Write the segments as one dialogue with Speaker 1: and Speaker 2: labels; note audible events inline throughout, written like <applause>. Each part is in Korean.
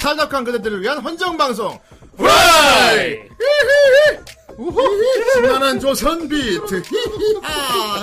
Speaker 1: 탈락한 그대들을 위한 헌정방송 후라이! 우호! 신나는 조선 비트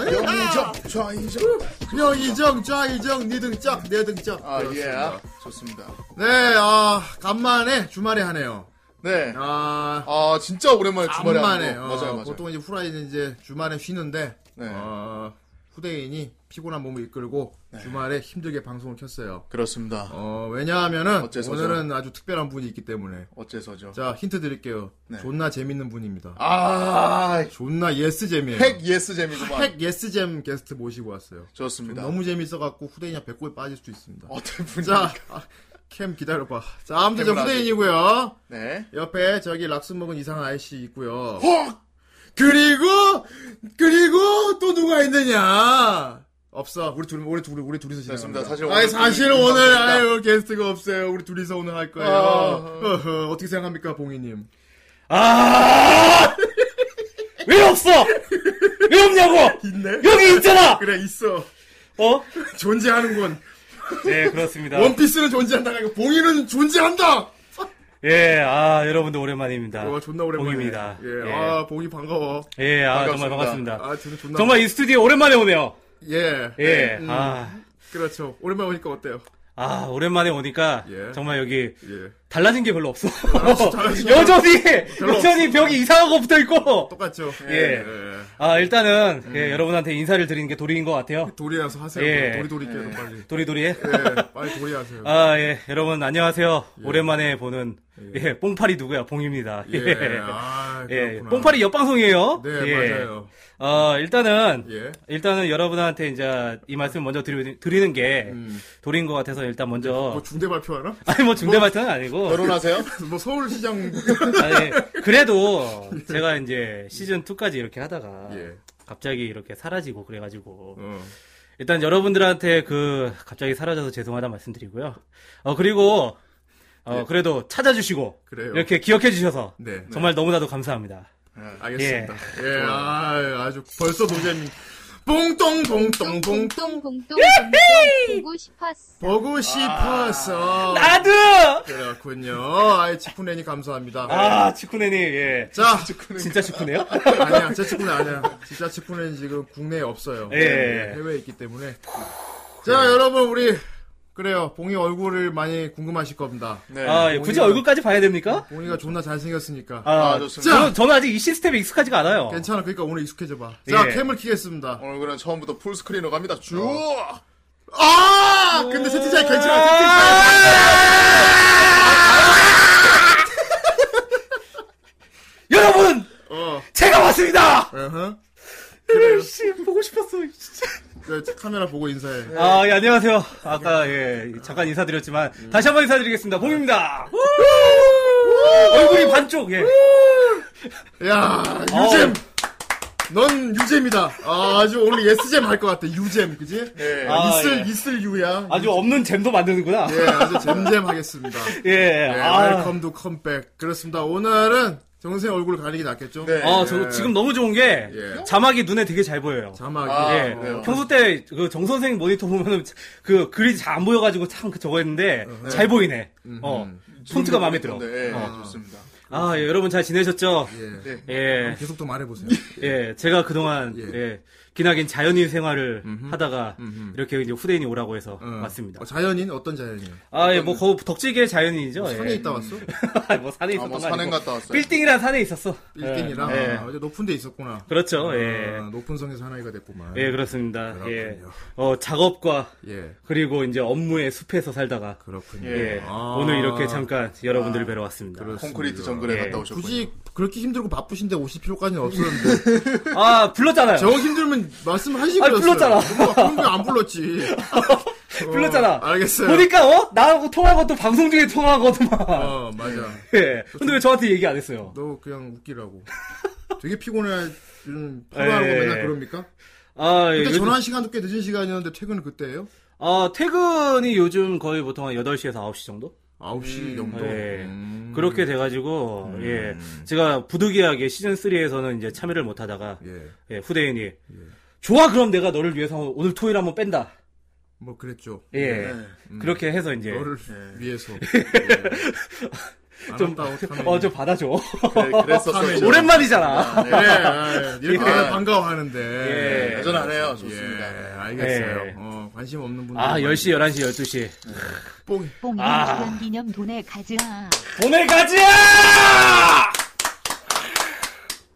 Speaker 1: 영이정 좌이정 영이정 좌이정 니등짝 내등짝
Speaker 2: 아,
Speaker 1: 그렇습니다.
Speaker 2: 예. 좋습니다.
Speaker 1: 네, 아 간만에 주말에 하네요
Speaker 2: 네.
Speaker 1: 아
Speaker 2: 아, 진짜 오랜만에 주말에
Speaker 1: 간만에
Speaker 2: 하는
Speaker 1: 어,
Speaker 2: 거. 맞아요, 맞아요.
Speaker 1: 보통 이제 후라이는 이제 주말에 쉬는데
Speaker 2: 네.
Speaker 1: 어, 후대인이 피곤한 몸을 이끌고
Speaker 2: 네.
Speaker 1: 주말에 힘들게 방송을 켰어요
Speaker 2: 그렇습니다.
Speaker 1: 어, 왜냐하면은
Speaker 2: 어째서죠?
Speaker 1: 오늘은 아주 특별한 분이 있기 때문에
Speaker 2: 어째서죠?
Speaker 1: 자 힌트 드릴게요.
Speaker 2: 네.
Speaker 1: 존나 재밌는 분입니다.
Speaker 2: 아,
Speaker 1: 존나 예스잼이에요.
Speaker 2: 핵 예스 재미구만.
Speaker 1: 핵 예스잼 게스트 모시고 왔어요.
Speaker 2: 좋습니다.
Speaker 1: 너무 재밌어갖고 후대인이 배꼽에 빠질 수도 있습니다.
Speaker 2: 어떤 분이
Speaker 1: 자, 아, 캠 기다려봐. 자, 아무튼 저
Speaker 2: 캠을
Speaker 1: 후대인이고요.
Speaker 2: 네.
Speaker 1: 옆에 저기 락스 먹은 이상한 아이씨 있고요.
Speaker 2: 헉!
Speaker 1: 그리고 그리고 또 누가 있느냐? 없어. 우리 둘 우리 둘 우리 둘이서
Speaker 2: 됐습니다.
Speaker 1: 진행합니다. 아니
Speaker 2: 사실 오늘
Speaker 1: 사실
Speaker 2: 둘이
Speaker 1: 오늘
Speaker 2: 있습니다.
Speaker 1: 아유 게스트가 없어요. 우리 둘이서 오늘 할 거예요.
Speaker 2: 아.
Speaker 1: 어허, 어떻게 생각합니까, 봉이님?
Speaker 3: 아! 왜 없어? 왜 없냐고!
Speaker 1: 있네.
Speaker 3: 여기 있잖아!
Speaker 1: 그래 있어.
Speaker 3: 어?
Speaker 1: 존재하는군.
Speaker 3: 네, 그렇습니다.
Speaker 1: 원피스는 존재한다. 그러니까 봉이는 존재한다.
Speaker 3: 예, 아, 여러분들 오랜만입니다.
Speaker 1: 와 존나 오랜만에.
Speaker 3: 봉입니다.
Speaker 1: 예,
Speaker 3: 예.
Speaker 1: 아 봉이 반가워.
Speaker 3: 예, 아, 정말
Speaker 2: 반갑습니다.
Speaker 3: 반갑습니다.
Speaker 1: 아 진짜 존나.
Speaker 3: 정말 이 스튜디오 오랜만에 오네요.
Speaker 1: 예.
Speaker 3: 예,
Speaker 1: 음,
Speaker 3: 아,
Speaker 1: 그렇죠. 오랜만에 오니까 어때요?
Speaker 3: 아, 오랜만에 오니까
Speaker 1: 예.
Speaker 3: 정말 여기
Speaker 1: 예.
Speaker 3: 달라진 게 별로 없어.
Speaker 1: 달라진 게
Speaker 3: 여전히,
Speaker 1: 별로 음.
Speaker 3: 여전히 벽이 이상한 거 붙어 있고.
Speaker 1: 똑같죠.
Speaker 3: 예. 아, 일단은,
Speaker 1: 음.
Speaker 3: 예, 여러분한테 인사를 드리는 게 도리인 것 같아요.
Speaker 1: 도리해서 하세요.
Speaker 3: 예.
Speaker 1: 도리도리 깨도
Speaker 3: <laughs>
Speaker 1: 빨리.
Speaker 3: 도리도리에.
Speaker 1: 예, 빨리 도리하세요.
Speaker 3: 아, 예, 여러분, 안녕하세요. 오랜만에 보는, 예, 뽕팔이 누구야? 봉입니다.
Speaker 1: 예, 아,
Speaker 3: 예,
Speaker 1: 그렇구나.
Speaker 3: 뽕팔이 옆방송이에요.
Speaker 1: 네,
Speaker 3: 예.
Speaker 1: 맞아요.
Speaker 3: 어, 일단은,
Speaker 1: 예.
Speaker 3: 일단은 여러분한테 이제 이 말씀 먼저 드리, 드리는 게 도리인 것 같아서 일단
Speaker 1: 음. 뭐
Speaker 3: 먼저,
Speaker 1: 중대 발표하나?
Speaker 3: <laughs> 아니, 뭐 중대 발표는 아니고,
Speaker 2: 결혼하세요?
Speaker 1: <laughs> 뭐 서울시장
Speaker 3: 아니, 예.
Speaker 1: <laughs>
Speaker 3: 그래도 제가 이제 시즌2까지 이렇게 하다가,
Speaker 1: 네. 예.
Speaker 3: 갑자기 이렇게 사라지고 그래가지고,
Speaker 1: 어.
Speaker 3: 일단 여러분들한테 그 갑자기 사라져서 죄송하다 말씀드리고요. 어 그리고 어 그래도 찾아주시고
Speaker 1: 네. 그래요.
Speaker 3: 이렇게 기억해 주셔서
Speaker 1: 네.
Speaker 3: 정말 너무나도 감사합니다.
Speaker 2: 네.
Speaker 1: 알겠습니다. 예. 아, 아주 벌써 노잼이 뽕똥 뽕똥 뽕
Speaker 4: 봉동 봉동 봉동 보고 싶었어.
Speaker 1: 보고 싶어서
Speaker 3: 나도
Speaker 1: 그렇군요. 아이 치쿠네니 감사합니다.
Speaker 3: 아 치쿠네님 예
Speaker 1: 자,
Speaker 3: 진짜 치쿠네요?
Speaker 1: 그러니까. 아니야, 제 치쿠네 아니야. 진짜 치쿠네는 지금 국내에 없어요.
Speaker 3: 예.
Speaker 1: 네, 해외에 있기 때문에. 자, 여러분 우리 그래요. 봉이 얼굴을 많이 궁금하실 겁니다.
Speaker 2: 네.
Speaker 3: 아 예, 굳이 얼굴까지 봐야 됩니까?
Speaker 1: 봉이가 존나 잘생겼으니까.
Speaker 2: 아, 좋습니다.
Speaker 3: 저는, 저는 아직 이 시스템에 익숙하지가 않아요.
Speaker 1: 괜찮아. 그러니까 오늘 익숙해져 봐. 자,
Speaker 3: 예.
Speaker 1: 캠을 키겠습니다.
Speaker 2: 오늘은 처음부터 풀스크린으로 갑니다. 쭉!
Speaker 1: 어.
Speaker 3: 어.
Speaker 1: 아! 근데 세팅창이 괜찮아. 세팅창이.
Speaker 3: 여러분
Speaker 1: 어. 네,
Speaker 3: 제가 왔습니다.
Speaker 1: 어허.
Speaker 3: 씨 보고 싶었어. 진짜.
Speaker 1: 그 카메라 보고 인사해.
Speaker 3: 아, 예, 안녕하세요. 아까, 예, 잠깐 인사드렸지만, 다시 한번 인사드리겠습니다. 봄입니다. 얼굴이 반쪽, 예.
Speaker 1: 야, 유잼. 넌 유잼이다. 아, 주 오늘 예스잼 할 것 같아. 유잼. 그지?
Speaker 2: 예.
Speaker 3: 아,
Speaker 1: 있을
Speaker 3: 예.
Speaker 1: 있을 유야.
Speaker 3: 아주 없는 잼도 만드는구나.
Speaker 1: 예, 아주 잼잼 하겠습니다.
Speaker 3: <laughs> 예,
Speaker 1: 네,
Speaker 3: 아.
Speaker 1: 웰컴 투 컴백. 그렇습니다. 오늘은 정생 얼굴 가리기 낫겠죠?
Speaker 2: 네.
Speaker 3: 아, 저 지금 너무 좋은 게,
Speaker 1: 예.
Speaker 3: 자막이 눈에 되게 잘 보여요.
Speaker 1: 자막이. 네.
Speaker 2: 아,
Speaker 3: 예.
Speaker 2: 그래요?
Speaker 3: 평소 때, 그, 정선생 모니터 보면은, 그, 글이 잘 안 보여가지고 참그 저거 했는데, 잘 보이네.
Speaker 1: 음,
Speaker 3: 어. 폰트가 마음에 들어.
Speaker 2: 네, 예,
Speaker 1: 어.
Speaker 2: 좋습니다.
Speaker 3: 아, 예, 여러분 잘 지내셨죠?
Speaker 1: 예.
Speaker 2: 네.
Speaker 3: 예.
Speaker 1: 계속 또 말해보세요.
Speaker 3: 예, 제가 그동안
Speaker 1: 예.
Speaker 3: 예, 기나긴 자연인 생활을 하다가 이렇게 이제 후대인이 오라고 해서
Speaker 1: 어.
Speaker 3: 왔습니다.
Speaker 1: 어, 자연인? 어떤 자연이요?
Speaker 3: 아, 예, 뭐 거기 덕지계 자연인이죠.
Speaker 1: 산에
Speaker 3: 예. <laughs>
Speaker 1: 있다 왔어?
Speaker 3: 뭐 산에
Speaker 2: 아,
Speaker 3: 있었던
Speaker 2: 뭐
Speaker 3: 거
Speaker 2: 산행
Speaker 3: 아니고
Speaker 2: 갔다 왔어요.
Speaker 3: 빌딩이란 산에 있었어.
Speaker 1: 빌딩이랑
Speaker 3: 예. 예.
Speaker 1: 아, 어제 높은 데 있었구나.
Speaker 3: 그렇죠. 예.
Speaker 1: 아, 높은 성에서 하나이가 됐구만.
Speaker 3: 예, 그렇습니다. 예.
Speaker 1: 그렇군요.
Speaker 3: 어, 작업과
Speaker 1: 예,
Speaker 3: 그리고 이제 업무의 숲에서 살다가
Speaker 1: 그렇군요.
Speaker 3: 예.
Speaker 1: 아.
Speaker 3: 오늘 이렇게 잠깐 여러분들을 뵈러 왔습니다.
Speaker 1: 그렇습니다.
Speaker 2: 콘크리트 정글에
Speaker 3: 예.
Speaker 2: 갔다 오셨군요.
Speaker 1: 굳이 그렇게 힘들고 바쁘신데 오실 필요까지는
Speaker 3: <laughs>
Speaker 1: 없었는데
Speaker 3: 아, 불렀잖아요.
Speaker 1: 저 힘들면 말씀하시고
Speaker 3: 아니, 불렀잖아.
Speaker 1: 뭐, 그런 거안 불렀지. 어,
Speaker 3: <laughs> 불렀잖아.
Speaker 1: 알겠어요.
Speaker 3: 보니까 어? 나하고 통화한 것도 방송 중에 통화한 것도 막.
Speaker 1: 어 맞아.
Speaker 3: 예. 근데 왜 저한테 얘기 안 했어요?
Speaker 1: 너 그냥 웃기라고. 되게 피곤해. 요즘 파마하고
Speaker 3: 예.
Speaker 1: 맨날 그럽니까?
Speaker 3: 아, 예.
Speaker 1: 근데
Speaker 3: 요즘-
Speaker 1: 전화 시간도 꽤 늦은 시간이었는데 퇴근은 그때예요?
Speaker 3: 아, 퇴근이 요즘 거의 보통 한 8시에서 9시 정도?
Speaker 1: 9시 정도.
Speaker 3: 예.
Speaker 1: 음.
Speaker 3: 그렇게 돼가지고, 예. 제가 부득이하게 시즌3에서는 이제 참여를 못 하다가,
Speaker 1: 예.
Speaker 3: 예, 후대인이, 좋아, 그럼 내가 너를 위해서 오늘 토요일 한번 뺀다.
Speaker 1: 뭐 그랬죠.
Speaker 3: 예.
Speaker 2: 네.
Speaker 3: 그렇게 해서 이제
Speaker 1: 음. 너를
Speaker 2: 네.
Speaker 3: <laughs>
Speaker 1: 위해서. 예.
Speaker 3: 좀-
Speaker 1: 좀,
Speaker 3: 어 좀 받아줘.
Speaker 2: 네, 그래,
Speaker 1: 네. <laughs>
Speaker 2: 그랬었어요.
Speaker 3: <laughs> 오랜만이잖아.
Speaker 2: 네.
Speaker 1: 예, <laughs> 아, 이렇게
Speaker 3: 예.
Speaker 1: 하면 반가워하는데.
Speaker 3: 예.
Speaker 2: 여전하네요. 좋습니다.
Speaker 1: 예, 알겠어요.
Speaker 3: 예.
Speaker 1: 어, 관심 없는 분들.
Speaker 3: 아 10시, 11시, 12시.
Speaker 1: 뽕.
Speaker 5: 뽕이는
Speaker 3: 아.
Speaker 5: 주간 기념 돈에 가지라.
Speaker 3: 오늘 가자!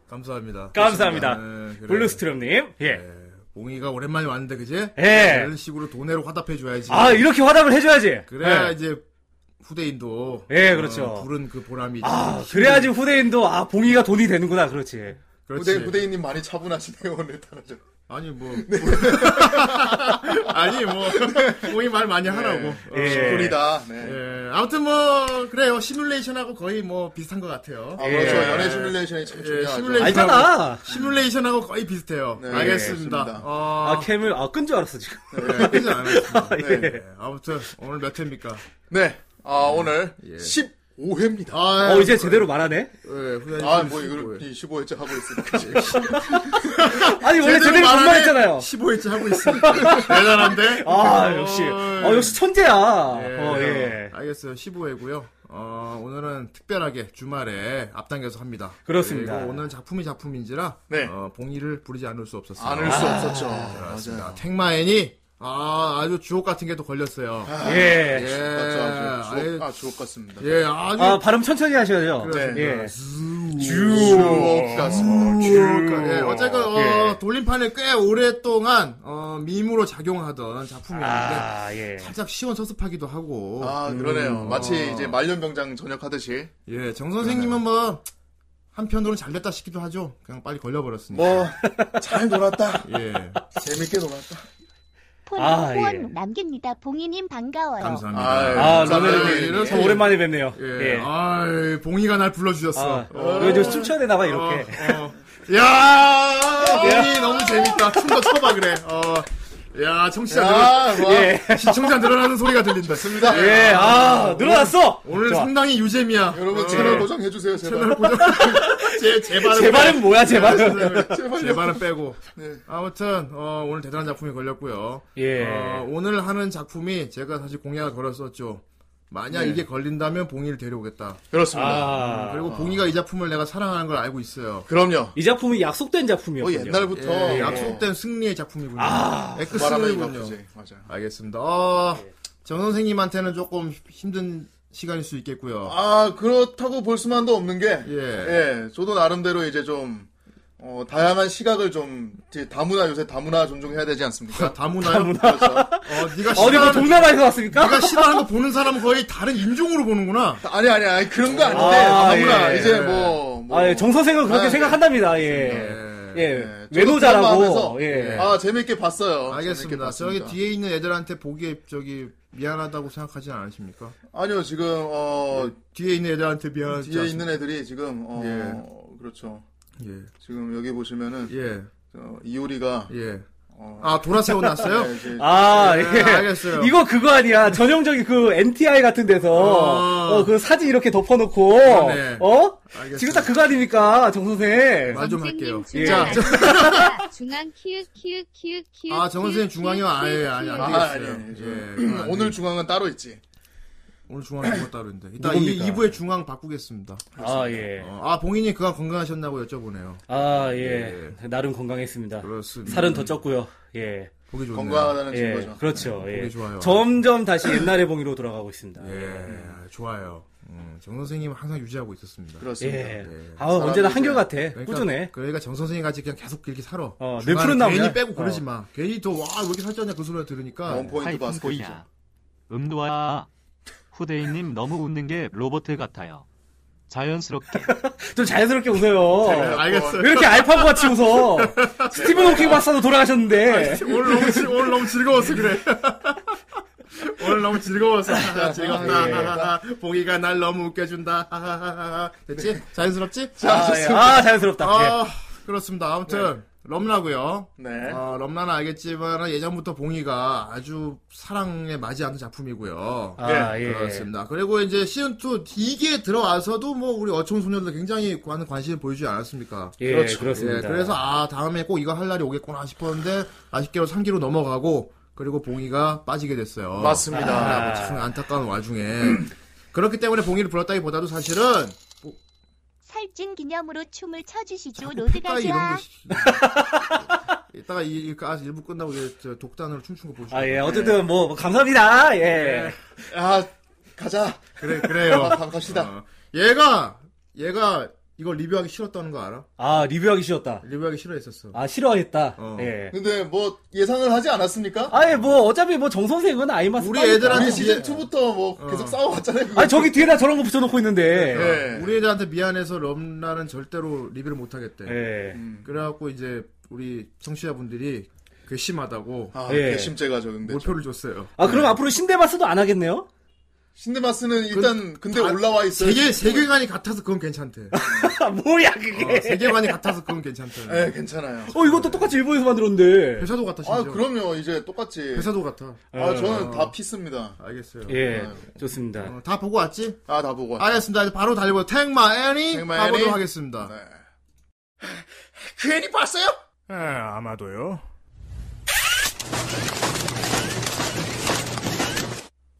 Speaker 1: 감사합니다.
Speaker 3: 감사합니다.
Speaker 1: 예, 그래.
Speaker 3: 블루스트럼님. 예.
Speaker 1: 예, 봉이가 오랜만에 왔는데, 그지?
Speaker 3: 예.
Speaker 1: 이런 식으로 돈으로 화답해줘야지.
Speaker 3: 아 이렇게 화답을 해줘야지.
Speaker 1: 그래야
Speaker 3: 예.
Speaker 1: 이제 후대인도.
Speaker 3: 예, 그렇죠.
Speaker 1: 어, 부른 그 보람이.
Speaker 3: 아,
Speaker 1: 있지.
Speaker 3: 그래야지 후대인도, 아, 봉이가 돈이 되는구나, 그렇지.
Speaker 1: 그렇지.
Speaker 2: 후대, 후대인님 네. 많이 차분하시네요, 오늘 <laughs> 따라 좀.
Speaker 1: 아니
Speaker 2: <laughs>
Speaker 1: 뭐 <laughs> 아니 뭐 공이 말 많이 하라고
Speaker 3: 예.
Speaker 1: 어,
Speaker 2: 우리다. 네.
Speaker 1: 예. 아무튼 뭐 그래요 시뮬레이션하고 거의 뭐 비슷한 것 같아요
Speaker 2: 아,
Speaker 3: 예.
Speaker 2: 그렇죠. 연애 시뮬레이션이 참 중요하죠.
Speaker 1: 예, 시뮬레이션.
Speaker 3: 알잖아.
Speaker 1: 시뮬레이션하고 거의 비슷해요
Speaker 2: 네,
Speaker 1: 알겠습니다
Speaker 2: 알겠습니다.
Speaker 1: 어,
Speaker 3: 아, 캠을, 아, 끈 줄 알았어, 지금.
Speaker 1: 예, 그지 않았습니다.
Speaker 2: 네.
Speaker 1: 예, 아무튼 오늘 몇 회입니까
Speaker 2: 네. 아, 오늘
Speaker 1: 예.
Speaker 2: 15회입니다.
Speaker 1: 아,
Speaker 3: 어, 이제 제대로 말하네?
Speaker 2: 아, 뭐, 이걸 15회째 하고 있으니까.
Speaker 3: 아니, 원래 제대로 반말했잖아요.
Speaker 1: 15회째 하고 있습니다 대단한데
Speaker 3: 아, 역시. 어, 역시 천재야. 어, 예.
Speaker 1: 알겠어요. 15회고요. 어, 오늘은 특별하게 주말에 앞당겨서 합니다.
Speaker 3: 그렇습니다.
Speaker 1: 그리고 오늘 작품이 작품인지라
Speaker 2: 네.
Speaker 1: 어, 봉이를 부르지 않을 수 없었어요.
Speaker 2: 안을 수 없었죠.
Speaker 1: 아,
Speaker 2: 맞아요.
Speaker 1: 택마엔이 아, 아주 주옥 같은 게 또 걸렸어요.
Speaker 3: 예.
Speaker 1: 예.
Speaker 2: 맞죠. 아주
Speaker 1: 아예-
Speaker 2: 주옥, 아, 주옥 같습니다.
Speaker 1: 예, 아주
Speaker 3: 아, 발음 천천히 하셔야 돼요.
Speaker 1: 그래,
Speaker 3: 예.
Speaker 2: 주옥 같습니다.
Speaker 1: 주옥 같- 예, 어쨌건 어,
Speaker 3: 예.
Speaker 1: 돌림판에 꽤 오랫동안 어, 밈으로 작용하던 작품이었는데
Speaker 3: 아, 예.
Speaker 1: 살짝 시원섭섭하기도 하고 음.
Speaker 2: 아, 그러네요. 마치 이제 말년병장 전역하듯이.
Speaker 1: 예, 정 선생님은 뭐 한편으로는 잘 됐다 싶기도 하죠. 그냥 빨리 걸려버렸으니까.
Speaker 2: 뭐,
Speaker 1: 어,
Speaker 2: 잘 놀았다.
Speaker 1: 예,
Speaker 2: 재밌게 놀았다.
Speaker 5: 폰,
Speaker 3: 아,
Speaker 5: 후원
Speaker 3: 예.
Speaker 5: 남깁니다. 봉이님 반가워요.
Speaker 1: 감사합니다.
Speaker 3: 아,
Speaker 2: 감사합니다.
Speaker 3: 러네르님. 참 오랜만에 뵙네요.
Speaker 1: 예,
Speaker 3: 예.
Speaker 1: 아, 봉이가 날 불러주셨어.
Speaker 3: 아, 이거 좀 춤춰야 되나봐, 이렇게.
Speaker 1: 어, 어. 야, 봉이 너무 재밌다. 춤도 춰봐 그래. 어, 야, 청취자
Speaker 2: 야, 와.
Speaker 3: 예.
Speaker 1: 들 시청자 늘어나는 소리가 들린다.
Speaker 2: 좋습니다.
Speaker 3: 예, 아, 늘어났어!
Speaker 1: 오늘
Speaker 3: 좋아.
Speaker 1: 상당히 유잼이야.
Speaker 2: 여러분,
Speaker 1: 어,
Speaker 2: 채널 고정해주세요, 제발.
Speaker 1: 채널 고정. 제 제발은
Speaker 3: 제 발음 뭐야, 제 발음.
Speaker 1: 빼고. <laughs> 제 발음 빼고.
Speaker 2: 네.
Speaker 1: 아무튼 어, 오늘 대단한 작품이 걸렸고요.
Speaker 3: 예.
Speaker 1: 어, 오늘 하는 작품이 제가 사실 공약을 걸었었죠. 만약 이게 걸린다면 봉이를 데려오겠다.
Speaker 2: 그렇습니다.
Speaker 3: 아.
Speaker 1: 음, 그리고 봉이가 이 작품을 내가 사랑하는 걸 알고 있어요.
Speaker 2: 그럼요.
Speaker 3: 이 작품이 약속된
Speaker 2: 뭐
Speaker 3: 작품이었거든요.
Speaker 2: 옛날부터
Speaker 1: 아. 예, 약속된 승리의 작품이군요.
Speaker 2: 말하면 이거
Speaker 1: X군요.
Speaker 2: 아프지. 맞아요.
Speaker 1: 알겠습니다. 어, 정 선생님한테는 조금 힘든 시간일 수 있겠고요.
Speaker 2: 아 그렇다고 볼 수만도 없는 게 예
Speaker 1: 예.
Speaker 2: 저도 나름대로 이제 좀 어, 다양한 시각을 좀 이제 다문화 요새 다문화 존중해야 되지 않습니까?
Speaker 1: 다문화요?
Speaker 2: 그래서 <laughs>
Speaker 1: 어, 네가
Speaker 3: 어디 뭐
Speaker 1: 싫어하는,
Speaker 3: 동남아에서 왔습니까?
Speaker 1: 네가 싫어하는 거 보는 사람은 거의 다른 인종으로 보는구나.
Speaker 2: 아니 아니 아니 그런 거 아닌데
Speaker 3: 아,
Speaker 2: 다문화
Speaker 3: 예.
Speaker 2: 이제 뭐, 뭐
Speaker 3: 아, 예, 정 선생은 그렇게
Speaker 2: 아,
Speaker 3: 생각한답니다. 예.
Speaker 1: 예.
Speaker 3: 예.
Speaker 2: 예, 저도 그런 마음에서,
Speaker 3: 외노자라고. 예.
Speaker 2: 아 재밌게 봤어요. 재밌게
Speaker 1: 알겠습니다. 저기
Speaker 2: 봤습니다.
Speaker 1: 뒤에 있는 애들한테 보기에 저기 미안하다고 생각하진 않으십니까?
Speaker 2: 아니요 지금 어
Speaker 1: 뒤에 있는 애들한테 미안하지
Speaker 2: 뒤에
Speaker 1: 않습니까?
Speaker 2: 있는 애들이 지금 어
Speaker 1: 예.
Speaker 2: 그렇죠. 지금 여기 보시면은
Speaker 1: 예. 예.
Speaker 2: 어, 이효리가
Speaker 1: 예.
Speaker 2: 어,
Speaker 1: 아, 돌아세워 놨어요?
Speaker 2: 네, 이제
Speaker 3: 아,
Speaker 1: 예,
Speaker 3: 예.
Speaker 1: 알겠어요.
Speaker 3: 이거 그거 아니야. 전형적인 그 NTI 같은 데서
Speaker 1: 어.
Speaker 3: 어, 그 사진 이렇게 덮어 놓고
Speaker 1: 그러네.
Speaker 3: 어?
Speaker 1: 알겠습니다.
Speaker 3: 지금 다 그거 아닙니까? 정 선생.
Speaker 1: 말좀 할게요. 예.
Speaker 4: 중앙
Speaker 1: 자,
Speaker 4: 안 중앙 키읔 키읔 키읔 키읔
Speaker 1: 아, 정 선생님 중앙이요? 아예, 아니, 안 되겠어요.
Speaker 2: 아, 아니, 아니, 아니.
Speaker 1: 예, 그건 안
Speaker 2: 오늘
Speaker 1: 되겠-
Speaker 2: 중앙은 따로 있지.
Speaker 1: 오늘 중앙 누가 따로인데. 일단
Speaker 3: 누굽니까?
Speaker 1: 2, 부의 중앙 바꾸겠습니다.
Speaker 3: 아, 예.
Speaker 1: 어, 아, 봉인이 그간 건강하셨나고 여쭤보네요.
Speaker 3: 아, 예. 나름 건강했습니다.
Speaker 1: 그렇습니다.
Speaker 3: 살은 더 쪘고요. 예.
Speaker 1: 보기 좋네요.
Speaker 2: 건강하다는
Speaker 3: 예.
Speaker 2: 증거죠.
Speaker 3: 그렇죠. 예.
Speaker 1: 보기 좋아요.
Speaker 3: 점점 다시 옛날의 봉이로 돌아가고 있습니다.
Speaker 1: 예, 좋아요. 음, 정 선생님은 항상 유지하고 있었습니다.
Speaker 2: 그렇습니다.
Speaker 3: 예.
Speaker 1: 예.
Speaker 3: 아, 언제나
Speaker 2: 사람들이
Speaker 3: 한결같아.
Speaker 1: 그러니까,
Speaker 3: 꾸준해.
Speaker 1: 그러니까 정 선생님 같이 그냥 계속 이렇게 살아.
Speaker 3: 어,
Speaker 1: 중간에
Speaker 3: 늘 푸른 나무야.
Speaker 1: 괜히 빼고 그러지
Speaker 3: 어.
Speaker 1: 마. 괜히 더, 와, 왜 이렇게 살쪘냐 그 소리를 들으니까.
Speaker 2: 원포인트
Speaker 6: 하이픈
Speaker 2: 바스켓이죠.
Speaker 6: 보이자. 음도아 후대인님 너무 웃는 게 로버트 같아요. 자연스럽게
Speaker 3: 좀 자연스럽게
Speaker 2: 네,
Speaker 3: 웃어요.
Speaker 1: 알겠어요.
Speaker 3: 왜 이렇게 알파고 같이 웃어? 스티븐 호킹 박사도 돌아가셨는데.
Speaker 1: 오늘 너무, 즐- 오늘 너무 즐거워서 그래. 오늘 너무 즐거워서. 아, 즐겁다. 봉이가 날 너무 웃겨준다. 아, 하하하하. 됐지? 자연스럽지?
Speaker 3: 아, 예. 아, 자연스럽다.
Speaker 1: 아, 그렇습니다. 아무튼, 럼나고요
Speaker 2: 네.
Speaker 1: 어, 럼나는 알겠지만 예전부터 봉이가 아주 사랑에 맞지 않는 작품이고요.
Speaker 3: 예. 아, 예.
Speaker 1: 그렇습니다. 그리고 이제 시즌2 이게 들어와서도 뭐 우리 어촌 소녀들 굉장히 많은 관심을 보여주지 않았습니까?
Speaker 3: 예, 그렇죠. 그렇습니다.
Speaker 1: 예, 그래서 아 다음에 꼭 이거 할 날이 오겠구나 싶었는데 아쉽게도 3기로 넘어가고 그리고 봉이가 빠지게 됐어요.
Speaker 2: 맞습니다.
Speaker 1: 아, 참 안타까운 와중에 <clears throat> 그렇기 때문에 봉이를 불렀다기보다도 사실은
Speaker 5: 살찐 기념으로 춤을 춰주시죠 로드
Speaker 1: 핏바이 이런
Speaker 5: 가즈아.
Speaker 1: 거 씨. 이따가 <laughs> 이, 이, 아, 일부 끝나고 이제 저 독단으로 춤춘 거 보시죠.
Speaker 3: 아, 예. 어쨌든, 뭐, 감사합니다. 예.
Speaker 2: 아, 가자.
Speaker 1: 그래
Speaker 2: <laughs>
Speaker 1: 그래요.
Speaker 2: 밥 갑시다.
Speaker 1: 어. 얘가 얘가 이걸 리뷰하기 싫었다는 거 알아?
Speaker 3: 아, 리뷰하기 싫었다.
Speaker 1: 리뷰하기 싫어했었어.
Speaker 3: 아, 싫어했다.
Speaker 1: 어.
Speaker 3: 예.
Speaker 2: 근데 뭐 예상을 하지 않았습니까?
Speaker 3: 아예 뭐, 어차피 뭐, 정선생은 아이마스.
Speaker 1: 우리
Speaker 3: 빠니까.
Speaker 1: 애들한테
Speaker 2: 우리
Speaker 1: 아니,
Speaker 2: 시즌
Speaker 1: 이제-
Speaker 2: 2부터 뭐 계속
Speaker 1: 어.
Speaker 2: 싸워왔잖아요. 그거.
Speaker 3: 아, 저기 뒤에다 저런 거 붙여놓고 있는데.
Speaker 2: 예.
Speaker 1: 우리 애들한테 미안해서 럼라는 절대로 리뷰를 못 하겠대.
Speaker 3: 예.
Speaker 2: 음.
Speaker 1: 그래갖고 이제 우리 청취자분들이 괘씸하다고
Speaker 2: 아,
Speaker 3: 예.
Speaker 2: 개심죄가 적용돼.
Speaker 1: 몰표를 줬어요.
Speaker 3: 아, 그럼 앞으로 신데마스도 안 하겠네요? <laughs>
Speaker 2: 신드마스는 일단 근데
Speaker 1: 그 다-
Speaker 2: 올라와 있어요.
Speaker 1: 세계 세계관이 같아서 그건 괜찮대.
Speaker 3: 뭐야, 그게.
Speaker 1: 어, 세계관이 같아서 그건 괜찮대.
Speaker 2: 예, 괜찮아요.
Speaker 3: 어, 이것도 똑같이 일본에서 만들었는데.
Speaker 1: 회사도 같아 심지어.
Speaker 2: 아, 그럼요. 이제 똑같이.
Speaker 1: 회사도 같아.
Speaker 2: 아, 저는
Speaker 1: 어.
Speaker 2: 다 피스입니다.
Speaker 1: 알겠어요.
Speaker 3: 예,
Speaker 2: 아유.
Speaker 3: 좋습니다.
Speaker 1: 어, 다 보고 왔지?
Speaker 2: 아, 다 보고.
Speaker 1: 알겠습니다. 이제 바로 달려보 택마 애니
Speaker 2: 택마
Speaker 1: 가보도록
Speaker 2: 애니?
Speaker 1: 하겠습니다.
Speaker 2: 네. 그 애니 봤어요?
Speaker 7: 에, 예, 아마도요.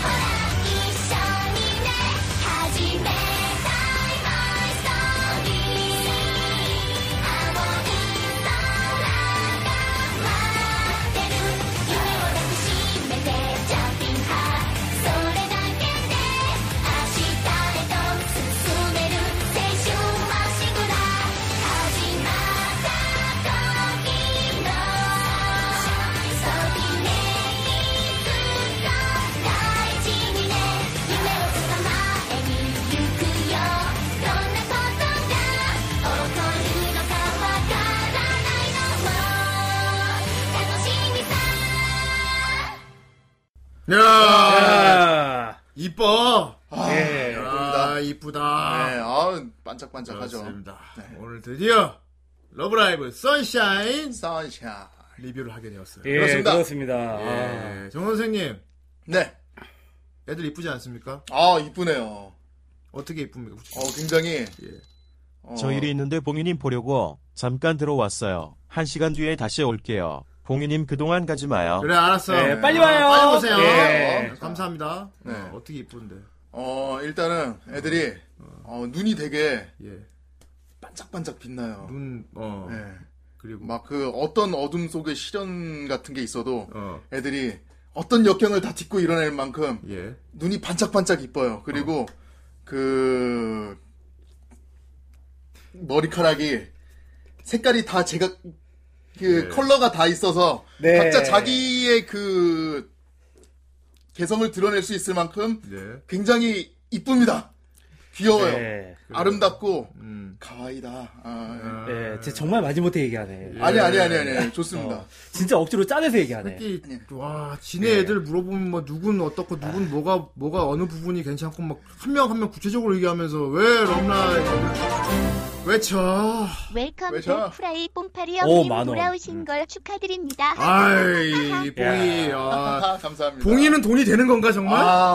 Speaker 8: ほら一緒にね始めたいマイストーリー青い空が待ってる夢を抱きしめてジャンピンハイそれだけで明日へと進める青春まっしぐら始まった時のそびえいくぞ大事にね夢を捕まえに行くよどんな道を歩いてもどんなことが起こるのかわからないのも楽しみさ
Speaker 2: 네.
Speaker 1: 야
Speaker 3: 아,
Speaker 1: 이뻐.
Speaker 2: 아,
Speaker 3: 예.
Speaker 1: 아 이쁘다.
Speaker 2: 네, 아우, 반짝반짝하죠. 네.
Speaker 1: 그렇습니다. 오늘 드디어 러브라이브 선샤인
Speaker 2: 사샤.
Speaker 1: 리뷰를 하게 되었어요.
Speaker 3: 예,
Speaker 2: 그렇습니다.
Speaker 3: 그렇습니다. 아,
Speaker 1: 예, 정 선생님,
Speaker 2: 네.
Speaker 1: 애들 이쁘지 않습니까?
Speaker 2: 아, 이쁘네요.
Speaker 1: 어떻게 이쁩니까?
Speaker 2: 어, 굉장히.
Speaker 1: 예.
Speaker 9: <laughs>
Speaker 2: 어,
Speaker 9: 저 일이 있는데 봉이님 보려고 잠깐 들어왔어요. 한 시간 뒤에 다시 올게요. 봉이님 그동안 가지
Speaker 6: 아.
Speaker 9: 마요.
Speaker 1: 그래 알았어.
Speaker 3: 예, 빨리
Speaker 1: 어,
Speaker 3: 와요.
Speaker 1: 빨리 오세요.
Speaker 3: 예.
Speaker 1: 어, 감사합니다.
Speaker 2: 네.
Speaker 1: 어, 떻게 이쁜데?
Speaker 2: 어, 일단은 애들이, 어, 눈이 되게
Speaker 1: 예.
Speaker 2: 반짝반짝 빛나요.
Speaker 1: 눈 어.
Speaker 2: 네.
Speaker 1: 그리고
Speaker 2: 막 그 어떤 어둠 속의 시련 같은 게 있어도
Speaker 1: 어.
Speaker 2: 애들이 어떤 역경을 다 딛고 일어날 만큼
Speaker 1: 예.
Speaker 2: 눈이 반짝반짝 이뻐요. 그리고 그 머리카락이 색깔이 다 제가
Speaker 1: 네.
Speaker 2: 그 컬러가 다 있어서
Speaker 3: 네.
Speaker 2: 각자 자기의 그 개성을 드러낼 수 있을 만큼
Speaker 1: 예.
Speaker 2: 굉장히 이쁩니다. 귀여워요.
Speaker 3: 예.
Speaker 2: 아름답고
Speaker 1: 음.
Speaker 2: 가와이다. 아,
Speaker 1: 아,
Speaker 3: 예, 제 정말 마지못해 얘기하네.
Speaker 1: 예.
Speaker 2: 아니 아니 아니 아니 좋습니다.
Speaker 3: 어, 진짜 억지로 짜내서 얘기하네.
Speaker 1: 특히 와 지네 애들 물어보면 뭐 누군 어떻고 누군 뭐가 뭐가 어느 부분이 괜찮고 막 한 명 한 명 구체적으로 얘기하면서 왜 럼라이 왜쳐
Speaker 5: 웰컴
Speaker 2: 왜 저-
Speaker 5: 백 프라이 뽕파리
Speaker 3: 오,
Speaker 5: 형님
Speaker 3: 만원. 음. 아.
Speaker 5: 돌아오신 걸 축하드립니다.
Speaker 1: 아이 이 봉이
Speaker 3: 야.
Speaker 1: 아,
Speaker 2: 아, 감사합니다.
Speaker 1: 봉이는 돈이 되는 건가 정말
Speaker 2: 아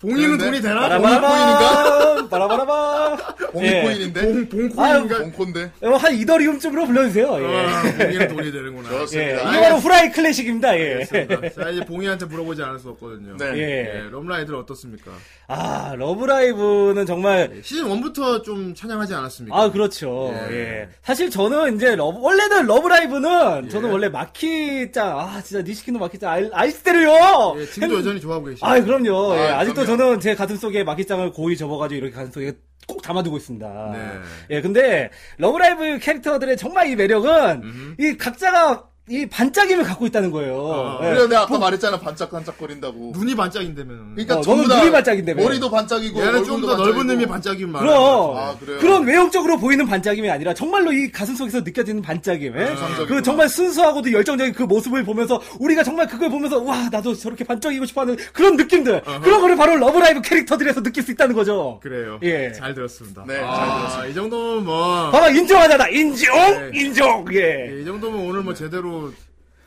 Speaker 1: 봉이는
Speaker 2: 그런데?
Speaker 1: 돈이 되나
Speaker 3: 바라바라밤! 바라바라밤! 예.
Speaker 2: 봉이코인인데
Speaker 1: 봉 봉코인가
Speaker 2: 봉콘데
Speaker 3: 어, 한 이더리움쯤으로 불러주세요.
Speaker 2: 어,
Speaker 3: 예.
Speaker 1: 아, 봉이는 돈이 되는구나
Speaker 3: 예,
Speaker 2: 좋습니다.
Speaker 3: 이게 바로 후라이 클래식입니다. 예.
Speaker 1: 알겠습니다. 자 이제 봉이한테 물어보지 않을 수 없거든요
Speaker 2: 네.
Speaker 1: 예,
Speaker 3: 예.
Speaker 1: 럼라이들 어떻습니까 예,
Speaker 3: 아, 러브라이브는
Speaker 2: 예.
Speaker 3: 정말
Speaker 1: 시즌 1부터 좀 찬양하지 않았습니까
Speaker 3: 아, 그렇죠.
Speaker 1: 예.
Speaker 3: 예. 사실 저는 이제 러브, 원래는 러브라이브는
Speaker 1: 예.
Speaker 3: 저는 원래 마키짱, 아, 진짜 니시키노 마키짱, 알, 아이스테르요!
Speaker 1: 예, 지금도 여전히 좋아하고 계시죠
Speaker 3: 아, 그럼요. 예,
Speaker 2: 그- 아,
Speaker 3: 아직도
Speaker 2: 그럼요.
Speaker 3: 저는 제 가슴 속에 마기장을 고이 접어가지고 이렇게 가슴 속에 꼭 담아두고 있습니다.
Speaker 1: 네.
Speaker 3: 예, 근데 러브라이브 캐릭터들의 정말 이 매력은
Speaker 2: 음.
Speaker 3: 이 각자가 이 반짝임을 갖고 있다는 거예요.
Speaker 1: 어,
Speaker 3: 예.
Speaker 2: 그래 내가 아까 말했잖아 반짝반짝거린다고.
Speaker 1: 눈이 반짝인다면.
Speaker 2: 그러니까
Speaker 3: 어,
Speaker 2: 전부 다
Speaker 3: 너는 눈이 반짝인다며.
Speaker 2: 머리도 반짝이고
Speaker 1: 얘는
Speaker 2: 얼굴도
Speaker 1: 좀 더 넓은
Speaker 2: 반짝이고.
Speaker 1: 의미 반짝임 말.
Speaker 3: 그럼
Speaker 2: 아, 그래요?
Speaker 3: 그런 외형적으로 보이는 반짝임이 아니라 정말로 이 가슴 속에서 느껴지는 반짝임, 예? 그
Speaker 2: 아, 정상적이구나.
Speaker 3: 정말 순수하고도 열정적인 그 모습을 보면서 우리가 정말 그걸 보면서 와 나도 저렇게 반짝이고 싶어하는 그런 느낌들 그런 거를 바로 러브라이브 캐릭터들에서 느낄 수 있다는 거죠.
Speaker 1: 그래요.
Speaker 3: 예.
Speaker 1: 잘 들었습니다.
Speaker 2: 네,
Speaker 1: 아,
Speaker 2: 잘 들었습니다.
Speaker 1: 이 정도면 뭐.
Speaker 3: 봐봐 인정하잖아 인정
Speaker 1: 네.
Speaker 3: 인정 예.
Speaker 1: 예, 이 정도면 오늘
Speaker 2: 네.
Speaker 1: 뭐 제대로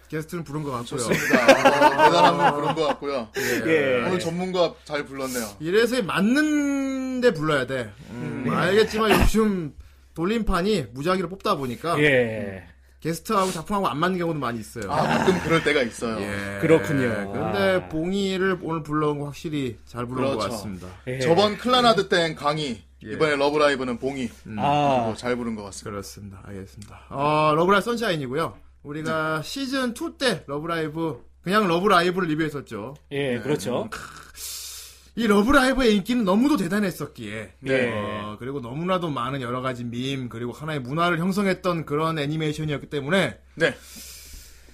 Speaker 1: 게스트는 부른 것 같고요.
Speaker 2: 좋습니다. 어, 대단한 분 그런 것 같고요.
Speaker 3: 예.
Speaker 2: 오늘 전문가 잘 불렀네요.
Speaker 1: 이래서 맞는데 불러야 돼. 음, 알겠지만 요즘 돌림판이 무작위로 뽑다 보니까
Speaker 3: 예.
Speaker 1: 게스트하고 작품하고 안 맞는 경우도 많이 있어요.
Speaker 2: 아 가끔 그럴 때가 있어요.
Speaker 1: 예.
Speaker 3: 그렇군요.
Speaker 1: 근데
Speaker 3: 아.
Speaker 1: 봉이를 오늘 불러온 거 확실히 잘 불러온 것
Speaker 2: 그렇죠.
Speaker 1: 같습니다.
Speaker 3: 예.
Speaker 2: 저번 클라나드 땐 강희, 이번에 러브라이브는 봉이.
Speaker 3: 아,
Speaker 2: 어, 잘 부른 것 같습니다.
Speaker 1: 그렇습니다. 알겠습니다. 어, 러브라이브 선샤인이고요. 우리가
Speaker 3: 네.
Speaker 1: 시즌 2 때 러브라이브 그냥 러브라이브를 리뷰했었죠.
Speaker 3: 예, 그렇죠.
Speaker 1: 이 러브라이브의 인기는 너무도 대단했었기에
Speaker 3: 네.
Speaker 1: 어, 그리고 너무나도 많은 여러 가지 밈 그리고 하나의 문화를 형성했던 그런 애니메이션이었기 때문에
Speaker 2: 네.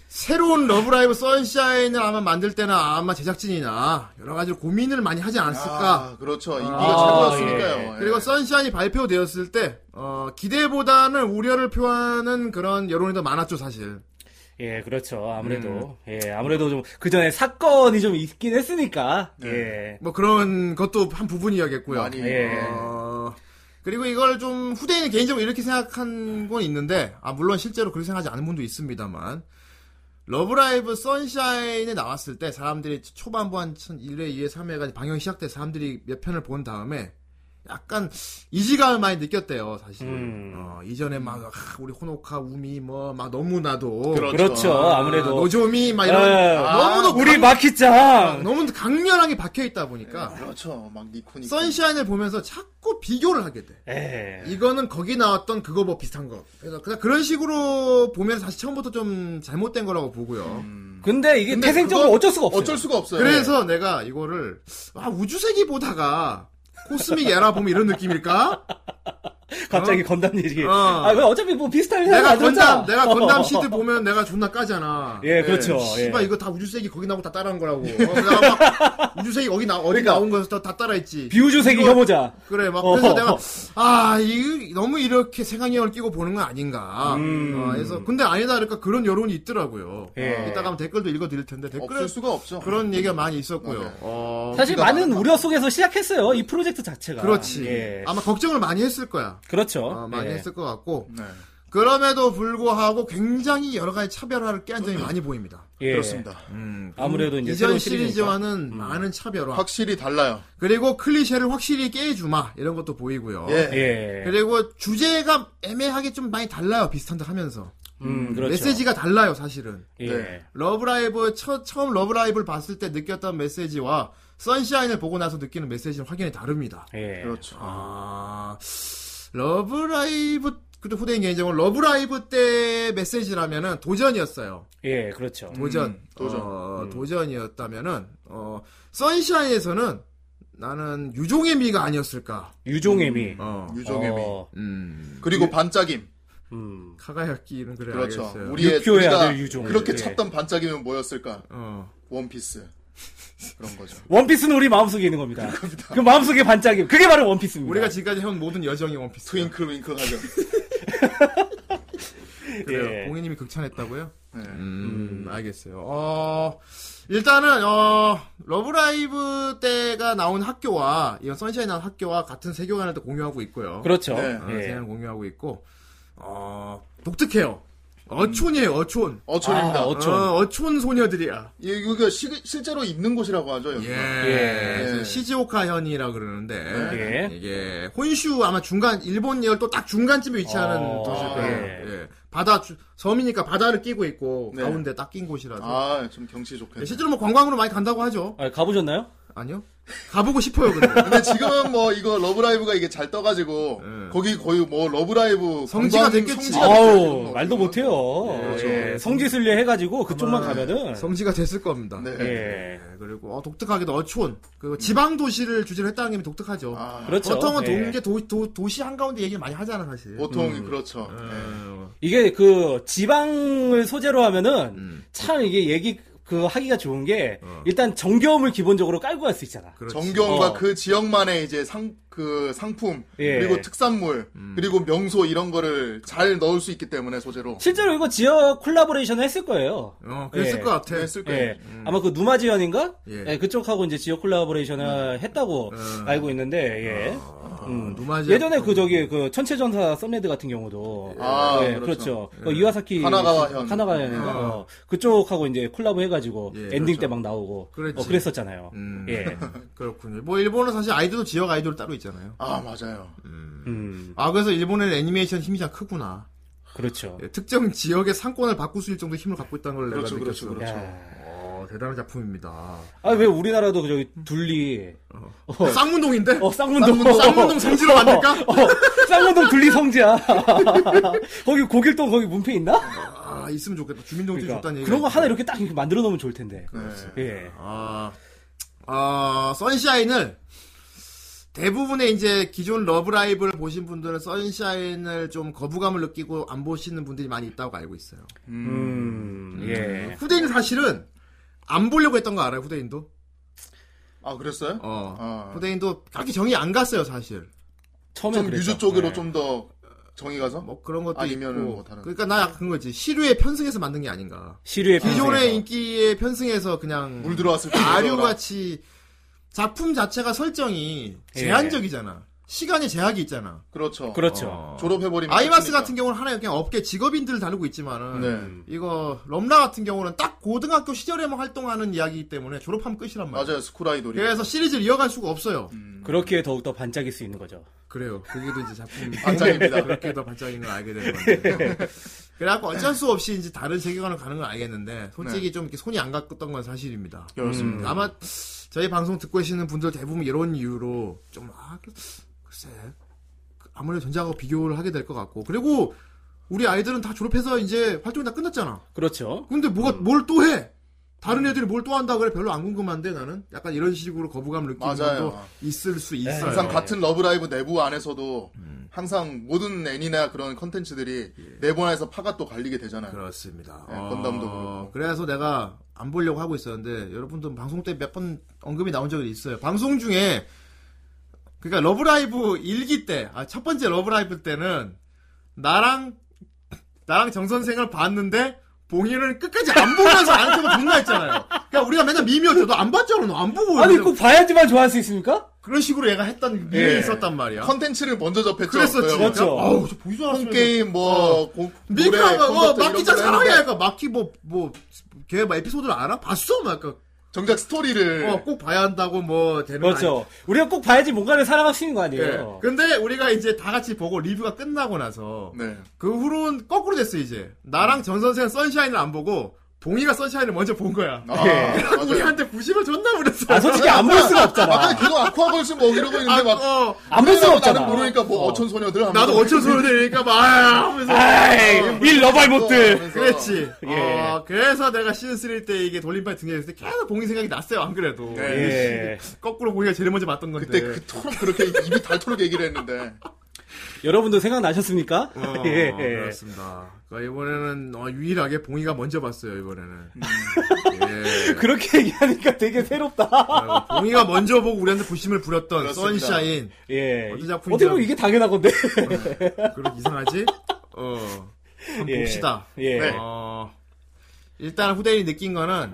Speaker 1: 새로운 러브라이브 선샤인을 아마 만들 때나 아마 제작진이나 여러 가지 고민을 많이 하지 않았을까
Speaker 2: 아, 그렇죠. 인기가
Speaker 3: 아,
Speaker 2: 최고였으니까요. 예.
Speaker 1: 그리고 선샤인이 발표되었을 때 어, 기대보다는 우려를 표하는 그런 여론이 더 많았죠 사실
Speaker 3: 예, 그렇죠. 아무래도
Speaker 1: 음.
Speaker 3: 예, 아무래도 좀 그 전에 사건이 좀 있긴 했으니까 예,
Speaker 1: 뭐 그런 것도 한 부분이었겠고요
Speaker 2: 많이 뭐.
Speaker 3: 예.
Speaker 1: 어, 그리고 이걸 좀 후대인이 개인적으로 이렇게 생각한 건 있는데, 아, 물론 실제로 그렇게 생각하지 않은 분도 있습니다만, 러브라이브 선샤인에 나왔을 때 사람들이 초반부 한 1회, 2회, 3회까지 방영이 시작돼 사람들이 몇 편을 본 다음에 약간 이지감을 많이 느꼈대요, 사실.
Speaker 3: 음.
Speaker 1: 어, 이전에 막 아, 우리 호노카, 우미 뭐 막 너무나도
Speaker 2: 그렇죠.
Speaker 3: 그렇죠.
Speaker 1: 아,
Speaker 3: 아무래도
Speaker 1: 노조미 막
Speaker 3: 예,
Speaker 1: 이런 아, 너무도 아,
Speaker 3: 우리
Speaker 1: 강-
Speaker 3: 마키짱
Speaker 1: 너무 강렬하게 박혀 있다 보니까
Speaker 2: 그렇죠. 막
Speaker 3: 네.
Speaker 2: 니코니.
Speaker 1: 선샤인을 보면서 자꾸 비교를 하게 돼.
Speaker 3: 예.
Speaker 1: 이거는 거기 나왔던 그거 뭐 비슷한 거. 그래서 그냥 그런 식으로 보면 사실 처음부터 좀 잘못된 거라고 보고요.
Speaker 3: 음. 근데 이게
Speaker 1: 음. 근데
Speaker 3: 태생적으로
Speaker 1: 그거-
Speaker 3: 어쩔 수가 없어요.
Speaker 2: 음. 어쩔 수가 없어요.
Speaker 1: 그래서 내가 이거를 아 우주세기 보다가 코스믹 에라 보면 이런 느낌일까?
Speaker 3: 갑자기 건담 얘기.
Speaker 1: 어.
Speaker 3: 아, 그 어차피 뭐 비슷한
Speaker 1: 내가
Speaker 3: 안 들었잖아.
Speaker 1: 건담 내가
Speaker 3: <laughs>
Speaker 1: 건담 시드 보면 내가 존나 까잖아.
Speaker 3: 예, 그렇죠.
Speaker 1: 씨발
Speaker 3: 예.
Speaker 1: 이거 다 우주세기 거기 나오고 다 따라한 거라고. 어, 내가 막 우주세기 거기 나 어디
Speaker 3: 그러니까
Speaker 1: 나온 거에서 다, 다 따라했지.
Speaker 3: 비우주세기
Speaker 1: 이거-
Speaker 3: 혐오자.
Speaker 1: 그래 막 그래서
Speaker 3: 어허.
Speaker 1: 내가 아이 너무 이렇게 생각력을 끼고 보는 건 아닌가
Speaker 3: 음.
Speaker 1: 어, 그래서 근데 아니다 그러니까 그런 여론이 있더라고요
Speaker 3: 예.
Speaker 1: 이따가 한번 댓글도 읽어드릴 텐데 댓글에
Speaker 2: 예. 없을 수가 없죠.
Speaker 1: 그런 얘기가 많이 있었고요
Speaker 2: 네.
Speaker 1: 어,
Speaker 3: 사실
Speaker 2: 우리가-
Speaker 3: 많은 우려 속에서 시작했어요. 이 프로젝트 자체가.
Speaker 1: 그렇지
Speaker 3: 예.
Speaker 1: 아마 걱정을 많이 했을 거야
Speaker 3: 그렇죠.
Speaker 1: 어, 많이
Speaker 3: 예.
Speaker 1: 했을 것 같고
Speaker 2: 네.
Speaker 1: 그럼에도 불구하고 굉장히 여러 가지 차별화를 깬 점이 많이 보입니다 음,
Speaker 3: 예.
Speaker 2: 그렇습니다.
Speaker 3: 아무래도 이제
Speaker 1: 이전
Speaker 3: 새로운 시리즈니까. 음.
Speaker 1: 시리즈와는 많은 차별화
Speaker 2: 확실히 달라요.
Speaker 1: 그리고 클리셰를 확실히 깨주마 이런 것도 보이고요
Speaker 2: 예.
Speaker 3: 예.
Speaker 1: 그리고 주제가 애매하게 좀 많이 달라요 비슷한데 하면서
Speaker 3: 음, 그렇죠.
Speaker 1: 메시지가 달라요 사실은
Speaker 3: 예.
Speaker 2: 네.
Speaker 1: 러브라이브 처, 음 러브라이브를 봤을 때 느꼈던 메시지와 선샤인을 보고 나서 느끼는 메시지는 확연히 다릅니다
Speaker 3: 예.
Speaker 2: 그렇죠.
Speaker 1: 아 러브라이브 그때 후대인 개인적으로 러브라이브 때 메시지라면은 도전이었어요
Speaker 3: 예, 그렇죠.
Speaker 1: 도전
Speaker 2: 음, 도전.
Speaker 1: 어,
Speaker 3: 음.
Speaker 1: 도전이었다면은 어, 선샤인에서는 나는 유종의 미가 아니었을까
Speaker 3: 유종의 미.
Speaker 1: 어.
Speaker 2: 유종의 미.
Speaker 3: 어,
Speaker 1: 음.
Speaker 2: 그리고 반짝임.
Speaker 3: 음.
Speaker 1: 카가야끼는 그래
Speaker 2: 그렇죠.
Speaker 1: 네, 알겠어요
Speaker 2: 우리의
Speaker 3: 육교의
Speaker 2: 우리가
Speaker 3: 아들 유종.
Speaker 2: 그렇게
Speaker 3: 예.
Speaker 2: 찾던 반짝임은 뭐였을까?
Speaker 1: 어.
Speaker 2: 원피스. 그런 거죠.
Speaker 1: <laughs>
Speaker 3: 원피스는 우리 마음속에 있는 겁니다. 그 마음속에 반짝임. 그게 바로 원피스입니다.
Speaker 1: 우리가 지금까지 해온 모든 여정이 원피스.
Speaker 2: 트윙클 윙클 하죠.
Speaker 1: 그래요.
Speaker 3: 예.
Speaker 1: 봉이님이 극찬했다고요?
Speaker 2: 네.
Speaker 1: 음, 알겠어요. 어, 일단은, 어, 러브라이브 때가 나온 학교와, 이런 선샤인 나온 학교와 같은 세교관을 또 공유하고 있고요.
Speaker 3: 그렇죠.
Speaker 2: 네.
Speaker 1: 어,
Speaker 3: 예.
Speaker 1: 세계관을 공유하고 있고, 어, 독특해요. 어촌이에요, 어촌.
Speaker 2: 어촌입니다.
Speaker 3: 아, 어촌.
Speaker 1: 어, 어촌 소녀들이야.
Speaker 2: 이거 시- 실제로 있는 곳이라고 하죠. 여기.
Speaker 1: 예.
Speaker 2: 예.
Speaker 1: 그래서 시즈오카 현이라고 그러는데
Speaker 3: 예.
Speaker 1: 이게 혼슈 아마 중간 일본 열 또 딱 중간쯤에 위치하는
Speaker 3: 어,
Speaker 1: 도시일 거예요.
Speaker 3: 예.
Speaker 1: 예. 바다 주- 섬이니까 바다를 끼고 있고
Speaker 2: 네.
Speaker 1: 가운데 딱 낀 곳이라서
Speaker 2: 아, 좀 경치 좋겠네.
Speaker 1: 예, 실제로 뭐 관광으로 많이 간다고 하죠.
Speaker 3: 아, 가보셨나요?
Speaker 1: 아니요? 가보고 싶어요, 근데.
Speaker 2: <laughs> 근데 지금은 뭐 이거 러브라이브가 이게 잘 떠가지고
Speaker 1: 예.
Speaker 2: 거기 거의 뭐 러브라이브
Speaker 1: 성지가
Speaker 2: 관광-
Speaker 1: 됐겠지.
Speaker 2: 성지가 됐죠,
Speaker 3: 아우
Speaker 2: 지금.
Speaker 3: 말도 못해요. 예, 성지순례 해가지고 그쪽만 가면은
Speaker 1: 성지가 됐을 겁니다.
Speaker 2: 네.
Speaker 3: 예
Speaker 1: 네, 그리고 어, 독특하게도 어촌 그리고 지방 도시를 주제로 했다는 게 독특하죠.
Speaker 2: 아,
Speaker 3: 그렇죠.
Speaker 1: 보통은
Speaker 3: 예.
Speaker 1: 동계 도, 도, 도시 한가운데 얘기를 많이 하잖아 사실.
Speaker 2: 보통
Speaker 1: 음.
Speaker 2: 그렇죠.
Speaker 1: 어,
Speaker 3: 이게 그 지방을 소재로 하면은
Speaker 1: 음.
Speaker 3: 참 이게 얘기 그 하기가 좋은 게
Speaker 1: 어.
Speaker 3: 일단 정겨움을 기본적으로 깔고 갈 수 있잖아.
Speaker 1: 그렇지.
Speaker 2: 정경과
Speaker 3: 어.
Speaker 2: 그 지역만의 이제 상 그 상품
Speaker 3: 예.
Speaker 2: 그리고 특산물
Speaker 1: 음.
Speaker 2: 그리고 명소 이런 거를 잘 넣을 수 있기 때문에 소재로
Speaker 3: 실제로 이거 지역 콜라보레이션을 했을 거예요.
Speaker 1: 어, 그랬을
Speaker 3: 예.
Speaker 1: 것 같아.
Speaker 2: 했을 네, 거예요.
Speaker 3: 예, 아마 그 누마지연인가?
Speaker 1: 예.
Speaker 3: 예. 그쪽하고 이제 지역 콜라보레이션을 했다고
Speaker 1: 음. 아.
Speaker 3: 알고 있는데, 예. 음.
Speaker 1: 누마지
Speaker 3: 예전에 그 저기 그 천체전사 썸레드 같은 경우도
Speaker 2: 아,
Speaker 3: 예,
Speaker 2: 그렇죠.
Speaker 3: 그렇죠. 그 이와사키
Speaker 2: 카나가와현.
Speaker 3: 카나가현인가 어, 그쪽하고 이제 콜라보 해가지고
Speaker 1: 예,
Speaker 3: 엔딩
Speaker 1: 그렇죠.
Speaker 3: 때 막 나오고
Speaker 1: 그랬지.
Speaker 3: 어, 그랬었잖아요.
Speaker 1: 음.
Speaker 3: 예.
Speaker 1: 그렇군요. 뭐 일본은 사실 아이돌도 지역 아이돌 따로 있잖아요.
Speaker 2: 아 맞아요.
Speaker 3: 음,
Speaker 1: 아 그래서 일본에는 애니메이션 힘이 참 크구나.
Speaker 3: 그렇죠.
Speaker 1: 예, 특정 지역의 상권을 바꿀 수 있을 정도 의 힘을 갖고 있다는 걸 내가
Speaker 2: 그렇죠,
Speaker 1: 느꼈어.
Speaker 2: 그렇죠, 그렇죠.
Speaker 3: 야.
Speaker 1: 어, 대단한 작품입니다.
Speaker 3: 아, 왜 우리나라도 그 저기 둘리. 어,
Speaker 1: 쌍문동인데?
Speaker 3: 어, 쌍문동.
Speaker 1: 쌍문동 성지로 만들까?
Speaker 3: <laughs> 어, 쌍문동 둘리 성지야. <laughs> 거기 고길동 거기 문패 있나?
Speaker 1: 아 있으면 좋겠다. 주민등록증
Speaker 3: 그러니까
Speaker 1: 좋다는 얘기.
Speaker 3: 그런 거 하나 이렇게 딱 이렇게 만들어 놓으면 좋을 텐데.
Speaker 2: 네.
Speaker 3: 예.
Speaker 1: 아, 아, 선샤인을 대부분의 이제 기존 러브라이브를 보신 분들은 선샤인을 좀 거부감을 느끼고 안 보시는 분들이 많이 있다고 알고 있어요.
Speaker 3: 음, 예.
Speaker 1: 후대인 사실은 안 보려고 했던 거 알아요, 후대인도?
Speaker 2: 아 그랬어요?
Speaker 1: 어.
Speaker 2: 아.
Speaker 1: 후대인도 그렇게 정이 안 갔어요, 사실.
Speaker 3: 처음에
Speaker 2: 좀
Speaker 3: 그랬죠.
Speaker 2: 유주 쪽으로
Speaker 3: 예.
Speaker 2: 좀 더 정이 가서
Speaker 1: 뭐 그런 것도
Speaker 2: 아니면은
Speaker 1: 있고.
Speaker 2: 뭐 다른-
Speaker 1: 그러니까 나 약간 그런 거지. 시류에 편승해서 만든 게 아닌가.
Speaker 3: 시류의
Speaker 1: 기존의
Speaker 3: 비중에서.
Speaker 1: 인기에 편승해서 그냥
Speaker 2: 네. 물 들어왔을 때 물들어라.
Speaker 1: 아류같이 작품 자체가 설정이 제한적이잖아. 시간에 제약이 있잖아.
Speaker 2: 예. 그렇죠.
Speaker 3: 그렇죠.
Speaker 1: 어.
Speaker 2: 졸업해버리면
Speaker 1: 아이마스
Speaker 2: 끝이니까.
Speaker 1: 같은 경우는 하나의 그냥 업계 직업인들을 다루고 있지만은
Speaker 2: 네.
Speaker 3: 음.
Speaker 1: 이거 럼라 같은 경우는 딱 고등학교 시절에만 활동하는 이야기이기 때문에 졸업하면 끝이란 말이야.
Speaker 2: 맞아요 음. 스쿨 아이돌이
Speaker 1: 그래서 시리즈를 이어갈 수가 없어요.
Speaker 3: 그렇기에 더욱 더 반짝일 수 있는 거죠.
Speaker 1: 그래요. 그게 또 이제 작품
Speaker 2: <laughs> 반짝입니다.
Speaker 1: 그렇게 더 반짝이는 걸 알게 되는 건데. 그래갖고 어쩔 수 없이 이제 다른 세계관으로 가는 건 알겠는데 솔직히
Speaker 2: 네.
Speaker 1: 좀 이렇게 손이 안 갔던 건 사실입니다.
Speaker 2: 그렇습니다.
Speaker 1: 음, 아마 저희 방송 듣고 계시는 분들 대부분 이런 이유로 좀 아, 글- 글쎄 그 아무래도 전작하고 비교를 하게 될 것 같고 그리고 우리 아이들은 다 졸업해서 이제 활동이 다 끝났잖아.
Speaker 3: 그렇죠.
Speaker 1: 근데 뭐가
Speaker 2: 음.
Speaker 1: 뭘 또 해? 다른 애들이 뭘 또 한다 그래 별로 안 궁금한데 나는 약간 이런 식으로 거부감을 느끼는
Speaker 2: 맞아요. 네.
Speaker 1: 것도 있을 수 있어요.
Speaker 2: 항상 같은 러브라이브 내부 안에서도
Speaker 3: 음.
Speaker 2: 항상 모든 애니나 그런 컨텐츠들이
Speaker 3: 예.
Speaker 2: 내부 안에서 파가 또 갈리게 되잖아요.
Speaker 1: 그렇습니다. 어,
Speaker 2: 예, 건담도 그렇고.
Speaker 1: 그래서 내가 안 보려고 하고 있었는데 여러분들 방송 때 몇 번 언급이 나온 적이 있어요. 방송 중에 그러니까 러브라이브 일기 때, 아, 첫 번째 러브라이브 때는 나랑 나랑 정 선생을 봤는데 봉이는 끝까지 안 보면서 나한테만 존나했잖아요. 그러니까 우리가 맨날 미미였죠. 너 안 봤잖아. 너 안 보고
Speaker 3: 아니, 그
Speaker 1: 이러면서
Speaker 3: 꼭 봐야지만 좋아할 수 있습니까?
Speaker 1: 그런 식으로 얘가 했던 일이
Speaker 3: 예.
Speaker 1: 있었단 말이야.
Speaker 2: 컨텐츠를 먼저 접했죠.
Speaker 1: 그랬었지. 그러니까?
Speaker 2: 그래요.
Speaker 3: 그렇죠.
Speaker 1: 아우 저 보이지 않았어.
Speaker 2: 홈게임 뭐 고- 노래,
Speaker 1: 미카가 어
Speaker 2: 콘서트
Speaker 1: 마키짱
Speaker 2: 이런 거
Speaker 1: 사랑해
Speaker 2: 했는데
Speaker 1: 할까 마키 뭐, 뭐뭐걔막 에피소드를 알아? 봤어? 막 약간
Speaker 2: 정작 스토리를
Speaker 1: 어꼭 봐야 한다고 뭐 되는 거
Speaker 3: 그렇죠. 어. 우리가 꼭 봐야지 뭔가를 사랑할 수 있는 거
Speaker 1: 아니- 예.
Speaker 3: 아니에요.
Speaker 1: 근데 우리가 이제 다 같이 보고 리뷰가 끝나고 나서
Speaker 2: 네.
Speaker 1: 그 후로는 거꾸로 됐어 이제 나랑 전 선생은 선샤인을 안 보고 봉이가 선샤인을 먼저 본 거야.
Speaker 2: 아,
Speaker 1: 그래서
Speaker 2: 맞아요.
Speaker 1: 우리한테 부심을 줬나 그랬어.
Speaker 3: 아, 예. 솔직히 안 볼 수가
Speaker 2: 아까
Speaker 3: 없잖아.
Speaker 2: 그거 아쿠아걸스 뭐 이러고 있는데 막
Speaker 1: 어,
Speaker 3: 안 볼 수가
Speaker 2: 나는
Speaker 3: 없잖아.
Speaker 2: 모르니까 뭐 어. 촌 소녀들 하면서 어.
Speaker 1: 나도 어쩔 소리 들으니까 막 아, 하면서
Speaker 3: 아이, 이 러발못들.
Speaker 2: 하면서
Speaker 1: 그랬지.
Speaker 3: 예.
Speaker 1: 어, 그래서 내가 시즌 3때 이게 돌림판 등장했을 때 계속 봉이 생각이 났어요. 안 그래도.
Speaker 3: 예.
Speaker 1: 거꾸로 봉이가 제일 먼저 봤던 건데.
Speaker 2: 네.
Speaker 3: 네.
Speaker 2: 그때 그토록 그렇게 입이 닳도록 얘기를 했는데
Speaker 3: 여러분도 생각나셨습니까?
Speaker 1: 어,
Speaker 2: <laughs>
Speaker 3: <laughs> 예.
Speaker 1: 그렇습니다. 그러니까 이번에는 어, 유일하게 봉이가 먼저 봤어요. 이번에는.
Speaker 2: 음.
Speaker 1: 예.
Speaker 3: 그렇게 얘기하니까 되게 새롭다. <laughs>
Speaker 1: 아이고, 봉이가 먼저 보고 우리한테 부심을 부렸던
Speaker 2: 그렇습니다.
Speaker 1: 선샤인.
Speaker 3: 예.
Speaker 1: 어떤 작품인지
Speaker 3: 어떻게 보면 이게 당연한 건데.
Speaker 1: 그렇게 이상하지? 어. 한번
Speaker 3: <laughs> 예.
Speaker 1: 봅시다.
Speaker 3: 예.
Speaker 2: 네.
Speaker 1: 어, 일단 후대인이 느낀 거는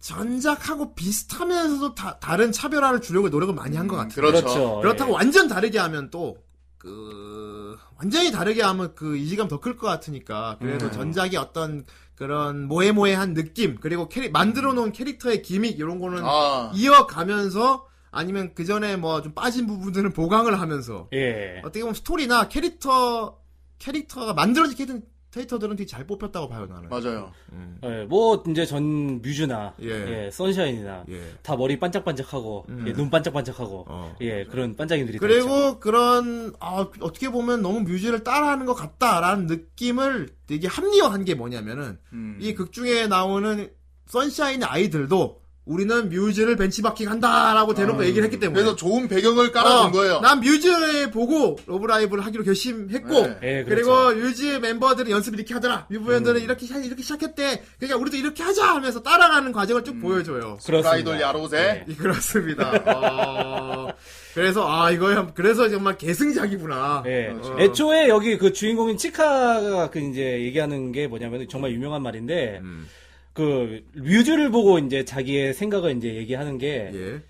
Speaker 1: 전작하고 비슷하면서도 다, 다른 차별화를 주려고 노력을 많이 한 것 같아요.
Speaker 2: 그렇죠.
Speaker 1: 그렇다고 완전 다르게 하면 또, 그, 완전히 다르게 하면 그 이질감 더 클 것 같으니까.
Speaker 2: 음.
Speaker 1: 그래서 전작이 어떤 그런 모해모해한 느낌, 그리고 캐릭, 만들어 놓은 캐릭터의 기믹, 이런 거는
Speaker 2: 아
Speaker 1: 이어가면서 아니면 그 전에 뭐 좀 빠진 부분들은 보강을 하면서
Speaker 3: 예. 예.
Speaker 1: 어떻게 보면 스토리나 캐릭터 캐릭터가 만들어진 캐릭터 스테이터들은 되게 잘 뽑혔다고 봐요 나는.
Speaker 2: 맞아요.
Speaker 1: 음.
Speaker 3: 예, 뭐 이제 전 뮤즈나
Speaker 1: 예.
Speaker 3: 예, 선샤인이나
Speaker 1: 예.
Speaker 3: 다 머리 반짝반짝하고
Speaker 1: 음.
Speaker 3: 예, 눈 반짝반짝하고
Speaker 1: 어.
Speaker 3: 예 그렇죠. 그런 반짝이들이 다 있죠.
Speaker 1: 그리고 그런 아, 어떻게 보면 너무 뮤즈를 따라하는 것 같다라는 느낌을 되게 합리화한 게 뭐냐면은
Speaker 2: 음.
Speaker 1: 이 극 중에 나오는 선샤인 아이들도 우리는 뮤즈를 벤치마킹한다라고 대놓고
Speaker 3: 아,
Speaker 1: 얘기를 했기 때문에
Speaker 2: 그래서 좋은 배경을 깔아준
Speaker 1: 어,
Speaker 2: 거예요.
Speaker 1: 난 뮤즈를 보고 러브라이브를 하기로 결심했고
Speaker 2: 네.
Speaker 3: 예,
Speaker 1: 그리
Speaker 3: 그렇죠. 음.
Speaker 1: 고 뮤즈 멤버들은 연습을 이렇게 하더라. 뮤브밴드는 이렇게 시- 이렇게 시작했대. 그러니까 우리도 이렇게 하자 하면서 따라가는 과정을
Speaker 3: 음.
Speaker 1: 쭉 보여줘요.
Speaker 3: 그렇습니다.
Speaker 2: 라이돌 야로세.
Speaker 1: 예, <laughs> 그렇습니다. 어, 그래서 아 이거야 그래서 정말 계승작이구나.
Speaker 3: 예.
Speaker 1: 어.
Speaker 3: 애초에 여기 그 주인공인 치카가 그 이제 얘기하는 게 뭐냐면 정말 유명한 말인데
Speaker 1: 음,
Speaker 3: 그 뮤즈를 보고 이제 자기의 생각을 이제 얘기하는 게
Speaker 1: 예.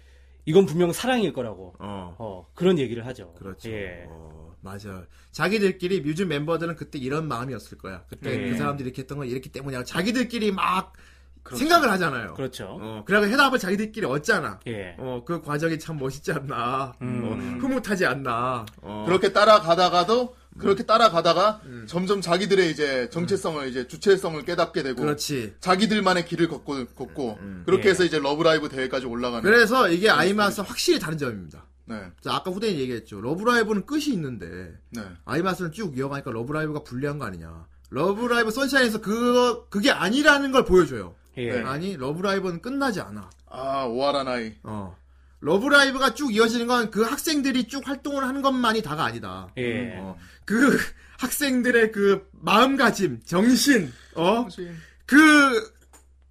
Speaker 3: 이건 분명 사랑일 거라고
Speaker 1: 어.
Speaker 3: 어, 그런 얘기를 하죠.
Speaker 1: 그렇죠.
Speaker 3: 예.
Speaker 1: 어, 맞아. 자기들끼리 뮤즈 멤버들은 그때 이런 마음이었을 거야. 그때
Speaker 3: 예.
Speaker 1: 그 사람들이 이렇게 했던 건 이렇기 때문이야. 자기들끼리 막 생각을 하잖아요.
Speaker 3: 그렇죠.
Speaker 1: 어, 그래서 해답을 자기들끼리 얻잖아.
Speaker 3: 예.
Speaker 1: 어, 그 과정이 참 멋있지 않나.
Speaker 3: 음.
Speaker 1: 어, 흐뭇하지 않나. 어.
Speaker 2: 그렇게 따라가다가도 그렇게 따라가다가 점점 자기들의 이제 정체성을 이제 주체성을 깨닫게 되고
Speaker 1: 그렇지.
Speaker 2: 자기들만의 길을 걷고 걷고 그렇게
Speaker 3: 예.
Speaker 2: 해서 이제 러브라이브 대회까지 올라가는.
Speaker 1: 그래서 이게 아이마스 확실히 다른 점입니다.
Speaker 2: 네.
Speaker 1: 자, 아까 후대인 얘기했죠. 러브라이브는 끝이 있는데
Speaker 2: 네.
Speaker 1: 아이마스는 쭉 이어가니까 러브라이브가 불리한 거 아니냐. 러브라이브 선샤인에서 그거 그게 아니라는 걸 보여줘요.
Speaker 3: 예.
Speaker 2: 네.
Speaker 1: 아니 러브라이브는 끝나지 않아.
Speaker 2: 아 오아라 나이.
Speaker 1: 어. 러브라이브가 쭉 이어지는 건 그 학생들이 쭉 활동을 하는 것만이 다가 아니다.
Speaker 3: 예.
Speaker 1: 어. 그 학생들의 그 마음가짐, 정신, 어? 그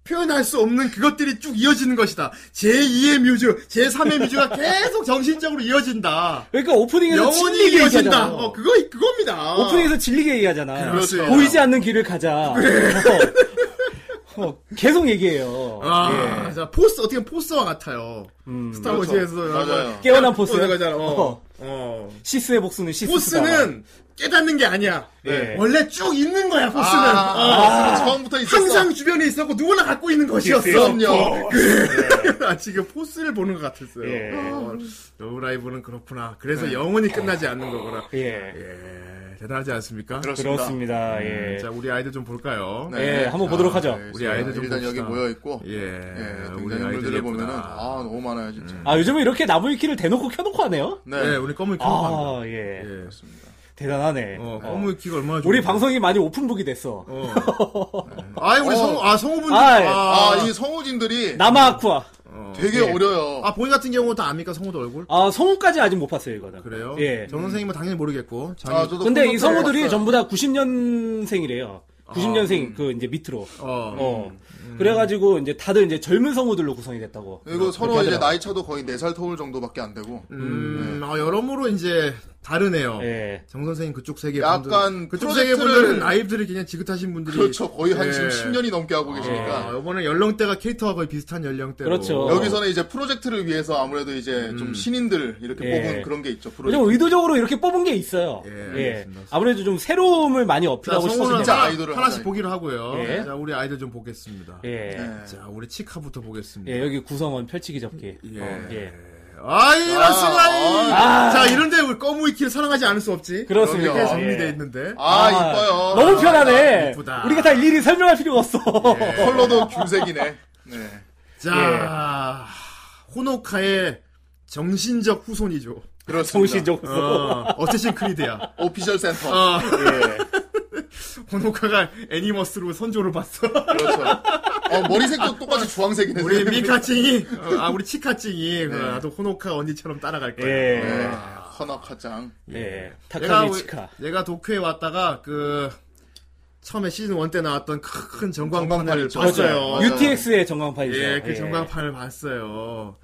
Speaker 1: 표현할 수 없는 그것들이 쭉 이어지는 것이다. 제2의 뮤즈, 제3의 뮤즈가 계속 정신적으로 이어진다.
Speaker 3: 그러니까 오프닝에서
Speaker 1: 영원히
Speaker 3: 질리게
Speaker 1: 이어진다.
Speaker 3: 얘기하잖아.
Speaker 1: 어, 그거 그겁니다.
Speaker 3: 오프닝에서 질리게 얘기하잖아.
Speaker 2: 그렇죠.
Speaker 3: 보이지 않는 길을 가자. 어, 어, 계속 얘기해요.
Speaker 2: 예.
Speaker 3: 예.
Speaker 1: 아, 자, 포스 어떻게 보면 포스와 같아요.
Speaker 3: 음.
Speaker 1: 스타워즈에서
Speaker 2: 그렇죠. 맞아요.
Speaker 3: 깨어난 포스.
Speaker 1: 가잖아. 어.
Speaker 3: 어.
Speaker 1: 어.
Speaker 3: 시스의 복수는 시스.
Speaker 1: 포스는 깨닫는 게 아니야. 네.
Speaker 3: 예.
Speaker 1: 원래 쭉 있는 거야,
Speaker 2: 아,
Speaker 1: 포스는. 어.
Speaker 2: 아, 처음부터 있었어.
Speaker 1: 항상 주변에 있었고 누구나 갖고 있는 것이었어. <laughs>
Speaker 2: 그럼요.
Speaker 1: 아, 지금 포스를 보는 것 같았어요.
Speaker 3: 예.
Speaker 1: 어, 러브라이브는 그렇구나. 그래서 영원히 끝나지 않는 거구나.
Speaker 3: 예.
Speaker 1: 예, 대단하지 않습니까?
Speaker 3: 그렇습니다. 예.
Speaker 1: 네, 자, 우리 아이들 좀 볼까요?
Speaker 2: 네.
Speaker 3: 예, 한번 보도록 하죠.
Speaker 1: 우리 아이들 좀
Speaker 2: 일단
Speaker 1: 봅시다.
Speaker 2: 여기 모여 있고
Speaker 1: 예,
Speaker 2: 예,
Speaker 1: 우리
Speaker 2: 등장
Speaker 1: 아이들
Speaker 2: 인물들을 보면은
Speaker 1: 예쁘다. 음.
Speaker 2: 아 너무 많아요 진짜.
Speaker 3: 아, 요즘은 이렇게 나무 위키를 대놓고 켜놓고 하네요?
Speaker 2: 네.
Speaker 1: 예, 우리 검은 키가
Speaker 3: 아,
Speaker 1: 아,
Speaker 3: 예.
Speaker 1: 예.
Speaker 3: 대단하네.
Speaker 1: 어,
Speaker 3: 어.
Speaker 1: 검은 키가 얼마나 좋은
Speaker 3: 우리 방송이 많이 오픈북이 됐어.
Speaker 1: 어. 아이 우리
Speaker 2: 어.
Speaker 1: 성우 아 성우분
Speaker 3: 아, 네. 예.
Speaker 2: 아,
Speaker 1: 아,
Speaker 2: 이 성우진들이
Speaker 3: 남아아쿠아.
Speaker 1: 어.
Speaker 2: 되게
Speaker 3: 예.
Speaker 2: 어려요.
Speaker 1: 아 본인 같은 경우는 다 압니까 성우도 얼굴?
Speaker 3: 아, 성우까지 아직 못 봤어요, 이거는.
Speaker 1: 그래요?
Speaker 3: 예.
Speaker 1: 정 선생님은 당연히 모르겠고. 자기,
Speaker 2: 아, 저도
Speaker 3: 근데 이
Speaker 2: 콘서트를
Speaker 3: 성우들이
Speaker 2: 봤어요.
Speaker 3: 전부 다 90년생이래요. 90년생, 그, 이제 밑으로.
Speaker 1: 어.
Speaker 3: 어. 그래가지고, 이제 다들 이제 젊은 성우들로 구성이 됐다고.
Speaker 2: 그리고 서로 네, 이제
Speaker 3: 하더라고요. 네.
Speaker 2: 나이 차도 거의 4살 터울 정도밖에 안 되고
Speaker 1: 음, 아, 여러모로 이제 다르네요.
Speaker 3: 예.
Speaker 1: 정 선생님 그쪽 세계 분들,
Speaker 2: 약간
Speaker 1: 그쪽
Speaker 2: 프로젝트를-
Speaker 1: 세계 분들은 나이들이 그냥 지긋하신 분들이
Speaker 2: 그렇죠 거의 한
Speaker 3: 네.
Speaker 1: 예.
Speaker 2: 지금 10년이 넘게 하고 계시니까
Speaker 1: 아, 이번에 연령대가 캐릭터가 거의 비슷한 연령대로 어,
Speaker 3: 그렇죠.
Speaker 2: 여기서는 이제 프로젝트를 위해서 아무래도 이제
Speaker 3: 음.
Speaker 2: 좀 신인들 이렇게
Speaker 3: 예.
Speaker 2: 뽑은 그런 게 있죠
Speaker 3: 좀
Speaker 2: 프로젝트
Speaker 3: 의도적으로 이렇게 뽑은 게 있어요.
Speaker 1: 예,
Speaker 3: 예.
Speaker 1: 알겠습니다.
Speaker 3: 아무래도 좀 새로움을 많이
Speaker 1: 자,
Speaker 3: 어필하고 싶어서.
Speaker 1: 성우는
Speaker 2: 진짜
Speaker 1: 하나,
Speaker 2: 아이돌을
Speaker 1: 하나씩
Speaker 2: 하자.
Speaker 1: 보기로 하고요.
Speaker 3: 예.
Speaker 1: 자, 우리 아이들 좀 보겠습니다.
Speaker 3: 예.
Speaker 2: 예.
Speaker 1: 자, 우리 치카부터 보겠습니다.
Speaker 3: 예, 여기 구성원 펼치기 접기.
Speaker 1: 예.
Speaker 3: 어, 예.
Speaker 1: 아이,
Speaker 2: 아,
Speaker 1: 라스라이!
Speaker 3: 아.
Speaker 1: 자, 이런데 우리 꺼무이키를 사랑하지 않을 수 없지.
Speaker 3: 그렇습니다.
Speaker 1: 이렇게
Speaker 2: 그럼요.
Speaker 1: 정리돼
Speaker 3: 예.
Speaker 1: 있는데.
Speaker 2: 아, 이뻐요
Speaker 3: 너무
Speaker 1: 아,
Speaker 3: 편하네.
Speaker 1: 이쁘다. 예.
Speaker 3: 우리가 다 일일이 설명할 필요가 없어.
Speaker 2: 아, 컬러도 균색이네 네.
Speaker 1: 자, 예. 호노카의 정신적 후손이죠.
Speaker 2: 그렇습니다
Speaker 3: <laughs> 정신적
Speaker 1: <laughs>
Speaker 3: 아.
Speaker 1: 어,
Speaker 3: 후
Speaker 1: 어쌔신 크리드야.
Speaker 2: 오피셜 센터 예,
Speaker 1: 어. 호노카가 애니머스로 선조를 <laughs> 봤어.
Speaker 2: 그렇죠 어, 머리색도 똑같이 주황색이네
Speaker 1: 우리 미카찡이, 어, 아, 우리 치카찡이, 그 나도 호노카 언니처럼 따라갈 거야.
Speaker 3: 예.
Speaker 2: 네. 허나카짱
Speaker 3: 예.
Speaker 1: 얘가,
Speaker 3: 타카미
Speaker 1: 우리-
Speaker 3: 치카.
Speaker 1: 얘가 도쿄에 왔다가, 그, 처음에 시즌 1 때 나왔던 큰 전광판을
Speaker 2: 전광판을 봤어요.
Speaker 1: 봤어요.
Speaker 2: 맞아요.
Speaker 3: 그렇죠. UTX의 전광판이죠.
Speaker 1: 예, 그 전광판을 봤어요.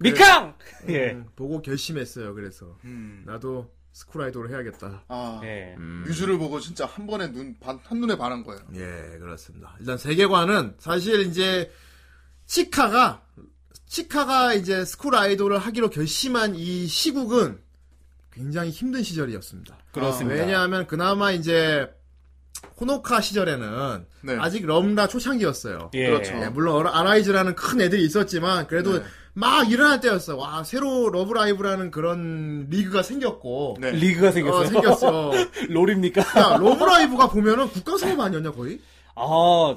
Speaker 3: 미캉! 예.
Speaker 1: 음, 보고 결심했어요, 그래서.
Speaker 2: 음.
Speaker 1: 나도 스쿨 아이돌을 해야겠다.
Speaker 2: 아
Speaker 3: 예.
Speaker 1: 음.
Speaker 2: 유주를 보고 진짜 한 번에 눈 반, 한눈에 반한 거예요
Speaker 1: 예, 그렇습니다. 일단 세계관은 사실 이제 치카가 치카가 이제 스쿨 아이돌을 하기로 결심한 이 시국은 굉장히 힘든 시절이었습니다.
Speaker 3: 그렇습니다.
Speaker 1: 왜냐하면 그나마 이제 호노카 시절에는
Speaker 2: 네.
Speaker 1: 아직 럼라 초창기였어요.
Speaker 3: 예.
Speaker 2: 그렇죠.
Speaker 1: 예, 물론 어라- 아라이즈라는 큰 애들이 있었지만 그래도
Speaker 2: 네.
Speaker 1: 막 일어날 때였어. 와 새로 러브라이브라는 그런 리그가 생겼고
Speaker 2: 네.
Speaker 3: 리그가
Speaker 1: 어,
Speaker 3: 생겼어요.
Speaker 1: 생겼어.
Speaker 3: <laughs> 롤입니까?
Speaker 1: 야 러브라이브가 보면은 국가수업 아니었냐 거의?
Speaker 3: 아,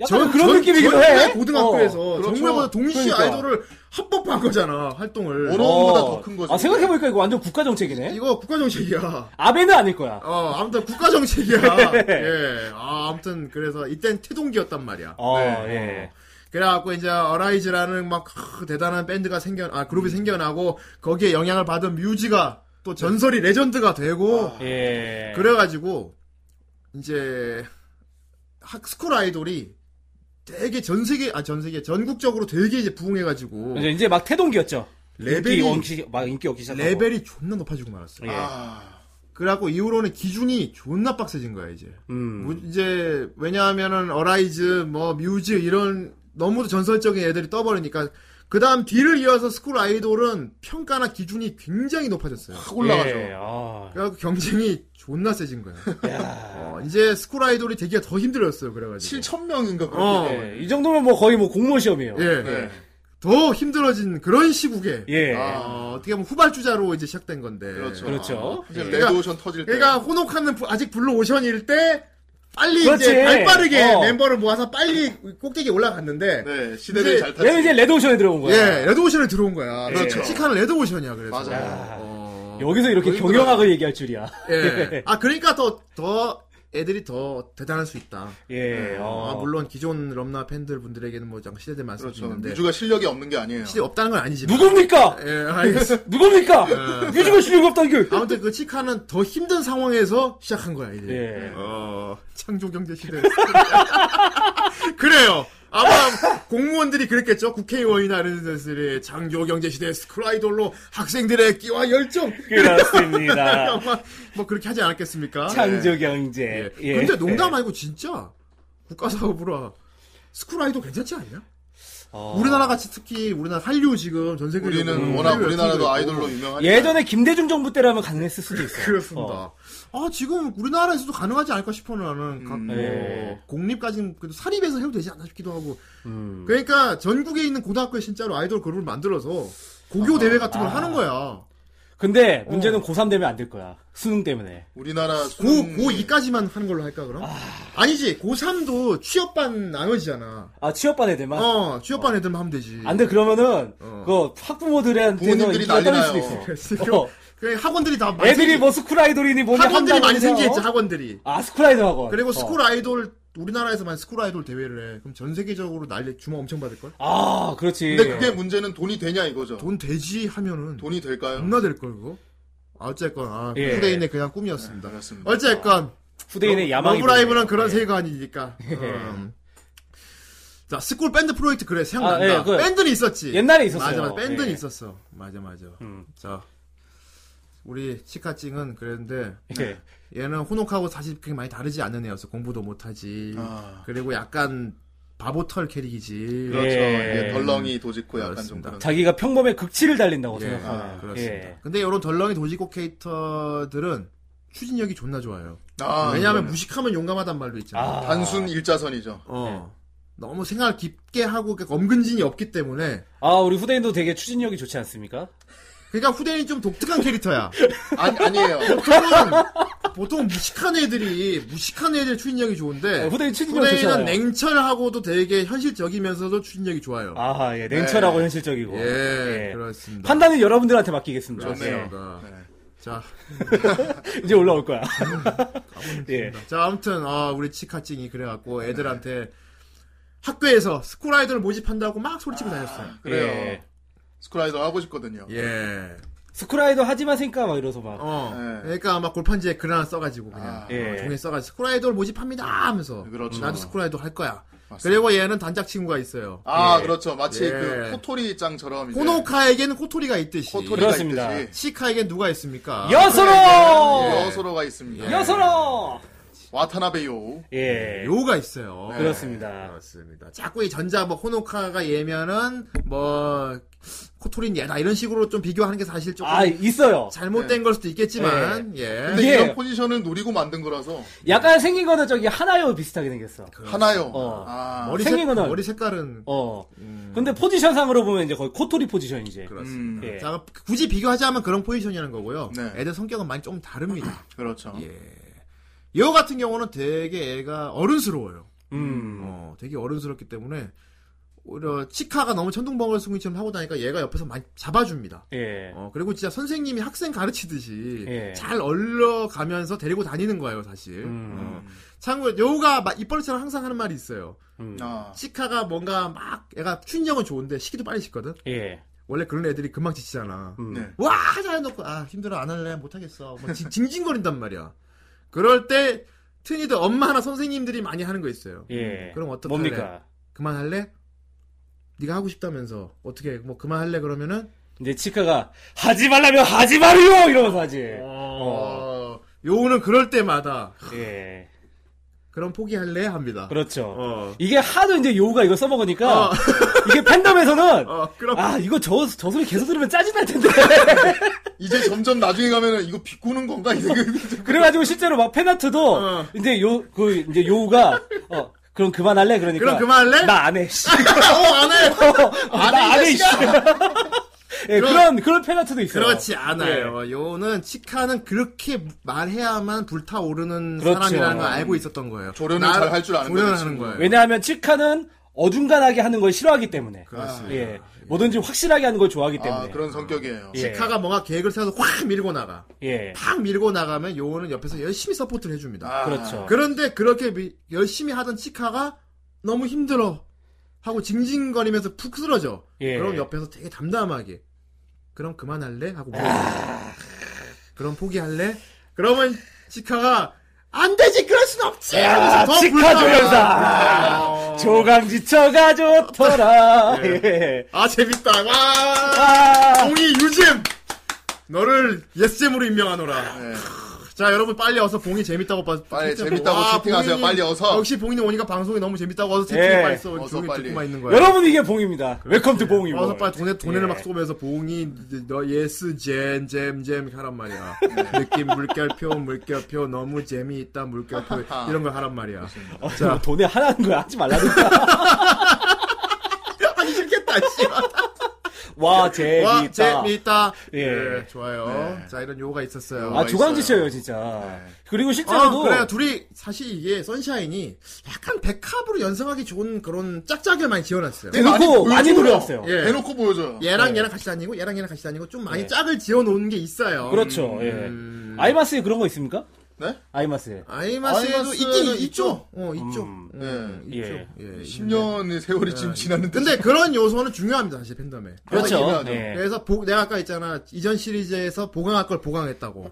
Speaker 3: 약간
Speaker 1: 저-
Speaker 3: 그런
Speaker 1: 저-
Speaker 3: 느낌이기도
Speaker 1: 저희
Speaker 3: 해.
Speaker 1: 고등학교에서
Speaker 3: 어,
Speaker 2: 그렇죠.
Speaker 1: 정말보다 뭐 동시 에
Speaker 3: 그러니까.
Speaker 1: 아이돌을 합법한 거잖아 활동을.
Speaker 2: 어느- 그거보다 더큰 거죠.
Speaker 3: 아, 생각해보니까 이거 완전 국가 정책이네.
Speaker 1: 이거 국가 정책이야.
Speaker 3: 아베는 아닐 거야.
Speaker 1: 어 아무튼 국가
Speaker 3: <laughs>
Speaker 1: 정책이야.
Speaker 3: 네.
Speaker 1: 예. 아 아무튼 그래서 이땐 태동기였단 말이야.
Speaker 3: 어,
Speaker 1: 네.
Speaker 3: 예.
Speaker 1: 그래갖고 이제 어라이즈라는 막 크, 대단한 밴드가 생겨 아
Speaker 3: 음.
Speaker 1: 그룹이 생겨나고 거기에 영향을 받은 뮤지가 또 전설이 레전드가 되고
Speaker 3: 예.
Speaker 1: 그래가지고 이제 학스쿨 아이돌이 되게 전 세계 아 전 세계 전국적으로 되게 이제 부흥해가지고
Speaker 3: 이제, 이제 막 태동기였죠.
Speaker 1: 레벨이
Speaker 3: 인기, 얻기- 막 인기 얻기 시작하고.
Speaker 1: 레벨이 존나 높아지고 말았어.
Speaker 3: 예.
Speaker 2: 아,
Speaker 1: 그래갖고 이후로는 기준이 존나 빡세진 거야 이제.
Speaker 3: 음.
Speaker 1: 뭐 이제 왜냐하면은 어라이즈 뭐 뮤즈 이런 너무도 전설적인 애들이 떠버리니까 그 다음 뒤를 이어서 스쿨 아이돌은 평가나 기준이 굉장히 높아졌어요.
Speaker 2: 확 올라가죠.
Speaker 3: 예, 아.
Speaker 1: 그래갖고 경쟁이 존나 세진 거야.
Speaker 3: 네.
Speaker 1: 어, 이제 스쿨 아이돌이 되기가 더 힘들었어요. 그래가지고
Speaker 2: 7,000명인가 그렇게.
Speaker 1: 어.
Speaker 3: 예, 이 정도면 뭐 거의 뭐 공무원 시험이에요.
Speaker 1: 예,
Speaker 2: 네.
Speaker 1: 더 힘들어진 그런 시국에
Speaker 3: 예.
Speaker 2: 아.
Speaker 1: 어, 어떻게 보면 후발주자로 이제 시작된 건데.
Speaker 2: 그렇죠.
Speaker 3: 그렇죠.
Speaker 2: 이제
Speaker 1: 예.
Speaker 2: 레드오션 터질 때.
Speaker 1: 그러니까 호노카는 부- 아직 블루 오션일 때 빨리 이제
Speaker 3: 그렇지.
Speaker 1: 발빠르게
Speaker 3: 어.
Speaker 1: 멤버를 모아서 빨리 꼭대기에 올라갔는데
Speaker 2: 네, 시대를
Speaker 1: 이제-
Speaker 2: 잘 타죠.
Speaker 3: 얘는 이제 레드오션에 들어온 거야.
Speaker 1: 예, 레드오션에 들어온 거야.
Speaker 3: 예.
Speaker 1: 그렇죠. 칙하는 레드오션이야, 그래서.
Speaker 2: 네. 맞아요.
Speaker 1: 어.
Speaker 3: 여기서 이렇게
Speaker 1: 거의
Speaker 3: 경영학을 얘기할 줄이야. <laughs>
Speaker 1: 예. 아, 그러니까 더, 더, 애들이 더 대단할 수 있다.
Speaker 3: 예, 어.
Speaker 1: 아, 물론 기존 럼나 팬들 분들에게는 뭐, 장- 시대들 많을 수
Speaker 2: 그렇죠.
Speaker 1: 있는데.
Speaker 2: 뮤즈가 실력이 없는 게 아니에요.
Speaker 1: 시대 없다는 건 아니지만.
Speaker 3: 누굽니까?
Speaker 1: 예, 알겠어.
Speaker 3: 누굽니까? 뮤지컬 실력 없다는 게.
Speaker 1: 예. 아무튼 그 치카는 더 힘든 상황에서 시작한 거야, 이제.
Speaker 3: 예.
Speaker 1: 어, 창조경제 시대. <laughs> 그래요. 아마 공무원들이 그랬겠죠. 국회의원이나 이런 데들이 창조경제 시대 스크라이돌로 학생들의 끼와 열정
Speaker 3: 그렇습니다.
Speaker 1: 아마 뭐 그렇게 하지 않았겠습니까?
Speaker 3: 창조
Speaker 1: 예.
Speaker 3: 경제.
Speaker 1: 예. 근데 농담 아니고 진짜 국가사업으로 스쿨 아이도 괜찮지 않냐? 우리나라 같이 특히 우리나라 한류 지금 전 세계
Speaker 2: 우리는 워낙
Speaker 1: 음.
Speaker 2: 우리나라도 아이돌로 유명하니까.
Speaker 3: 예전에 김대중 정부 때라면 가능했을 수도 있어요.
Speaker 1: 그렇습니다.
Speaker 3: 어.
Speaker 1: 아 지금 우리나라에서도 가능하지 않을까 싶어는 나는 각-
Speaker 2: 음,
Speaker 1: 뭐
Speaker 3: 예.
Speaker 1: 공립까지는 그래도 사립에서 해도 되지 않나 싶기도 하고
Speaker 3: 음.
Speaker 1: 그러니까 전국에 있는 고등학교에 진짜로 아이돌 그룹을 만들어서 고교 대회 같은 걸
Speaker 3: 아.
Speaker 1: 하는 거야.
Speaker 3: 근데
Speaker 1: 어.
Speaker 3: 문제는 고3 되면 안 될 거야. 수능 때문에.
Speaker 2: 우리나라
Speaker 1: 고,
Speaker 3: 음.
Speaker 2: 수능-
Speaker 1: 고 2까지만 하는 걸로 할까, 그럼? 아... 니지 고3도 취업반 나눠지잖아.
Speaker 3: 아, 취업반 애들만?
Speaker 1: 어, 취업반 애들만 하면 되지.
Speaker 3: 안 돼, 그러면은,
Speaker 1: 어.
Speaker 3: 그 학부모들한테는
Speaker 2: 부모님들이
Speaker 3: 인기가 떨어질 수도
Speaker 2: 난리
Speaker 1: <laughs>
Speaker 2: 나요.
Speaker 3: 있어.
Speaker 1: <laughs> 그럼
Speaker 3: 어.
Speaker 1: 그 학원들이 다 많이
Speaker 3: 애들이
Speaker 1: 생기-
Speaker 3: 뭐 스쿨 아이돌이니 뭐니
Speaker 1: 학원들이
Speaker 3: 한다고
Speaker 1: 많이
Speaker 3: 해서,
Speaker 1: 생기겠지,
Speaker 3: 어?
Speaker 1: 학원들이.
Speaker 3: 아, 스쿨 아이돌 학원.
Speaker 1: 그리고
Speaker 3: 어.
Speaker 1: 스쿨 아이돌, 우리나라에서만 스쿨 아이돌 대회를 해. 그럼 전 세계적으로 난리 주목 엄청 받을걸?
Speaker 3: 아, 그렇지.
Speaker 2: 근데 그게
Speaker 1: 뭐-
Speaker 2: 문제는 돈이 되냐 이거죠.
Speaker 1: 돈 되지 하면은 돈...
Speaker 2: 돈이 될까요?
Speaker 1: 겁나 될걸, 그거? 아, 어쨌건, 아,
Speaker 3: 예.
Speaker 1: 후대인의 그냥 꿈이었습니다.
Speaker 2: 알겠습니다.
Speaker 1: 어쨌건,
Speaker 3: 후대인의
Speaker 1: 러-
Speaker 3: 야망이.
Speaker 1: 러브라이브는 그런
Speaker 3: 예.
Speaker 1: 세계관이니까. 음. 자, 스쿨 밴드 프로젝트 그래 생각난다.
Speaker 3: 아, 예, 그-
Speaker 1: 밴드는 있었지.
Speaker 3: 옛날에 있었어요.
Speaker 1: 맞아, 맞아. 밴드는
Speaker 3: 예.
Speaker 1: 있었어. 맞아, 맞아.
Speaker 3: 음.
Speaker 1: 자, 우리 치카찡은 그랬는데
Speaker 3: 예.
Speaker 1: 얘는 호노카하고 사실 그렇게 많이 다르지 않는 애였어. 공부도 못하지.
Speaker 2: 아,
Speaker 1: 그리고 약간 바보털 캐릭이지.
Speaker 2: 그렇죠.
Speaker 3: 예.
Speaker 2: 이게 덜렁이 도짓고 약간 좀
Speaker 1: 그렇습니다.
Speaker 2: 그런.
Speaker 3: 자기가 평범의 극치를 달린다고 예.
Speaker 1: 예,
Speaker 3: 어, 생각하는.
Speaker 1: 아, 그렇습니다. 근데 이런 덜렁이 도지코 캐릭터들은 추진력이 존나 좋아요.
Speaker 2: 아,
Speaker 1: 왜냐하면
Speaker 2: 그러네.
Speaker 1: 무식하면 용감하단 말로 있잖아.
Speaker 3: 아. 네.
Speaker 2: 단순 일자선이죠.
Speaker 1: 어. 너무 생각을 깊게 하고 그러니까 엄근진이 없기 때문에
Speaker 3: 아, 우리 후대인도 되게 추진력이 좋지 않습니까?
Speaker 1: 그러니까 후대인이 좀 독특한 캐릭터야.
Speaker 2: 아니 아니에요. 네.
Speaker 1: 보통은 <laughs> 보통 무식한 애들이 무식한 애들 추진력이
Speaker 3: 어,
Speaker 1: 좋은데
Speaker 3: 후대인 추진력 좋잖아요.
Speaker 1: 네. 후대인은 냉철하고도 되게 현실적이면서도 추진력이 좋아요.
Speaker 3: 아하, 예. 냉철하고
Speaker 2: 네.
Speaker 3: 현실적이고.
Speaker 1: 예,
Speaker 3: 예.
Speaker 1: 그렇습니다.
Speaker 3: 판단은 여러분들한테 맡기겠습니다.
Speaker 2: 좋네요.
Speaker 1: 네.
Speaker 2: 네.
Speaker 1: 자,
Speaker 3: 예. 이제 올라올 거야. 예.
Speaker 1: 자 아무튼 아, 우리 치카찡이 그래갖고 애들한테 학교에서 스쿨 아이돌 모집한다고 막 소리치고 다녔어요.
Speaker 2: 그래요.
Speaker 3: 예.
Speaker 2: 스크라이더 하고 싶거든요.
Speaker 1: 예,
Speaker 3: 스크라이더 하지 마세니까 막 이러서 막.
Speaker 1: 어,
Speaker 2: 네.
Speaker 1: 그러니까 막 골판지에 글 하나 써가지고 그냥
Speaker 2: 아,
Speaker 3: 예.
Speaker 1: 어, 종이 써가지고 스쿨 아이돌 모집합니다 하면서
Speaker 2: 그렇죠.
Speaker 1: 나도 스쿨 아이돌 할 거야.
Speaker 2: 맞습니다.
Speaker 1: 그리고 얘는 단짝 친구가 있어요.
Speaker 2: 아
Speaker 3: 예.
Speaker 2: 그렇죠. 마치
Speaker 1: 예.
Speaker 2: 그 코토리 짱처럼 이제
Speaker 1: 호노카에게는 코토리가 있듯이
Speaker 2: 코토리가
Speaker 3: 그렇습니다.
Speaker 2: 있듯이
Speaker 1: 아, 시카에겐 누가 있습니까?
Speaker 3: 예. 여서로!
Speaker 2: 여소로가 있습니다.
Speaker 3: 여서로!
Speaker 2: 와타나베요.
Speaker 3: 예.
Speaker 1: 예. 요가 예. 있어요.
Speaker 2: 네.
Speaker 3: 그렇습니다.
Speaker 1: 그렇습니다. 자꾸 이 전자 뭐 호노카가 얘면은 뭐 코토린 얘다 이런 식으로 좀 비교하는 게 사실 조금
Speaker 2: 예.
Speaker 3: 아, 있어요.
Speaker 1: 잘못된 걸 수도 있겠지만
Speaker 3: 네.
Speaker 1: 예.
Speaker 2: 근데
Speaker 3: 이게-
Speaker 2: 이런 포지션을 노리고 만든 거라서
Speaker 3: 약간 생긴 거는 저기 하나요 비슷하게 생겼어.
Speaker 1: 그-
Speaker 2: 하나요.
Speaker 3: 어.
Speaker 2: 아,
Speaker 1: 그렇죠. 머리
Speaker 3: 생긴
Speaker 1: 색,
Speaker 3: 거는-
Speaker 1: 머리 색깔은
Speaker 3: 어. 근데 포지션상으로 보면 이제 거의 코토리 포지션이지.
Speaker 1: 음. 그렇습니다.
Speaker 3: 음. 예.
Speaker 1: 자, 굳이 비교하자면 그런 포지션이라는 거고요.
Speaker 2: 네.
Speaker 1: 애들 성격은 많이 좀 다릅니다.
Speaker 2: 그렇죠.
Speaker 3: 어.
Speaker 1: 예. 요 같은 경우는 되게 애가 어른스러워요.
Speaker 3: 음.
Speaker 1: 어, 되게 어른스럽기 때문에 오히려 치카가 너무 천둥벙을 승이처럼 하고 다니까 얘가 옆에서 많이 잡아줍니다.
Speaker 3: 예.
Speaker 1: 어, 그리고 진짜 선생님이 학생 가르치듯이
Speaker 3: 예.
Speaker 1: 잘 얼려가면서 데리고 다니는 거예요, 사실.
Speaker 3: 음.
Speaker 1: 어. 참고로 여우가 막 이빨처럼 항상 하는 말이 있어요.
Speaker 3: 음.
Speaker 2: 아,
Speaker 1: 치카가 뭔가 막 애가 추진력은 좋은데 시기도 빨리 식거든.
Speaker 3: 예.
Speaker 1: 원래 그런 애들이 금방 지치잖아.
Speaker 3: 음.
Speaker 2: 네.
Speaker 1: 와 하자 해놓고 아 힘들어 안 할래 못하겠어 뭐 지- 징징거린단 말이야. 그럴 때 튼이들 엄마나 선생님들이 많이 하는 거 있어요.
Speaker 3: 예.
Speaker 1: 음. 그럼 어떡할래?
Speaker 3: 뭡니까?
Speaker 1: 그만할래? 네가 하고 싶다면서 어떻게 뭐 그만할래 그러면은
Speaker 3: 이제 치카가 하지 말라면 하지 말아요 이러면서 하지.
Speaker 1: 어... 요우는 그럴 때마다
Speaker 3: 예.
Speaker 1: 그럼 포기할래 합니다.
Speaker 3: 그렇죠.
Speaker 1: 어.
Speaker 3: 이게 하도 이제 요우가 이걸 써먹으니까
Speaker 1: 어.
Speaker 3: <laughs> 이게 팬덤에서는
Speaker 1: 어 그럼
Speaker 3: 아 이거 저 저 소리 계속 들으면 짜증날
Speaker 1: <laughs>
Speaker 3: 텐데
Speaker 2: 이제 점점 나중에 가면은 이거 비꼬는 건가
Speaker 3: <laughs>
Speaker 2: 이 생각이 들-
Speaker 3: 그래가지고 실제로 막 팬아트도
Speaker 1: 어.
Speaker 3: 이제 요 그 이제 요우가 어 그럼 그만할래 그러니까
Speaker 1: 그럼 그만할래?
Speaker 3: 나 안해 <laughs> 씨.
Speaker 1: <laughs> 어안해
Speaker 3: 나 안해 씨. <laughs> 예, 그런 그런 팬아트도 있어요.
Speaker 1: 그렇지
Speaker 2: 네.
Speaker 1: 않아요. 요는 치카는 그렇게 말해야만 불타오르는
Speaker 3: 그렇죠.
Speaker 1: 사람이라는 걸 알고 있었던 거예요.
Speaker 2: 조련을
Speaker 1: 나-
Speaker 2: 잘할줄 아는
Speaker 1: 조련을
Speaker 2: 거지.
Speaker 1: 하는 거예요.
Speaker 3: 왜냐하면 치카는 어중간하게 하는 걸 싫어하기 때문에
Speaker 1: 그렇습니다.
Speaker 3: 예 뭐든지 확실하게 하는 걸 좋아하기 때문에
Speaker 2: 아, 그런 성격이에요.
Speaker 3: 예.
Speaker 1: 치카가 뭔가 계획을 세워서 확 밀고 나가.
Speaker 3: 예
Speaker 1: 팍 밀고 나가면 요는 옆에서 열심히 서포트를 해줍니다.
Speaker 2: 아,
Speaker 3: 그렇죠.
Speaker 1: 그런데 그렇게 미- 열심히 하던 치카가 너무 힘들어 하고 징징거리면서 푹 쓰러져.
Speaker 3: 예.
Speaker 1: 그럼 옆에서 되게 담담하게 그럼 그만할래? 하고 물어봐요.
Speaker 3: 아.
Speaker 1: 그럼 포기할래? 그러면 치카가 안 되지 그럴 순 없지
Speaker 3: 아,
Speaker 1: 하면서 더
Speaker 3: 치카
Speaker 1: 불타올라.
Speaker 3: 조련사
Speaker 1: 어.
Speaker 3: 조강지처가 좋더라
Speaker 1: 예.
Speaker 3: 예.
Speaker 1: 아 재밌다 와
Speaker 3: 아,
Speaker 1: 봉이 유잼 너를 예스잼으로 임명하노라
Speaker 2: 예.
Speaker 1: 자 여러분 빨리 어서 봉이 재밌다고 봐
Speaker 2: 빨리
Speaker 1: 채팅하고.
Speaker 2: 재밌다고
Speaker 1: 와,
Speaker 2: 채팅하세요.
Speaker 1: 봉이님,
Speaker 2: 빨리 어서.
Speaker 1: 역시 봉이는 오니까 방송이 너무 재밌다고 어서 채팅
Speaker 3: 예.
Speaker 1: 빨리 써 우리
Speaker 2: 어서
Speaker 1: 조용히
Speaker 2: 빨리.
Speaker 1: 듣고만 있는 거야
Speaker 3: 여러분 이게 봉입니다. 웰컴 투 봉이.
Speaker 1: 와서 빨리 돈에, 돈에를
Speaker 3: 예.
Speaker 1: 막 쏘면서 봉이 너 예스 젠잼잼 하란 말이야 느낌 물결표 물결표 너무 재미있다 물결표 이런 걸 하란 말이야
Speaker 3: 어, 뭐 돈에 하라는 거야 하지 말라니까.
Speaker 1: 하기 싫겠다 아, 씨발.
Speaker 3: 와 재밌다.
Speaker 1: 와 재미있다
Speaker 3: 예.
Speaker 1: 예, 좋아요 자 이런 요가 있었어요
Speaker 3: 아
Speaker 2: 있어요.
Speaker 3: 조강지처예요 진짜. 그리고 실제로도
Speaker 1: 아, 그래요. 둘이 사실 이게 선샤인이 약간 백합으로 연상하기 좋은 그런 짝짝이를 많이 지어놨어요.
Speaker 2: 네.
Speaker 3: 대놓고 많이 노렸어요.
Speaker 1: 예.
Speaker 2: 대놓고 보여줘요.
Speaker 1: 얘랑 얘랑 같이 다니고 얘랑 얘랑 같이 다니고 좀 많이 짝을 지어놓은 게 있어요.
Speaker 3: 그렇죠.
Speaker 1: 음.
Speaker 3: 예. 아이마스에 그런 거 있습니까?
Speaker 2: 네?
Speaker 3: 아이마스에.
Speaker 1: 아이마스에도
Speaker 2: 아이마스는
Speaker 1: 있긴 있죠.
Speaker 2: 있죠.
Speaker 1: 어 있죠.
Speaker 3: 음.
Speaker 1: 음,
Speaker 3: 예.
Speaker 1: 있죠.
Speaker 3: 예.
Speaker 1: 예, 있는데.
Speaker 2: 10년의 세월이 지금 지났는데
Speaker 1: 근데 그런 요소는 중요합니다 사실 팬덤에.
Speaker 2: 아,
Speaker 3: 그렇죠.
Speaker 2: 이해하죠.
Speaker 3: 예.
Speaker 1: 그래서 보- 내가 아까 있잖아 이전 시리즈에서 보강할 걸
Speaker 3: <laughs>
Speaker 1: 보강했다고.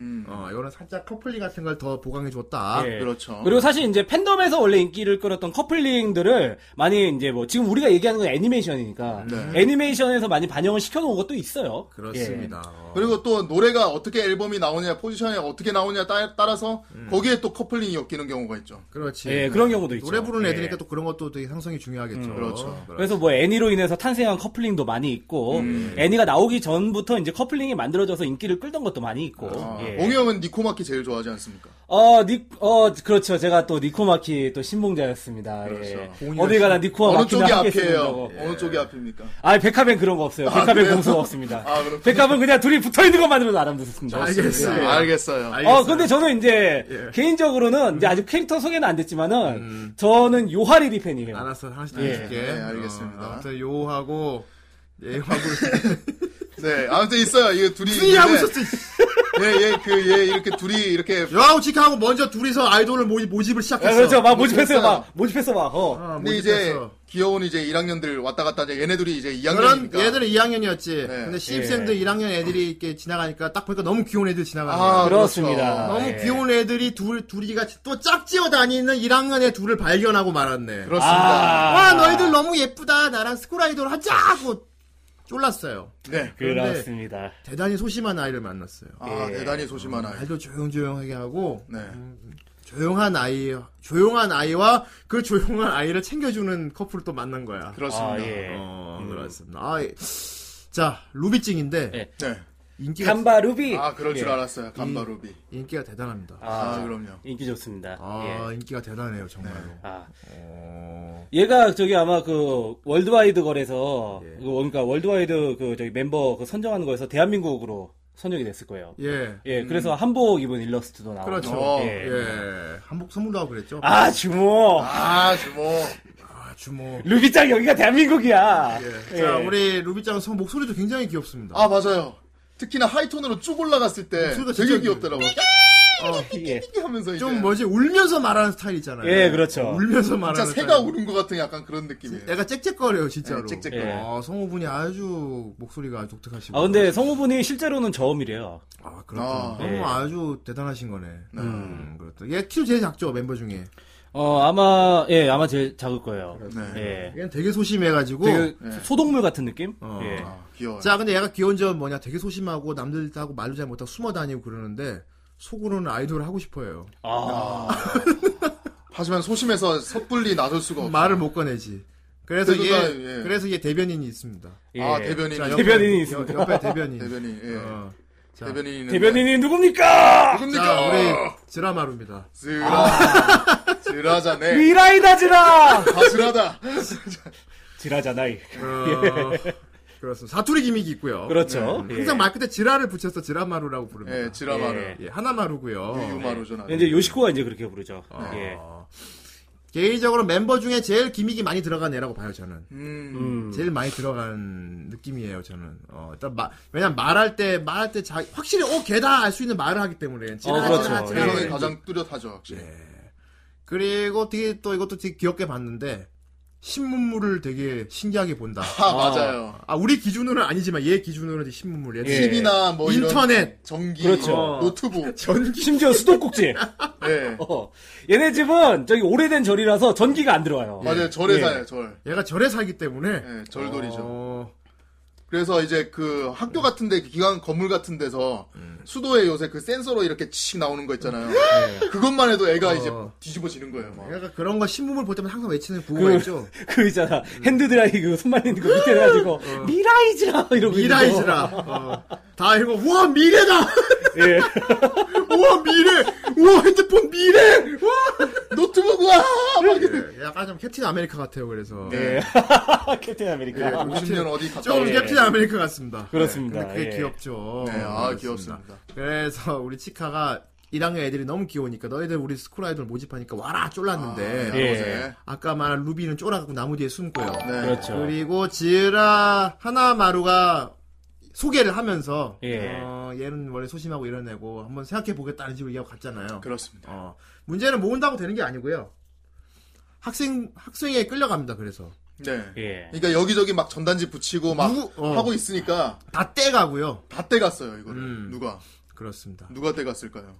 Speaker 2: 음,
Speaker 1: 어 이거는 살짝 커플링 같은 걸 더 보강해 줬다.
Speaker 3: 예.
Speaker 2: 그렇죠.
Speaker 3: 그리고 사실 이제 팬덤에서 원래 인기를 끌었던 커플링들을 많이 이제 뭐 지금 우리가 얘기하는 건 애니메이션이니까
Speaker 2: 네.
Speaker 3: 애니메이션에서 많이 반영을 시켜놓은 것도 있어요. 예.
Speaker 1: 그렇습니다. 어.
Speaker 2: 그리고 또 노래가 어떻게 앨범이 나오냐, 포지션이 어떻게 나오냐 따, 따라서 거기에 또 커플링이 엮이는 경우가 있죠.
Speaker 1: 그렇지.
Speaker 3: 예, 그런 경우도 있죠.
Speaker 1: 노래 부르는
Speaker 3: 예.
Speaker 1: 애들이니까 또 그런 것도 되게 상성이 중요하겠죠. 어,
Speaker 3: 음,
Speaker 2: 그렇죠. 음.
Speaker 3: 그래서 뭐 애니로 인해서 탄생한 커플링도 많이 있고 애니가 나오기 전부터 이제 커플링이 만들어져서 인기를 끌던 것도 많이 있고
Speaker 2: 아,
Speaker 3: 예.
Speaker 2: 옹이 형은 니코마키 제일 좋아하지 않습니까?
Speaker 3: 어, 니, 어, 그렇죠. 제가 또 니코마키 또 신봉자였습니다. 예.
Speaker 1: 봉이가
Speaker 3: 어디 가나
Speaker 2: 그렇죠. 어느
Speaker 3: 니코마키나
Speaker 2: 쪽이
Speaker 3: 함께 뭐. 쓰는
Speaker 2: 앞이에요?
Speaker 3: 거고.
Speaker 2: 어느 쪽이 앞입니까?
Speaker 3: 아, 백합엔 그런 거 없어요. 백합엔
Speaker 2: 그래요?
Speaker 3: 공수가 없습니다.
Speaker 2: 아, 그렇군요.
Speaker 3: 백합은 그냥 둘이 붙어 있는 것만으로도 알아듣습니다.
Speaker 1: 알겠어요.
Speaker 2: 네, 알겠어요.
Speaker 3: 어, 근데 저는 이제
Speaker 2: 예.
Speaker 3: 개인적으로는
Speaker 2: 음.
Speaker 3: 이제 아직 캐릭터 소개는 안 됐지만은 저는 요하리리 팬이에요.
Speaker 2: 아,
Speaker 1: 알았어 하나씩
Speaker 3: 예.
Speaker 1: 줄게.
Speaker 2: 네, 알겠습니다.
Speaker 1: 어, 아무튼 요하고
Speaker 3: <laughs>
Speaker 1: 예하고
Speaker 2: 네, 아무튼 있어요. 이거 둘이.
Speaker 1: 승리 하고
Speaker 2: 있는데,
Speaker 1: 있었지.
Speaker 2: 예, 예, 그, 예, 이렇게 둘이 이렇게.
Speaker 1: 요하고 치카하고 먼저 둘이서 아이돌을 모집, 모집을
Speaker 3: 아,
Speaker 1: 시작했어.
Speaker 3: 그렇죠. 막
Speaker 2: 모집했어요. 아,
Speaker 3: 모집했어요. 막 모집했어 막. 어.
Speaker 1: 어,
Speaker 2: 근데 이제
Speaker 1: 모집했어.
Speaker 2: 귀여운 이제 1학년들 왔다 갔다 이제 얘네 둘이 이제
Speaker 1: 그런
Speaker 2: 2학년이니까.
Speaker 1: 얘들은 2학년이었지.
Speaker 2: 네.
Speaker 1: 근데 신입생들 1학년 애들이 이렇게 지나가니까 딱 보니까 너무 귀여운 애들 지나가는 거야.
Speaker 2: 아,
Speaker 3: 그렇습니다.
Speaker 2: 그렇죠.
Speaker 1: 너무
Speaker 3: 예.
Speaker 1: 귀여운 애들이 둘 둘이 같이 또 짝지어 다니는 1학년의 둘을 발견하고 말았네.
Speaker 2: 그렇습니다.
Speaker 3: 아,
Speaker 1: 와 아, 너희들 너무 예쁘다. 나랑 스쿨 아이돌 하자고 쫄랐어요.
Speaker 2: 네.
Speaker 3: 그렇습니다.
Speaker 1: 대단히 소심한 아이를 만났어요.
Speaker 2: 아, 대단히 소심한 아이.
Speaker 1: 말도 조용조용하게 하고
Speaker 2: 네.
Speaker 1: 조용한 아이, 조용한 아이와 그 조용한 아이를 챙겨주는 커플을 또 만난 거야.
Speaker 2: 그렇습니다.
Speaker 3: 아, 예.
Speaker 1: 어,
Speaker 3: 음.
Speaker 1: 그렇습니다. 아, 예. 자, 루비찡인데
Speaker 3: 예.
Speaker 2: 네.
Speaker 1: 인기가
Speaker 3: 간바 루비.
Speaker 2: 아, 그럴 줄
Speaker 3: 예.
Speaker 2: 알았어요. 감바루비.
Speaker 1: 인기가 대단합니다. 아,
Speaker 2: 아,
Speaker 3: 아,
Speaker 2: 그럼요.
Speaker 3: 인기 좋습니다. 예. 네.
Speaker 1: 인기가 대단해요, 정말로.
Speaker 3: 아,
Speaker 1: 어,
Speaker 3: 얘가 저기 아마 그 월드와이드 거래서
Speaker 1: 예.
Speaker 3: 그 그러니까 월드와이드 그 저기 멤버 그 선정하는 거에서 대한민국으로 선정이 됐을 거예요.
Speaker 1: 예.
Speaker 3: 예, 그래서 한복 입은 일러스트도 나오고.
Speaker 1: 그렇죠.
Speaker 2: 어,
Speaker 1: 예. 한복 선물도 하고 그랬죠.
Speaker 3: 아, 주모.
Speaker 2: 아, 주모.
Speaker 1: 아, 주모.
Speaker 3: 루비짱 여기가 대한민국이야.
Speaker 1: 예. 자, 우리 루비짱 성 목소리도 굉장히 귀엽습니다.
Speaker 2: 아, 맞아요. 특히나 하이톤으로 쭉 올라갔을 때
Speaker 1: 목소리가
Speaker 2: 되게
Speaker 1: 진짜
Speaker 2: 귀엽더라고요.
Speaker 1: 어,
Speaker 3: 예.
Speaker 2: 끼끼 하면서 이제
Speaker 1: 좀 뭐지, 울면서 말하는 스타일 있잖아요.
Speaker 3: 예, 그렇죠.
Speaker 1: 어, 울면서
Speaker 2: 네. 진짜
Speaker 1: 말하는
Speaker 2: 새가
Speaker 1: 스타일. 예.
Speaker 2: 우는 것 같은 약간 그런 느낌이에요.
Speaker 1: 애가 짹짹거려요, 진짜로.
Speaker 2: 예, 짹짹거려.
Speaker 3: 예.
Speaker 1: 아, 성우분이 아주 목소리가 아주 독특하시고.
Speaker 3: 아, 근데 성우분이 실제로는 저음이래요.
Speaker 1: 아, 그렇구나.
Speaker 2: 아,
Speaker 1: 그럼
Speaker 3: 예.
Speaker 1: 아주 대단하신 거네. 음, 그렇다. 얘 키도 제일 작죠, 멤버 중에.
Speaker 3: 어, 아마, 예, 아마 제일 작을 거예요.
Speaker 2: 네.
Speaker 3: 예.
Speaker 1: 얘는 되게 소심해가지고.
Speaker 3: 되게
Speaker 2: 예.
Speaker 3: 소동물 같은 느낌?
Speaker 1: 어.
Speaker 3: 예.
Speaker 2: 아, 귀여워요.
Speaker 1: 자, 근데 얘가 귀여운 점은 뭐냐? 되게 소심하고 남들하고 말도 잘 못하고 숨어 다니고 그러는데 속으로는 아이돌을 하고 싶어요.
Speaker 3: 아,
Speaker 2: 하지만 소심해서 섣불리 나설 수가 없어.
Speaker 1: 말을 못 꺼내지. 그래서
Speaker 2: 그래도
Speaker 1: 얘
Speaker 2: 나- 예.
Speaker 1: 그래서 얘 대변인이 있습니다.
Speaker 3: 예.
Speaker 2: 아, 대변인.
Speaker 1: 자,
Speaker 2: 이
Speaker 1: 옆에-
Speaker 3: 대변인이
Speaker 1: 여-
Speaker 3: 있습니다.
Speaker 1: 옆에 대변인.
Speaker 2: <laughs> 대변인. 예. 네.
Speaker 1: 어. 자,
Speaker 2: 대변인이 있는데.
Speaker 3: 대변인이 누굽니까?
Speaker 1: 자,
Speaker 2: 누굽니까?
Speaker 1: 우리 드라마루입니다.
Speaker 2: 즈라. 즈라자네.
Speaker 3: 미라이다 지라!
Speaker 2: 다 즈라다.
Speaker 3: 지라잖아이. <laughs>
Speaker 1: 어, 그렇습니다. 사투리 기믹이 있고요.
Speaker 3: 그렇죠.
Speaker 1: 네. 항상 말 끝에 지라를 붙여서 지라마루라고 부릅니다.
Speaker 2: 예, 즈라마루.
Speaker 1: 예, 하나마루고요.
Speaker 2: 유유마루죠, 나.
Speaker 3: 예. 이제 요시코가 이제 그렇게 부르죠. 예.
Speaker 1: 어, 개인적으로 멤버 중에 제일 기믹이 많이 들어간 애라고 봐요, 저는.
Speaker 2: 음.
Speaker 3: 음.
Speaker 1: 제일 많이 들어간 느낌이에요, 저는. 어, 일단 마- 왜냐면 말할 때, 말할 때 자, 확실히, 어, 걔다! 알 수 있는 말을 하기 때문에. 지나,
Speaker 3: 어, 그렇죠.
Speaker 1: 지나, 지나.
Speaker 2: 그래서
Speaker 3: 예.
Speaker 2: 아, 가장 뚜렷하죠, 확실히.
Speaker 1: 네. 그리고 되게 또 이것도 되게 귀엽게 봤는데, 신문물을 되게 신기하게 본다.
Speaker 2: 아, 맞아요.
Speaker 1: 아, 우리 기준으로는 아니지만, 얘 기준으로는 이제 신문물. 얘
Speaker 3: 예.
Speaker 2: TV나 뭐 이런
Speaker 1: 인터넷. 어.
Speaker 2: 전기, 뭐
Speaker 3: 그렇죠.
Speaker 1: <laughs>
Speaker 2: 노트북.
Speaker 3: 심지어 수도꼭지.
Speaker 2: 예.
Speaker 3: 어. 얘네 집은 저기 오래된 절이라서 전기가 안 들어와요.
Speaker 2: 맞아요. 절에
Speaker 3: 예.
Speaker 2: 사요, 절.
Speaker 1: 얘가 절에 살기 때문에.
Speaker 2: 예, 절돌이죠.
Speaker 1: 어,
Speaker 2: 그래서 이제 그 학교 같은데 기관 건물 같은 데서
Speaker 3: 음.
Speaker 2: 수도에 요새 그 센서로 이렇게 치 나오는 거 있잖아요. 그것만 해도 애가
Speaker 1: 어.
Speaker 2: 이제 뒤집어지는 거예요. 막.
Speaker 1: 얘가 그런 거 신문물 볼 때마다 항상 외치는 구호가 있죠.
Speaker 3: 그 있잖아. 핸드드라이기 그 손만 있는 거 밑에 가지고 미라이즈라 이러고 있는 거.
Speaker 1: 미라이즈라. 어. 다 이거 와 미래다.
Speaker 3: 예. <laughs>
Speaker 1: 와 미래. 와 핸드폰 미래.
Speaker 2: 노트북 와! 막 이렇게.
Speaker 1: 예, 약간 좀 캡틴 아메리카 같아요. 그래서
Speaker 2: 네.
Speaker 3: 예. 캡틴 아메리카.
Speaker 2: 예, 50년 어디 갔다
Speaker 1: 좀
Speaker 2: 오고.
Speaker 1: 캡틴 아메리카 같습니다.
Speaker 3: 그렇습니다.
Speaker 1: 근데 그게
Speaker 3: 예.
Speaker 1: 귀엽죠.
Speaker 2: 예. 아, 네, 아,
Speaker 1: 그렇습니다.
Speaker 3: 음,
Speaker 2: 귀엽습니다.
Speaker 1: 그래서 우리 치카가 1학년 애들이 너무 귀여우니까 너희들 우리 스쿨 아이돌 모집하니까 와라 쫄랐는데
Speaker 2: 아,
Speaker 3: 예.
Speaker 2: 네.
Speaker 1: 아까 말한 루비는 쫄아갖고 나무 뒤에 숨고요.
Speaker 2: 네.
Speaker 3: 그렇죠.
Speaker 1: 그리고 지으라 하나마루가 소개를 하면서
Speaker 3: 예.
Speaker 1: 어, 얘는 원래 소심하고 이런 애고 한번 생각해 보겠다는 식으로 얘기하고 갔잖아요.
Speaker 2: 그렇습니다.
Speaker 1: 어, 문제는 모은다고 되는 게 아니고요. 학생 학생에 끌려갑니다. 그래서
Speaker 2: 네.
Speaker 3: 예.
Speaker 2: 그러니까 여기저기 막 전단지 붙이고 막
Speaker 1: 누구- 어.
Speaker 2: 하고 있으니까
Speaker 1: 다 떼가고요.
Speaker 2: 다 떼갔어요, 이거를.
Speaker 1: 음.
Speaker 2: 누가?
Speaker 1: 그렇습니다.
Speaker 2: 누가 떼갔을까요?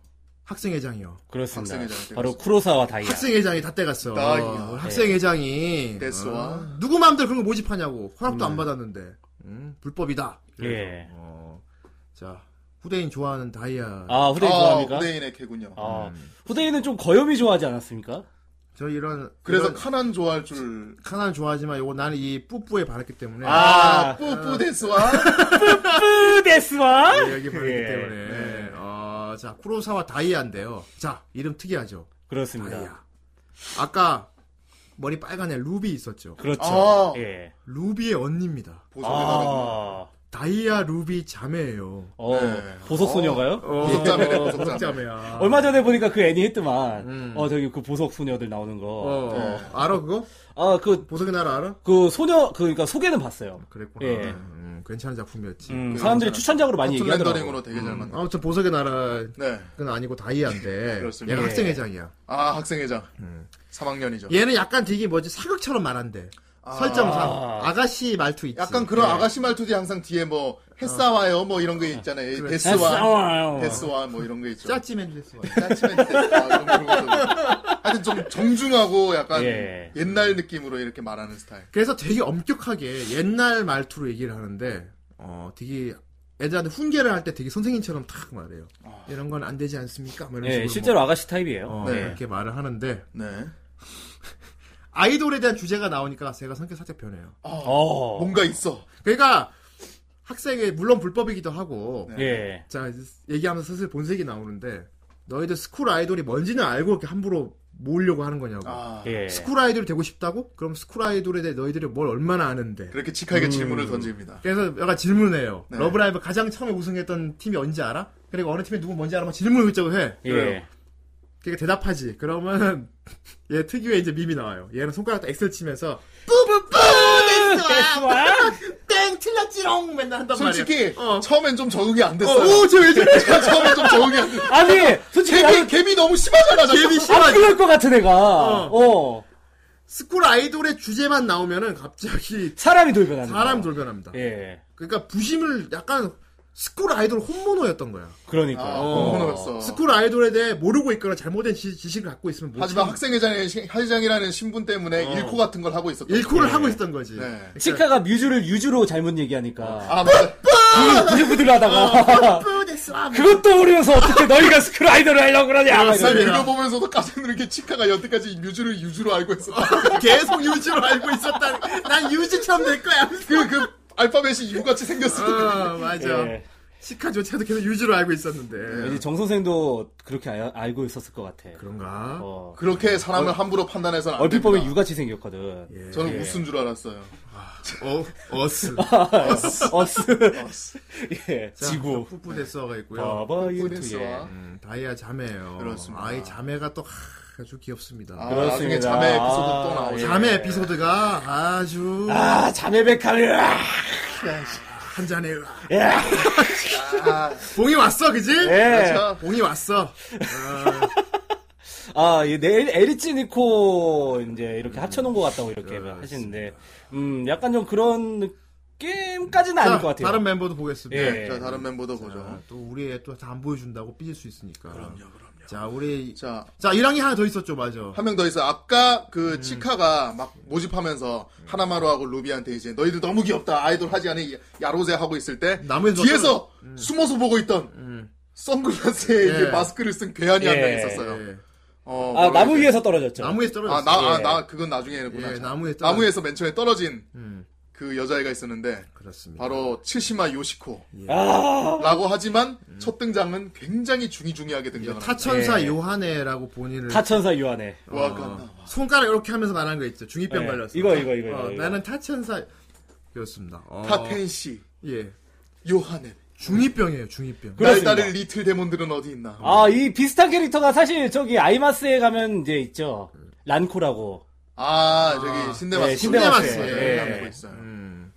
Speaker 1: 학생회장이요.
Speaker 3: 그렇습니다.
Speaker 2: 학생회장
Speaker 3: 바로 쿠로사와 다이아. 예.
Speaker 1: 학생회장이 다 떼갔어.
Speaker 2: 다
Speaker 1: 어, 학생회장이
Speaker 2: 데스와.
Speaker 1: 어, 누구 마음대로 그런 거 모집하냐고 허락도 안 받았는데 음, 불법이다. 그래서,
Speaker 3: 예.
Speaker 1: 어, 자 후대인 좋아하는 다이아. 음.
Speaker 3: 아, 후대인
Speaker 2: 아,
Speaker 3: 좋아합니까?
Speaker 2: 후대인의 캐군요.
Speaker 3: 아, 후대인은 좀 거염이 좋아하지 않았습니까?
Speaker 1: 저 이런
Speaker 2: 그래서
Speaker 1: 이런
Speaker 2: 카난 좋아할 줄.
Speaker 1: 카나는 좋아하지만 요거 나는 이 뿌뿌에 바랐기 때문에
Speaker 2: 아, 뿌뿌 데스와.
Speaker 3: 후데스와?
Speaker 1: 예, 여기 바랐기
Speaker 3: 예.
Speaker 1: 때문에 어, 자 쿠로사와 다이아인데요. 자 이름 특이하죠.
Speaker 3: 그렇습니다.
Speaker 1: 다이아. 아까 머리 빨간 애 루비 있었죠.
Speaker 3: 그렇죠.
Speaker 2: 아.
Speaker 3: 예.
Speaker 1: 루비의 언니입니다.
Speaker 2: 보석에 달았구나.
Speaker 3: 아.
Speaker 1: 다이아 루비 자매예요. 예.
Speaker 3: 어,
Speaker 2: 네.
Speaker 3: 보석소녀가요?
Speaker 2: 어,
Speaker 1: <laughs>
Speaker 2: 보석자매네, 보석자매.
Speaker 1: 보석자매야.
Speaker 3: 얼마 전에 보니까 그 애니 했더만,
Speaker 1: 음.
Speaker 3: 어, 저기 그 보석소녀들 나오는 거.
Speaker 1: 어,
Speaker 2: 예.
Speaker 1: 알아 그거?
Speaker 3: 아, 그,
Speaker 1: 보석의 나라 알아?
Speaker 3: 그 소녀, 그, 그니까 소개는 봤어요.
Speaker 1: 그랬구나.
Speaker 3: 예.
Speaker 1: 음, 괜찮은 작품이었지. 음.
Speaker 3: 음, 사람들이 추천작으로 많이
Speaker 2: 하튼
Speaker 3: 얘기하더라고요. 음.
Speaker 2: 렌더링으로 되게 잘 만나.
Speaker 1: 아무튼 보석의 나라
Speaker 2: 네.
Speaker 1: 그건 아니고 다이아인데
Speaker 2: 음. 그렇습니다.
Speaker 1: 얘가
Speaker 2: 예.
Speaker 1: 학생회장이야.
Speaker 2: 아, 학생회장.
Speaker 3: 음. 예.
Speaker 2: 3학년이죠.
Speaker 1: 얘는 약간 되게 뭐지 사극처럼 말한대.
Speaker 2: 아.
Speaker 1: 설정상 아가씨 말투 있지.
Speaker 2: 약간 그런
Speaker 3: 예.
Speaker 2: 아가씨 말투지 항상 뒤에 뭐, 햇사와요, 뭐
Speaker 3: 어.
Speaker 2: 이런 거 있잖아요. 이 데스와.
Speaker 3: 싸워요.
Speaker 2: 데스와, 뭐 이런 거 있죠.
Speaker 1: 짜찌맨 됐어.
Speaker 2: 짜치맨 데스와. 뭐 이런 거 그런 것도. 하여튼 좀 정중하고 약간
Speaker 3: 예.
Speaker 2: 옛날 느낌으로 이렇게 말하는 스타일.
Speaker 1: 그래서 되게 엄격하게 옛날 말투로 얘기를 하는데 어 되게 애들한테 훈계를 할 때 되게 선생님처럼 탁 말해요.
Speaker 2: 아.
Speaker 1: 이런 건 안 되지 않습니까? 막 이런
Speaker 2: 예,
Speaker 3: 네,
Speaker 1: 식으로
Speaker 3: 실제로 아가씨 타입이에요.
Speaker 1: 뭐, 어,
Speaker 2: 네.
Speaker 1: 이렇게 말을 하는데
Speaker 2: 네.
Speaker 1: 아이돌에 대한 주제가 나오니까 제가 성격 살짝 변해요.
Speaker 3: 어.
Speaker 2: 뭔가 있어.
Speaker 1: 그러니까 학생의 물론 불법이기도 하고
Speaker 2: 네.
Speaker 3: 예.
Speaker 1: 자 이제 얘기하면서 슬슬 본색이 나오는데 너희들 스쿨 아이돌이 뭔지는 알고 이렇게 함부로 모으려고 하는 거냐고.
Speaker 2: 아,
Speaker 3: 예.
Speaker 1: 스쿨 아이돌이 되고 싶다고? 그럼 스쿨 아이돌에 대해 너희들이 뭘 얼마나 아는데?
Speaker 2: 그렇게 직하게
Speaker 3: 음.
Speaker 2: 질문을 던집니다.
Speaker 1: 그래서 약간 질문해요.
Speaker 2: 네.
Speaker 1: 러브라이브 가장 처음에 우승했던 팀이 언제 알아? 그리고 어느 팀이 누구 뭔지 알아? 막 질문을 이쪽을 해.
Speaker 2: 네.
Speaker 3: 예.
Speaker 1: 그러니까 대답하지. 그러면 <laughs> 얘 특유의 이제 밈이 나와요. 얘는 손가락 딱 엑셀 치면서 뿌뿌뿌 됐어. 땡 틀렸지롱 맨날 한단 말이야.
Speaker 2: 솔직히 아,
Speaker 1: 어.
Speaker 2: 처음엔 좀 적응이 안 됐어요.
Speaker 1: 오쟤왜 저래?
Speaker 2: 제가 <laughs> 처음엔 좀 적응이 안
Speaker 3: <laughs>
Speaker 2: 됐어요.
Speaker 3: 아니, 솔직히
Speaker 2: 개미,
Speaker 3: 나는
Speaker 2: 개미 너무 심하잖아. 자꾸.
Speaker 1: 개미 씨.
Speaker 3: 안 끌릴 것 같은 애가. 어.
Speaker 1: 스쿨 아이돌의 주제만 나오면은 갑자기
Speaker 3: 사람이 돌변하는.
Speaker 1: 사람
Speaker 3: 거.
Speaker 1: 돌변합니다.
Speaker 3: 예.
Speaker 1: 그러니까 부심을 약간 스쿨 아이돌 혼모노였던 거야.
Speaker 3: 그러니까.
Speaker 2: 아,
Speaker 3: 요
Speaker 2: 공무원으로서.
Speaker 1: 스쿨 아이돌에 대해 모르고 있거나 잘못된 지, 식을 갖고 있으면 못
Speaker 2: 하지만
Speaker 1: 참아.
Speaker 2: 학생회장의 시- 회장이라는 신분 때문에
Speaker 1: 어.
Speaker 2: 일코 같은 걸 하고 있었던
Speaker 1: 일코를
Speaker 2: 거예요.
Speaker 1: 하고 있었던 거지.
Speaker 2: 네.
Speaker 3: 치카가 뮤즈를 유주로 잘못 얘기하니까.
Speaker 2: 아, 맞아.
Speaker 3: 부들부들하다가.
Speaker 1: 뿌데스 아, 뭐.
Speaker 3: 그것 떠오르면서 어떻게 너희가 스크롤 아이돌을 하려고 그러냐. 예. 막
Speaker 2: 난
Speaker 1: 그렇습니다.
Speaker 2: 이거 보면서도 깜짝 놀란 게 치카가 여태까지 뮤즈를 유주로 알고
Speaker 1: <laughs>
Speaker 2: 있었다.
Speaker 1: 계속 유지로 알고 있었다. 난 유지처럼 될 거야.
Speaker 2: 그, 그, 알파벳이 유같이 생겼으니까.
Speaker 1: 어, 맞아.
Speaker 3: 이러면서. 예.
Speaker 1: 시카조차도 계속 유지로 알고 있었는데.
Speaker 3: 왠지 정 선생도 그렇게 알- 알고 있었을 것 같아.
Speaker 1: 그런가?
Speaker 3: 어.
Speaker 2: 그렇게 사람을 함부로 판단해서는 안
Speaker 3: 얼핏 보면
Speaker 2: 됩니다.
Speaker 3: 유같이 생겼거든.
Speaker 1: 예.
Speaker 2: 저는 웃은 줄 알았어요.
Speaker 1: 어, 어스.
Speaker 3: 아, 어스. 예. 지구. 어.
Speaker 1: 푸푸데스가 있고요.
Speaker 3: 바바
Speaker 2: 푸데스와.
Speaker 3: 유투예.
Speaker 1: 음, 다이아 자매예요.
Speaker 2: 그렇습니다.
Speaker 1: 아이 자매가 또 하, 아주 귀엽습니다.
Speaker 2: 아,
Speaker 3: 그렇습니다.
Speaker 2: 나중에 자매 에피소드 또 나오죠.
Speaker 3: 예.
Speaker 1: 자매 에피소드가 아주
Speaker 3: 아, 자매백하를.
Speaker 1: 한 잔에
Speaker 3: 예.
Speaker 1: 봉이 왔어, 그지?
Speaker 3: 예.
Speaker 2: 그렇죠.
Speaker 1: 봉이 왔어.
Speaker 3: 아, 예, 내일 에리치 니코 이제 이렇게
Speaker 1: 음.
Speaker 3: 합쳐놓은 것 같다고 이렇게 하시는데, 음, 약간 좀 그런 게임까지는 아닐
Speaker 1: 자,
Speaker 3: 것 같아요.
Speaker 1: 다른 멤버도 보겠습니다.
Speaker 3: 예.
Speaker 2: 자, 다른 멤버도
Speaker 1: 자,
Speaker 2: 보죠.
Speaker 1: 또 우리의 또 다 안 보여준다고 삐질 수 있으니까. 그럼요, 그럼요. 자, 우리
Speaker 2: 자,
Speaker 1: 자 1학기 하나 더 있었죠, 맞아.
Speaker 2: 한 명 더 있어요. 아까 그
Speaker 3: 음.
Speaker 2: 치카가 막 모집하면서 하나마루하고 루비한테 이제 너희들 너무 귀엽다. 아이돌 하지 않은 야로제 하고 있을 때
Speaker 1: 나무에서
Speaker 2: 뒤에서
Speaker 3: 음.
Speaker 2: 숨어서 보고 있던 선글라스에
Speaker 1: 예.
Speaker 2: 이게 마스크를 쓴 괴한이 한 명
Speaker 3: 예.
Speaker 2: 있었어요.
Speaker 1: 예.
Speaker 2: 어,
Speaker 3: 아, 나무
Speaker 2: 모르겠어요.
Speaker 3: 위에서 떨어졌죠.
Speaker 1: 네. 나무에서 떨어졌어.
Speaker 2: 아, 나, 아,
Speaker 3: 예.
Speaker 2: 나, 그건 나중에는구나.
Speaker 1: 예,
Speaker 2: 참.
Speaker 1: 나무에 떨어졌-
Speaker 2: 나무에서 맨 처음에 떨어진
Speaker 1: 음.
Speaker 2: 그 여자애가 있었는데,
Speaker 1: 그렇습니다.
Speaker 2: 바로 츠시마 요시코.
Speaker 3: 아,
Speaker 2: 라고 하지만 첫 등장은 굉장히 중이중이하게 등장합니다.
Speaker 1: 타천사
Speaker 3: 예.
Speaker 1: 요한에라고 본인을
Speaker 3: 타천사 유한해.
Speaker 2: 와,
Speaker 1: 어,
Speaker 2: 깜나.
Speaker 1: 손가락 이렇게 하면서 말하는 거 있죠. 중이병
Speaker 3: 예.
Speaker 1: 걸렸어.
Speaker 3: 이거, 이거, 이거,
Speaker 1: 어,
Speaker 3: 이거, 이거.
Speaker 1: 나는 타천사였습니다.
Speaker 3: 아.
Speaker 1: 어,
Speaker 2: 타켄시,
Speaker 1: 예.
Speaker 2: 요하네.
Speaker 1: 중이병이에요, 중이병.
Speaker 2: 날
Speaker 3: 그렇습니다.
Speaker 2: 따를 리틀 데몬들은 어디 있나?
Speaker 1: 음.
Speaker 3: 아, 이 비슷한 캐릭터가 사실 저기 아이마스에 가면 이제 있죠.
Speaker 1: 음.
Speaker 3: 란코라고.
Speaker 2: 아, 저기 신데마스.
Speaker 3: 예, 신데마스.
Speaker 2: 신데마스.
Speaker 3: 예.
Speaker 2: 남고 있어요.
Speaker 1: 음.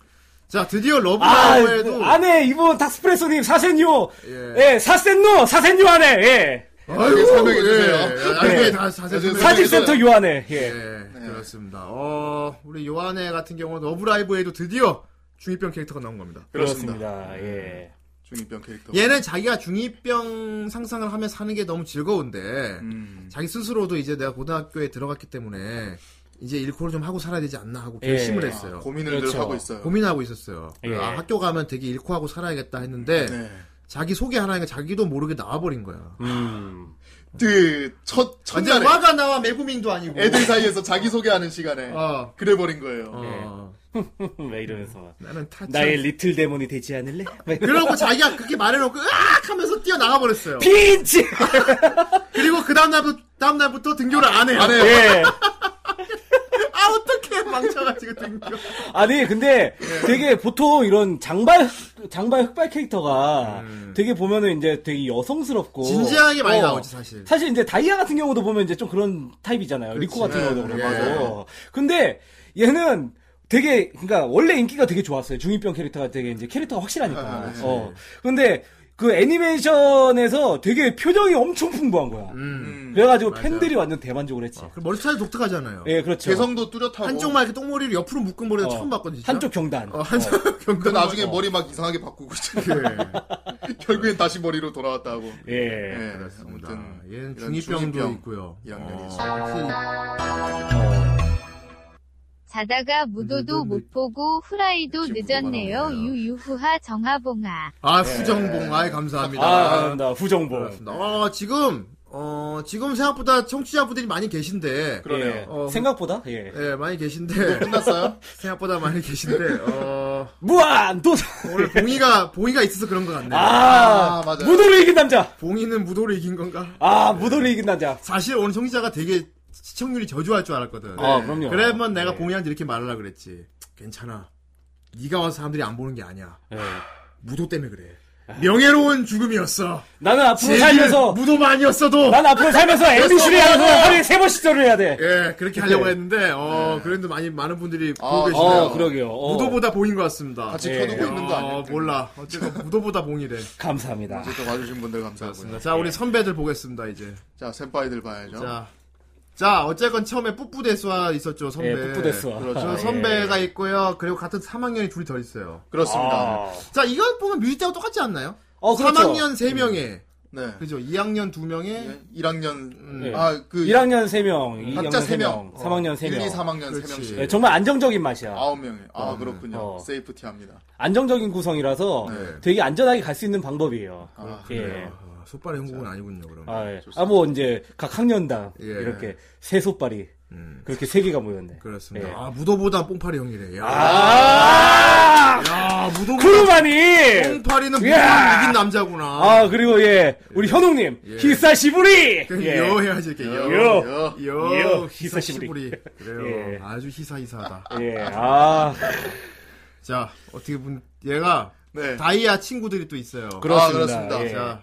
Speaker 1: 자, 드디어
Speaker 3: 아,
Speaker 1: 러브라이브에도
Speaker 3: 안에 이분 닥스프레소님 사센요.
Speaker 1: 예.
Speaker 3: 예, 사센노, 사센 요한해. 예.
Speaker 1: 아이고,
Speaker 2: 설명해 주세요.
Speaker 1: 나중에 다 자세히
Speaker 2: 네.
Speaker 1: 설명해 주세요.
Speaker 3: 사진센터 요한해. 예.
Speaker 1: 예, 그렇습니다. 어, 우리 요한의 같은 경우는 러브라이브에도 드디어 중이병 캐릭터가 나온 겁니다. 네.
Speaker 3: 그렇습니다. 예.
Speaker 2: 중이병 캐릭터.
Speaker 1: 얘는 자기가 중이병 상상을 하며 사는 게 너무 즐거운데 <laughs>
Speaker 2: 음.
Speaker 1: 자기 스스로도 이제 내가 고등학교에 들어갔기 때문에 이제 일코를 좀 하고 살아야 되지 않나 하고 결심을
Speaker 3: 예.
Speaker 1: 했어요.
Speaker 2: 아, 고민을
Speaker 3: 그렇죠.
Speaker 2: 늘 하고 있어요.
Speaker 1: 고민하고 있었어요.
Speaker 3: 예.
Speaker 1: 아, 학교 가면 되게 잃고 하고 살아야겠다 했는데
Speaker 2: 네.
Speaker 1: 자기 소개 하나니까 자기도 모르게 나와버린 거야.
Speaker 3: 음.
Speaker 2: 그, 첫,
Speaker 1: 완전
Speaker 2: 첫날에
Speaker 1: 화가 나와 매구민도 아니고.
Speaker 2: 애들 사이에서 자기소개하는 시간에
Speaker 1: 어. 그래버린 거예요.
Speaker 3: 왜 이러면서. 막.
Speaker 1: 나는 타짜.
Speaker 3: 나의 리틀 데몬이 되지 않을래? 막 이러-
Speaker 1: 그러고 자기가 그렇게 말해놓고 으악 하면서 뛰어나가 버렸어요.
Speaker 3: 빈치!
Speaker 1: 그리고 그 다음 날부터 다음 날부터 등교를 안 해요.
Speaker 2: 안 해요.
Speaker 3: 예.
Speaker 1: 아 어떻게 망쳐가지고 등교.
Speaker 3: <laughs>
Speaker 2: 어.
Speaker 3: 아니, 근데 되게 보통 이런 장발, 장발 흑발 캐릭터가 되게 보면은 이제 되게 여성스럽고.
Speaker 1: 진지하게 많이
Speaker 3: 어,
Speaker 1: 나오지 사실.
Speaker 3: 사실 이제 다이아 같은 경우도 보면 이제 좀 그런 타입이잖아요. 리코 같은
Speaker 2: 네,
Speaker 3: 경우도
Speaker 2: 네,
Speaker 1: 예.
Speaker 3: 그렇고. 근데 얘는 되게 그러니까 원래 인기가 되게 좋았어요. 중이병 캐릭터가 되게 이제 캐릭터가 확실하니까.
Speaker 2: 아, 네.
Speaker 3: 어. 근데 그 애니메이션에서 되게 표정이 엄청 풍부한 거야.
Speaker 1: 음. 어.
Speaker 2: 음.
Speaker 3: 그래가지고 팬들이 완전 대만족을 했지.
Speaker 1: 그리고 머리 스타일 독특하잖아요.
Speaker 3: 어. 예, 그렇죠.
Speaker 2: 개성도 뚜렷하고.
Speaker 1: 한쪽만 이렇게 똥머리를 옆으로 묶은 머리는
Speaker 3: 어,
Speaker 1: 처음 봤거든요. 진짜.
Speaker 3: 한쪽 경단.
Speaker 1: 어, 한쪽
Speaker 2: 그
Speaker 1: 경근
Speaker 2: 나중에 머리 막 이상하게 바꾸고
Speaker 1: 예. <laughs>
Speaker 2: 있잖아요. <laughs>
Speaker 1: 네,
Speaker 2: 결국엔 다시 머리로 돌아왔다 하고.
Speaker 3: 예.
Speaker 2: 예,
Speaker 1: 그렇습니다.
Speaker 2: 아무튼
Speaker 1: 네, 얘는
Speaker 2: 이런
Speaker 1: 중이병도 어.
Speaker 2: 중이병
Speaker 1: 있고요.
Speaker 2: 이런 면이
Speaker 1: 어,
Speaker 2: 있어요.
Speaker 1: 하여튼
Speaker 4: 자다가
Speaker 1: 그
Speaker 4: 무도도 못 보고 후라이도 늦었네요. 유유후하 정하봉아.
Speaker 1: 아, 후정봉. 어, 아이, 감사합니다.
Speaker 3: 아, 나 후정보.
Speaker 1: 알았습니다. 어, 지금, 어, 지금 생각보다 청취자분들이 많이 계신데.
Speaker 3: 예.
Speaker 2: 그러네요.
Speaker 1: 어,
Speaker 3: 생각보다 예.
Speaker 1: 예, 많이 계신데. 끝났어요? <laughs> 생각보다 많이 계신데, 어,
Speaker 3: 무한 도전.
Speaker 1: 오늘 봉이가, 봉이가 있어서 그런 것 같네요.
Speaker 3: 아,
Speaker 2: 아, 맞아요.
Speaker 3: 무도를 이긴 남자.
Speaker 1: 봉이는 무도를 이긴 건가?
Speaker 3: 아 무도를 이긴 남자.
Speaker 1: 사실 오늘 청취자가 되게 시청률이 저조할 줄 알았거든.
Speaker 3: 아 그럼요.
Speaker 1: 네. 그러면 내가
Speaker 3: 예.
Speaker 1: 봉이한테 이렇게 말하려 그랬지. 괜찮아. 네가 와서 사람들이 안 보는 게 아니야.
Speaker 3: 예.
Speaker 1: 무도 때문에 그래. 명예로운 죽음이었어.
Speaker 3: 나는 앞으로
Speaker 1: 제일
Speaker 3: 아, 살면서
Speaker 1: 무도만 아니었어도.
Speaker 3: 난 앞으로 살면서 MBC를 하면서 하루에 세 번씩 절을 해야 돼.
Speaker 1: 예, 그렇게 하려고 했는데, 어, 그래도 많이, 많은 분들이 보고
Speaker 2: 아,
Speaker 1: 계시네요.
Speaker 3: 어 그러게요. 어,
Speaker 1: 무도보다 봉인 것 같습니다.
Speaker 2: 같이
Speaker 3: 예.
Speaker 2: 켜두고 있는 거 아니에요?
Speaker 1: 어, 몰라. 어쨌든 무도보다 봉이래.
Speaker 3: 감사합니다.
Speaker 2: 어쨌든 와주신 분들 감사하고요.
Speaker 1: 자, 우리 선배들 보겠습니다, 이제.
Speaker 2: 자, 샘파이들 봐야죠.
Speaker 1: 자. 자, 어쨌건 처음에 뿌뿌대수와 있었죠, 선배.
Speaker 3: 예, 뿌뿌데스와.
Speaker 1: 저 선배가 있고요. 그리고 같은 3학년이 둘이 더 있어요.
Speaker 2: 그렇습니다.
Speaker 3: 아.
Speaker 1: 자, 이걸 보면 뮤지때하고 똑같지 않나요?
Speaker 3: 어 그렇죠.
Speaker 1: 3학년 3명에,
Speaker 2: 네.
Speaker 1: 그죠? 2학년 2명에,
Speaker 2: 예, 1학년
Speaker 3: 예.
Speaker 2: 아, 그
Speaker 3: 1학년 3명,
Speaker 2: 각자
Speaker 3: 2학년
Speaker 2: 세
Speaker 3: 3명,
Speaker 2: 명.
Speaker 3: 3학년
Speaker 2: 1, 2,
Speaker 3: 3명.
Speaker 2: 3학년
Speaker 1: 그렇지.
Speaker 2: 3명씩.
Speaker 3: 예, 정말 안정적인 맛이야.
Speaker 2: 아홉 명이에요. 아, 그렇군요.
Speaker 3: 어.
Speaker 2: 세이프티합니다.
Speaker 3: 안정적인 구성이라서
Speaker 1: 네.
Speaker 3: 되게 안전하게 갈 수 있는 방법이에요.
Speaker 2: 아,
Speaker 3: 예.
Speaker 1: 아, 속발의 행복은 아니군요, 그럼.
Speaker 3: 아, 예. 아, 뭐, 이제, 각 학년당,
Speaker 1: 네, 예.
Speaker 3: 이렇게, 세 솥발이,
Speaker 1: 음.
Speaker 3: 그렇게 세 개가 모였네.
Speaker 1: 그렇습니다.
Speaker 3: 예.
Speaker 1: 아, 무도보다 뽕파리 형이래. 야,
Speaker 3: 아!
Speaker 1: 야 무도보다
Speaker 3: 크루마니!
Speaker 1: 뽕파리는 무도를
Speaker 3: 야!
Speaker 1: 이긴 남자구나.
Speaker 3: 아, 그리고, 예, 우리 현웅님,
Speaker 1: 예.
Speaker 3: 히사시부리!
Speaker 1: 그럼
Speaker 3: 예.
Speaker 1: 여 해야지 이렇게
Speaker 3: 여.
Speaker 1: 여.
Speaker 2: 여.
Speaker 1: 여.
Speaker 3: 여,
Speaker 1: 히사시부리.
Speaker 3: 히사시부리.
Speaker 1: 그래요.
Speaker 3: 예.
Speaker 1: 아주 히사히사하다.
Speaker 3: 예, 아,
Speaker 1: 자, 어떻게 보면 얘가
Speaker 2: 네.
Speaker 1: 다이아 친구들이 또 있어요.
Speaker 3: 그렇습니다.
Speaker 2: 아, 그렇습니다.
Speaker 3: 예. 어.
Speaker 1: 자,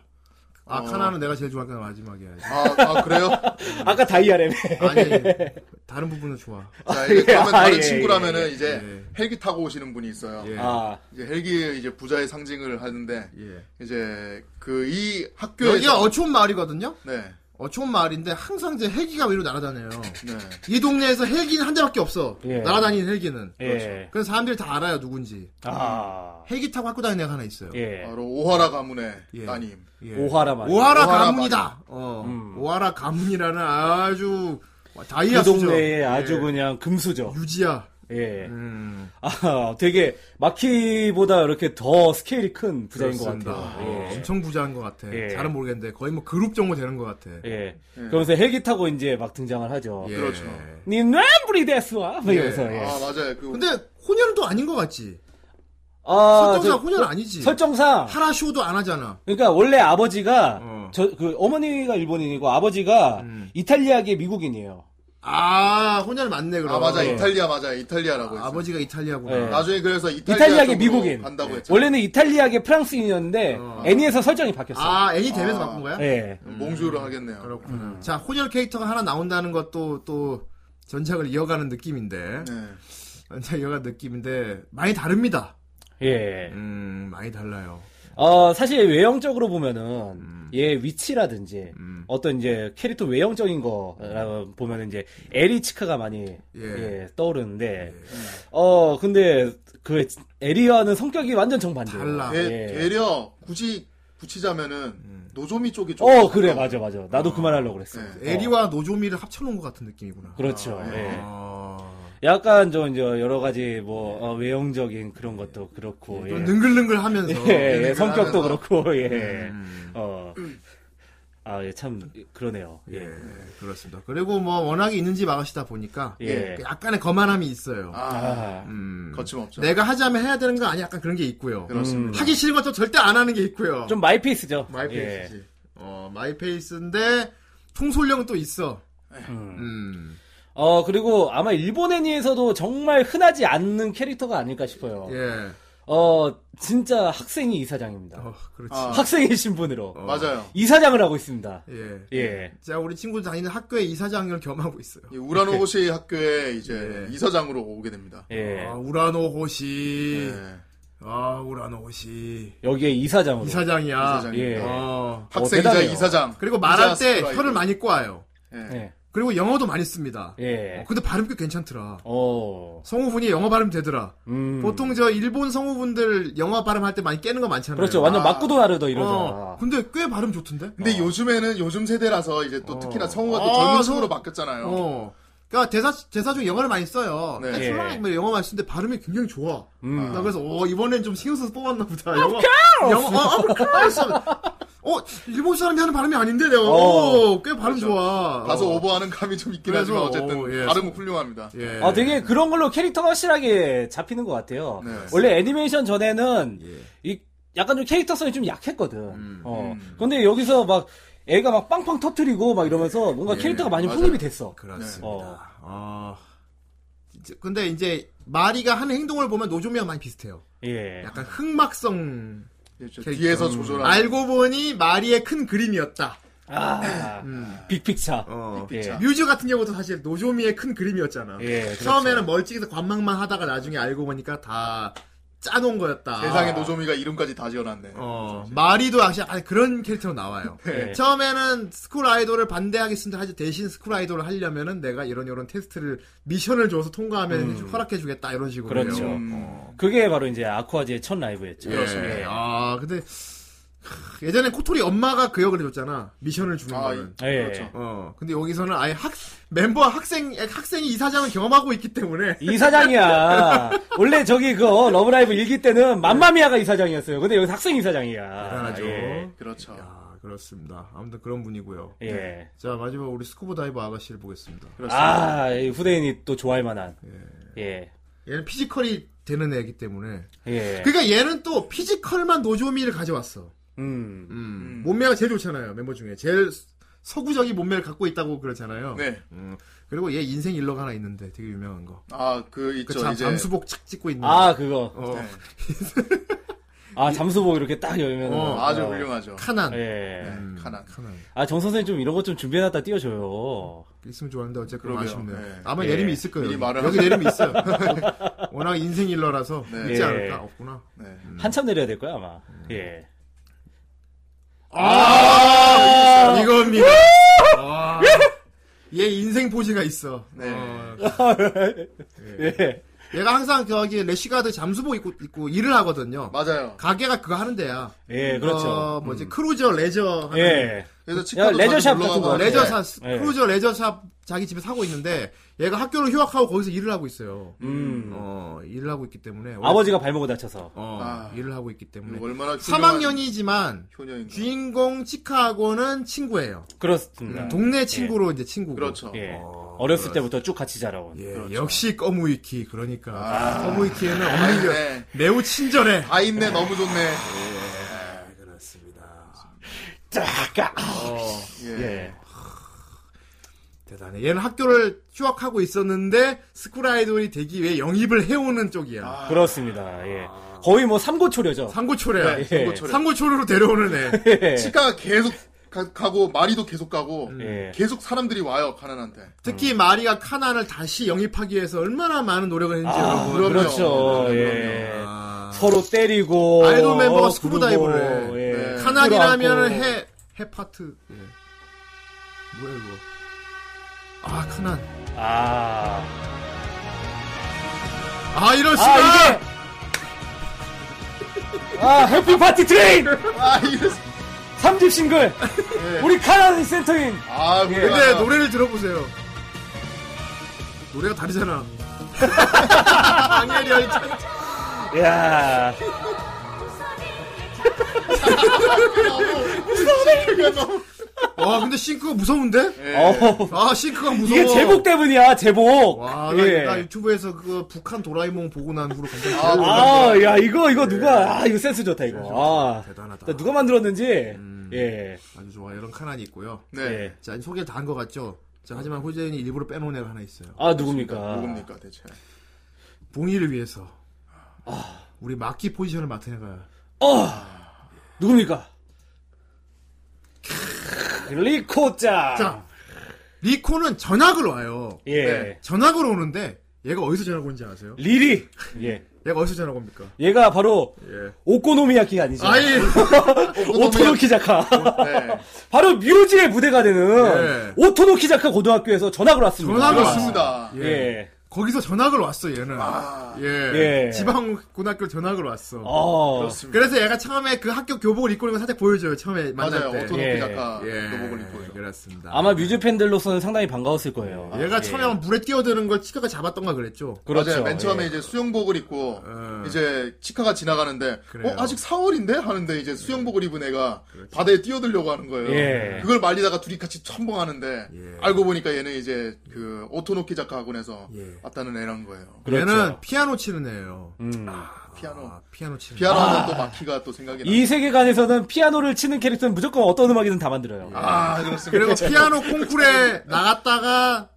Speaker 1: 아카나는 내가 제일 좋아하는 게
Speaker 3: <laughs>
Speaker 1: 마지막에 해야지.
Speaker 2: 아, 아, 그래요?
Speaker 3: 아까 다이아렘.
Speaker 1: 예. 아니, 다른 부분은 좋아.
Speaker 2: 자, 이제
Speaker 3: 예.
Speaker 2: 그러면 다른
Speaker 3: 아, 예,
Speaker 2: 친구라면은
Speaker 3: 예,
Speaker 2: 이제 헬기 타고 오시는 분이 있어요.
Speaker 1: 예.
Speaker 3: 아,
Speaker 2: 이제 헬기 이제 부자의 상징을 하는데
Speaker 1: 예.
Speaker 2: 이제 그 이
Speaker 1: 여기가
Speaker 2: 학교에서
Speaker 1: 어촌 마을이거든요?
Speaker 2: 네.
Speaker 1: 어촌 마을인데 항상 이제 헬기가 위로 날아다녀요.
Speaker 2: 네.
Speaker 1: 이 동네에서 헬기는 한 대밖에 없어.
Speaker 3: 예.
Speaker 1: 날아다니는 헬기는. 그렇죠.
Speaker 3: 예.
Speaker 1: 그래서 사람들이 다 알아요, 누군지.
Speaker 3: 아,
Speaker 1: 헬기 타고 학교 다니는 애가 하나 있어요.
Speaker 3: 예.
Speaker 2: 바로 오하라 가문의
Speaker 1: 예.
Speaker 2: 따님.
Speaker 1: 예.
Speaker 3: 오하라만.
Speaker 1: 오하라
Speaker 2: 오하라
Speaker 1: 가문이다. 어,
Speaker 3: 음.
Speaker 1: 오하라 가문이라는 아주
Speaker 3: 그
Speaker 1: 다이아스죠.
Speaker 3: 동네에 아주
Speaker 1: 예.
Speaker 3: 그냥 금수저.
Speaker 1: 유지야.
Speaker 3: 예.
Speaker 1: 음,
Speaker 3: 아, 되게 마키보다 이렇게 더 스케일이 큰 부자인
Speaker 1: 그렇습니다.
Speaker 3: 것 같아요.
Speaker 1: 어,
Speaker 3: 예.
Speaker 1: 엄청 부자인 것 같아.
Speaker 3: 예.
Speaker 1: 잘은 모르겠는데 거의 뭐 그룹 정도 되는 것 같아.
Speaker 3: 예. 어, 그러면서 헬기 타고 이제 막 등장을 하죠.
Speaker 1: 예.
Speaker 2: 그렇죠.
Speaker 3: 닌 램브리 데스와 막 이러면서. 예.
Speaker 2: 아, 맞아요. 그
Speaker 1: 근데 혼혈은 또 아닌 것 같지.
Speaker 3: 아,
Speaker 1: 설정상
Speaker 3: 저-
Speaker 1: 혼혈 아니지.
Speaker 3: 설정상
Speaker 1: 하라쇼도 안 하잖아.
Speaker 3: 그러니까 원래 아버지가
Speaker 1: 어.
Speaker 3: 저 그 어머니가 일본인이고 아버지가
Speaker 1: 음.
Speaker 3: 이탈리아계 미국인이에요.
Speaker 1: 아 혼혈 맞네 그럼.
Speaker 2: 아, 맞아.
Speaker 1: 예.
Speaker 2: 이탈리아 맞아. 이탈리아라고 했어요.
Speaker 1: 아, 버지가 이탈리아구나.
Speaker 3: 예.
Speaker 2: 나중에 그래서 이탈리아
Speaker 3: 이탈리아계
Speaker 2: 쪽으로
Speaker 3: 미국인. 예.
Speaker 2: 간다고 했죠.
Speaker 3: 원래는 이탈리아계 프랑스인이었는데
Speaker 1: 어.
Speaker 3: 애니에서 설정이 바뀌었어요.
Speaker 1: 아 애니 되면서
Speaker 2: 아.
Speaker 1: 바꾼 거야?
Speaker 3: 예.
Speaker 2: 몽주로 하겠네요.
Speaker 1: 그렇구나. 자 혼혈 캐릭터가 하나 나온다는 것도 또 전작을 이어가는 느낌인데.
Speaker 2: 네.
Speaker 1: 전작 이어가는 느낌인데 많이 다릅니다.
Speaker 3: 예.
Speaker 1: 음 많이 달라요.
Speaker 3: 어, 사실 외형적으로 보면은 얘 위치라든지
Speaker 1: 음.
Speaker 3: 어떤 이제 캐릭터 외형적인 거라고 보면은 이제 에리치카가 많이
Speaker 1: 예.
Speaker 3: 예, 떠오르는데 어 근데 그 에리와는 성격이 완전 정반대예요.
Speaker 1: 달라.
Speaker 2: 되,
Speaker 3: 예.
Speaker 2: 되려 굳이 붙이자면은
Speaker 1: 음.
Speaker 2: 노조미 쪽이 좀
Speaker 3: 어 그래 맞아 맞아 나도 그 말하려고 그랬어.
Speaker 2: 네.
Speaker 1: 예, 에리와 노조미를 합쳐놓은 것 같은 느낌이구나.
Speaker 3: 그렇죠.
Speaker 2: 아,
Speaker 3: 예.
Speaker 1: 아,
Speaker 3: 약간 좀 이제 여러 가지 뭐 어, 외형적인 그런 것도 그렇고 예.
Speaker 1: 좀 능글능글하면서.
Speaker 3: 예, 예,
Speaker 2: 능글하면서.
Speaker 3: 성격도 그렇고 예.
Speaker 1: 음,
Speaker 3: 어. 아, 예, 참 그러네요.
Speaker 1: 예,
Speaker 3: 예.
Speaker 1: 그렇습니다. 그리고 뭐 워낙에 있는지 막으시다 보니까
Speaker 3: 예.
Speaker 1: 그 약간의 거만함이 있어요.
Speaker 2: 아,
Speaker 3: 아.
Speaker 1: 음,
Speaker 2: 거침없죠.
Speaker 1: 내가 하자면 해야 되는 거 아니? 약간 그런 게 있고요.
Speaker 2: 그렇죠. 그렇습니다.
Speaker 1: 하기 싫은 것도 절대 안 하는 게 있고요.
Speaker 3: 좀 마이페이스죠.
Speaker 1: 마이페이스지. 어, 마이페이스인데 총소령은 또 있어.
Speaker 3: 음.
Speaker 1: 음,
Speaker 3: 어, 그리고 아마 일본 애니에서도 정말 흔하지 않는 캐릭터가 아닐까 싶어요.
Speaker 1: 예,
Speaker 3: 어, 진짜 학생이 이사장입니다.
Speaker 1: 어, 그렇지.
Speaker 2: 아,
Speaker 3: 학생의 신분으로
Speaker 1: 어.
Speaker 2: 맞아요.
Speaker 3: 이사장을 하고 있습니다.
Speaker 1: 예.
Speaker 3: 예.
Speaker 1: 자, 우리 친구 다니는 학교의 이사장을 겸하고 있어요.
Speaker 2: 이 우라노호시 학교에 이제
Speaker 1: 예.
Speaker 2: 이사장으로 오게 됩니다.
Speaker 3: 예.
Speaker 1: 아, 우라노 호시.
Speaker 2: 예.
Speaker 1: 아, 우라노 호시.
Speaker 3: 여기에 이사장으로.
Speaker 1: 이사장이야.
Speaker 2: 이사장입니다.
Speaker 3: 예.
Speaker 1: 아, 어.
Speaker 2: 학생이자
Speaker 3: 대단해요.
Speaker 2: 이사장.
Speaker 1: 그리고 말할
Speaker 2: 이사
Speaker 1: 때
Speaker 2: 스프라이브.
Speaker 1: 혀를 네. 많이 꼬아요.
Speaker 2: 예.
Speaker 3: 예.
Speaker 1: 그리고 영어도 많이 씁니다.
Speaker 3: 예.
Speaker 1: 어, 근데 발음 꽤 괜찮더라.
Speaker 3: 어.
Speaker 1: 성우분이 영어 발음 되더라.
Speaker 3: 음.
Speaker 1: 보통 저 일본 성우분들 영어 발음 할 때 많이 깨는 거 많잖아요.
Speaker 3: 그렇죠. 완전
Speaker 2: 아.
Speaker 3: 마꾸도 나르도
Speaker 1: 어,
Speaker 3: 이러잖아.
Speaker 1: 근데 꽤 발음
Speaker 2: 네.
Speaker 1: 좋던데?
Speaker 2: 근데 요즘에는 요즘 세대라서 이제 또 특히나 성우가 또
Speaker 1: 아,
Speaker 2: 젊은 성우로
Speaker 1: 어. 성-
Speaker 2: 바뀌었잖아요.
Speaker 1: 어. 그러니까 대사 대사 중에 영어를 많이 써요.
Speaker 2: 네.
Speaker 1: 네.
Speaker 3: 예.
Speaker 1: 출랑 영어 많이 쓰는데 발음이 굉장히 좋아.
Speaker 3: 음.
Speaker 1: 나 그래서 어 이번엔 좀 신경 써서 뽑았나 보다. 영어 영어 어, 어, 그래서, 어 일본 사람이 하는 발음이 아닌데 내가
Speaker 3: 어.
Speaker 1: 어, 꽤 발음 좋아.
Speaker 2: 다소
Speaker 1: 어.
Speaker 2: 그렇죠. 오버하는 감이 좀 있긴
Speaker 1: 그래서,
Speaker 2: 하지만 어쨌든
Speaker 1: 어, 예.
Speaker 2: 발음은 훌륭합니다.
Speaker 1: 예.
Speaker 3: 아, 되게 그런 걸로 캐릭터가 확실하게 잡히는 것 같아요.
Speaker 2: 네.
Speaker 3: 원래 애니메이션 전에는
Speaker 1: 예,
Speaker 3: 이 약간 좀 캐릭터성이 좀 약했거든.
Speaker 1: 음.
Speaker 3: 어. 근데 여기서 막 애가 막 빵빵 터트리고 막 이러면서 뭔가 캐릭터가 많이
Speaker 2: 맞아요.
Speaker 3: 확립이 됐어.
Speaker 1: 예. 그렇습니다.
Speaker 3: 어.
Speaker 1: 아. 이제- 근데 이제 마리가 하는 행동을 보면 노조미랑 많이 비슷해요.
Speaker 3: 예.
Speaker 1: 약간 흑막성.
Speaker 2: 예, 저
Speaker 1: 캐릭터.
Speaker 2: 뒤에서
Speaker 3: 음.
Speaker 1: 음.
Speaker 2: 조절하는.
Speaker 1: 알고 보니 마리의 큰 그림이었다.
Speaker 3: 아,
Speaker 1: 음.
Speaker 3: 빅픽처.
Speaker 1: 어.
Speaker 2: 예.
Speaker 3: 빅픽처.
Speaker 1: 뮤즈 같은 경우도 사실 노조미의 큰 그림이었잖아.
Speaker 3: 예, 그렇죠.
Speaker 1: 처음에는 멀찍이서 관망만 하다가 나중에 알고 보니까 다 짜놓은 거였다.
Speaker 2: 세상에 노조미가 이름까지 다
Speaker 1: 아.
Speaker 2: 지어놨네. <laughs>
Speaker 1: 어, 마리도 역시 아니, 그런 캐릭터로 나와요.
Speaker 3: 네.
Speaker 1: 처음에는 스쿨 아이돌을 반대하겠습니다. 하지 대신 스쿨 아이돌을 하려면은 내가 이런 이런 테스트를 미션을 줘서 통과하면 허락해주겠다 이런 식으로.
Speaker 3: 음. 그렇죠.
Speaker 1: 해요.
Speaker 2: 음.
Speaker 3: 그게 바로 이제 아쿠아즈의 첫 라이브였죠.
Speaker 1: 예.
Speaker 3: 예.
Speaker 1: 아 근데 크, 예전에 코토리 엄마가 그 역을 해줬잖아. 미션을 주는
Speaker 2: 아,
Speaker 1: 거는.
Speaker 3: 예.
Speaker 2: 그렇죠.
Speaker 1: 어, 근데 여기서는 아예 학, 멤버와 학생, 학생이 이 사장을 경험하고 있기 때문에.
Speaker 3: 이사장이야. 원래 저기 그 어, 러브라이브 일기 때는 맘마미아가 이사장이었어요. 근데 여기 학생 이사장이야.
Speaker 1: 대단하죠.
Speaker 3: 예.
Speaker 2: 그렇죠.
Speaker 1: 야, 아, 그렇습니다. 아무튼 그런 분이고요.
Speaker 3: 예.
Speaker 1: 자, 마지막 우리 스쿠버 다이버 아가씨를 보겠습니다.
Speaker 3: 아, 이 후대인이 또 좋아할 만한. 예.
Speaker 1: 얘는 피지컬이 되는 애기 때문에.
Speaker 3: 예.
Speaker 1: 그러니까 얘는 또 피지컬만 노조미를 가져왔어.
Speaker 3: 음.
Speaker 1: 음. 몸매가 제일 좋잖아요, 멤버 중에. 제일 서구적인 몸매를 갖고 있다고 그러잖아요.
Speaker 2: 네.
Speaker 1: 음. 그리고 얘 인생 일러가 하나 있는데 되게 유명한 거.
Speaker 2: 아, 그
Speaker 1: 그
Speaker 2: 있죠.
Speaker 1: 잠,
Speaker 2: 이제
Speaker 1: 잠수복 착 찍고 있는
Speaker 3: 아,
Speaker 1: 거.
Speaker 3: 그거.
Speaker 1: 어,
Speaker 2: 네.
Speaker 3: 아, 잠수복 이렇게 딱 열면.
Speaker 1: 어,
Speaker 2: 아주 훌륭하죠.
Speaker 1: 카난.
Speaker 3: 예.
Speaker 1: 음,
Speaker 2: 네. 카난.
Speaker 1: 카난.
Speaker 3: 아, 정 선생님 좀 이런 것 좀 준비해놨다 띄워줘요.
Speaker 1: 있으면 좋았는데 어쨌건
Speaker 2: 그러게요.
Speaker 1: 아쉽네요.
Speaker 2: 예.
Speaker 1: 아마
Speaker 3: 예.
Speaker 1: 예림이 있을 거예요.
Speaker 2: 미리
Speaker 1: 여기,
Speaker 2: 말을
Speaker 1: 여기 예림이
Speaker 2: <laughs>
Speaker 1: 있어요. <laughs> 워낙 인생 일러라서
Speaker 2: 네.
Speaker 1: 있지
Speaker 3: 예.
Speaker 1: 않을까? 없구나.
Speaker 2: 네.
Speaker 3: 한참 내려야 될 거야, 아마.
Speaker 1: 음.
Speaker 3: 예. <laughs>
Speaker 1: 아, 이겁니다.
Speaker 3: 예.
Speaker 1: 와. 얘 인생 포즈가 있어.
Speaker 2: 네.
Speaker 1: 어,
Speaker 3: 예.
Speaker 1: 얘가 항상 저기 래시가드 잠수복 입고, 입고 일을 하거든요.
Speaker 2: 맞아요.
Speaker 1: 가게가 그거 하는 데야.
Speaker 3: 예, 그렇죠.
Speaker 1: 어, 뭐지 크루저 레저 하는
Speaker 3: 예.
Speaker 2: 그래서 치카도
Speaker 3: 레저샵
Speaker 2: 자주
Speaker 3: 같은
Speaker 2: 놀러가고
Speaker 3: 거.
Speaker 1: 어, 레저샵
Speaker 3: 예.
Speaker 1: 크루저 레저샵 자기 집에 사고 있는데 얘가 학교를 휴학하고 거기서 일을 하고 있어요.
Speaker 3: 음.
Speaker 1: 어 일을 하고 있기 때문에
Speaker 3: 아버지가 발목을 다쳐서.
Speaker 1: 어,
Speaker 2: 아.
Speaker 1: 일을 하고 있기 때문에
Speaker 2: 얼마나
Speaker 1: 3학년이지만 네.
Speaker 2: 효녀인가.
Speaker 1: 주인공 치카하고는 친구예요.
Speaker 3: 그렇습니다.
Speaker 1: 동네 친구로 이제 친구고.
Speaker 2: 그렇죠.
Speaker 3: 예.
Speaker 1: 음. 어,
Speaker 3: 어, 렸을 때부터 쭉 같이 자라온.
Speaker 1: 예, 역시 꺼무위키 그러니까 꺼무위키에는 없는 게
Speaker 2: 네.
Speaker 1: 매우 친절해.
Speaker 2: 다 있네. 너무 좋네.
Speaker 1: 그렇습니다.
Speaker 3: 쫙! 아,
Speaker 2: 예.
Speaker 3: 예.
Speaker 1: 대단해. 얘는 학교를 휴학하고 있었는데 스쿨 아이돌이 되기 위해 영입을 해오는 쪽이야.
Speaker 3: 아. 그렇습니다. 예.
Speaker 1: 아.
Speaker 3: 거의 뭐 삼고초려죠.
Speaker 1: 상고초래야.
Speaker 2: 네, 상고초래.
Speaker 1: 상고초래로 데려오는 애.
Speaker 3: 예.
Speaker 2: 치카가 계속 가, 가고 마리도 계속 가고
Speaker 1: 음,
Speaker 3: 예.
Speaker 2: 계속 사람들이 와요. 카난한테.
Speaker 1: 특히 마리가 카난을 다시 영입하기 위해서 얼마나 많은 노력을 했는지
Speaker 3: 아,
Speaker 1: 여러분.
Speaker 3: 그렇죠.
Speaker 2: 그럼요.
Speaker 3: 예.
Speaker 1: 아.
Speaker 3: 서로 때리고
Speaker 1: 아이돌 멤버가
Speaker 3: 어,
Speaker 1: 스쿠버
Speaker 3: 구르고,
Speaker 1: 다이브를 해.
Speaker 3: 예.
Speaker 2: 네.
Speaker 1: 카난이라면
Speaker 3: 끌어안고.
Speaker 1: 해, 해 파트. 예. 뭐야, 이거. 아, 카난.
Speaker 3: 아,
Speaker 1: 아, 이럴 수가!
Speaker 3: 아 이게 <laughs> 아 해피 파티 트레인
Speaker 2: 아, 이거
Speaker 3: 삼집 싱글 우리 카나다 센터인
Speaker 2: 아,
Speaker 3: 예.
Speaker 2: 훌륭하다.
Speaker 1: 근데 노래를 들어보세요. 노래가
Speaker 3: <laughs>
Speaker 1: 다르잖아. 강렬이 알잖아.
Speaker 3: 야
Speaker 1: 와, 근데 싱크가 무서운데?
Speaker 2: 예.
Speaker 3: 어,
Speaker 1: 아, 싱크가 무서워.
Speaker 3: 이게 제복 때문이야 제복 예.
Speaker 1: 와, 나, 나 유튜브에서 그거 북한 도라이몽 보고 난 후로 굉장히
Speaker 2: 아,
Speaker 1: 제일
Speaker 3: 아 야 이거 이거 누가 아 이거 센스 좋다 이거 아
Speaker 1: 대단하다.
Speaker 3: 나 누가 만들었는지 예,
Speaker 1: 아주 좋아. 이런 카난이 있고요.
Speaker 2: 네.
Speaker 3: 예.
Speaker 1: 자, 이제 소개를 다 한 것 같죠? 자, 하지만 호재인이 일부러 빼놓은 애가 하나 있어요.
Speaker 3: 아 누굽니까
Speaker 2: 누굽니까 대체?
Speaker 1: 봉이를 위해서.
Speaker 3: 아.
Speaker 1: 우리 막기 포지션을 맡은 애가.
Speaker 3: 어 누굽니까 리코짱
Speaker 1: 자, 리코는 전학을 와요.
Speaker 3: 예
Speaker 2: 네.
Speaker 1: 전학을 오는데, 얘가 어디서 전학 온지 아세요?
Speaker 3: 리리 예
Speaker 1: 얘가 어디서 전학 옵니까?
Speaker 3: 얘가 바로
Speaker 1: 예.
Speaker 3: 오코노미야키가 아니죠.
Speaker 1: 아이,
Speaker 3: 어, 오토노키자카.
Speaker 2: 네.
Speaker 3: 바로 뮤지의 무대가 되는
Speaker 1: 예.
Speaker 3: 오토노키자카 고등학교에서 전학을 왔습니다.
Speaker 1: 전학을
Speaker 2: 아, 그렇습니다.
Speaker 3: <laughs> 예.
Speaker 1: 거기서 전학을 왔어 얘는.
Speaker 2: 아.
Speaker 1: 예.
Speaker 3: 예.
Speaker 1: 지방 고등학교 전학을 왔어.
Speaker 3: 어.
Speaker 2: 그렇습니다.
Speaker 1: 그래서 얘가 처음에 그 학교 교복을 입고 있는 걸 살짝 보여줘요. 처음에 만날
Speaker 2: 맞아요.
Speaker 1: 때.
Speaker 2: 오토노피
Speaker 3: 예.
Speaker 2: 작가
Speaker 1: 예.
Speaker 2: 교복을 입고 있죠.
Speaker 1: 그렇습니다.
Speaker 3: 아마 뮤즈 팬들로서는 상당히 반가웠을 거예요.
Speaker 1: 얘가
Speaker 3: 아,
Speaker 1: 처음에 아마 물에 뛰어드는 걸 치카가 잡았던가 그랬죠.
Speaker 2: 맞아요. 맨 처음에
Speaker 3: 예.
Speaker 2: 이제 수영복을 입고
Speaker 1: 어.
Speaker 2: 이제 치카가 지나가는데
Speaker 1: 그래요. 예. 그렇죠.
Speaker 2: 어 아직 4월인데 하는데 이제 수영복을 입은 애가 바다에 뛰어들려고 하는 거예요.
Speaker 3: 예.
Speaker 2: 그걸 말리다가 둘이 같이 첨벙하는데
Speaker 1: 예.
Speaker 2: 알고 보니까 얘는 이제 그 오토노키 작가 학원에서
Speaker 1: 예.
Speaker 2: 왔다는 애란 거예요.
Speaker 3: 그렇죠.
Speaker 1: 얘는 피아노 치는 애예요.
Speaker 3: 음.
Speaker 2: 피아노.
Speaker 1: 아, 피아노 치는.
Speaker 2: 피아노 하면 또 마키가 또 생각이 나.
Speaker 3: 이 세계관에서는 피아노를 치는 캐릭터는 무조건 어떤 음악이든 다 만들어요.
Speaker 2: 아 그렇습니다.
Speaker 1: 그리고 피아노 콩쿨에 나갔다가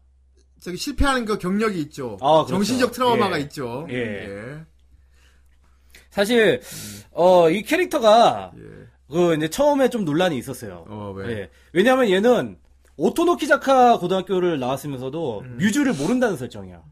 Speaker 1: 저기 실패하는 그 경력이 있죠.
Speaker 3: 아, 그렇죠.
Speaker 1: 정신적 트라우마가
Speaker 3: 예.
Speaker 1: 있죠.
Speaker 3: 예.
Speaker 1: 예.
Speaker 3: 사실 어 이 캐릭터가
Speaker 1: 예.
Speaker 3: 그 이제 처음에 좀 논란이 있었어요.
Speaker 1: 어, 왜?
Speaker 3: 예. 왜냐하면 얘는 오토노키자카 고등학교를 나왔으면서도 뮤즈를 모른다는 설정이야.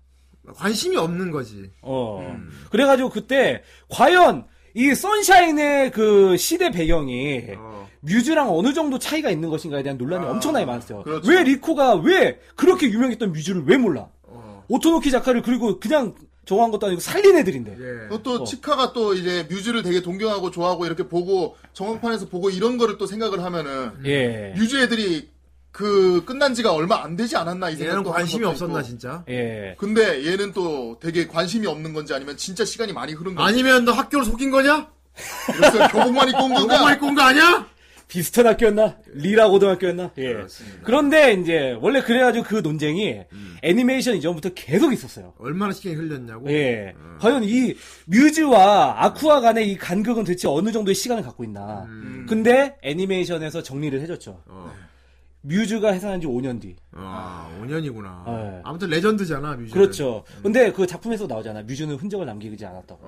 Speaker 1: 관심이 없는 거지.
Speaker 3: 어.
Speaker 2: 음.
Speaker 3: 그래가지고 그때 과연 이 선샤인의 그 시대 배경이
Speaker 1: 어.
Speaker 3: 뮤즈랑 어느 정도 차이가 있는 것인가에 대한 논란이 엄청나게 많았어요.
Speaker 2: 아, 그렇죠.
Speaker 3: 왜 리코가 왜 그렇게 유명했던 뮤즈를 왜 몰라?
Speaker 1: 어,
Speaker 3: 오토노키 자카를 그리고 그냥 저거 한 것도 아니고 살린 애들인데.
Speaker 1: 예.
Speaker 2: 또 치카가 또 이제 뮤즈를 되게 동경하고 좋아하고 이렇게 보고 정황판에서 보고 이런 거를 또 생각을 하면은
Speaker 3: 예.
Speaker 2: 뮤즈 애들이 그 끝난 지가 얼마 안 되지 않았나 이
Speaker 1: 얘는
Speaker 2: 생각도 하는
Speaker 1: 관심이
Speaker 2: 것도
Speaker 1: 없었나
Speaker 2: 있고.
Speaker 1: 진짜.
Speaker 3: 예.
Speaker 2: 근데 얘는 또 되게 관심이 없는 건지 아니면 진짜 시간이 많이 흐른 건지
Speaker 1: 아니면 너 학교를 속인 거냐?
Speaker 2: 그래서
Speaker 1: <laughs>
Speaker 2: 교복만 입고 온
Speaker 1: 너무
Speaker 2: 건가?
Speaker 1: 입고 온 거 아니야?
Speaker 3: 비슷한 학교였나? 리라 고등학교였나? 예. 그런데 이제 원래 그래가지고 그 논쟁이
Speaker 2: 음.
Speaker 3: 애니메이션 이전부터 계속 있었어요.
Speaker 1: 얼마나 시간이 흘렸냐고.
Speaker 3: 예. 과연 이 뮤즈와 아쿠아 간의 이 간격은 대체 어느 정도의 시간을 갖고 있나.
Speaker 1: 음.
Speaker 3: 근데 애니메이션에서 정리를 해줬죠.
Speaker 1: 어.
Speaker 3: 뮤즈가 해산한 지 5년 뒤.
Speaker 1: 아, 5년이구나.
Speaker 3: 예.
Speaker 1: 아무튼 레전드잖아, 뮤즈. 음.
Speaker 3: 그렇죠. 근데 그 작품에서 나오잖아. 뮤즈는 흔적을 남기지 않았다고.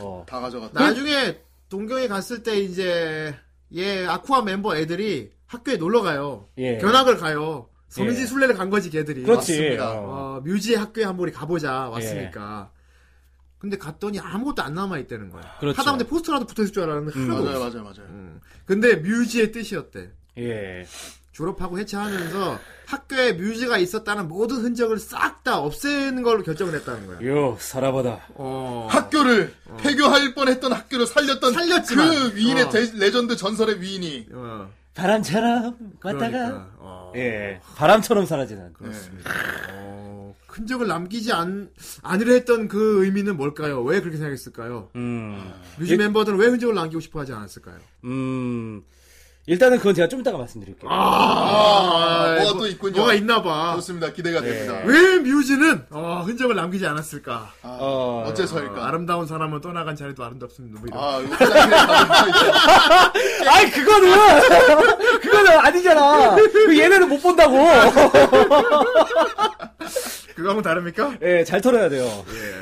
Speaker 3: 어.
Speaker 2: 다 가져갔다. 음.
Speaker 1: 나중에 동경에 갔을 때 이제 얘 아쿠아 멤버 애들이 학교에 놀러 가요.
Speaker 3: 예.
Speaker 1: 견학을 가요.
Speaker 3: 예.
Speaker 1: 서민지 순례를 간 거지 걔들이.
Speaker 3: 그렇지.
Speaker 2: 맞습니다.
Speaker 3: 어. 예.
Speaker 1: 어, 뮤지의 학교에 한 번이 가보자 왔으니까. 근데 갔더니 아무것도 안 남아 있다는 거야.
Speaker 3: 그렇죠.
Speaker 1: 하다못해 포스터라도 붙어있을 줄 알았는데 하나도
Speaker 2: 맞아요,
Speaker 1: 없어.
Speaker 2: 맞아요, 맞아요.
Speaker 1: 음. 근데 뮤지의 뜻이었대.
Speaker 3: 예.
Speaker 1: 졸업하고 해체하면서 학교에 뮤지가 있었다는 모든 흔적을 싹 다 없애는 걸로 결정을 했다는 거야.
Speaker 3: 요, 사라바다.
Speaker 1: 어.
Speaker 2: 학교를 폐교할 뻔했던 학교를 살렸던
Speaker 1: 살렸지만.
Speaker 2: 그 위인의
Speaker 1: 어.
Speaker 2: 데- 레전드 전설의 위인이
Speaker 1: 어,
Speaker 3: 바람처럼 왔다가.
Speaker 1: 그러니까. 어.
Speaker 3: 예. 바람처럼 사라지는.
Speaker 1: 그렇습니다. 어, 흔적을 남기지 않, 않으려 했던 그 의미는 뭘까요? 왜 그렇게 생각했을까요?
Speaker 3: 음.
Speaker 1: 뮤지
Speaker 3: 예.
Speaker 1: 멤버들은 왜 흔적을 남기고 싶어 하지 않았을까요?
Speaker 3: 음. 일단은 그건 제가 좀 이따가 말씀드릴게요.
Speaker 2: 아, 뭐가
Speaker 1: 뭐-
Speaker 2: 또 있군요.
Speaker 1: 뭐가 있나 봐.
Speaker 2: 그렇습니다. 기대가 됩니다.
Speaker 1: 왜 뮤지는 어, 흔적을 남기지 않았을까?
Speaker 2: 아,
Speaker 3: 어.
Speaker 1: 어,
Speaker 2: 어째서일까?
Speaker 1: 아름다운 사람은 떠나간 자리도 아름답습니다. 뭐 이런.
Speaker 2: 아, 이거 화장실에
Speaker 1: <laughs>
Speaker 2: 가면 있어요.
Speaker 3: 아이, 그거는! <laughs> 그거는 아니잖아! 그 얘네는 못 본다고!
Speaker 1: 아, 그거하고 다릅니까?
Speaker 3: 예, 잘 털어야 돼요.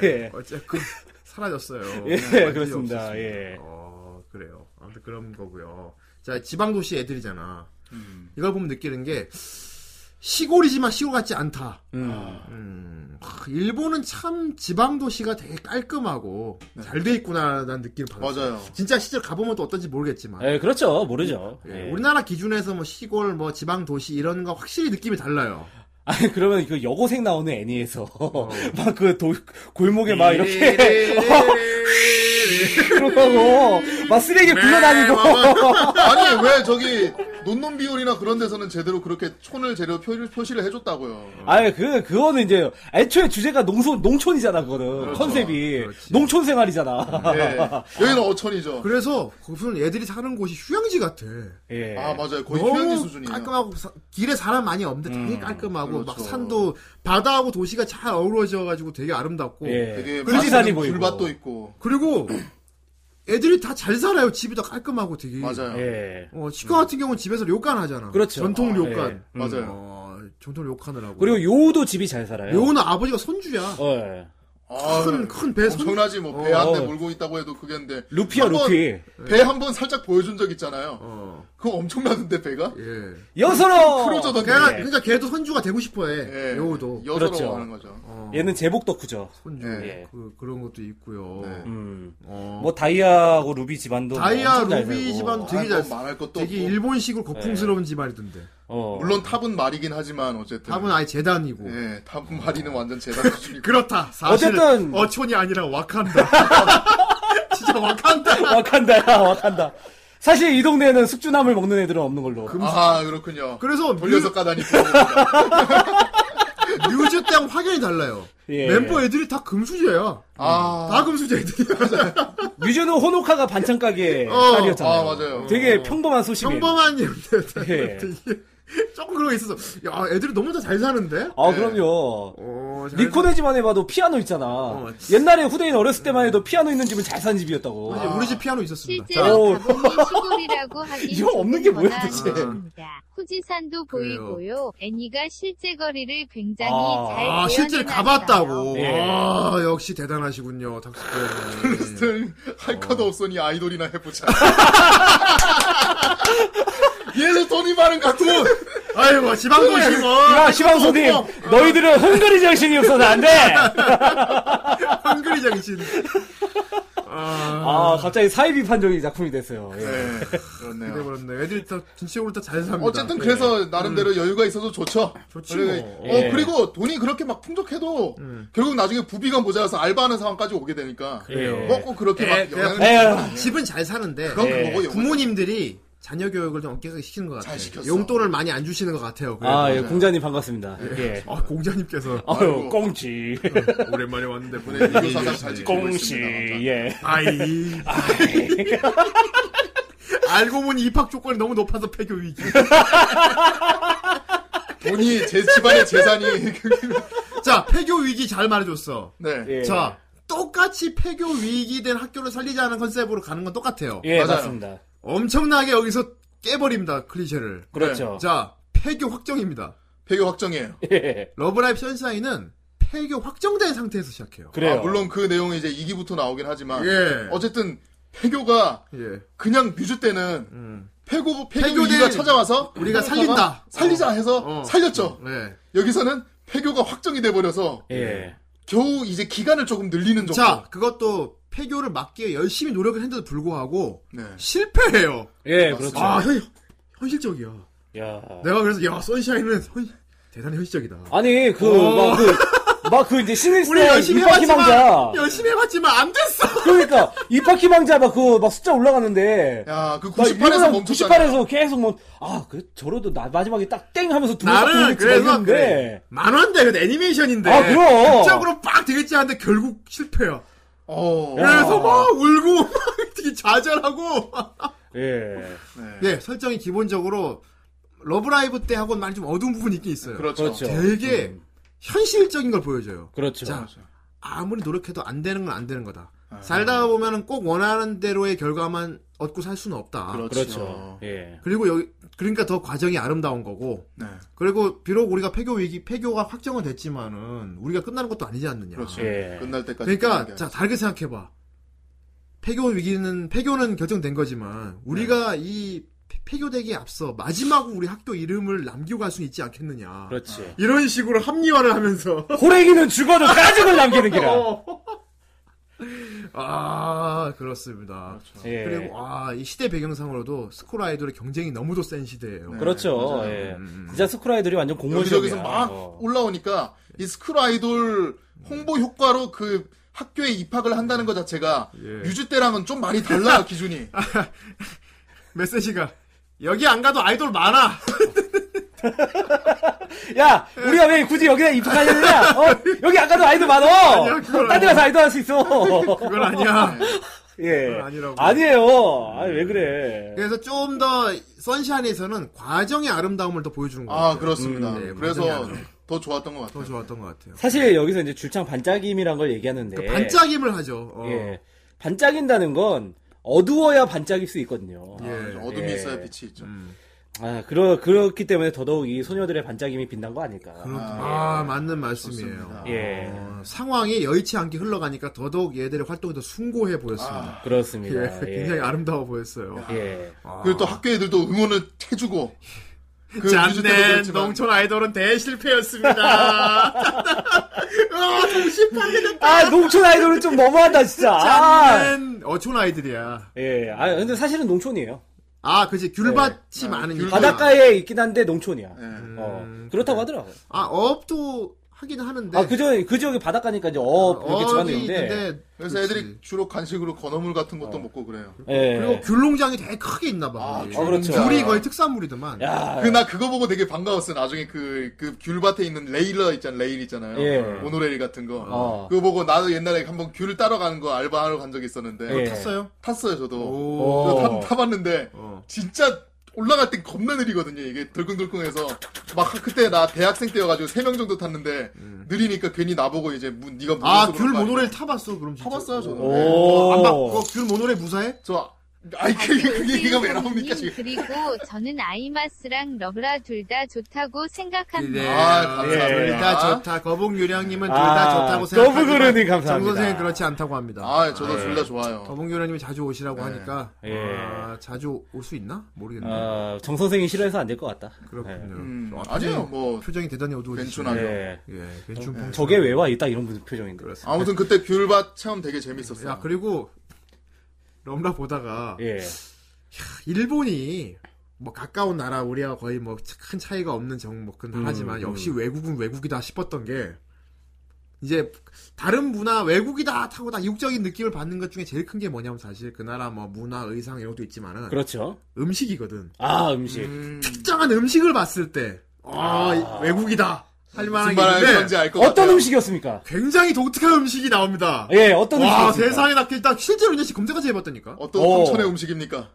Speaker 3: 예.
Speaker 1: 어쨌든 사라졌어요.
Speaker 3: 예,
Speaker 1: 완전히
Speaker 3: 그렇습니다.
Speaker 1: 없었습니다.
Speaker 3: 예.
Speaker 1: 어, 그래요. 아무튼 그런 거고요. 자, 지방 도시 애들이잖아.
Speaker 2: 음.
Speaker 1: 이걸 보면 느끼는 게 시골이지만 시골 같지 않다.
Speaker 3: 음.
Speaker 1: 음, 하, 일본은 참 지방 도시가 되게 깔끔하고 잘 돼 있구나라는 느낌을 받았어요.
Speaker 2: 맞아요.
Speaker 1: 진짜 실제로 가보면 또 어떤지 모르겠지만.
Speaker 3: 예, 그렇죠. 모르죠.
Speaker 1: 예,
Speaker 2: 네.
Speaker 3: 예.
Speaker 1: 우리나라 기준에서 뭐 시골, 뭐 지방 도시 이런 거 확실히 느낌이 달라요.
Speaker 3: 아니 그러면 그 여고생 나오는 애니에서 <laughs> 막 그 골목에 막
Speaker 2: 네.
Speaker 3: 이렇게 <laughs> 그러고 막 쓰레기 굴러다니고
Speaker 2: 아니, 왜 저기 논논 비율이나 그런 데서는 제대로 그렇게 촌을 제대로 표, 표시를 해줬다고요.
Speaker 3: 아니 그 그거는 이제 애초에 주제가 농촌 농촌이잖아 그거는
Speaker 2: 그렇죠.
Speaker 3: 컨셉이
Speaker 1: 그렇지.
Speaker 3: 농촌 생활이잖아
Speaker 2: 예. 여기는
Speaker 1: <laughs>
Speaker 2: 어촌이죠.
Speaker 1: 그래서 무슨 애들이 사는 곳이 휴양지 같아.
Speaker 3: <laughs> 예.
Speaker 2: 아, 맞아요. 거의
Speaker 1: 너무
Speaker 2: 휴양지 수준이에요. 음,
Speaker 1: 깔끔하고 사- 길에 사람 많이 없는데 되게 깔끔하고 막
Speaker 2: 그렇죠.
Speaker 1: 산도 바다하고 도시가 잘 어우러져 가지고 되게 아름답고
Speaker 3: 예.
Speaker 2: 되게
Speaker 3: 군지산이
Speaker 2: 맛있는
Speaker 3: 보이고
Speaker 2: 귤밭도 있고.
Speaker 1: 그리고 애들이 다 잘 살아요. 집이 다 깔끔하고 되게
Speaker 2: 맞아요. 음.
Speaker 3: 예.
Speaker 1: 어, 치과 같은 경우는 집에서 료칸 하잖아.
Speaker 3: 그렇죠.
Speaker 1: 전통
Speaker 3: 아,
Speaker 1: 료칸.
Speaker 3: 예.
Speaker 2: 맞아요.
Speaker 1: 어, 전통 료칸을 하고.
Speaker 3: 그리고 요우도 집이 잘 살아요
Speaker 1: 요는 아버지가 손주야.
Speaker 3: 어, 예.
Speaker 2: 아,
Speaker 1: 큰, 큰 배 손주.
Speaker 2: 엄청나지 뭐 배 한 대
Speaker 3: 어.
Speaker 2: 물고 있다고 해도 그게 근데
Speaker 3: 루피야
Speaker 2: 한번
Speaker 3: 루피
Speaker 2: 배 한 번 살짝 보여준 적 있잖아요.
Speaker 1: 어.
Speaker 2: 그거 엄청나던데 배가?
Speaker 1: 예.
Speaker 3: 여서로!
Speaker 2: 크로저던데.
Speaker 1: 걔가, 그러니까 걔도 선주가 되고 싶어 해.
Speaker 2: 예.
Speaker 1: 여우도.
Speaker 2: 여서로
Speaker 3: 그렇죠.
Speaker 2: 하는 거죠.
Speaker 1: 어,
Speaker 3: 얘는 제복 덕후죠.
Speaker 1: 선주.
Speaker 3: 예.
Speaker 1: 그, 그런 것도 있고요.
Speaker 2: 네.
Speaker 3: 음.
Speaker 1: 어.
Speaker 3: 뭐 다이아하고 루비 집안도 뭐
Speaker 1: 다이아,
Speaker 3: 엄청 잘
Speaker 1: 루비
Speaker 3: 살고. 어.
Speaker 1: 집안
Speaker 2: 되게 뭐 예. 네.
Speaker 1: 되게
Speaker 2: 잘
Speaker 1: 잘
Speaker 2: 말할 것도
Speaker 1: 되게
Speaker 2: 없고.
Speaker 1: 일본식으로 거풍스러운 집안이던데.
Speaker 3: 어.
Speaker 2: 물론 탑은 말이긴 하지만 어쨌든
Speaker 1: 답은 아예 재단이고.
Speaker 2: 예, 탑은 말이는 완전 재단 수준이고
Speaker 1: 그렇다. 사실
Speaker 3: 어쨌든-
Speaker 1: 어촌이 아니라 와칸다. <laughs> 진짜 와칸다.
Speaker 3: 와칸다야 와칸다. 사실 이 동네에는 숙주나물 먹는 애들은 없는 걸로.
Speaker 2: 아 그렇군요.
Speaker 1: 그래서
Speaker 2: 돌려서
Speaker 1: 뉴-
Speaker 2: 까다니 부러워요.
Speaker 1: 뉴즈 때랑 확연히 달라요.
Speaker 3: 예.
Speaker 1: 멤버 애들이 다 금수저야.
Speaker 2: 아,
Speaker 1: 다 금수저
Speaker 3: <laughs>
Speaker 1: 애들이야.
Speaker 3: 뮤즈는 호노카가 반찬 가게
Speaker 1: 어,
Speaker 3: 딸이었잖아요.
Speaker 2: 아, 맞아요.
Speaker 3: 되게 평범한 소식이.
Speaker 1: 평범한
Speaker 3: <laughs> 예.
Speaker 1: 애들. 조금 그런 게 있어서 야 애들이 너무 다 잘 사는데.
Speaker 3: 아
Speaker 2: 네.
Speaker 3: 그럼요.
Speaker 1: 어, 잘
Speaker 3: 니코네 집안 해봐도 피아노 있잖아.
Speaker 1: 어.
Speaker 3: 옛날에 후대인 어렸을 때만 해도 피아노 있는 집은 잘 산 집이었다고.
Speaker 1: 사- 우리 집 피아노 있었습니다. 자,
Speaker 3: 오.
Speaker 4: 실제로 가보니
Speaker 1: <laughs>
Speaker 4: 시골이라고 하기
Speaker 3: 이거 없는 게 뭐야, 대체.
Speaker 4: 니다 후지산도
Speaker 1: 그래요.
Speaker 4: 보이고요. 애니가 실제 거리를 굉장히
Speaker 3: 아.
Speaker 4: 잘
Speaker 1: 아 실제로
Speaker 4: 구현해놨어요.
Speaker 1: 가봤다고.
Speaker 3: 예.
Speaker 1: 아 역시 대단하시군요,
Speaker 2: <laughs>
Speaker 1: 닥스코.
Speaker 2: 할 것도 없으니 아이돌이나 해보자. <laughs> 얘도 돈이 많은 것 같고
Speaker 1: 아이고
Speaker 2: 예.
Speaker 1: 지방도시
Speaker 2: <laughs>
Speaker 1: 뭐
Speaker 3: 야 시방소님 너희들은 흥그리 정신이 없어서 안 돼.
Speaker 1: 한글이장신. 어.
Speaker 3: 아 갑자기 사이비 판정이 작품이 됐어요. 예.
Speaker 2: 네, 그렇네요.
Speaker 1: 그래버렸네. 애들이 다 진심으로 다 잘 삽니다.
Speaker 2: 어쨌든 그래서 나름대로 여유가 있어서 좋죠.
Speaker 1: 좋지
Speaker 2: 음. 그리고,
Speaker 1: 뭐.
Speaker 2: 어,
Speaker 3: 예.
Speaker 2: 그리고 돈이 그렇게 막 풍족해도 결국 나중에 부비가 모자라서 알바하는 상황까지 오게 되니까
Speaker 3: 그래요.
Speaker 2: 먹고 음. 그렇게
Speaker 1: 예,
Speaker 2: 막
Speaker 1: 그냥
Speaker 2: 영향을
Speaker 3: 에휴.
Speaker 1: 집은 잘 사는데
Speaker 2: 그건
Speaker 3: 예.
Speaker 2: 그거고 영향을
Speaker 1: 부모님들이 자녀 교육을 좀 엄격하게 시키는 것 같아요.
Speaker 2: 잘 시켰어.
Speaker 1: 용돈을 많이 안 주시는 것 같아요. 그래서.
Speaker 3: 아 예, 공자님 반갑습니다. 예.
Speaker 1: 네, 아, 공자님께서
Speaker 3: 아유 꽁치
Speaker 1: 오랜만에 왔는데
Speaker 2: 네, 이번에 유교 사상 잘
Speaker 3: 예,
Speaker 2: 지키고
Speaker 3: 꽁치
Speaker 2: 있습니다.
Speaker 3: 예.
Speaker 1: 아이. <laughs> 알고 보니 입학 조건이 너무 높아서 폐교 위기.
Speaker 2: 돈이 제 집안의 <laughs> 재산이
Speaker 1: 자, 폐교 위기 잘 말해줬어.
Speaker 2: 네.
Speaker 3: 예.
Speaker 1: 자, 똑같이 폐교 위기 된 학교를 살리자는 컨셉으로 가는 건 똑같아요. 네.
Speaker 3: 예
Speaker 2: 맞아요.
Speaker 3: 맞습니다.
Speaker 1: 엄청나게 여기서 깨버립니다, 클리셰를.
Speaker 3: 그렇죠.
Speaker 1: 자, 폐교 확정입니다.
Speaker 2: 폐교 확정이에요.
Speaker 3: 예.
Speaker 1: 러브라이브 션샤인은 폐교 확정된 상태에서 시작해요.
Speaker 3: 그래요.
Speaker 2: 아, 물론 그 내용이 이제 2기부터 나오긴 하지만
Speaker 1: 예.
Speaker 2: 아, 네. 어쨌든 폐교가
Speaker 1: 예.
Speaker 2: 그냥 뮤즈 때는
Speaker 3: 음.
Speaker 2: 폐고 폐교
Speaker 1: 폐교된
Speaker 2: 가 찾아와서
Speaker 1: 우리가
Speaker 2: 폐교가
Speaker 1: 살린다.
Speaker 2: 살리자 해서
Speaker 1: 어.
Speaker 2: 살렸죠.
Speaker 1: 예.
Speaker 2: 여기서는 폐교가 확정이 돼 버려서
Speaker 1: 네.
Speaker 3: 예.
Speaker 2: 겨우 이제 기간을 조금 늘리는 정도.
Speaker 1: 자, 그것도 폐교를 막기 위해 열심히 노력을 했는데도 불구하고
Speaker 2: 네.
Speaker 1: 실패해요.
Speaker 3: 예, 그렇죠.
Speaker 1: 아, 네. 현, 현실적이야.
Speaker 3: 야.
Speaker 1: 내가 그래서 야, 선샤인은 현- 대단히 현실적이다.
Speaker 3: 아니 그
Speaker 1: 어.
Speaker 3: 막 그 막 그 이제
Speaker 1: 우리
Speaker 3: 신인스타
Speaker 1: 열심히
Speaker 3: 입학 희망자
Speaker 1: 해봤지만 열심히 해봤지만 안 됐어.
Speaker 3: 그러니까 입학 희망자 막 그 막 숫자 올라가는데
Speaker 2: 야, 그
Speaker 3: 막
Speaker 2: 98에서
Speaker 3: 일부러
Speaker 2: 멈췄잖아.
Speaker 3: 98에서 계속 뭐아 그래 저러도 나 마지막에 딱 땡 하면서 두
Speaker 1: 나는 그래서
Speaker 3: 그랬는데
Speaker 1: 그래. 만화인데 그래도 애니메이션인데
Speaker 3: 아, 그럼.
Speaker 1: 극적으로 빡 되겠지 하는데 결국 실패야.
Speaker 2: 어.
Speaker 1: 그래서 막 울고 <laughs> 막 되게 좌절하고.
Speaker 3: 예
Speaker 2: 네.
Speaker 1: 네, 설정이 기본적으로 러브라이브 때 하고는 많이 좀 어두운 부분이 있긴 있어요.
Speaker 2: 그렇죠.
Speaker 3: 그렇죠
Speaker 1: 되게 현실적인 걸 보여줘요.
Speaker 3: 그렇죠
Speaker 1: 자, 아무리 노력해도 안 되는 건 안 되는 거다.
Speaker 3: 아.
Speaker 1: 살다 보면은 꼭 원하는 대로의 결과만 얻고 살 수는 없다.
Speaker 2: 그렇죠.
Speaker 3: 그렇죠 예
Speaker 1: 리고 여기 그러니까 더 과정이 아름다운 거고.
Speaker 2: 네.
Speaker 1: 그리고 비록 우리가 폐교 위기 폐교가 확정은 됐지만은 우리가 끝나는 것도 아니지 않느냐.
Speaker 2: 그렇죠.
Speaker 3: 예.
Speaker 2: 끝날 때까지.
Speaker 1: 그러니까 자 다르게 생각해 봐. 폐교 위기는 폐교는 결정된 거지만 우리가 이 폐- 폐교되기에 앞서 마지막으로 우리 학교 이름을 남기고 갈 수는 있지 않겠느냐.
Speaker 3: 그렇지
Speaker 1: 이런 식으로 합리화를 하면서
Speaker 3: 호랭이는 죽어도 가족을 남기는
Speaker 1: 어.
Speaker 3: 기라
Speaker 1: 아 그렇습니다.
Speaker 3: 예
Speaker 1: 그리고 아, 이 시대 배경상으로도 스쿨 아이돌의 경쟁이 너무도 센 시대예요.
Speaker 2: 네.
Speaker 3: 그렇죠 예 진짜 스쿨 아이들이 완전
Speaker 2: 여기저기서
Speaker 3: 공무원이야 어.
Speaker 2: 막 올라오니까 이 스쿨 아이돌 홍보 효과로 그 학교에 입학을 한다는 것 자체가
Speaker 3: 예.
Speaker 2: 뮤즈 때랑은 좀
Speaker 1: <laughs>
Speaker 2: 많이 달라 기준이.
Speaker 1: 메시지가 여기 안 가도 아이돌 많아.
Speaker 3: 야, 우리가 왜 굳이 여기다 입학하냐, 냐 어? 여기 아까도 아이돌 많어!
Speaker 1: <laughs> 아니야, 그건
Speaker 3: 딴데 가서 아이돌 할 수 있어!
Speaker 1: 그건 아니야.
Speaker 3: 예.
Speaker 1: 그건 아니라고. 음.
Speaker 3: 아니에요. 아니, 왜 그래.
Speaker 1: 그래서 좀 더 선샤인에서는 과정의 아름다움을 더 보여주는 것 같아요.
Speaker 2: 아 그렇습니다.
Speaker 1: 음, 네,
Speaker 2: 그래서
Speaker 1: 완전히
Speaker 2: 더 좋았던
Speaker 1: 더
Speaker 2: 것 같아요.
Speaker 1: 좋았던 것 같아요.
Speaker 3: 사실 여기서 이제 줄창 반짝임이란 걸 얘기하는데.
Speaker 1: 그러니까 반짝임을 하죠. 어.
Speaker 3: 예. 반짝인다는 건 어두워야 반짝일 수 있거든요.
Speaker 1: 예.
Speaker 2: 어둠이
Speaker 3: 예.
Speaker 2: 있어야 빛이 있죠.
Speaker 1: 음.
Speaker 3: 아, 그러, 그렇기 때문에 더더욱 이 소녀들의 반짝임이 빛난 거 아닐까.
Speaker 1: 아, 맞는 말씀이에요.
Speaker 3: 예.
Speaker 1: 어, 상황이 여의치 않게 흘러가니까 더더욱 얘들의 활동이 더 숭고해 보였습니다.
Speaker 3: 그렇습니다.
Speaker 1: 예,
Speaker 3: 아. 예.
Speaker 1: 굉장히 아름다워 보였어요.
Speaker 3: 예.
Speaker 1: 아.
Speaker 2: 그리고 또 학교 애들도 응원을 해주고.
Speaker 1: <laughs>
Speaker 2: 그 뮤직 때도
Speaker 1: 짠넨
Speaker 2: 그렇지만
Speaker 1: 농촌 아이돌은 대실패였습니다. 어, 정신 팔리는
Speaker 3: 아, 농촌 아이돌은 좀 너무하다, 진짜. 아,
Speaker 1: 짠넨 어촌 아이들이야.
Speaker 3: 예. 아, 근데 사실은 농촌이에요.
Speaker 1: 아, 그지 귤밭이
Speaker 2: 네.
Speaker 1: 많으니까.
Speaker 3: 바닷가에 있긴 한데 농촌이야.
Speaker 2: 예.
Speaker 1: 음.
Speaker 3: 어, 그렇다고 하더라고요.
Speaker 1: 아, 어업도 하긴 하는데.
Speaker 3: 아, 그, 저, 그 지역이 바닷가니까 이제 업, 이렇게
Speaker 1: 네. 어업이 네,
Speaker 3: 집안이있는데
Speaker 2: 그래서
Speaker 1: 그렇지.
Speaker 2: 애들이 주로 간식으로 건어물 같은 것도 먹고 그래요.
Speaker 3: 예.
Speaker 1: 네. 그리고 귤농장이 되게 크게 있나 봐.
Speaker 2: 아,
Speaker 1: 귤-
Speaker 3: 어, 그렇죠. 아, 예.
Speaker 1: 귤이 거의 특산물이더만.
Speaker 3: 야,
Speaker 2: 그 나 그거 보고 되게 반가웠어. 나중에 그, 그 귤밭에 있는 레일러 있잖아. 레일 있잖아요.
Speaker 3: 예.
Speaker 2: 모노레일 같은 거.
Speaker 3: 어.
Speaker 2: 그거 보고 나도 옛날에 한번 귤 따러 가는 거 알바하러 간 적이 있었는데.
Speaker 3: 예.
Speaker 1: 탔어요?
Speaker 2: 탔어요, 저도.
Speaker 1: 오.
Speaker 2: 그래서
Speaker 3: 오.
Speaker 2: 타, 타봤는데
Speaker 1: 어.
Speaker 2: 진짜 올라갈 때 겁나 느리거든요. 이게 덜컹덜컹해서 막 그때 나 대학생 때여가지고 3명 정도 탔는데 느리니까 괜히 나보고 이제 문, 네가 무슨
Speaker 1: 아,
Speaker 2: 소리로
Speaker 1: 귤
Speaker 2: 가니까.
Speaker 1: 모노레일 타봤어, 그럼 진짜.
Speaker 2: 타봤어요, 저는.
Speaker 3: 오.
Speaker 2: 예.
Speaker 1: 어, 안 봐. 그거 귤 모노레일 무사해?
Speaker 2: 저 아이 그게 그게 얘기가 왜 나옵니까 지금?
Speaker 4: 그리고 저는 아이마스랑 러브라 둘 다 좋다고 생각합니다.
Speaker 2: 아,
Speaker 1: 예.
Speaker 2: 감사합니다.
Speaker 1: 둘다 좋다. 거북 유령님은 둘 다
Speaker 3: 아,
Speaker 1: 좋다고 생각합니다.
Speaker 3: 거북으로는 감사합니다.
Speaker 1: 정 선생님 그렇지 않다고 합니다.
Speaker 2: 아, 네. 저도 둘 다 좋아요.
Speaker 1: 거북 유령님이 자주 오시라고 하니까
Speaker 3: 예.
Speaker 1: 아, 자주 올 수 있나 모르겠네.
Speaker 3: 어, 정 선생이 싫어해서 안 될 것 같다.
Speaker 1: 그렇군요.
Speaker 2: 음,
Speaker 1: 어,
Speaker 2: 아니에요, 뭐
Speaker 1: 표정이 대단히 어두워지시네요.
Speaker 2: 괜찮아요. 어, 네.
Speaker 3: 예.
Speaker 1: 예, 괜춘 봉.
Speaker 3: 저게 왜 와? 있다 이런 분 표정인데.
Speaker 1: 그렇습니다.
Speaker 2: 아무튼 그때 귤밭 체험 되게 재밌었어요.
Speaker 1: 야 그리고 럼라 보다가
Speaker 3: 예.
Speaker 1: 일본이 뭐 가까운 나라 우리와 거의 뭐 큰 차이가 없는 정뭐큰 나라지만
Speaker 3: 음,
Speaker 1: 역시 외국은 외국이다 싶었던 게 이제 다른 문화 외국이다 하고 다 이국적인 느낌을 받는 것 중에 제일 큰 게 뭐냐면 사실 그 나라 뭐 문화 의상 이런 것도 있지만은
Speaker 3: 그렇죠.
Speaker 1: 음식이거든
Speaker 3: 아, 음식.
Speaker 2: 음,
Speaker 1: 특정한 음식을 봤을 때 아, 이- 외국이다 할 만한
Speaker 2: 무슨
Speaker 1: 게
Speaker 2: 말을
Speaker 1: 있는데
Speaker 2: 하는지 알 것 같아요.
Speaker 3: 어떤 음식이었습니까? 굉장히
Speaker 1: 독특한 음식이 나옵니다
Speaker 3: 예, 어떤
Speaker 1: 와
Speaker 3: 음식이었습니까?
Speaker 1: 세상에 나그 일단 실제로 이제 검색까지 해봤다니까
Speaker 2: 어떤
Speaker 3: 어.
Speaker 2: 삼천의 음식입니까?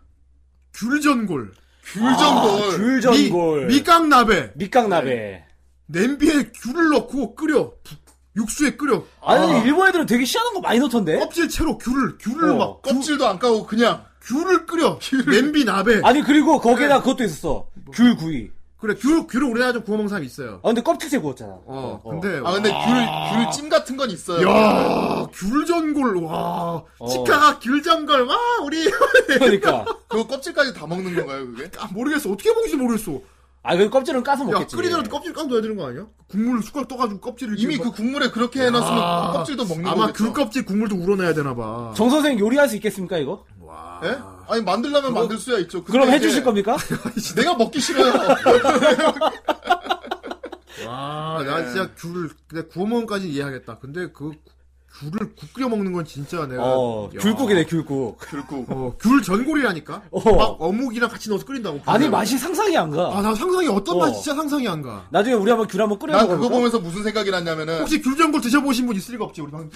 Speaker 1: 귤전골
Speaker 2: 귤전골.
Speaker 1: 미-
Speaker 3: 아,
Speaker 1: 네.
Speaker 3: 귤전골.
Speaker 1: 미깡나베
Speaker 3: 밑강나베.
Speaker 1: 냄비에 귤을 넣고 끓여 부- 육수에 끓여
Speaker 3: 아니, 근데 일본 애들은 되게 시원한 거 많이 넣던데?
Speaker 1: 껍질 채로 귤을 귤을
Speaker 3: 어.
Speaker 1: 막
Speaker 2: 껍질도 안 까고 그냥
Speaker 1: 귤을 끓여 냄비 나베
Speaker 3: 아니, 그리고
Speaker 1: 네.
Speaker 3: 거기에다 그것도 있었어. 귤구이.
Speaker 1: 그래 귤 귤을 우리나라 좀 구워 먹는 사람 있어요
Speaker 3: 아, 근데 껍질째 구웠잖아.
Speaker 1: 어 근데
Speaker 2: 아 근데 귤 귤찜 같은 건 있어요.
Speaker 1: 야 귤전골 와 치카가 귤전골 와 우리 <laughs>
Speaker 3: 그러니까.
Speaker 2: 그거 껍질까지 다 먹는 건가요, 그게?
Speaker 1: 아, 모르겠어 어떻게 먹는지 모르겠어
Speaker 3: 아, 그 껍질은 까서
Speaker 1: 야
Speaker 3: 먹겠지.
Speaker 1: 끓이더라도 껍질 까둬야 되는 거 아니야 국물 숟가락 떠가지고 껍질을
Speaker 2: 이미
Speaker 1: 지금
Speaker 2: 그 국물에 그렇게 해놨으면
Speaker 1: 야.
Speaker 2: 껍질도 먹는
Speaker 1: 아마
Speaker 2: 거겠죠.
Speaker 1: 귤 껍질 국물도 우러내야 되나 봐
Speaker 3: 정 선생 요리할 수 있겠습니까, 이거?
Speaker 1: 와.
Speaker 2: 예? 아니 만들려면 만들 수야 있죠. 근데
Speaker 3: 그럼
Speaker 2: 이게
Speaker 3: 해주실 겁니까?
Speaker 2: 내가 먹기 싫어요.
Speaker 1: 와, 아, 나 진짜 귤, 근데 구워먹은까지 이해하겠다. 근데 그 귤을 국 끓여 먹는 건 진짜 내가.
Speaker 3: 어,
Speaker 1: 야.
Speaker 3: 귤국이네, 귤국.
Speaker 2: 귤국.
Speaker 1: 어, 귤 전골이라니까?
Speaker 3: 어.
Speaker 1: 막 어묵이랑 같이 넣어서 끓인다고.
Speaker 3: 아니,
Speaker 1: 귤을.
Speaker 3: 맛이 상상이 안
Speaker 1: 아,
Speaker 3: 가.
Speaker 1: 나 상상이, 어떤
Speaker 3: 어.
Speaker 1: 맛이 진짜 상상이 안 가.
Speaker 3: 나중에 우리 한번 귤 한번 끓여
Speaker 2: 난 그거
Speaker 3: 먹어볼까?
Speaker 2: 보면서 무슨 생각이 났냐면은
Speaker 1: 혹시 귤 전골 드셔보신 분 있을 리가 없지, 우리 방금.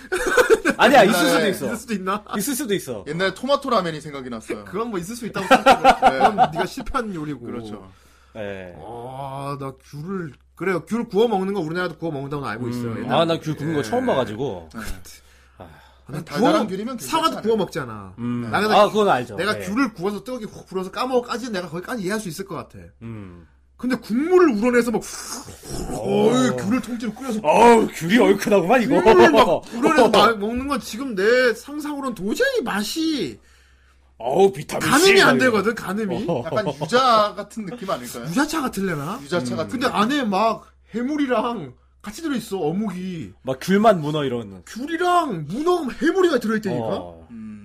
Speaker 3: 아니야, 있을 수도
Speaker 2: 네.
Speaker 1: 있을
Speaker 3: 있어.
Speaker 1: 수도 있나?
Speaker 3: 있을 수도 있어.
Speaker 2: 옛날에 토마토 라면이 생각이 났어요.
Speaker 1: 그건 뭐 있을 수 있다고 생각해. 그건 네가 실패한 요리고.
Speaker 2: 그렇죠.
Speaker 3: 예.
Speaker 1: 아, 나 귤을, 그래요. 귤 구워 먹는 거 우리나라도 구워 먹는다고 알고 있어요.
Speaker 3: 음,
Speaker 1: 옛날에.
Speaker 3: 아, 나 귤 굽는 거
Speaker 1: 네.
Speaker 3: 처음 봐가지고.
Speaker 1: 아, 나
Speaker 2: 달달한
Speaker 1: 구워-
Speaker 2: 귤이면
Speaker 1: 사과도
Speaker 2: 괜찮지
Speaker 1: 구워 먹잖아.
Speaker 3: 음.
Speaker 1: 나 근데
Speaker 3: 아, 그건 알죠.
Speaker 1: 내가
Speaker 3: 예.
Speaker 1: 귤을 구워서 뜨겁게 훅 불어서 까먹어까지 내가 거기까지 이해할 수 있을 것 같아.
Speaker 3: 음.
Speaker 1: 근데 국물을 우러내서 막, 어, 귤을 통째로 끓여서
Speaker 3: 어우, 귤이 얼큰하구만, 이거.
Speaker 1: 귤을
Speaker 3: <laughs>
Speaker 1: 막 우러내서 마- 먹는 건 지금 내 상상으로는 도저히 맛이
Speaker 3: 어우, 비타민C.
Speaker 1: 가늠이 안 되거든, 가늠이.
Speaker 3: 어.
Speaker 2: 약간 유자 같은 느낌 아닐까요?
Speaker 1: 유자차 같을래나?
Speaker 2: 유자차 같은.
Speaker 1: 근데 아- 안에 막 해물이랑 같이 들어있어, 어묵이.
Speaker 3: 막 귤만 문어 이런.
Speaker 1: 귤이랑 문어 해물이가 들어있다니까?
Speaker 3: 어,
Speaker 2: 음.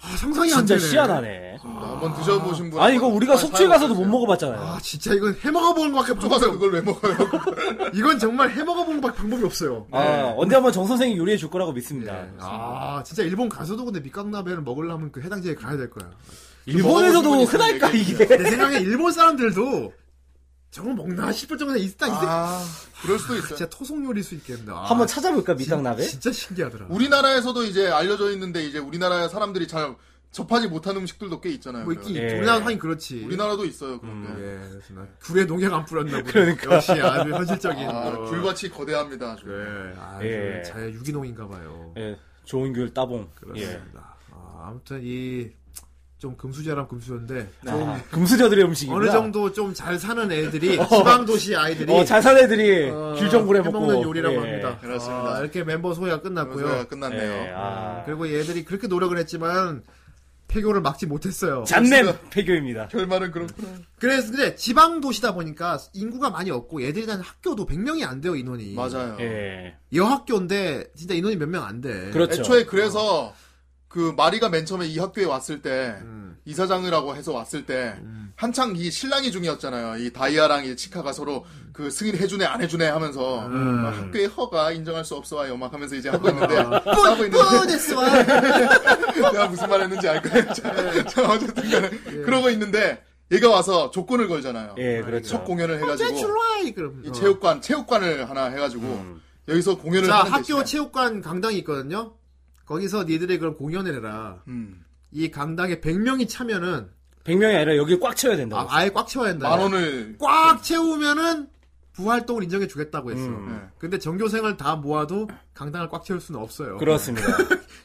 Speaker 1: 아, 상상이 안
Speaker 3: 진짜
Speaker 1: 되네.
Speaker 3: 시안하네.
Speaker 2: 한번 드셔보신 분.
Speaker 3: 아니, 이거 우리가 속초에 가서도 못
Speaker 1: 아,
Speaker 3: 먹어봤잖아요.
Speaker 1: 진짜 이건 해먹어보는 것밖에 방법이
Speaker 2: 가서
Speaker 1: 없어.
Speaker 2: 그걸 왜 먹어요?
Speaker 1: <laughs> 이건 정말 해먹어보는 것밖에 방법이 없어요.
Speaker 3: 아, 언제 한번 정 선생이 요리해 줄 거라고 믿습니다.
Speaker 1: 네. 아, 진짜 일본 가서도 근데 밑강나베를 먹으려면 그 해당 지역에 가야 될 거야.
Speaker 3: 일본에서도
Speaker 2: 먹어보신 분이
Speaker 3: 흔할까,
Speaker 2: 얘기해
Speaker 3: 이게?
Speaker 1: 내 생각에 일본 사람들도 저거 먹나 싶을 정도는 있다. 이 아,
Speaker 2: 아, <laughs> 그럴 수도 있어요.
Speaker 1: 진짜 토속 요리일 수 있겠는데. 아,
Speaker 3: 한번 찾아볼까,
Speaker 1: 진-
Speaker 3: 밑강나베?
Speaker 1: 진짜 신기하더라.
Speaker 2: 우리나라에서도 이제 알려져 있는데 이제 우리나라 사람들이 잘 접하지 못한 음식들도 꽤 있잖아요.
Speaker 1: 뭐 있긴
Speaker 2: 그래요.
Speaker 1: 있-
Speaker 3: 예.
Speaker 1: 우리나라 하긴 그렇지.
Speaker 2: 우리나라도 있어요. 그런 게.
Speaker 1: 예, 그래서 나 굴에 농약 안 뿌렸나 보다. 그러니까. 역시 아주 현실적인.
Speaker 2: 아,
Speaker 1: 거.
Speaker 2: 귤밭이 거대합니다. 아주.
Speaker 1: 예, 아주
Speaker 3: 예.
Speaker 1: 자연 유기농인가 봐요.
Speaker 3: 예. 좋은 귤 따봉. 예.
Speaker 1: 그렇습니다. 아, 아무튼 이 좀 금수저람 금수저인데 좀
Speaker 3: 아, 금수저들의 음식이
Speaker 1: 네. 어느 정도 좀 잘 사는 애들이 지방 도시 아이들이
Speaker 3: 어, 잘 사는 애들이
Speaker 1: 어,
Speaker 3: 귤전골에 먹고
Speaker 1: 해먹는 요리라고
Speaker 3: 예.
Speaker 1: 합니다.
Speaker 2: 그렇습니다.
Speaker 1: 아, 이렇게 멤버 소개가 끝났고요.
Speaker 2: 그래서 끝났네요.
Speaker 3: 예, 아.
Speaker 1: 그리고 얘들이 그렇게 노력을 했지만 폐교를 막지 못했어요.
Speaker 3: 잡냄 폐교입니다.
Speaker 2: 결말은
Speaker 3: 음.
Speaker 2: 그렇구나.
Speaker 1: 그래서 근데 지방 도시다 보니까 인구가 많이 없고 얘들이 다니는 학교도 100명이 안 돼요 인원이.
Speaker 2: 맞아요.
Speaker 3: 예.
Speaker 1: 여학교인데 진짜 인원이 몇 명 안 돼.
Speaker 3: 그렇- 그렇죠.
Speaker 2: 애초에 그래서 그 마리가 맨 처음에 이 학교에 왔을 때
Speaker 1: 음.
Speaker 2: 이사장이라고 해서 왔을 때 한창 이 신랑이 중이었잖아요. 이 다이아랑 이 치카가 서로 그 승인 해주네 안 해주네 하면서 막 학교의 허가 인정할 수 없어요 막 하면서 이제 아, 하고 있는데 싸고 있는데
Speaker 1: 뻔뻔했어.
Speaker 2: <laughs> 내가 무슨 말 했는지 알 거예요. 예. 자, 자, 어쨌든 간에 그러고 있는데 얘가 와서 조건을 걸잖아요.
Speaker 3: 예, 그렇죠.
Speaker 2: 첫 공연을 해가지고
Speaker 1: 제출라이 그럼. 어.
Speaker 2: 이 체육관 체육관을 하나 해가지고
Speaker 3: 음.
Speaker 2: 여기서 공연을
Speaker 1: 자
Speaker 2: 하는
Speaker 1: 학교
Speaker 2: 대신에
Speaker 1: 체육관 강당이 있거든요. 거기서 니들이 그럼 공연을 해라.
Speaker 2: 음,
Speaker 1: 이 강당에 100명이 차면은
Speaker 3: 100명이 아니라 여기 꽉 채워야 된다고.
Speaker 1: 아, 예꽉 채워야 된다.
Speaker 2: 네. 만 원을
Speaker 1: 꽉 채우면은 부활동을 인정해 주겠다고 했어.
Speaker 2: 네.
Speaker 1: 근데 전교생을 다 모아도 강당을 꽉 채울 수는 없어요.
Speaker 3: 그렇습니다.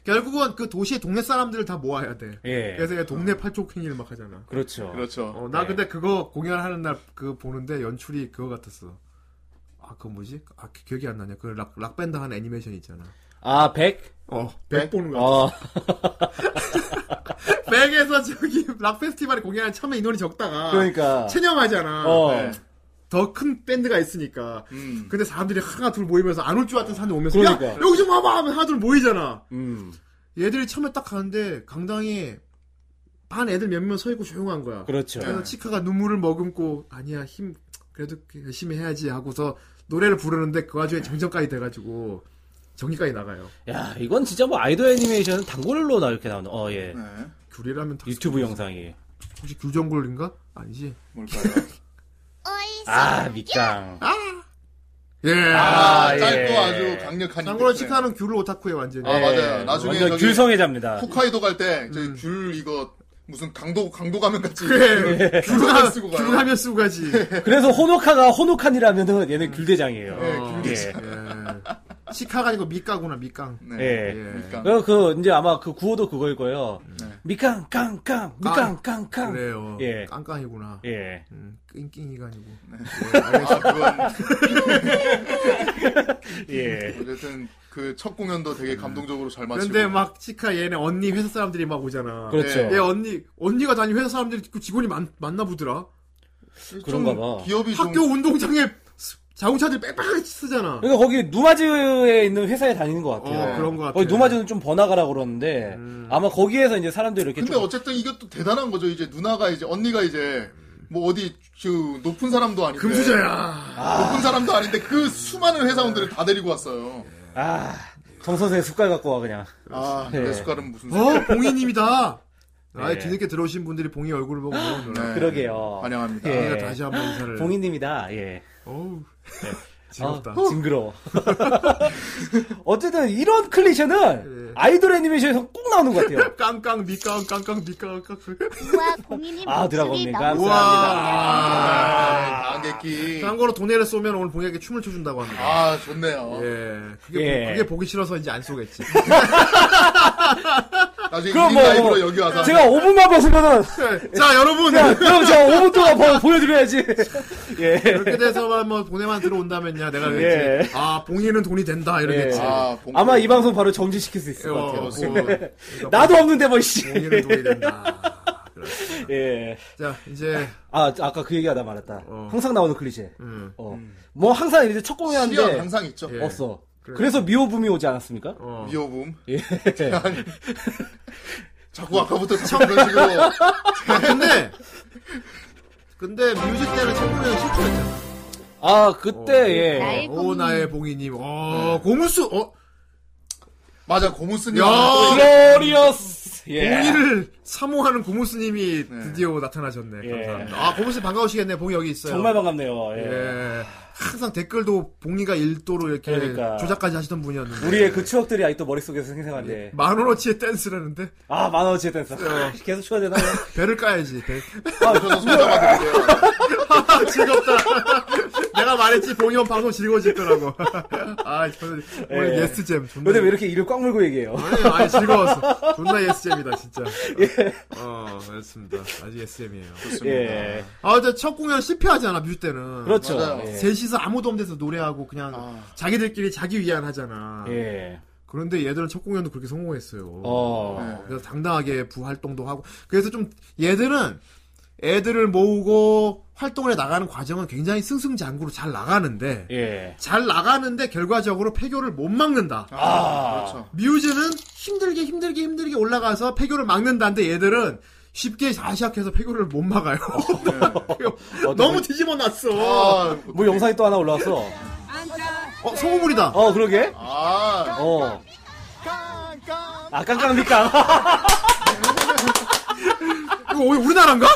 Speaker 1: 결국은 그 도시의 동네 사람들을 다 모아야 돼.
Speaker 3: 예.
Speaker 1: 그래서 얘 동네 팔쪽행위를 막 하잖아.
Speaker 3: 그렇죠.
Speaker 2: 그렇죠.
Speaker 1: 어, 나
Speaker 3: 네.
Speaker 1: 근데 그거 공연하는 날 그 보는데 연출이 그거 같았어. 아, 그거 뭐지? 아, 기- 기억이 안 나냐. 그 락, 락밴드 하는 애니메이션 있잖아.
Speaker 3: 아, 100?
Speaker 1: 어, 백 보는 거야.
Speaker 3: 어.
Speaker 1: 백에서 저기 <laughs> 락 페스티벌에 공연할 처음에 인원이 적다가.
Speaker 3: 그러니까.
Speaker 1: 체념하잖아.
Speaker 3: 어.
Speaker 2: 네.
Speaker 1: 더 큰 밴드가 있으니까.
Speaker 2: 음.
Speaker 1: 근데 사람들이 하나 둘 모이면서 안 올 줄 알았던 사람들 오면서 야
Speaker 3: 그러니까.
Speaker 1: 여기 좀 와봐 하면 하나 둘 모이잖아.
Speaker 3: 음.
Speaker 1: 얘들이 처음에 딱 가는데 강당에 반 애들 몇 명 서 있고 조용한 거야.
Speaker 3: 그렇죠.
Speaker 1: 래서 치카가 눈물을 머금고 아니야 힘 그래도 열심히 해야지 하고서 노래를 부르는데 그 와중에 정전까지 돼가지고 정기까지 나가요.
Speaker 3: 야, 이건 진짜 뭐 아이돌 애니메이션은 단골로 나 이렇게 나오는. 어, 예.
Speaker 2: 네.
Speaker 1: 귤이라면 다
Speaker 3: 유튜브 영상이.
Speaker 1: 혹시 귤전골인가? 아니지.
Speaker 2: 뭘까요?
Speaker 1: <laughs>
Speaker 3: 아, 밑강.
Speaker 1: 예.
Speaker 2: 아,
Speaker 3: 예.
Speaker 2: 짧고 아주 강력한.
Speaker 1: 참고로
Speaker 2: 인풋이네.
Speaker 1: 치카는 귤을 오타쿠에 완전히. 어.
Speaker 2: 아,
Speaker 3: 예.
Speaker 2: 맞아요. 나중에
Speaker 3: 완전
Speaker 2: 저기-
Speaker 3: 귤성애자입니다.
Speaker 2: 네. 홋카이도 갈 때 저기 귤 이거 무슨 강도 강도 가면 같이
Speaker 1: 음. 그래.
Speaker 2: 귤을 쓰고 가요.
Speaker 1: 귤하면 쓰고 가지.
Speaker 3: 그래서 호노카가 호노칸이라면은 얘는 귤대장이에요.
Speaker 2: 네,
Speaker 1: 어,
Speaker 2: 귤이.
Speaker 1: 예. 치카가 아니고 밑가구나 밑강.
Speaker 2: 네.
Speaker 3: 예.
Speaker 2: 그러니까.
Speaker 1: 음.
Speaker 3: 그래서 그 이제 아마 그 구호도 그거일 거예요.
Speaker 2: 네.
Speaker 3: 미캉 깡깡 미캉 깡깡.
Speaker 1: 그래요.
Speaker 3: 예.
Speaker 1: 깡깡이구나.
Speaker 3: 예.
Speaker 1: 음, 낑낑이가 아니고. 예,
Speaker 2: 아, 그건
Speaker 3: 예.
Speaker 2: 어쨌든 그 첫 공연도 되게 감동적으로 잘 마치고.
Speaker 1: 음. 근데 막 치카 얘네 언니 회사 사람들이 막 오잖아.
Speaker 3: 그렇죠.
Speaker 1: 얘
Speaker 2: 네.
Speaker 1: 언니 언니가 다니는 회사 사람들이 그 직원이 많, 많나 보더라.
Speaker 2: 좀
Speaker 3: 그런가 봐.
Speaker 2: 기업이
Speaker 1: 학교
Speaker 2: 좀
Speaker 1: 운동장에 스- 자동차들 빽빽하게 쓰잖아.
Speaker 3: 그러니까 거기 누마즈에 있는 회사에 다니는 것 같아요.
Speaker 1: 어, 그런 것 같아.
Speaker 3: 거기 누마즈는 좀 번화가라 그러는데 아마 거기에서 이제 사람들이 이렇게
Speaker 2: 음. 근데
Speaker 3: 좀
Speaker 2: 어쨌든 이것도 대단한 거죠. 이제 누나가 이제 언니가 이제 뭐 어디 저 높은 사람도 아닌데
Speaker 1: 금수저야.
Speaker 2: 높은 사람도 아닌데 그 수많은 회사원들을 다 데리고 왔어요.
Speaker 3: 아, 정 선생 숟갈 갖고 와 그냥.
Speaker 2: 아,
Speaker 3: 네.
Speaker 2: 내 숟갈은 무슨
Speaker 1: 어, 봉이님이다. 아,
Speaker 3: 네.
Speaker 1: 뒤늦게 들어오신 분들이 봉이 얼굴을 보고 너무 놀라.
Speaker 2: 네.
Speaker 3: 그러게요.
Speaker 2: 환영합니다.
Speaker 3: 예.
Speaker 1: 내가 다시 한번
Speaker 2: 네.
Speaker 1: 인사를.
Speaker 3: 봉인 님이다. 예.
Speaker 1: 어우.
Speaker 3: 아,
Speaker 1: <laughs> 즐겁다.
Speaker 3: 징그러워. <laughs> 어쨌든 이런 클리셰는
Speaker 1: 예.
Speaker 3: 아이돌 애니메이션에서 꼭 나오는 것 같아요.
Speaker 1: <laughs> 깡깡 밑강 깡깡 밑강 깡깡.
Speaker 3: 네.
Speaker 5: 우와 공인님
Speaker 3: 아, 드라곤님
Speaker 5: 목소리 너무
Speaker 1: 우와.
Speaker 2: 아, 네, 강객기.
Speaker 1: 참고로 도네를 쏘면 오늘 봉이에게 춤을 춰준다고 합니다.
Speaker 2: 아, 좋네요.
Speaker 1: 예. 그게,
Speaker 3: 예.
Speaker 1: 보- 그게 보기 싫어서 이제 안 쏘겠지. <laughs>
Speaker 2: 나중에
Speaker 3: 그럼 뭐-
Speaker 2: 인라이브로 여기 와서
Speaker 3: 제가 5분만 벗으면은
Speaker 1: 자, 여러분! <laughs>
Speaker 3: 야, 그럼 저 5분 동안 보- 보여드려야지. 예.
Speaker 1: 그렇게 돼서만 뭐 보내만 들어온다면야 내가 왠지
Speaker 3: 예.
Speaker 1: 아 봉이는 돈이 된다 이러겠지.
Speaker 3: 예.
Speaker 2: 아, 봉-
Speaker 3: 아마 이 방송 바로 정지시킬 수 있을 것
Speaker 1: 어, 음.
Speaker 3: 같아요.
Speaker 1: 뭐,
Speaker 3: 나도 없는데 뭐 씨.
Speaker 1: 봉이는 돈이 된다.
Speaker 3: <laughs> 예.
Speaker 1: 자 이제
Speaker 3: 아 아까 그 얘기하다 말았다.
Speaker 1: 어.
Speaker 3: 항상 나오는 클리셰.
Speaker 1: 음,
Speaker 3: 어. 뭐 항상 이제 첫
Speaker 2: 시연
Speaker 3: 공연인데
Speaker 2: 항상 있죠.
Speaker 1: 예.
Speaker 3: 없어.
Speaker 1: 그래.
Speaker 3: 그래서 미호붐이 오지 않았습니까?
Speaker 1: 어.
Speaker 2: 미호붐.
Speaker 3: 예.
Speaker 2: 자꾸 아까부터 참 그런 식으로
Speaker 3: <laughs>
Speaker 1: 아, 근데 근데 뮤직 때는 청소년 실패했잖아.
Speaker 3: <laughs> 아 그때
Speaker 1: 어.
Speaker 3: 예.
Speaker 4: 나의
Speaker 1: 오
Speaker 4: 봉이님.
Speaker 1: 나의 봉이님. 어 고무수 어
Speaker 2: 맞아 고무스님.
Speaker 1: 야.
Speaker 3: 글로리어스. 예.
Speaker 1: 봉이를 사모하는 고무수님이 드디어 나타나셨네.
Speaker 3: 예.
Speaker 1: 감사합니다. 아 고무수 반가우시겠네. 봉이 여기 있어요.
Speaker 3: 정말 반갑네요. 예.
Speaker 1: 예. 항상 댓글도 봉이가 일도로 이렇게
Speaker 3: 그러니까.
Speaker 1: 조작까지 하시던 분이었는데
Speaker 3: 우리의 그 추억들이 아직도 머릿속에서 생생한데.
Speaker 1: 예. 만원어치의 댄스라는데
Speaker 3: 아, 만화어치에 댄서. 계속 추가 되나?
Speaker 1: 배를 까야지 배.
Speaker 2: 저도 손 잡아드릴게요.
Speaker 1: 아, 즐겁다 <laughs> 내가 말했지 봉이 형 방송 즐거워질 거라고 <laughs> 아 저는 오늘
Speaker 3: 예.
Speaker 1: 예스잼 존나 <laughs> 예,
Speaker 3: 근데 왜 이렇게 이를 꽉 물고 얘기해요?
Speaker 1: 아니, 아니 즐거웠어 존나 예스잼이다 진짜 어 그렇습니다 아주 예스잼이에요
Speaker 3: 예.
Speaker 1: 아 근데 첫 공연 실패하지 않아 뮤 때는
Speaker 3: 그렇죠.
Speaker 2: 맞아요.
Speaker 3: 예.
Speaker 1: 셋이서 아무도 없는 데서 노래하고 그냥
Speaker 2: 아,
Speaker 1: 자기들끼리 자기 위안 하잖아
Speaker 3: 예.
Speaker 1: 그런데 얘들은 첫 공연도 그렇게 성공했어요
Speaker 3: 어.
Speaker 2: 네.
Speaker 1: 그래서 당당하게 부활동도 하고 그래서 좀 얘들은 애들을 모으고 활동을 해 나가는 과정은 굉장히 승승장구로 잘 나가는데
Speaker 3: 예.
Speaker 1: 잘 나가는데 결과적으로 폐교를 못 막는다.
Speaker 3: 아.
Speaker 2: 그렇죠.
Speaker 1: 뮤즈는 힘들게 힘들게 힘들게 올라가서 폐교를 막는다는데 얘들은 쉽게 자시작해서 폐교를 못 막아요. <laughs>
Speaker 3: 네.
Speaker 1: 네.
Speaker 3: 어,
Speaker 1: 너무
Speaker 3: 뭐-
Speaker 1: 뒤집어 놨어.
Speaker 2: 아,
Speaker 3: 뭐 영상이 또 하나 올라왔어.
Speaker 1: 어, 소고물이다.
Speaker 3: 어, 그러게.
Speaker 2: 아,
Speaker 3: 어. 아, <laughs> 깡깡미깡.
Speaker 1: 이거 우리- 우리나라인가?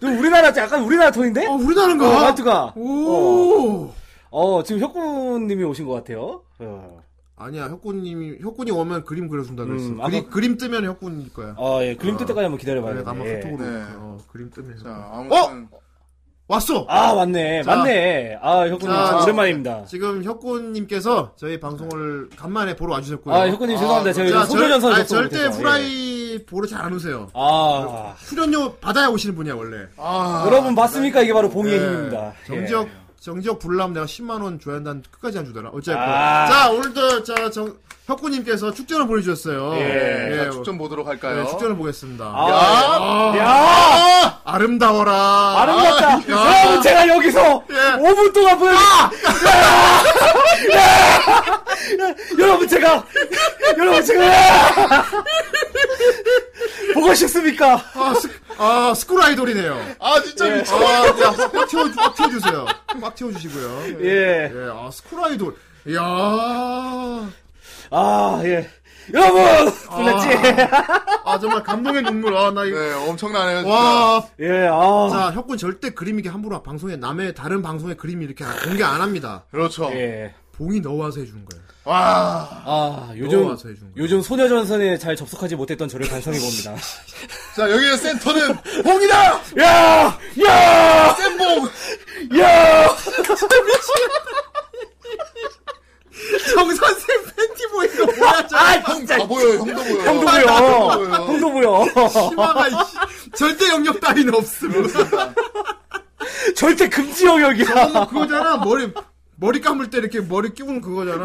Speaker 3: 너 우리나라, 약간 우리나라 톤인데?
Speaker 1: 어,
Speaker 3: 어,
Speaker 1: 우리나라인가?
Speaker 3: 말투가. 어.
Speaker 1: 오.
Speaker 3: 어, 지금 혁군님이 오신 것 같아요. 어,
Speaker 1: 아니야, 혁군님이, 혁군이 오면 그림 그려준다 그랬어.
Speaker 3: 음,
Speaker 1: 그리,
Speaker 3: 아마-
Speaker 1: 그림 뜨면 혁군일 거야.
Speaker 3: 어, 예. 그림 뜰 때까지 한번
Speaker 1: 그래, 아마
Speaker 3: 기다려봐야겠네. 예.
Speaker 1: 카톡으로.
Speaker 2: 네.
Speaker 1: 올게. 어, 그림 뜨면.
Speaker 2: 자,
Speaker 1: 혁군.
Speaker 2: 아무튼
Speaker 3: 어?
Speaker 1: 왔어!
Speaker 3: 아, 맞네.
Speaker 1: 자.
Speaker 3: 맞네. 아, 혁군님.
Speaker 1: 자.
Speaker 3: 오랜만입니다.
Speaker 1: 지금 혁군님께서 저희 방송을 간만에 보러 와주셨고요.
Speaker 3: 아, 혁군님 죄송합니다.
Speaker 2: 아,
Speaker 1: 자,
Speaker 3: 제가 요즘
Speaker 1: 절-
Speaker 3: 소변연설
Speaker 1: 아니,
Speaker 3: 접속
Speaker 1: 절대
Speaker 3: 못해서. 예.
Speaker 1: 후라이 보러 잘 안 오세요.
Speaker 3: 아.
Speaker 1: 출연료 받아야 오시는 분이야, 원래.
Speaker 2: 아,
Speaker 3: 여러분 봤습니까? 이게 바로 봉이의
Speaker 1: 예.
Speaker 3: 힘입니다.
Speaker 1: 정지혁, 정지혁 불남 내가 10만원 줘야 한다는 끝까지 안 주더라. 어쨌든.
Speaker 3: 아.
Speaker 1: 자, 오늘도, 자, 정, 혁군님께서 축전을 보내주셨어요.
Speaker 3: 예.
Speaker 2: 네. 자, 축전 보도록 할까요?
Speaker 1: 네, 축전을 보겠습니다.
Speaker 3: 아.
Speaker 1: 야!
Speaker 3: 예. 야!
Speaker 1: 아름다워라.
Speaker 3: 아름답다.
Speaker 1: 아,
Speaker 3: 여러분 제가 여기서
Speaker 1: 예.
Speaker 3: 5분 동안 보여. 아! <laughs> 여러분 제가 여러분 제가 예. 보고 싶습니까?
Speaker 1: 아, 스, 아, 스쿨 아이돌이네요.
Speaker 2: 아, 진짜
Speaker 3: 예.
Speaker 2: 미쳐.
Speaker 1: 아, 자, 꽉 채워, 꽉 채워주세요. 꽉 채워주시고요.
Speaker 3: 예.
Speaker 1: 예, 아, 스쿨 아이돌. 이야. 아,
Speaker 3: 아 예. 여러분 블랙지.
Speaker 1: 정말 감동의 눈물. 아, 나 이거.
Speaker 2: 네, 엄청나네요. 진짜.
Speaker 1: 와.
Speaker 3: 예. 아.
Speaker 1: 자, 혁군 절대 그림 이게 함부로 방송에, 남의 다른 방송의 그림 이렇게 공개 안 합니다.
Speaker 2: 그렇죠.
Speaker 3: 예.
Speaker 1: 봉이 넣어와서 해주는 거예요.
Speaker 2: 와.
Speaker 3: 아 요즘
Speaker 1: 넣어와서 해주는 거예요.
Speaker 3: 요즘 소녀전선에 잘 접속하지 못했던 저를 반성해 봅니다.
Speaker 2: 자, 여기의 센터는 봉이다!
Speaker 3: 야! 야!
Speaker 2: 센봉!
Speaker 3: 야!
Speaker 1: 정선생 팬티 보이는 거 뭐야, 저
Speaker 3: 아
Speaker 2: 형
Speaker 3: 진짜
Speaker 2: 다 보여요, 형도 보여요.
Speaker 3: 형도
Speaker 2: 형도 보여요.
Speaker 3: 보여. 형도 보여.
Speaker 2: 어.
Speaker 1: 치마가, 이씨. 절대 영역 따위는 없음.
Speaker 3: <laughs> 절대 금지 영역이야.
Speaker 1: 그거- 그거잖아 머리 머리 감을 때 이렇게 머리 끼우는 그거잖아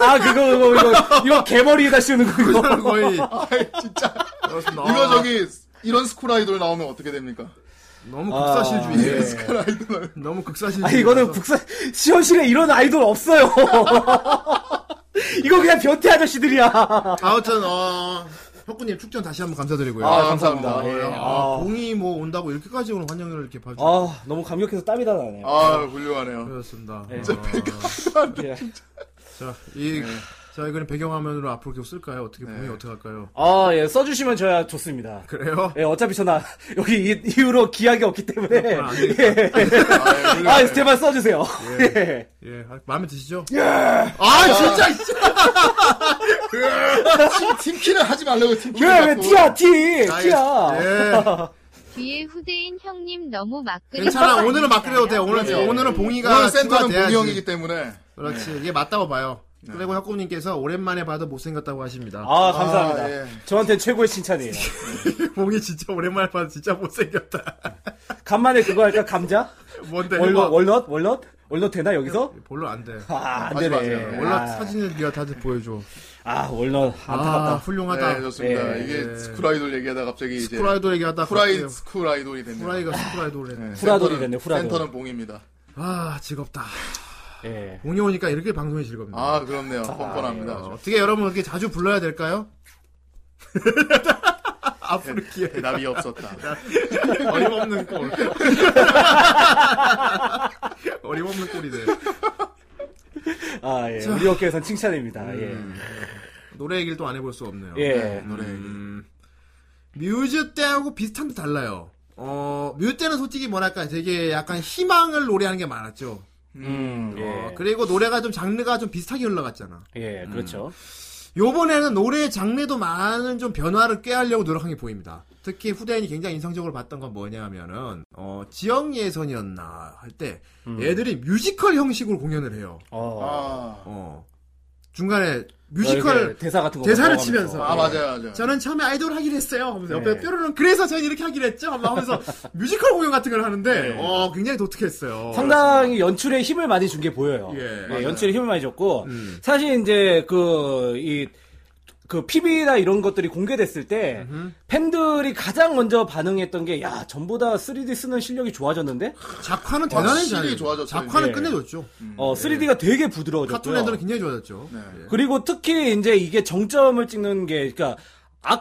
Speaker 3: 아 그거 그거 이거 이거 개머리에다 씌우는 거 이거.
Speaker 1: 그거는 거의
Speaker 2: <laughs> 아이, 진짜.
Speaker 1: 그렇습니다.
Speaker 2: 이거
Speaker 1: 아,
Speaker 2: 저기, 이런 스쿨 아이돌 나오면 어떻게 됩니까?
Speaker 1: 너무
Speaker 3: 아,
Speaker 1: 극사실주의
Speaker 3: 예.
Speaker 1: <laughs> 너무 극사실주의
Speaker 3: 아 이거는 국사 시원실에 이런 아이돌 없어요. <laughs> 이거 그냥 변태 아저씨들이야. 아,
Speaker 1: 아무튼 어 혁구님 축전 다시 한번 감사드리고요
Speaker 2: 아,
Speaker 1: 아,
Speaker 2: 감사합니다.
Speaker 3: 예.
Speaker 1: 아,
Speaker 3: 아,
Speaker 1: 공이 뭐 온다고 이렇게까지 오늘 환영을 이렇게 봐주셨습니다
Speaker 3: 아, 너무 감격해서 땀이 다 나네요.
Speaker 2: 아, 훌륭하네요.
Speaker 1: 그렇습니다
Speaker 3: 예.
Speaker 1: 어,
Speaker 3: 예.
Speaker 1: 자이 자, 이거는 배경화면으로 앞으로 계속 쓸까요? 어떻게 보면
Speaker 2: 네.
Speaker 1: 어떻게 할까요?
Speaker 3: 아, 예, 써주시면 저야 좋습니다.
Speaker 1: 그래요?
Speaker 3: 예, 어차피 저나 <laughs> 여기 이, 이후로 기약이 없기 때문에.
Speaker 1: 네, 그렇구나, 아, 안
Speaker 3: 예.
Speaker 2: 아, 예, 훌륭하네요.
Speaker 3: 아, 제발 써주세요. 예.
Speaker 1: 예, 아, 마음에 드시죠? 예! 아, 진짜! 이씨.
Speaker 2: 팀- 팀키는 하지 말라고, 팀키는.
Speaker 3: 예, 왜, 왜,
Speaker 2: 자꾸.
Speaker 3: 티야, 티!
Speaker 1: 아, 예.
Speaker 3: 티야!
Speaker 1: 예.
Speaker 4: 뒤에 후대인 형님 너무 막 그림
Speaker 1: 괜찮아, 오늘은 막 그래도 돼. 오늘,
Speaker 2: 예.
Speaker 1: 오늘은 봉이가.
Speaker 2: 오늘 센터는
Speaker 1: 아, 추가돼야지.
Speaker 2: 봉이 형이기 때문에.
Speaker 1: 그렇지 이게 맞다고 봐요. 그리고 혁구님께서 오랜만에 봐도 못생겼다고 하십니다.
Speaker 3: 아, 감사합니다.
Speaker 2: 아, 예.
Speaker 3: 저한테 최고의 칭찬이에요.
Speaker 1: <laughs> 봉이 진짜 오랜만에 봐도 진짜 못생겼다.
Speaker 3: 간만에 그거 할까? 감자?
Speaker 1: 뭔데?
Speaker 3: 월넛,
Speaker 1: 네, 이거?
Speaker 3: 월넛, 월넛? 월넛 되나, 여기서?
Speaker 1: 별로 안 돼.
Speaker 3: 아, 안
Speaker 2: 하지
Speaker 3: 되네.
Speaker 2: 마세요. 예.
Speaker 1: 월넛
Speaker 3: 아,
Speaker 1: 사진을 네가 다들 보여줘.
Speaker 3: 아, 월넛.
Speaker 1: 아,
Speaker 3: 안타깝다.
Speaker 1: 훌륭하다.
Speaker 2: 네, 좋습니다.
Speaker 3: 예.
Speaker 2: 이게 스쿨 아이돌 얘기하다 갑자기 이제.
Speaker 1: 스쿨 아이돌 얘기하다.
Speaker 2: 후라이,
Speaker 1: 갑자기
Speaker 2: 스쿨 아이돌이 됩니다.
Speaker 1: 후라이가 스쿨 아이돌 네.
Speaker 2: 네,
Speaker 3: 후라이돌이
Speaker 2: 센터는-
Speaker 3: 됐네, 후라이돌.
Speaker 2: 센터는 봉입니다.
Speaker 1: 아 즐겁다.
Speaker 3: 예.
Speaker 1: 봉이 오니까 이렇게 방송이 즐겁네. 요
Speaker 2: 아, 그렇네요. 뻔뻔합니다.
Speaker 1: 어, 어떻게 여러분 이렇게 자주 불러야 될까요? <laughs>
Speaker 3: 예.
Speaker 1: 앞으로
Speaker 2: 네.
Speaker 1: 기회
Speaker 2: 대답이
Speaker 1: 음.
Speaker 2: 없었다.
Speaker 1: 어림없는 꼴. <laughs> 어림없는 꼴이네.
Speaker 3: 아, 예. 우리 어깨에선 칭찬입니다.
Speaker 1: 음. 노래 얘기를 또 안 해볼 수 없네요.
Speaker 3: 예. 예.
Speaker 2: 노래.
Speaker 1: 음, 뮤즈 때하고 비슷한 데 달라요. 어, 뮤 때는 솔직히 뭐랄까 되게 약간 희망을 노래하는 게 많았죠.
Speaker 3: 음,
Speaker 1: 어,
Speaker 3: 예.
Speaker 1: 그리고 노래가 좀 장르가 좀 비슷하게 흘러갔잖아.
Speaker 3: 예, 그렇죠.
Speaker 1: 요번에는 노래 장르도 많은 좀 변화를 꾀하려고 노력한 게 보입니다. 특히 후대인이 굉장히 인상적으로 봤던 건 뭐냐면은 어, 지역 예선이었나 할 때
Speaker 3: 음.
Speaker 1: 얘들이 뮤지컬 형식으로 공연을 해요.
Speaker 3: 어.
Speaker 2: 아,
Speaker 1: 어. 중간에
Speaker 3: 아, 이렇게
Speaker 1: 뮤지컬
Speaker 3: 대사 같은 거뭐
Speaker 1: 대사를
Speaker 3: 바꿔가면서. 예.
Speaker 1: 치면서.
Speaker 2: 아 맞아요 맞아요.
Speaker 1: 저는 처음에 아이돌 하기로 했어요. 하면서 옆에
Speaker 3: 네.
Speaker 1: 뾰로롱 그래서 저는 이렇게 하기로 했죠. 하면서
Speaker 3: <laughs>
Speaker 1: 하면서 뮤지컬 공연 같은 걸 하는데
Speaker 3: 네.
Speaker 1: 어, 굉장히 독특했어요.
Speaker 3: 상당히 연출에 힘을 많이 준 게 보여요.
Speaker 1: 예,
Speaker 3: 예,
Speaker 1: 맞아요.
Speaker 3: 연출에 힘을 많이 줬고
Speaker 1: 음.
Speaker 3: 사실 이제 그 이 그 PB나 이런 것들이 공개됐을 때 팬들이 가장 먼저 반응했던 게 야 전보다 3D 쓰는 실력이 좋아졌는데
Speaker 1: 작화는
Speaker 2: 와,
Speaker 1: 대단히
Speaker 2: 실이
Speaker 1: 잘
Speaker 2: 좋아졌어요.
Speaker 1: 작화는
Speaker 3: 예.
Speaker 1: 끝내줬죠.
Speaker 3: 어 3D가 되게
Speaker 1: 음.
Speaker 3: 부드러워졌고요.
Speaker 1: 카툰 애들은 굉장히 좋아졌죠.
Speaker 2: 네.
Speaker 1: 예.
Speaker 3: 그리고 특히 이제 이게 정점을 찍는 게 그러니까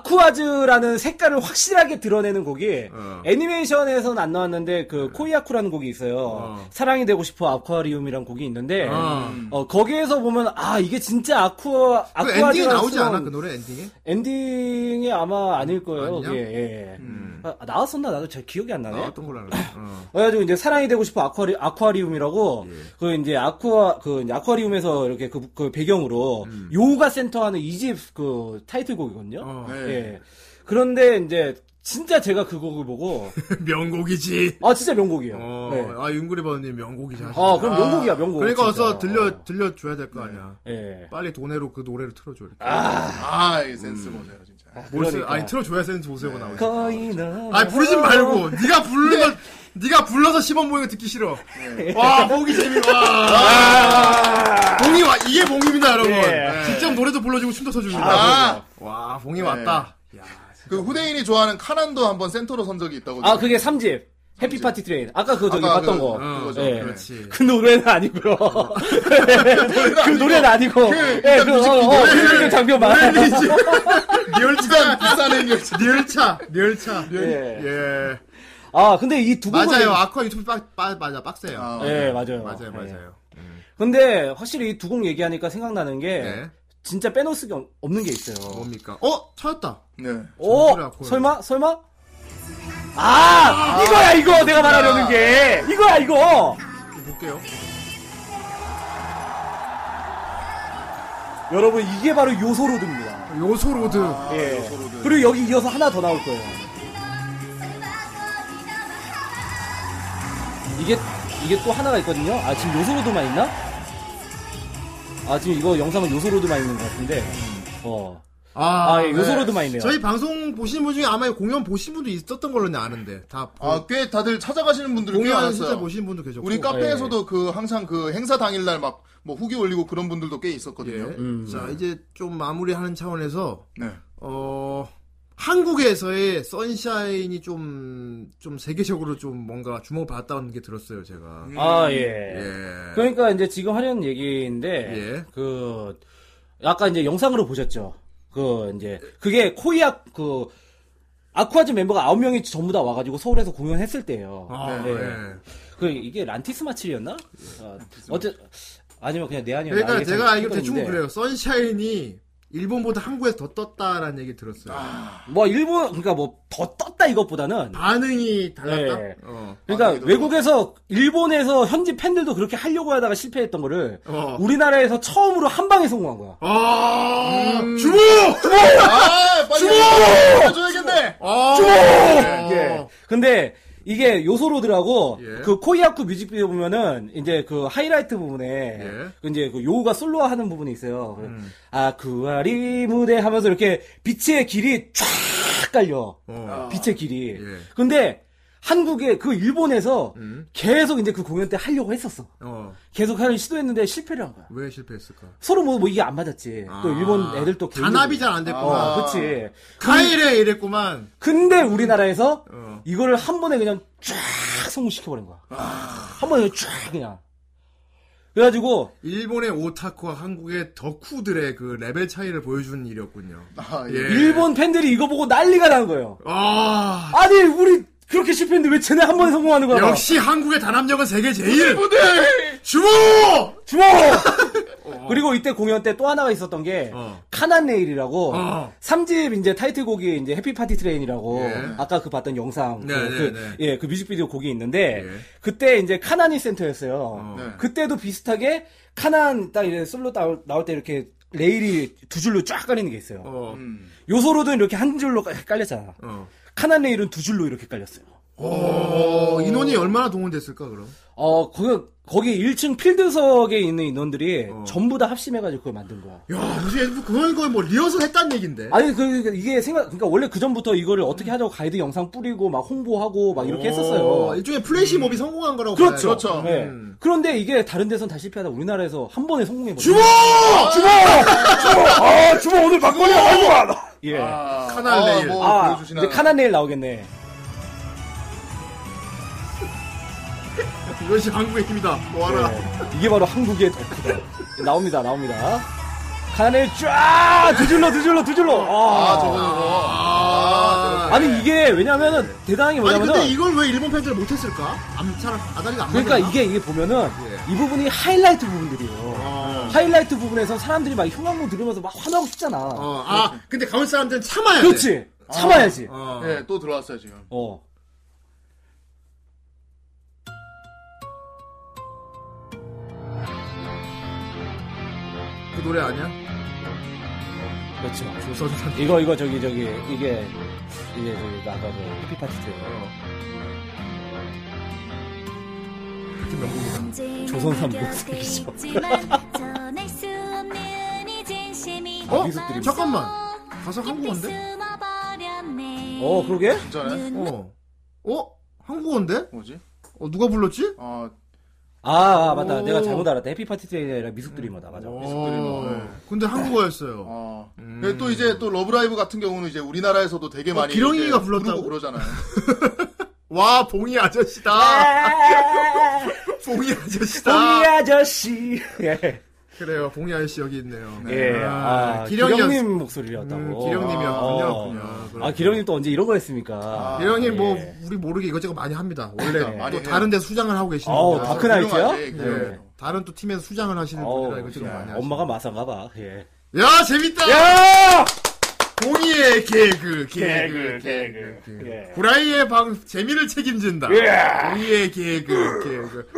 Speaker 3: 아쿠아즈라는 색깔을 확실하게 드러내는 곡이
Speaker 1: 어. 네.
Speaker 3: 애니메이션에서는 안 나왔는데 그 코이아쿠라는 곡이 있어요.
Speaker 1: 어.
Speaker 3: 사랑이 되고 싶어 아쿠아리움이라는 곡이 있는데
Speaker 1: 아.
Speaker 2: 음.
Speaker 3: 어, 거기에서 보면 아 이게 진짜 아쿠아
Speaker 1: 그 엔딩에
Speaker 3: 아쿠아즈라는
Speaker 1: 나오지 않아
Speaker 3: 수건-
Speaker 1: 그 노래 엔딩에?
Speaker 3: 엔딩이 아마 아닐 거예요.
Speaker 1: 아니냐?
Speaker 3: 예, 예.
Speaker 2: 음.
Speaker 3: 아, 나왔었나 나도 잘 기억이 안 아, 나네.
Speaker 1: 나왔던 걸로 알고. 있어요. 어.
Speaker 3: 그래가지고 이제 사랑이 되고 싶어 아쿠아리, 아쿠아리움이라고
Speaker 1: 예.
Speaker 3: 그 이제 아쿠아 그 이제 아쿠아리움에서 이렇게 그, 그 배경으로 요가 센터하는 이집 그 타이틀곡이거든요.
Speaker 1: 음. 어. <laughs>
Speaker 2: 네.
Speaker 3: 예. 그런데 이제 진짜 제가 그 곡을
Speaker 1: <laughs>
Speaker 3: 보고
Speaker 1: 명곡이지.
Speaker 3: 아 진짜 명곡이에요.
Speaker 1: 어,
Speaker 3: 네.
Speaker 1: 아 윤구리 버님 명곡이지.
Speaker 3: 아 그럼
Speaker 2: 아,
Speaker 3: 명곡이야 명곡.
Speaker 1: 그러니까
Speaker 3: 진짜.
Speaker 1: 어서 들려
Speaker 3: 어.
Speaker 1: 들려줘야 될 거 아니야.
Speaker 3: 예.
Speaker 1: 빨리 돈으로 그 노래를 틀어줘. 이렇게.
Speaker 2: 아, 이 센스 보세요 진짜.
Speaker 1: 몰세-
Speaker 3: 그러니까. 네.
Speaker 1: 아니 틀어줘야 센스 오세요 나오지.
Speaker 3: 거의 너.
Speaker 1: 아니 부르지 말고 네가 부르는 걸 네가 불러서 시범 보이는 거 듣기 싫어.
Speaker 3: 예.
Speaker 1: 와 봉이 재미 와. 봉이 와 이게 봉입니다 여러분. 네.
Speaker 3: 예.
Speaker 1: 직접 노래도 불러주고 춤도 춰줍니다.
Speaker 2: 아,
Speaker 1: 와 봉이
Speaker 3: 네.
Speaker 1: 왔다. 야,
Speaker 2: 그 후대인이 좋아하는 카난도 한번 센터로 선 적이 있다고.
Speaker 3: 아 그게 3집 해피 파티 트레인. 아까 그거 저기 봤던
Speaker 2: 그,
Speaker 3: 거.
Speaker 1: 어,
Speaker 2: 그거죠.
Speaker 3: 예.
Speaker 2: 네.
Speaker 1: 그렇지.
Speaker 3: 그 노래는 아니고요. 그
Speaker 2: 아니고.
Speaker 3: 노래는 아니고.
Speaker 2: 그
Speaker 3: 예,
Speaker 2: 일단
Speaker 3: 그
Speaker 2: 뮤직비디오.
Speaker 3: 어, 어, 뮤직비디오 장면 말.
Speaker 1: 네.
Speaker 2: 비싼 비싼 행렬차.
Speaker 1: 리얼차 리얼차.
Speaker 3: 예.
Speaker 1: 예.
Speaker 3: 아, 근데 이 두 부분
Speaker 1: 맞아요. 아쿠아 유튜브 빡, 빠, 맞아, 빡세요.
Speaker 2: 아,
Speaker 3: 예, 맞아요.
Speaker 1: 맞아요,
Speaker 3: 예.
Speaker 1: 맞아요.
Speaker 3: 근데 확실히 이 두 곡 얘기하니까 생각나는 게
Speaker 1: 네.
Speaker 3: 진짜 빼놓을 수가 없- 없는 게 있어요.
Speaker 1: 뭡니까? 어? 찾았다.
Speaker 2: 네.
Speaker 3: 오,
Speaker 1: 전설의 아쿠아리움.
Speaker 3: 설마, 설마? 아, 이거야 이거 내가 말하려는 게 이거야 이거.
Speaker 1: 볼게요.
Speaker 3: 여러분 이게 바로 요소로드입니다.
Speaker 1: 요소로드.
Speaker 2: 아,
Speaker 3: 예. 그리고 여기 이어서 하나 더 나올 거예요. 이게 이게 또 하나가 있거든요. 아 지금 요소로드만 있나? 아 지금 이거 영상은 요소로드만 있는 것 같은데. 어. 아, 예, 요소로드만 있네요.
Speaker 1: 저희 방송 보신 분 중에 아마 공연 보신 분도 있었던 걸로 내가 아는데. 다 보-
Speaker 2: 아, 꽤 다들 찾아가시는 분들이 꽤
Speaker 1: 공연
Speaker 2: 많았어요.
Speaker 1: 진짜 보신 분도 계셨고.
Speaker 2: 우리 카페에서도 그 항상 그 행사 당일날 막 뭐 후기 올리고 그런 분들도 꽤
Speaker 1: 예.
Speaker 2: 있었거든요.
Speaker 1: 자, 이제 좀 마무리하는 차원에서,
Speaker 2: 네.
Speaker 1: 어, 한국에서의 선샤인이 좀, 좀 세계적으로 좀 뭔가 주목을 받았다는 게 들었어요, 제가.
Speaker 3: 아
Speaker 1: 예.
Speaker 3: 예. 그러니까 이제 지금 하려는 얘기인데
Speaker 1: 예.
Speaker 3: 그 아까 이제 영상으로 보셨죠. 그 이제 그게 코이아 그 아쿠아즈 멤버가 9명이 전부 다 와가지고 서울에서 공연했을 때예요.
Speaker 1: 아,
Speaker 3: 네.
Speaker 1: 예.
Speaker 3: 그 이게 란티스 마칠이었나? 어, 어쨌 아니면 그냥 내 아니면
Speaker 1: 그러니까 제가 알기로 대충 그래요. 선샤인이 일본보다 한국에서 더 떴다라는 얘기 들었어요.
Speaker 3: 뭐 일본 그러니까 뭐 더 떴다 이것보다는
Speaker 1: 아, 반응이 달랐다.
Speaker 3: 예.
Speaker 2: 아,
Speaker 1: 어.
Speaker 3: 그러니까
Speaker 2: 반응이
Speaker 3: 외국에서 일본에서 현지 팬들도 그렇게 하려고 하다가 실패했던 거를
Speaker 1: 어.
Speaker 3: 우리나라에서 처음으로 한 방에 성공한 거야.
Speaker 1: 아,
Speaker 3: 음.
Speaker 1: 주모!
Speaker 2: 아, 빨리 해줘야겠네.
Speaker 1: 아, 주모!
Speaker 3: 예. 근데 이게 요소로드라고
Speaker 1: 예.
Speaker 3: 그 코이아쿠 뮤직비디오 보면은 이제 그 하이라이트 부분에
Speaker 1: 예. 음.
Speaker 3: 그 이제 그 요우가 솔로 하는 부분이 있어요. 아쿠아리 무대 하면서 이렇게 빛의 길이 쫙 깔려.
Speaker 1: 어.
Speaker 3: 빛의 길이.
Speaker 1: 예.
Speaker 3: 근데 한국에 그 일본에서
Speaker 1: 음.
Speaker 3: 계속 이제 그 공연 때 하려고 했었어.
Speaker 1: 어.
Speaker 3: 계속 하려 시도했는데 실패를 한 거야.
Speaker 1: 왜 실패했을까?
Speaker 3: 서로 뭐, 뭐 이게 안 맞았지. 또 일본 애들 또 개인적으로.
Speaker 1: 아, 단합이 잘 안 됐구나.
Speaker 2: 아.
Speaker 3: 어, 그치.
Speaker 1: 카일에 이랬구만.
Speaker 3: 근데 우리나라에서
Speaker 1: 어.
Speaker 3: 이거를 한 번에 그냥 쫙 성공시켜버린 거야.
Speaker 1: 아.
Speaker 3: 한 번에 쫙 그냥. 그래가지고,
Speaker 1: 일본의 오타쿠와 한국의 덕후들의 그 레벨 차이를 보여준 일이었군요.
Speaker 2: 아,
Speaker 1: 예.
Speaker 2: 예.
Speaker 3: 일본 팬들이 이거 보고 난리가 난 거예요.
Speaker 1: 아,
Speaker 3: 아니, 우리 그렇게 실패했는데 왜 쟤네 한 번에 성공하는 거야?
Speaker 1: <laughs> 역시 한국의 단합력은 세계 제일! 주모!
Speaker 3: 주모! 그리고 이때 공연 때 또 하나가 있었던 게
Speaker 1: 어.
Speaker 3: 카난 네일이라고
Speaker 1: 어.
Speaker 3: 3집 이제 타이틀곡이 이제 해피 파티 트레인이라고
Speaker 1: 예.
Speaker 3: 아까 그 봤던 영상
Speaker 1: 네,
Speaker 3: 그,
Speaker 1: 네,
Speaker 3: 그,
Speaker 1: 네.
Speaker 3: 예, 그 뮤직비디오 곡이 있는데
Speaker 1: 예.
Speaker 3: 그때 이제 카나니 센터였어요.
Speaker 1: 어.
Speaker 2: 네.
Speaker 3: 그때도 비슷하게 카난 딱 이제 솔로 나올, 나올 때 이렇게 레일이 두 줄로 쫙 깔리는 게 있어요.
Speaker 1: 어.
Speaker 2: 음.
Speaker 3: 요소로든 이렇게 한 줄로 깔- 깔렸잖아.
Speaker 1: 어.
Speaker 3: 카난 레일은 두 줄로 이렇게 깔렸어요.
Speaker 1: 오, 인원이 얼마나 동원됐을까 그럼?
Speaker 3: 어, 거기, 거기 1층 필드석에 있는 인원들이
Speaker 1: 어.
Speaker 3: 전부 다 합심해가지고 그걸 만든 거야.
Speaker 1: 야, 무슨 그건 거의 뭐 리허설 했단 얘긴데.
Speaker 3: 아니, 그, 그- 이게 생각, 그러니까 원래 그전부터 이거를 어떻게 하자고 가이드 영상 뿌리고 막 홍보하고 막 이렇게
Speaker 1: 어,
Speaker 3: 했었어요.
Speaker 1: 일종의 플래시 몹이 성공한 거라고.
Speaker 3: 그렇죠.
Speaker 1: 봐요.
Speaker 2: 그렇죠.
Speaker 3: 네.
Speaker 1: 음.
Speaker 3: 그런데 이게 다른 데선 다 실패하다 우리나라에서 한 번에 성공해버렸어요.
Speaker 1: 주모!
Speaker 7: 주모! 주모! 아, 주모 오늘 막걸리 가지고 와!
Speaker 3: 예. 아,
Speaker 2: 아,
Speaker 1: 카날레일.
Speaker 2: 아, 뭐 보여주시나.
Speaker 3: 이제 카난 내일 나오겠네.
Speaker 1: 이것이 한국의 힘이다.
Speaker 2: 뭐
Speaker 1: 와라.
Speaker 3: 네. 이게 바로 한국의 덕후다. 나옵니다, 나옵니다. 카넬 쫙! 두 줄로, 두 줄로, 두 줄로!
Speaker 2: 아,
Speaker 3: 아,
Speaker 2: 저거, 저거. 아, 저거.
Speaker 3: 니 이게 왜냐면은, 대단한
Speaker 1: 아니
Speaker 3: 게 뭐냐면은,
Speaker 1: 근데 이걸 왜 일본 팬들 못했을까? 암잘 아다리가 안
Speaker 3: 그러니까
Speaker 1: 맞았나?
Speaker 3: 이게, 이게 보면은,
Speaker 1: 예.
Speaker 3: 이 부분이 하이라이트 부분들이에요.
Speaker 1: 어.
Speaker 3: 하이라이트 부분에서 사람들이 막 흉악무 들으면서 막 화나고 싶잖아.
Speaker 1: 어, 아 근데 가을 사람들은 참아야 돼.
Speaker 3: 그렇지! 참아야지. 어.
Speaker 1: 어.
Speaker 2: 네, 또 들어왔어요, 지금.
Speaker 1: 그 노래 아니야?
Speaker 3: 그렇죠.
Speaker 1: 조선산.
Speaker 3: 이거, 이거, 저기, 저기, 이게, 이게, 저기, 아까 그, 해피파티 때.
Speaker 1: 어.
Speaker 3: 조선 삼국 쓰기죠.
Speaker 1: 어?
Speaker 3: 아, 미소들이
Speaker 1: 잠깐만. 가사 한국어인데?
Speaker 3: 어, 그러게?
Speaker 2: 진짜네?
Speaker 1: 어. 어? 한국어인데?
Speaker 2: 뭐지?
Speaker 1: 어, 누가 불렀지?
Speaker 2: 아,
Speaker 3: 아, 아, 맞다.
Speaker 1: 오.
Speaker 3: 내가 잘못 알았다. 해피파티 트레이 아니라 미숙드리머다. 맞아.
Speaker 1: 어. 근데 한국어였어요.
Speaker 2: 어.
Speaker 1: 음.
Speaker 3: 네,
Speaker 2: 근데 또 이제 또 러브라이브 같은 경우는 이제 우리나라에서도 되게
Speaker 1: 어,
Speaker 2: 많이
Speaker 1: 기렁이가
Speaker 2: 이렇게
Speaker 1: 불렀다고? 네.
Speaker 2: 부르고 그러잖아요.
Speaker 1: 와, 봉이
Speaker 3: <laughs>
Speaker 1: 아저씨다. 봉이 아저씨다.
Speaker 3: 네. 봉이 아저씨. <laughs> 예.
Speaker 1: 그래요, 봉이 아저씨 여기 있네요.
Speaker 3: 예.
Speaker 1: 아,
Speaker 3: 아,
Speaker 1: 기령이
Speaker 3: 기령님
Speaker 1: 음,
Speaker 3: 목소리였다고.
Speaker 1: 기령님이었군요.
Speaker 3: 아,
Speaker 1: 그렇군요.
Speaker 3: 아, 기령님 또 언제 이런 걸 했습니까?
Speaker 2: 아,
Speaker 1: 기령이
Speaker 3: 예.
Speaker 1: 뭐 우리 모르게 이것저것 많이 합니다. 원래
Speaker 2: 그러니까 많이
Speaker 1: 또
Speaker 2: 해요.
Speaker 1: 다른 데서 수장을 하고 계시는
Speaker 3: 아우,
Speaker 1: 분이라.
Speaker 3: 어, 다크- 다크나이트요?
Speaker 2: 훌륭하지,
Speaker 1: 어, 네.
Speaker 2: 그거는.
Speaker 1: 다른 또 팀에서 수장을 하시는
Speaker 3: 어우,
Speaker 1: 분이라 이것저것
Speaker 3: 야,
Speaker 1: 많이 하시죠.
Speaker 3: 엄마가 마상가 봐. 예.
Speaker 1: 야, 재밌다.
Speaker 3: 야!
Speaker 1: 봉이의 개그, 개그,
Speaker 3: 개그. 예.
Speaker 1: 구라이의 방 재미를 책임진다.
Speaker 3: 예.
Speaker 1: 봉이의 개그, 개그.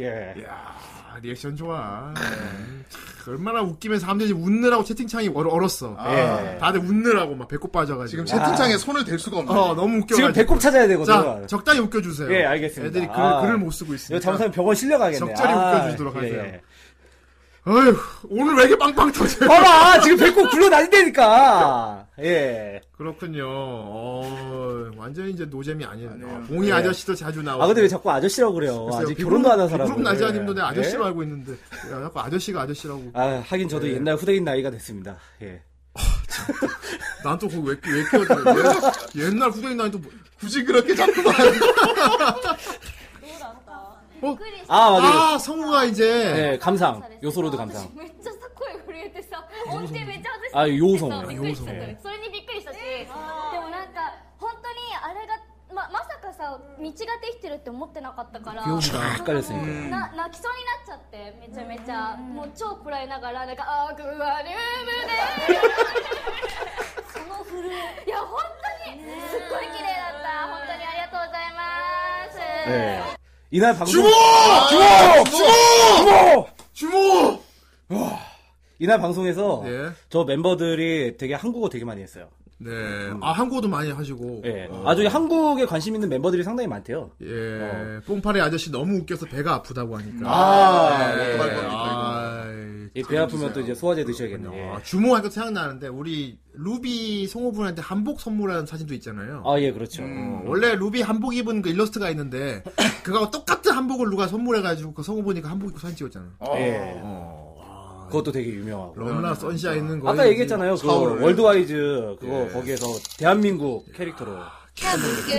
Speaker 3: 예.
Speaker 1: 네. 야, 리액션 좋아. 음, 참, 얼마나 웃기면 사람들이 웃느라고 채팅창이 얼, 얼었어.
Speaker 3: 예.
Speaker 1: 다들 웃느라고 막 배꼽 빠져가지고.
Speaker 2: 지금 채팅창에 손을 댈 수가 없네.
Speaker 1: 아. 어, 너무 웃겨.
Speaker 3: 지금 배꼽 찾아야 되거든요.
Speaker 1: 자, 적당히 웃겨주세요.
Speaker 3: 예, 알겠습니다.
Speaker 1: 애들이 글,
Speaker 3: 아.
Speaker 1: 글을 못 쓰고
Speaker 3: 이거
Speaker 1: 있습니다.
Speaker 3: 잠수하면 병원 실려가겠네. 아, 예,
Speaker 1: 적절히 웃겨주도록 하세요. 어휴, 오늘 왜 이렇게 빵빵 터져요? <laughs>
Speaker 3: 봐봐! 지금 배꼽 굴러다닌다니까! 예.
Speaker 1: 그렇군요. 어, 완전히 이제 노잼이 아니네요.
Speaker 2: 아니에요.
Speaker 1: 봉이
Speaker 3: 예.
Speaker 1: 아저씨도 자주 나오고.
Speaker 3: 아, 근데 왜 자꾸 아저씨라고 그래요?
Speaker 1: 글쎄요,
Speaker 3: 어, 아직
Speaker 1: 비구름-
Speaker 3: 결혼도 안 한 예? 사람.
Speaker 1: 비구름 날자님도 내가 아저씨로 알고 있는데. 야, 자꾸 아저씨가 아저씨라고.
Speaker 3: 아, 하긴 저도
Speaker 1: 예.
Speaker 3: 옛날 후대인 나이가 됐습니다. 예.
Speaker 1: 난 또 그거 왜, 왜 끼워줘. <laughs> 옛날 후대인 나이 또 뭐-
Speaker 2: 굳이 그렇게 자꾸만.
Speaker 1: 어?
Speaker 3: <laughs> 아, 맞아요.
Speaker 1: 아, 성우가 이제.
Speaker 3: 네, 감상. 요소로드 감상.
Speaker 8: <laughs>
Speaker 3: 아,
Speaker 8: 진짜 사쿠에 그리했댔어. 언제 왜 저도
Speaker 3: あ、要素も
Speaker 1: 아,
Speaker 3: ね。
Speaker 8: びっくりした
Speaker 3: 예,
Speaker 8: それにびっくりしたし
Speaker 5: 네.
Speaker 8: でも
Speaker 5: 아.
Speaker 8: なんか本当にあれがままさかさ道ができてるって思ってなかったから
Speaker 1: 病気だ
Speaker 8: なん
Speaker 3: ばっかりですね
Speaker 8: もうな泣きそうになっちゃってめちゃ
Speaker 5: 음.
Speaker 8: めちゃもう超こらえながらなんかアクアリウムでその震えいや本当にすっごい綺麗だった本当にありがとうございます、
Speaker 1: 네.
Speaker 3: 예. 이날 방송 아,
Speaker 1: 주모!
Speaker 3: 이날 방송에서
Speaker 1: 예.
Speaker 3: 저 멤버들이 되게 한국어 되게 많이 했어요.
Speaker 1: 네. 아, 한국어도 많이 하시고.
Speaker 3: 예.
Speaker 1: 어.
Speaker 3: 아주 어. 한국에 관심 있는 멤버들이 상당히 많대요.
Speaker 1: 예, 뽕파리 아저씨 너무 웃겨서 배가 아프다고 하니까.
Speaker 2: 아,
Speaker 1: 예,
Speaker 2: 어떡할 겁니까,
Speaker 1: 아이, 예,
Speaker 3: 이배 아프면 또 이제 소화제 드셔야겠네요.
Speaker 1: 아,
Speaker 3: 예.
Speaker 1: 주모하니까 생각나는데 우리 루비 성우분한테 한복 선물하는 사진도 있잖아요.
Speaker 3: 아, 예, 그렇죠.
Speaker 1: 어, 원래 루비 한복 입은 그 일러스트가 있는데 그거하고 똑같은 한복을 누가 선물해가지고 그 성우분이가 한복 입고 사진 찍었잖아.
Speaker 2: 어.
Speaker 3: 예.
Speaker 1: 어,
Speaker 3: 그것도 되게 유명하고.
Speaker 1: 러브나 선샤인은 거의
Speaker 3: 아까 얘기했잖아요. 그
Speaker 2: 사월을.
Speaker 3: 월드와이즈 그거
Speaker 1: 예.
Speaker 3: 거기에서 대한민국 캐릭터로.
Speaker 1: 네.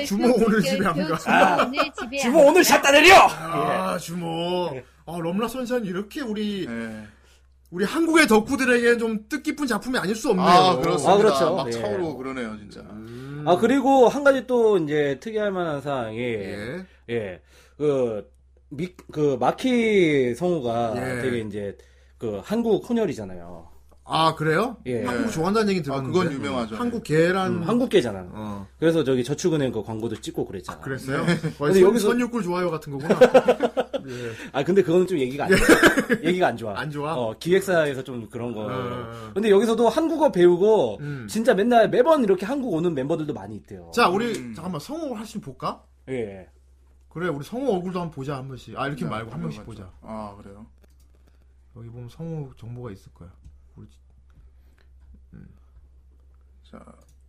Speaker 1: 주모 오늘 집에 안 아. 가.
Speaker 4: 주모 오늘 집에 안
Speaker 3: 주부 오늘 샷다 내려! 예.
Speaker 1: 아 주모. 아 럼라 선샤는 이렇게 우리
Speaker 2: 예.
Speaker 1: 우리 한국의 덕후들에게는 좀 뜻깊은 작품이 아닐 예. 수 없네요.
Speaker 2: 아, 그렇습니다.
Speaker 3: 아, 그렇죠.
Speaker 2: 막
Speaker 3: 예.
Speaker 2: 차오르고 그러네요, 진짜.
Speaker 3: 아, 그리고 한 가지 또 이제 특이할 만한 사항이
Speaker 1: 예.
Speaker 3: 예. 그, 미, 그, 마키 성우가
Speaker 1: 예.
Speaker 3: 되게 이제, 그 한국 혼혈이잖아요.
Speaker 1: 아 그래요?
Speaker 3: 예.
Speaker 1: 한국 좋아한다는 얘기
Speaker 2: 아,
Speaker 1: 들었는데.
Speaker 2: 그건 유명하죠.
Speaker 1: 한국 계란.
Speaker 3: 음, 한국계잖아. 요
Speaker 1: 어
Speaker 3: 그래서 저기 저축은행 그 광고도 찍고 그랬잖아. 요
Speaker 1: 그랬어요. 거의
Speaker 3: 네. 근데
Speaker 1: 선,
Speaker 3: 여기서-
Speaker 1: 선육굴 좋아요 같은
Speaker 3: <laughs>
Speaker 1: 거구나. 예.
Speaker 3: 아 근데 그거는 좀 얘기가 안 좋아. <laughs> 얘기가 안 좋아.
Speaker 1: 안 좋아?
Speaker 3: 어, 기획사에서 좀 그런 거.
Speaker 1: 어.
Speaker 3: 근데 여기서도 한국어 배우고
Speaker 1: 음.
Speaker 3: 진짜 맨날 매번 이렇게 한국 오는 멤버들도 많이 있대요.
Speaker 1: 자 우리
Speaker 2: 음.
Speaker 1: 잠깐만 성우 한번 볼까?
Speaker 3: 예.
Speaker 1: 그래 우리 성우 얼굴도 한번 보자 한 번씩. 아 이렇게
Speaker 2: 네,
Speaker 1: 말고 한 번씩 보자.
Speaker 2: 아 그래요.
Speaker 1: 여기 보면 성우 정보가 있을 거야. 우리
Speaker 2: 자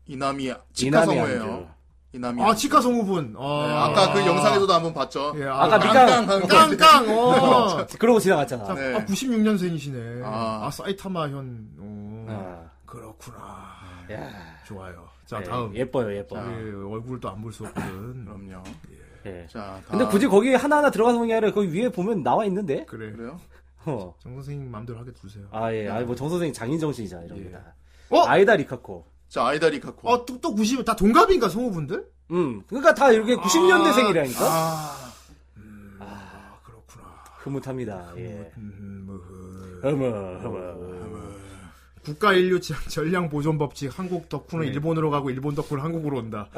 Speaker 2: 이남이 치카
Speaker 3: 이남이
Speaker 2: 성우예요.
Speaker 3: 안주.
Speaker 2: 이남이.
Speaker 1: 아
Speaker 2: 안주.
Speaker 1: 치카 성우분.
Speaker 2: 음. 네,
Speaker 1: 아,
Speaker 2: 아까 그 영상에서도 한번 봤죠.
Speaker 1: 예, 아,
Speaker 3: 아까
Speaker 1: 아까
Speaker 3: 미카
Speaker 1: 깡깡. 어.
Speaker 3: <laughs> 그러고
Speaker 2: <laughs>
Speaker 3: 지나갔잖아.
Speaker 2: 네.
Speaker 1: 아, 96년생이시네. 아,
Speaker 2: 아. 네.
Speaker 1: 사이타마 현. 어.
Speaker 3: 아,
Speaker 1: 그렇구나.
Speaker 3: 야.
Speaker 1: 좋아요. 네. 자
Speaker 3: 예,
Speaker 1: 다음.
Speaker 3: 예뻐요, 예뻐. 요
Speaker 1: 우리 얼굴도 안 볼 수 없거든.
Speaker 2: 그럼요.
Speaker 3: 예.
Speaker 2: 자
Speaker 3: 근데
Speaker 2: 다음.
Speaker 3: 굳이 거기 하나하나 들어가는 게 아니라 거기 위에 보면 나와 있는데.
Speaker 1: 그래.
Speaker 2: 그래요?
Speaker 3: 어.
Speaker 1: 정 선생님 마음대로 하게 두세요.
Speaker 3: 아
Speaker 2: 네.
Speaker 3: 예. 아니 뭐정 선생님 장인 정신이잖아 이런
Speaker 2: 예.
Speaker 3: 게 다.
Speaker 1: 어?
Speaker 3: 아이다 리카코.
Speaker 2: 자 아이다리 카코.
Speaker 1: 어, 또, 또 90, 다 동갑인가, 성우분들?
Speaker 3: 음. 그러니까 다 이렇게 90년대생이라니까.
Speaker 2: 아
Speaker 1: 아, 그렇구나.
Speaker 3: 흐뭇합니다.
Speaker 2: 아,
Speaker 3: 예.
Speaker 1: 음, 뭐,
Speaker 3: 어머, 어머.
Speaker 1: 국가 인류 지향 전량 보존 법칙 한국 덕후는
Speaker 3: 네.
Speaker 1: 일본으로 가고 일본 덕후는 한국으로 온다.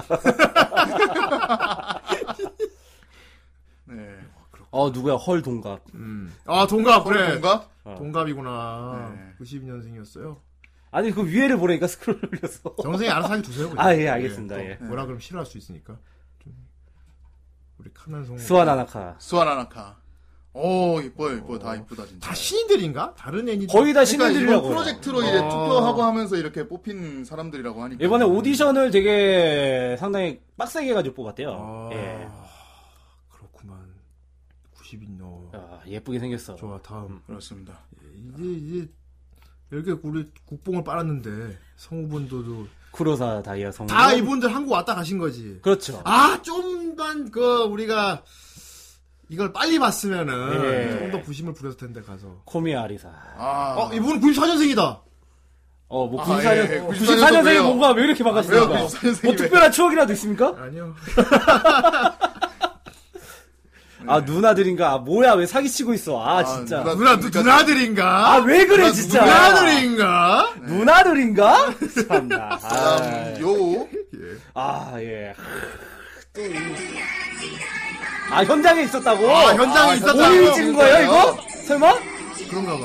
Speaker 2: 네.
Speaker 3: 어 누구야 헐 동갑.
Speaker 1: 음. 아 동갑 그래.
Speaker 2: 뭔가
Speaker 3: 어.
Speaker 1: 이구나그
Speaker 2: 네.
Speaker 1: 92년생이었어요.
Speaker 3: 아니 그 위에를 보라니까 <laughs> 스크롤 올려서.
Speaker 1: 정 선생님 알아서 하게 두세요. 그냥.
Speaker 3: 아 예 알겠습니다.
Speaker 1: 또
Speaker 3: 예.
Speaker 1: 뭐라 그러면 싫어할 수 있으니까. 좀 우리 카멘
Speaker 2: 네.
Speaker 1: 성우.
Speaker 3: 스완 아나카.
Speaker 2: 수아나나카. 오 이뻐요 이뻐 요다 이쁘다 진짜.
Speaker 1: 다 신인들인가? 다른 애니
Speaker 3: 거의 다
Speaker 2: 그러니까 이번
Speaker 3: 신인들이라고.
Speaker 2: 프로젝트로 이제
Speaker 1: 어.
Speaker 2: 투표하고 하면서 이렇게 뽑힌 사람들이라고 하니까.
Speaker 3: 이번에 오디션을 되게 상당히 빡세게 가지고 뽑았대요.
Speaker 1: 아,
Speaker 3: 예.
Speaker 1: 그렇구만. 90인 어.
Speaker 3: 아, 예쁘게 생겼어.
Speaker 1: 좋아 다음.
Speaker 2: 그렇습니다.
Speaker 1: 이제 이제 이렇게 우리 국뽕을 빨았는데 성우분들도
Speaker 3: 음. 쿠로사 다이아 성우.
Speaker 1: 다 이분들 한국 왔다 가신 거지.
Speaker 3: 그렇죠.
Speaker 1: 아, 좀만 그 우리가 이걸 빨리 봤으면은
Speaker 3: 예.
Speaker 1: 좀 더 부심을 부렸을 텐데 가서.
Speaker 3: 코미 아리사.
Speaker 2: 아
Speaker 1: 어, 이분 94년생이다.
Speaker 3: 어, 뭐
Speaker 2: 아,
Speaker 3: 94년,
Speaker 2: 예, 예. 94년생이
Speaker 3: 94년생이
Speaker 2: 왜요?
Speaker 3: 뭔가 왜 이렇게
Speaker 1: 아,
Speaker 2: 왜요?
Speaker 1: 예,
Speaker 3: 바꿨습니까?
Speaker 2: 94년생이
Speaker 3: 뭐
Speaker 2: 왜?
Speaker 3: 특별한 추억이라도 있습니까?
Speaker 1: 아니요.
Speaker 3: 아, 누나들인가? 아, 뭐야, 왜 사기치고 있어? 아, 진짜.
Speaker 2: 누나-
Speaker 1: 예. 그 누나 누- 누나들인가?
Speaker 3: 아, 왜 그래,
Speaker 2: 누나-
Speaker 3: 진짜. 아,
Speaker 1: 누나들인가?
Speaker 3: 누나들인가?
Speaker 1: 네. <laughs>
Speaker 3: 참나. 아,
Speaker 2: 음, 요
Speaker 3: 아, 예. 아, 현장에 있었다고?
Speaker 1: 아, 현장에
Speaker 2: 아,
Speaker 1: 있었다.
Speaker 3: 본인이 찍은 거예요, 이거? 설마?
Speaker 1: 그런가 봐.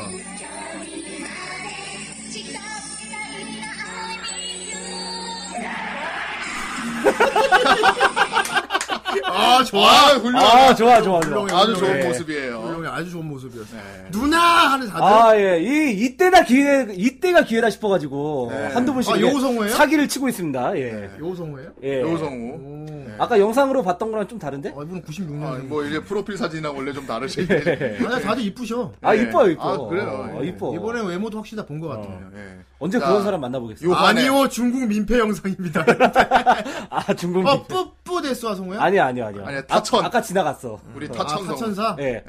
Speaker 1: 아, 좋아.
Speaker 2: 아, 훌륭.
Speaker 3: 아, 좋아, 좋아, 좋아.
Speaker 1: 훌륭해.
Speaker 2: 아주
Speaker 1: 훌륭해.
Speaker 2: 좋은
Speaker 3: 예.
Speaker 2: 모습이에요.
Speaker 1: 훌륭해. 아주 좋은 모습이었어.
Speaker 2: 네.
Speaker 1: 누나! 하는 다들.
Speaker 3: 아, 예. 이, 이때다 기회, 이때가 기회다 싶어가지고. 한두 분씩.
Speaker 1: 아,
Speaker 3: 이게
Speaker 1: 여우성우예요? 네.
Speaker 3: 사기를 치고 있습니다, 예.
Speaker 1: 요성우예요?
Speaker 3: 예.
Speaker 2: 여우성우.
Speaker 1: 오.
Speaker 3: 아까 영상으로 봤던 거랑 좀 다른데?
Speaker 1: 아, 이분은 96년생.
Speaker 2: 아,
Speaker 1: 아니,
Speaker 2: 뭐
Speaker 3: 예.
Speaker 2: 이제 프로필 사진이랑 원래 좀 다르시네.
Speaker 1: 다들 이쁘셔.
Speaker 3: 아,
Speaker 2: 예.
Speaker 3: 이뻐요, 이뻐.
Speaker 2: 아, 그래요?
Speaker 3: 어,
Speaker 2: 예.
Speaker 3: 이뻐.
Speaker 1: 이번에 외모도 확실히 다 본 것 같아요.
Speaker 2: 예.
Speaker 3: 언제
Speaker 2: 자,
Speaker 3: 그런 사람 만나보겠어요?
Speaker 2: 요- 요번에-
Speaker 1: 아니요, 중국 민폐 영상입니다.
Speaker 3: <laughs> 아, 중국.
Speaker 1: 어,
Speaker 3: 어,
Speaker 1: 뿌뿌 데스와 성우야?
Speaker 3: 아니야, 아니야, 아니야.
Speaker 2: 아니야, 타천.
Speaker 3: 아, 까 지나갔어.
Speaker 2: 우리
Speaker 1: 아,
Speaker 2: 타천성.
Speaker 1: 타천사?
Speaker 3: 예.
Speaker 2: 예.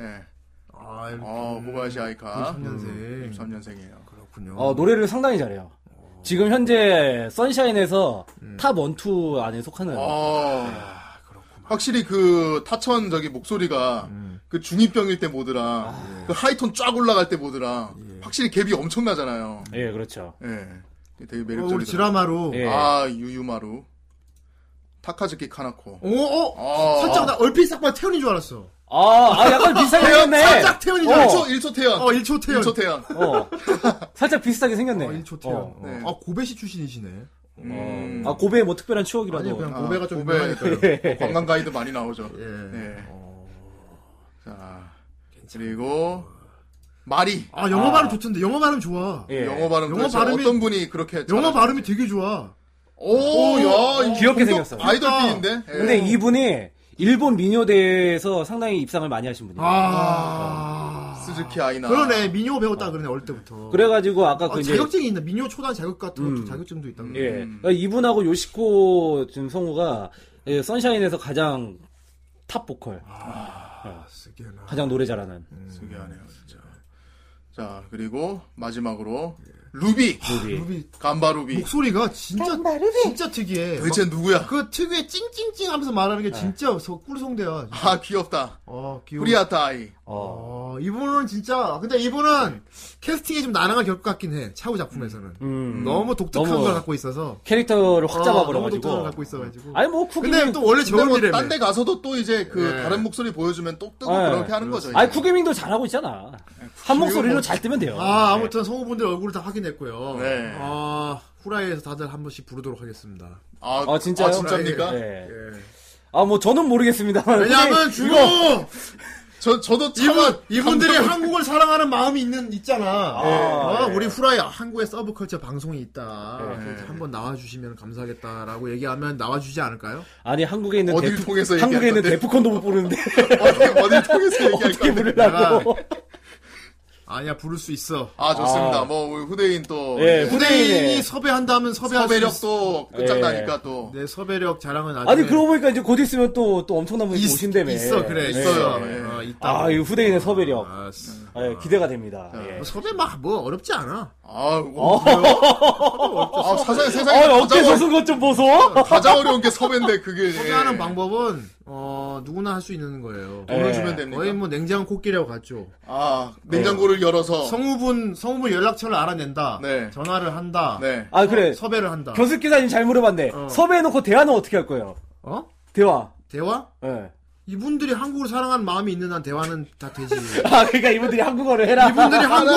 Speaker 1: 아, 이렇게.
Speaker 2: 어, 모바시 아이카. 음,
Speaker 1: 93년생.
Speaker 2: 93년생이에요.
Speaker 1: 그렇군요.
Speaker 3: 어, 노래를 상당히 잘해요. 지금 현재 선샤인에서 탑 원투 안에 속하는.
Speaker 2: 어. 확실히 그 타천 저기 목소리가
Speaker 3: 음.
Speaker 2: 그 중이병일 때 모드랑
Speaker 3: 아.
Speaker 1: 예.
Speaker 2: 그 하이톤 쫙 올라갈 때 모드랑 확실히 갭이 엄청나잖아요.
Speaker 3: 예, 그렇죠.
Speaker 2: 예. 되게
Speaker 1: 어, 우리
Speaker 2: 매력적이다.
Speaker 1: 드라마로.
Speaker 3: 예.
Speaker 2: 아, 유유마루. 타카즈키 카나코.
Speaker 1: 오, 어?
Speaker 2: 아.
Speaker 1: 살짝 나 얼핏 싹 봐 태연인 줄 알았어.
Speaker 3: 아, 아, 약간 비슷하게 생겼네.
Speaker 1: 살짝 태연인 줄
Speaker 3: 어.
Speaker 1: 알았어.
Speaker 2: 1초, 1초 태연.
Speaker 1: 어, 1초 태연.
Speaker 2: 1초 태연.
Speaker 3: 어. 살짝 비슷하게
Speaker 1: 어,
Speaker 3: 생겼네.
Speaker 1: 1초 태연.
Speaker 3: 어.
Speaker 2: 네.
Speaker 1: 어, 아, 고배시 출신이시네.
Speaker 2: 음.
Speaker 3: 아, 고베의 뭐 특별한
Speaker 1: 아니,
Speaker 3: 추억이라도.
Speaker 1: 그냥
Speaker 2: 아,
Speaker 1: 고배가 좀
Speaker 2: 고배.
Speaker 1: 유명하니까요.
Speaker 3: 예.
Speaker 2: 관광 가이드 많이 나오죠.
Speaker 1: 예.
Speaker 2: 네.
Speaker 1: 어.
Speaker 2: 자, 그리고 마리
Speaker 1: 아, 영어
Speaker 3: 아.
Speaker 1: 발음 좋던데. 영어 발음 좋아.
Speaker 3: 예.
Speaker 2: 영어 발음
Speaker 1: 영어
Speaker 2: 도대체
Speaker 1: 발음이-
Speaker 2: 어떤 분이 그렇게
Speaker 1: 영어
Speaker 2: 잘하시-
Speaker 1: 발음이 되게 좋아.
Speaker 2: 오, 야, 이 공격
Speaker 3: 귀엽게 생겼어요.
Speaker 2: 아이돌 핀인데. 예.
Speaker 3: 근데 이분이 일본 미녀대에서 상당히 입상을 많이 하신 분이에요.
Speaker 1: 아.
Speaker 2: 스즈키 아이나.
Speaker 1: 그러네. 민요 배웠다 그러네. 어릴 때부터.
Speaker 3: 그래가지고 아까
Speaker 1: 아,
Speaker 3: 그 이제
Speaker 1: 자격증이 있나? 민요 초단 자격 같은 것도
Speaker 3: 음.
Speaker 1: 자격증도 있다. 그러네.
Speaker 3: 예.
Speaker 2: 음.
Speaker 3: 그러니까 이분하고 요시코 지금 성우가 예, 선샤인에서 가장 탑 보컬,
Speaker 1: 아, 쓰게나.
Speaker 3: 가장 노래 잘하는.
Speaker 1: 음.
Speaker 2: 특이하네요, 진짜. 자, 그리고 마지막으로 루비.
Speaker 3: 루비.
Speaker 1: 루비
Speaker 2: 간바 루비.
Speaker 1: 목소리가 진짜 진짜 특이해.
Speaker 2: 도대체 누구야?
Speaker 1: 막 그 특유의
Speaker 3: 네.
Speaker 1: 찡찡찡 하면서 말하는 게 진짜 서- 꿀송대야.
Speaker 2: 아, 귀엽다.
Speaker 1: 어, 귀여워.
Speaker 2: 프리아타 아이.
Speaker 3: 어.
Speaker 1: 어, 어, 이분은 진짜 근데 이분은 캐스팅이 좀 난항을 겪을 것 같긴 해. 차후 작품에서는
Speaker 3: 음.
Speaker 1: 너무 독특한
Speaker 3: 너무
Speaker 1: 걸 갖고 있어서
Speaker 3: 캐릭터를 확
Speaker 1: 어, 너무
Speaker 3: 잡아버려가지고.
Speaker 1: 독특한 걸 갖고 있어가지고.
Speaker 3: 아니 뭐
Speaker 1: 근데
Speaker 3: 쿠기밍.
Speaker 1: 또 원래
Speaker 2: 근데
Speaker 1: 저런
Speaker 2: 뭐
Speaker 1: 일에
Speaker 2: 딴 데 가서도 또 이제 그
Speaker 1: 네.
Speaker 2: 다른 목소리 보여주면 또 뜨고
Speaker 3: 네.
Speaker 2: 그렇게 하는 거죠.
Speaker 3: 아니
Speaker 2: 이제.
Speaker 3: 쿠기밍도 잘하고 있잖아. 한 목소리로 잘 뜨면 돼요.
Speaker 1: 네,
Speaker 3: 네.
Speaker 1: 아 아무튼 성우분들 얼굴을 다 확인했고요.
Speaker 2: 네.
Speaker 1: 아 후라이에서 다들 한 번씩 부르도록 하겠습니다.
Speaker 2: 아,
Speaker 3: 아 진짜요?
Speaker 2: 아, 진짜입니까?
Speaker 3: 예.
Speaker 1: 예.
Speaker 3: 아뭐 저는 모르겠습니다만.
Speaker 1: 왜냐하면
Speaker 3: 근데
Speaker 1: 주로
Speaker 3: 이거-
Speaker 2: 저 저도 참
Speaker 1: 이분 이분들이 한국을 사랑하는 마음이 있는 있잖아.
Speaker 3: 예.
Speaker 1: 어,
Speaker 3: 예.
Speaker 1: 우리 후라이 한국의 서브컬처 방송이 있다.
Speaker 2: 예.
Speaker 1: 그래서 한번 나와주시면 감사하겠다라고 얘기하면 나와주지 않을까요?
Speaker 3: 아니 한국에 있는
Speaker 2: 어딜
Speaker 3: 데프-
Speaker 2: 통해서 얘기할
Speaker 3: 한국에 있는
Speaker 2: 건데?
Speaker 3: 데프콘도 못
Speaker 1: <laughs>
Speaker 3: 부르는데
Speaker 2: 어디 통해서 얘기할
Speaker 3: <laughs> 어떻게
Speaker 2: 건데.
Speaker 3: 부르려고?
Speaker 1: 아니야 부를 수 있어.
Speaker 2: 아 좋습니다.
Speaker 3: 아.
Speaker 2: 뭐 우리 후대인 또 이제
Speaker 3: 예,
Speaker 1: 아, 후대인이
Speaker 3: 후대인의
Speaker 1: 섭외한다면 섭외할 수 있어.
Speaker 2: 섭외력도 끝장나니까 또
Speaker 1: 내 섭외력 자랑은 나중에
Speaker 3: 아니 그러고 보니까 이제 곧 있으면 또 또 엄청난 분이
Speaker 1: 있,
Speaker 3: 오신다며.
Speaker 1: 있어 그래
Speaker 3: 네.
Speaker 1: 있어요.
Speaker 2: 예.
Speaker 1: 어, 있다.
Speaker 3: 아, 이 후대인의 섭외력.
Speaker 1: 아, 쓰-
Speaker 3: 예, 기대가 됩니다. 예.
Speaker 1: 뭐 섭외 막 뭐 어렵지 않아.
Speaker 2: 아, 어, 그래요? 아 세상에 세상에
Speaker 3: 어, 어깨
Speaker 2: 가장,
Speaker 3: 솟은 것좀 보소.
Speaker 2: 어- 가장 어려운 게 섭외인데 그게
Speaker 3: 네.
Speaker 1: 섭외하는
Speaker 2: 예.
Speaker 1: 방법은 어, 누구나 할 수 있는 거예요.
Speaker 2: 돈을
Speaker 3: 예.
Speaker 2: 주면 됩니까?
Speaker 1: 거의 뭐 냉장고 코끼리하고 같죠.
Speaker 2: 아 냉장고를
Speaker 3: 네.
Speaker 2: 열어서
Speaker 1: 성우분 성우분 연락처를 알아낸다.
Speaker 2: 네.
Speaker 1: 전화를 한다.
Speaker 2: 네
Speaker 3: 아 그래.
Speaker 1: 섭외를 한다.
Speaker 3: 견습 기사님 잘 물어봤네.
Speaker 1: 어.
Speaker 3: 섭외해놓고 대화는 어떻게 할 거예요?
Speaker 1: 어?
Speaker 3: 대화.
Speaker 1: 대화?
Speaker 3: 예. <laughs>
Speaker 1: 이분들이 한국을 사랑하는 마음이 있는 한 대화는 다 되지. <laughs>
Speaker 3: 아 그러니까 이분들이 한국어를 해라.
Speaker 1: 이분들이 한국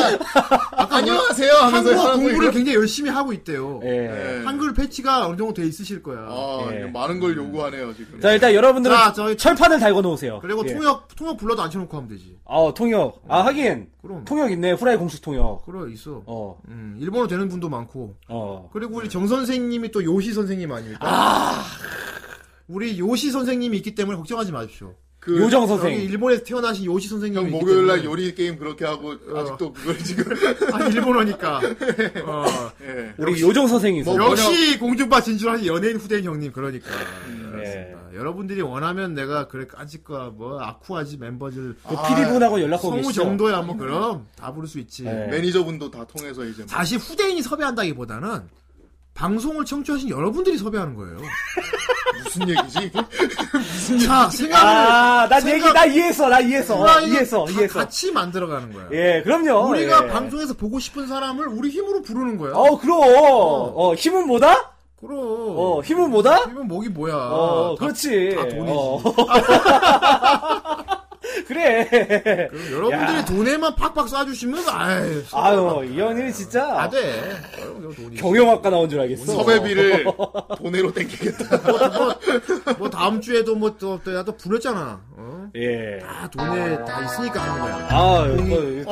Speaker 2: 안녕하세요 하면서
Speaker 1: 아, 한국어
Speaker 2: 하는
Speaker 1: 공부를
Speaker 2: 거예요.
Speaker 1: 굉장히 열심히 하고 있대요.
Speaker 3: <laughs> 예.
Speaker 2: 예.
Speaker 1: 한글 패치가 어느 정도 돼 있으실 거야.
Speaker 2: 아
Speaker 3: 예.
Speaker 2: 많은 걸 요구하네요 지금
Speaker 3: 자 일단 여러분들은
Speaker 1: 자, 저희-
Speaker 3: 철판을 달고 놓으세요.
Speaker 1: 그리고
Speaker 3: 예.
Speaker 1: 통역 음. 통역 불러도 앉혀놓고 하면 되지.
Speaker 3: 아 어, 통역. 아 하긴
Speaker 1: 그럼
Speaker 3: 통역 있네. 후라이 공식 통역.
Speaker 1: 그래 있어.
Speaker 3: 어.
Speaker 1: 음, 일본어 되는 분도 많고.
Speaker 3: 어.
Speaker 1: 그리고 우리 정 선생님이 또 요시 선생님 아닙니까? 우리 요시 선생님이 있기 때문에 걱정하지 마십시오.
Speaker 2: 그
Speaker 3: 요정
Speaker 1: 여기
Speaker 3: 선생.
Speaker 1: 일본에서 태어나신 요시 선생님이
Speaker 2: 형
Speaker 1: 있기
Speaker 2: 목요일 날
Speaker 1: 때문에-
Speaker 2: 요리 게임 그렇게 하고
Speaker 1: 어.
Speaker 2: 아직도 그걸
Speaker 1: <laughs>
Speaker 2: 지금
Speaker 1: 아
Speaker 3: <laughs>
Speaker 1: 일본어니까. 어.
Speaker 2: 예.
Speaker 3: 우리 요정 선생이 있어.
Speaker 2: 뭐-
Speaker 1: 역시 공중파 진출하신 연예인 후대인 형님 그러니까.
Speaker 3: 네.
Speaker 1: 알겠습니다. 여러분들이 원하면 내가 그래 까짓과 뭐 아쿠아지 멤버들
Speaker 3: 그 PD분하고 연락 오고
Speaker 1: 뭐 아, 성우
Speaker 3: 계시죠.
Speaker 1: 정도야 뭐 그럼 다 부를 수 있지.
Speaker 3: 네.
Speaker 2: 아, 매니저분도 다 통해서 이제 뭐.
Speaker 1: 사실 후대인이 섭외한다기보다는 방송을 청취하신 여러분들이 섭외하는 거예요.
Speaker 2: 무슨 얘기지?
Speaker 1: 어. 자 생각을
Speaker 3: 아, 난
Speaker 1: 생각-
Speaker 3: 얘기 나 이해했어. 나 이해했어. 어,
Speaker 1: 후라이가
Speaker 3: 이해했어.
Speaker 1: 다
Speaker 3: 이해했어.
Speaker 1: 같이 만들어가는 거야.
Speaker 3: 예, 그럼요.
Speaker 1: 우리가
Speaker 3: 예.
Speaker 1: 방송에서 보고 싶은 사람을 우리 힘으로 부르는 거야.
Speaker 3: 어, 그럼. 어, 힘은 뭐다?
Speaker 1: 그럼.
Speaker 3: 어, 힘은 뭐다?
Speaker 1: 이건 목이 뭐야.
Speaker 3: 어,
Speaker 1: 다-
Speaker 3: 그렇지.
Speaker 1: 다 돈이지.
Speaker 3: 어. 그래.
Speaker 1: 그럼 여러분들이
Speaker 3: 야.
Speaker 1: 돈에만 팍팍 쏴주시면 아유.
Speaker 3: 아유, 이 형님 진짜.
Speaker 1: 안 돼. 여러분, 돈이.
Speaker 3: 경영학과 나온 줄 알겠어.
Speaker 2: 섭외비를 돈으로 땡기겠다. <laughs>
Speaker 1: 뭐 다음 주에도 뭐또또야또 불렸잖아. 어?
Speaker 3: 예.
Speaker 1: 다 돈에 다 있으니까 하는 거야.
Speaker 3: 아, 이거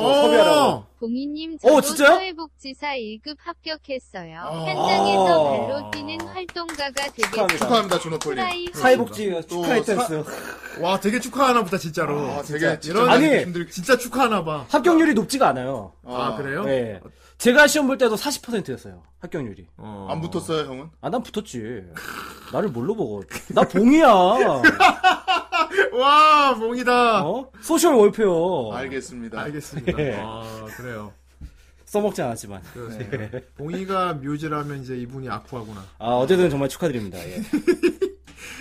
Speaker 1: 어.
Speaker 3: 또 섭외하라고.
Speaker 4: 봉이님
Speaker 3: 어,
Speaker 4: 저도
Speaker 3: 진짜요?
Speaker 4: 사회복지사 1급 합격했어요.
Speaker 1: 아.
Speaker 4: 현장에서 발로 뛰는 활동가가 되겠습니다.
Speaker 2: 축하합니다 주노폴님.
Speaker 4: 후라이
Speaker 3: 사회복지
Speaker 2: 또
Speaker 3: 축하했댄스.
Speaker 1: 와 되게 축하하나 보다 진짜로.
Speaker 2: 아, 되게
Speaker 1: 어, 진짜.
Speaker 2: 진짜
Speaker 1: 이런
Speaker 3: 아니,
Speaker 1: 힘들 진짜 축하하나 봐.
Speaker 3: 합격률이 높지가 않아요.
Speaker 1: 아, 그래요?
Speaker 3: 예. 제가 시험 볼 때도 40%였어요. 합격률이.
Speaker 1: 어.
Speaker 2: 안 붙었어요 형은?
Speaker 3: 아, 난 붙었지. 나를 뭘로 보고. 나 봉이야.
Speaker 1: 와 봉이다.
Speaker 3: 어? 소셜 월페어.
Speaker 2: 알겠습니다.
Speaker 1: 알겠습니다.
Speaker 3: 예.
Speaker 1: 아 그래요.
Speaker 3: 써먹지 않았지만.
Speaker 1: 그, 봉이가 뮤즈라면 이제 이분이 아쿠아구나.
Speaker 3: 아, 어쨌든 정말 축하드립니다. 예.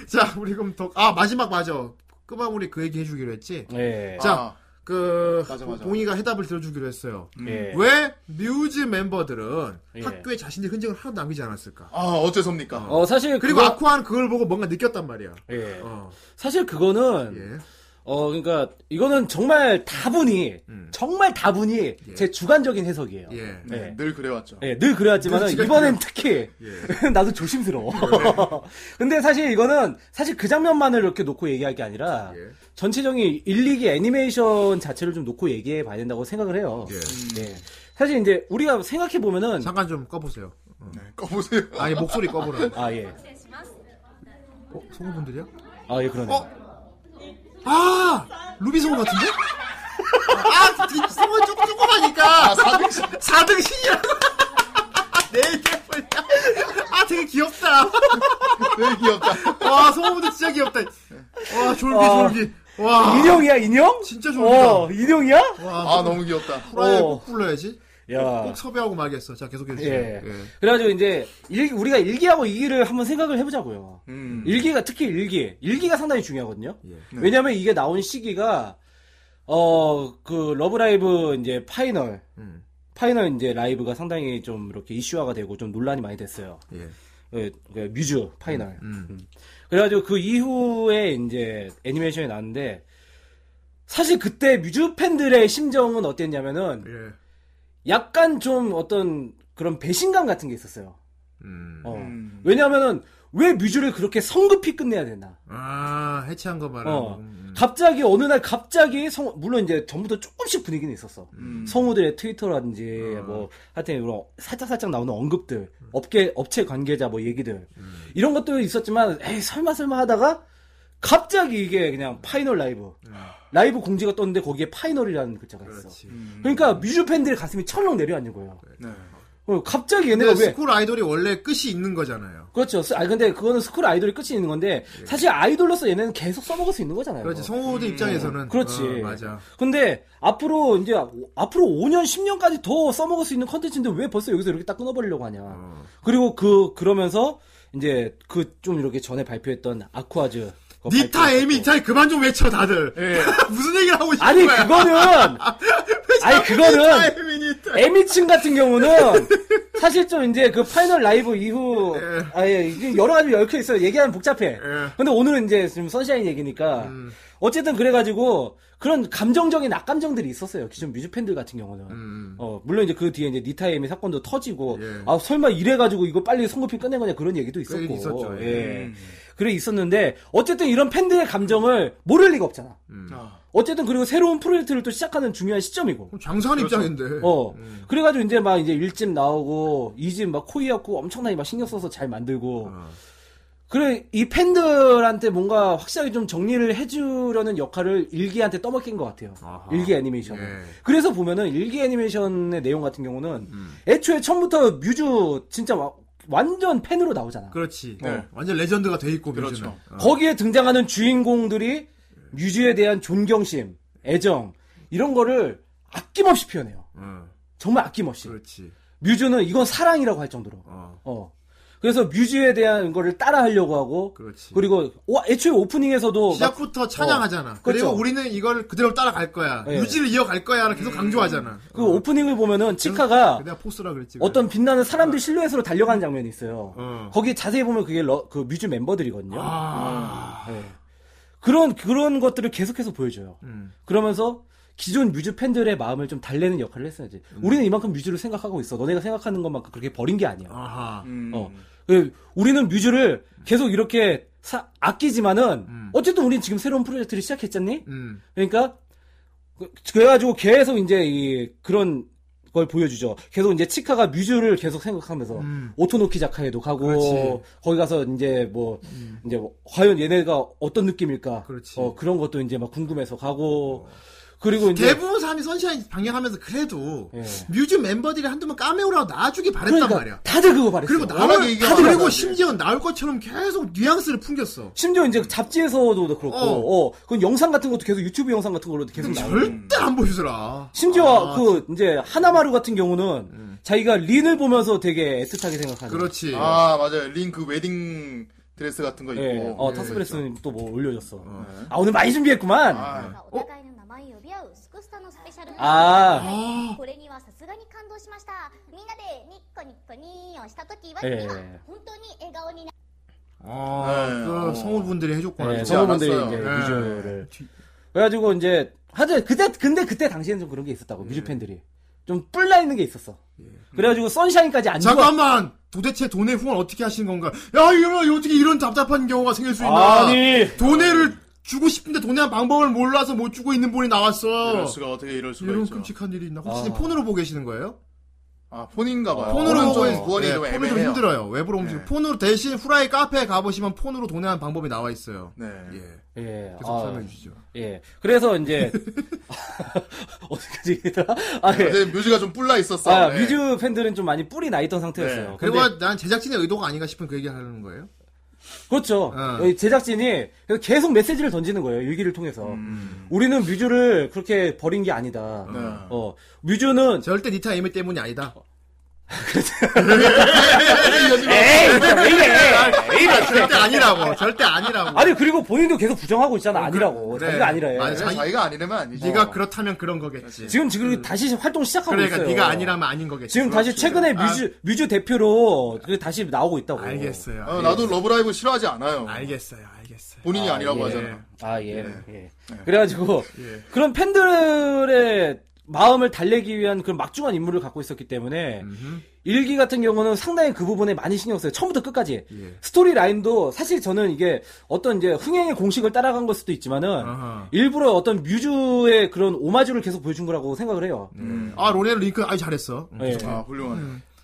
Speaker 1: 자 우리 그럼 더아 마지막 맞아. 끄마무리 그 얘기 해주기로 했지.
Speaker 3: 예.
Speaker 1: 자,
Speaker 2: 아,
Speaker 1: 그
Speaker 2: 맞아, 맞아.
Speaker 1: 봉이가 해답을 들어주기로 했어요.
Speaker 2: 음.
Speaker 3: 예.
Speaker 1: 왜 뮤즈 멤버들은
Speaker 3: 예.
Speaker 1: 학교에 자신의 흔적을 하나도 남기지 않았을까?
Speaker 2: 아 어째섭니까?
Speaker 3: 어, 사실
Speaker 1: 그리고
Speaker 3: 그거-
Speaker 1: 아쿠아는 그걸 보고 뭔가 느꼈단 말이야.
Speaker 3: 예.
Speaker 1: 어,
Speaker 3: 사실 그거는
Speaker 1: 예.
Speaker 3: 어 그러니까 이거는 정말 다분히
Speaker 1: 음.
Speaker 3: 정말 다분히
Speaker 1: 예.
Speaker 3: 제 주관적인 해석이에요. 예.
Speaker 1: 예.
Speaker 2: 네,
Speaker 3: 예.
Speaker 2: 늘 그래왔죠.
Speaker 3: 늘 그래왔지만
Speaker 1: 지가
Speaker 3: 이번엔 특히
Speaker 1: 예.
Speaker 3: <laughs>
Speaker 1: 네.
Speaker 3: 나도 조심스러워. <laughs> 근데 사실 이거는 사실 그 장면만을 이렇게 놓고 얘기할 게 아니라
Speaker 1: 예.
Speaker 3: 전체적인 일리기 애니메이션 자체를 좀 놓고 얘기해 봐야 된다고 생각을 해요.
Speaker 1: 예.
Speaker 3: 예. 사실 이제 우리가 생각해 보면은
Speaker 1: 잠깐 좀 꺼보세요.
Speaker 2: 네, 꺼보세요.
Speaker 1: 아니 목소리 꺼보라고.
Speaker 3: 아 예.
Speaker 1: 어, 성우분들이야?
Speaker 3: 아 예 그러네.
Speaker 1: 어? 아! 루비 성우 같은데? 아, 뒷- 성우 조금 조그마니까. 4등신. 4등신이라고. 내 개뿔. 아, 되게 귀엽다.
Speaker 2: 되게 귀엽다.
Speaker 1: 와, 성우분들 진짜 귀엽다. 와, 졸기,
Speaker 3: 어.
Speaker 1: 졸기. 와.
Speaker 3: 인형이야 인형?
Speaker 1: 진짜 좋다.
Speaker 3: 어 인형이야?
Speaker 1: 와,
Speaker 2: 아 너무 귀엽다.
Speaker 1: 후라이
Speaker 3: 어.
Speaker 1: 꼭 불러야지.
Speaker 3: 야.
Speaker 1: 꼭 섭외하고 말겠어. 자, 계속해주세요.
Speaker 3: 아. 예.
Speaker 1: 예.
Speaker 3: 그래가지고 이제 일- 우리가 일기하고 이기를 한번 생각을 해보자고요.
Speaker 2: 음.
Speaker 3: 일기가 특히 일기, 일기가 상당히 중요하거든요.
Speaker 1: 예.
Speaker 3: 왜냐하면 이게 나온 시기가 어, 그 러브라이브 이제 파이널
Speaker 1: 음.
Speaker 3: 파이널 이제 라이브가 상당히 좀 이렇게 이슈화가 되고 좀 논란이 많이 됐어요.
Speaker 1: 예.
Speaker 3: 예, 그 뮤즈 파이널.
Speaker 1: 음.
Speaker 3: 음. 그래가지고 그 이후에 이제 애니메이션이 나왔는데 사실 그때 뮤즈 팬들의 심정은 어땠냐면은
Speaker 1: 예.
Speaker 3: 약간 좀 어떤 그런 배신감 같은 게 있었어요.
Speaker 1: 음.
Speaker 3: 어.
Speaker 2: 음.
Speaker 3: 왜냐하면은 왜 뮤즈를 그렇게 성급히 끝내야 되나?
Speaker 1: 아, 해체한 거 말하는
Speaker 3: 어.
Speaker 1: 거. 음.
Speaker 3: 갑자기 어느 날 갑자기 성 물론 이제 전부터 조금씩 분위기는 있었어.
Speaker 2: 음.
Speaker 3: 성우들의 트위터라든지
Speaker 1: 어.
Speaker 3: 뭐 하여튼 이런 살짝 살짝 나오는 언급들,
Speaker 1: 음.
Speaker 3: 업계 업체 관계자 뭐 얘기들 이런 것도 있었지만 에이 설마 설마 하다가 갑자기 이게 그냥 파이널 라이브 라이브 공지가 떴는데 거기에 파이널이라는 글자가 있어.
Speaker 1: 음. 그렇지. 음.
Speaker 3: 그러니까 뮤즈 팬들의 가슴이 철렁 내려앉는 거예요.
Speaker 2: 네.
Speaker 3: 어, 갑자기
Speaker 1: 근데
Speaker 3: 얘네가 왜
Speaker 1: 스쿨 아이돌이 원래 끝이 있는 거잖아요.
Speaker 3: 그렇죠. 아 근데 그거는 스쿨 아이돌이 끝이 있는 건데 사실 아이돌로서 얘네는 계속 써먹을 수 있는 거잖아요.
Speaker 1: 예. 그렇지.
Speaker 2: 음.
Speaker 1: 성우들 입장에서는
Speaker 3: 어. 그렇지.
Speaker 1: 어, 맞아.
Speaker 3: 근데 앞으로 이제 앞으로 5년 10년까지 더 써먹을 수 있는 컨텐츠인데 왜 벌써 여기서 이렇게 딱 끊어버리려고 하냐.
Speaker 1: 어.
Speaker 3: 그리고 그 그러면서 이제 그 좀 이렇게 전에 발표했던 아쿠아즈 그거
Speaker 1: 니타
Speaker 3: 뭐 발표했었고.
Speaker 1: 에미 잘 그만 좀 외쳐 다들. <laughs> 무슨 얘기를 하고 싶은
Speaker 3: 예. 아니
Speaker 1: 거야? <laughs>
Speaker 3: 그거는 아니
Speaker 1: 니타
Speaker 3: 그거는 예.
Speaker 1: 에미 니타.
Speaker 3: 에미층 같은 경우는 사실 좀 이제 그 파이널 라이브 이후
Speaker 1: 예.
Speaker 3: 아예 이게 여러 가지 얽혀 있어요. 얘기하면 복잡해.
Speaker 1: 예. 음.
Speaker 3: 근데 오늘은 이제 지금 선샤인 얘기니까 어쨌든 그래가지고 그런 감정적인 악감정들이 있었어요. 기존 뮤즈 팬들 같은 경우는.
Speaker 1: 음.
Speaker 3: 어 물론 이제 그 뒤에 이제 니타이미 사건도 터지고
Speaker 1: 예.
Speaker 3: 아 설마 이래가지고 이거 빨리 성급히 끝낸 거냐 그런 얘기도
Speaker 1: 그 얘기
Speaker 3: 있었고
Speaker 1: 있었죠.
Speaker 3: 예.
Speaker 2: 음.
Speaker 3: 그래 있었는데 어쨌든 이런 팬들의 감정을 모를 리가 없잖아.
Speaker 1: 음.
Speaker 2: 아,
Speaker 3: 어쨌든 그리고 새로운 프로젝트를 또 시작하는 중요한 시점이고.
Speaker 1: 그럼 장사하는
Speaker 2: 그렇죠.
Speaker 1: 입장인데. 음.
Speaker 3: 어. 그래가지고 이제 막 이제 1집 나오고 2집 막 코이였고 엄청나게 막 신경 써서 잘 만들고.
Speaker 1: 어.
Speaker 3: 그래 이 팬들한테 뭔가 확실하게 좀 정리를 해주려는 역할을 일기한테 떠맡긴 것 같아요.
Speaker 1: 아하.
Speaker 3: 일기 애니메이션.
Speaker 1: 예.
Speaker 3: 그래서 보면은 일기 애니메이션의 내용 같은 경우는
Speaker 1: 음.
Speaker 3: 애초에 처음부터 뮤즈 진짜 와- 완전 팬으로 나오잖아.
Speaker 1: 그렇지.
Speaker 2: 네.
Speaker 1: 어, 완전 레전드가 돼 있고
Speaker 2: 그렇죠.
Speaker 1: 뮤즈는. 어.
Speaker 3: 거기에 등장하는 주인공들이 뮤즈에 대한 존경심, 애정 이런 거를 아낌없이 표현해요.
Speaker 1: 어,
Speaker 3: 정말 아낌없이.
Speaker 1: 그렇지.
Speaker 3: 뮤즈는 이건 사랑이라고 할 정도로.
Speaker 1: 그렇죠. 어,
Speaker 3: 어. 그래서 뮤즈에 대한 거를 따라하려고 하고
Speaker 1: 그렇지.
Speaker 3: 그리고 와, 애초에 오프닝에서도 막
Speaker 1: 시작부터 찬양하잖아. 그리고
Speaker 3: 그렇죠.
Speaker 1: 우리는 이걸 그대로 따라갈 거야.
Speaker 3: 예.
Speaker 1: 유지를 이어갈 거야를 계속 강조하잖아.
Speaker 3: 그 오프닝을 보면은 치카가
Speaker 1: 내가 포스라 그랬지.
Speaker 3: 어떤 빛나는 사람들 실루엣으로 달려가는 장면이 있어요.
Speaker 1: 어.
Speaker 3: 거기 자세히 보면 그게 러- 그 뮤즈 멤버들이거든요.
Speaker 1: 아.
Speaker 3: 예. 그런 그런 것들을 계속해서 보여줘요.
Speaker 1: 음.
Speaker 3: 그러면서 기존 뮤즈 팬들의 마음을 좀 달래는 역할을 했어야지.
Speaker 1: 음.
Speaker 3: 우리는 이만큼 뮤즈를 생각하고 있어. 너네가 생각하는 것만큼 그렇게 버린 게 아니야.
Speaker 1: 아하.
Speaker 2: 음.
Speaker 3: 어. 그 우리는 뮤즈를 계속 이렇게 사- 아끼지만은
Speaker 1: 음.
Speaker 3: 어쨌든 우린 지금 새로운 프로젝트를 시작했잖니.
Speaker 1: 음.
Speaker 3: 그러니까 그- 그래가지고 계속 이제 이 그런 걸 보여주죠. 계속 이제 치카가 뮤즈를 계속 생각하면서
Speaker 1: 음.
Speaker 3: 오토노키 자카에도 가고
Speaker 1: 그렇지.
Speaker 3: 거기 가서 이제 뭐
Speaker 1: 음.
Speaker 3: 이제 뭐 과연 얘네가 어떤 느낌일까?
Speaker 1: 그렇지.
Speaker 3: 어, 그런 것도 이제 막 궁금해서 가고 그리고 이제
Speaker 1: 대부분 사람이 선샤인 방영하면서 그래도
Speaker 3: 예.
Speaker 1: 뮤즈 멤버들이 한두번 까메오라고 놔주길 바랬단
Speaker 3: 그러니까
Speaker 1: 말이야.
Speaker 3: 다들 그거 바랬어.
Speaker 1: 그리고 나올
Speaker 2: 워낙에 이게
Speaker 1: 그리고
Speaker 2: 많아가지고.
Speaker 1: 심지어 나올 것처럼 계속 뉘앙스를 풍겼어.
Speaker 3: 심지어 이제 잡지에서도 그렇고,
Speaker 1: 어.
Speaker 3: 어, 그 영상 같은 것도 계속 유튜브 영상 같은 걸로도 계속 나오고.
Speaker 1: 절대 안 보여주더라.
Speaker 3: 심지어
Speaker 1: 아, 음.
Speaker 3: 그 이제 하나마루 같은 경우는 자기가 린을 보면서 되게 애틋하게 생각하는.
Speaker 1: 그렇지.
Speaker 2: 아, 맞아요. 링크 웨딩 드레스 같은 거 있고.
Speaker 3: 예, 어,
Speaker 2: 예.
Speaker 3: 타스프레스는
Speaker 1: 그렇죠.
Speaker 3: 또 뭐 올려줬어. 아, 오늘 많이 준비했구만. 아,
Speaker 2: 아,
Speaker 8: お互いの名前を呼び合うスクスタのスペシャルこれにはさすがに感動しましたみんなでニッコニッコニーをした時は
Speaker 3: ええ
Speaker 8: 今本当に笑顔にな
Speaker 1: 아,
Speaker 2: 네.
Speaker 1: 그
Speaker 2: 어.
Speaker 1: 성우분들이 해줬구나.
Speaker 3: 네,
Speaker 1: 이거.
Speaker 3: 성우분들이
Speaker 2: 않았어요.
Speaker 3: 이제
Speaker 1: 네.
Speaker 3: 뮤즈를. 그래가지고 이제, 하여튼 그때, 근데 그때 당시에는 좀 그런 게 있었다고,
Speaker 1: 예.
Speaker 3: 뮤즈 팬들이. 좀 뿔나 있는 게 있었어. 그래가지고 선샤인까지 안 좋아.
Speaker 1: 잠깐만 도대체 돈의 후원 어떻게 하시는 건가? 야 이러면 어떻게 이런 답답한 경우가 생길 수 있나?
Speaker 3: 아니.
Speaker 1: 돈을 주고 싶은데 돈의 방법을 몰라서 못 주고 있는 분이 나왔어.
Speaker 2: 이럴 수가 어떻게 이럴 수가
Speaker 1: 이런
Speaker 2: 있죠.
Speaker 1: 끔찍한 일이 있나? 혹시
Speaker 3: 아.
Speaker 1: 지금 폰으로 보고 계시는 거예요?
Speaker 2: 아, 폰인가 봐요.
Speaker 1: 폰으로
Speaker 2: 폰은
Speaker 1: 보고
Speaker 2: 좀
Speaker 1: 계시-
Speaker 2: 구원이
Speaker 1: 네,
Speaker 2: 좀
Speaker 1: 폰이 좀
Speaker 2: 애매해요.
Speaker 1: 힘들어요. 외부로 움직이고
Speaker 2: 네.
Speaker 1: 폰으로 대신 후라이 카페에 가보시면 폰으로 돈내는 방법이 나와 있어요.
Speaker 2: 네.
Speaker 1: 예,
Speaker 3: 예.
Speaker 1: 계속
Speaker 3: 아,
Speaker 1: 설명해 주시죠.
Speaker 3: 예.
Speaker 1: <laughs>
Speaker 3: 그래서 이제 <laughs> 어떻게 얘기더라? 아, 예.
Speaker 2: 근데 뮤즈가 좀 뿔나 있었어.
Speaker 3: 아,
Speaker 2: 네.
Speaker 3: 뮤즈 팬들은 좀 많이 뿔이 나 있던 상태였어요.
Speaker 2: 네.
Speaker 1: 그리고
Speaker 3: 근데-
Speaker 1: 난 제작진의 의도가 아닌가 싶은 그 얘기를 하는 거예요.
Speaker 3: 그렇죠.
Speaker 1: 어.
Speaker 3: 여기 제작진이 계속 메시지를 던지는 거예요. 일기를 통해서.
Speaker 2: 음.
Speaker 1: 음.
Speaker 3: 우리는 뮤즈를 그렇게 버린 게 아니다.
Speaker 2: 네.
Speaker 3: 어, 뮤즈는
Speaker 1: 절대 니타 에미 때문이 아니다.
Speaker 3: 어.
Speaker 1: <laughs>
Speaker 3: 에이, 진짜 왜 이래? 왜
Speaker 1: 아,
Speaker 3: 이래?
Speaker 1: 절대 아니라고. 절대 아니라고.
Speaker 3: 아니 그리고 본인도 계속 부정하고 있잖아. 아니라고.
Speaker 1: 어, 그래. 네.
Speaker 3: 자기가 아니라 해.
Speaker 1: 아니,
Speaker 2: 자기... 자기가 아니라면 아니지.
Speaker 1: 네가
Speaker 2: 어.
Speaker 1: 그렇다면 그런 거겠지.
Speaker 3: 지금 지금 다시 활동 시작하고
Speaker 1: 그러니까
Speaker 3: 있어요.
Speaker 1: 네가 아니라면 아닌 거겠지.
Speaker 3: 지금 다시
Speaker 1: 그렇지.
Speaker 3: 최근에
Speaker 1: 아,
Speaker 3: 뮤즈 뮤즈 대표로 그 다시 나오고 있다고.
Speaker 1: 알겠어요.
Speaker 2: 어, 나도 러브라이브 싫어하지 않아요.
Speaker 1: 알겠어요. 알겠어요.
Speaker 2: 본인이
Speaker 3: 아,
Speaker 2: 아, 니라고
Speaker 3: 예.
Speaker 2: 하잖아.
Speaker 3: 아, 예.
Speaker 2: 예.
Speaker 3: 예. 그래가지고,
Speaker 1: 예.
Speaker 3: 그런 팬들의 마음을 달래기 위한 그런 막중한 임무를 갖고 있었기 때문에,
Speaker 1: 음.
Speaker 3: 일기 같은 경우는 상당히 그 부분에 많이 신경 써요. 처음부터 끝까지.
Speaker 1: 예.
Speaker 3: 스토리 라인도 사실 저는 이게 어떤 이제 흥행의 공식을 따라간 걸 수도 있지만은,
Speaker 1: 아하.
Speaker 3: 일부러 어떤 뮤즈의 그런 오마주를 계속 보여준 거라고 생각을 해요.
Speaker 1: 아, 로네 링크 아이 잘했어.
Speaker 3: 예.
Speaker 2: 아, 훌륭하네.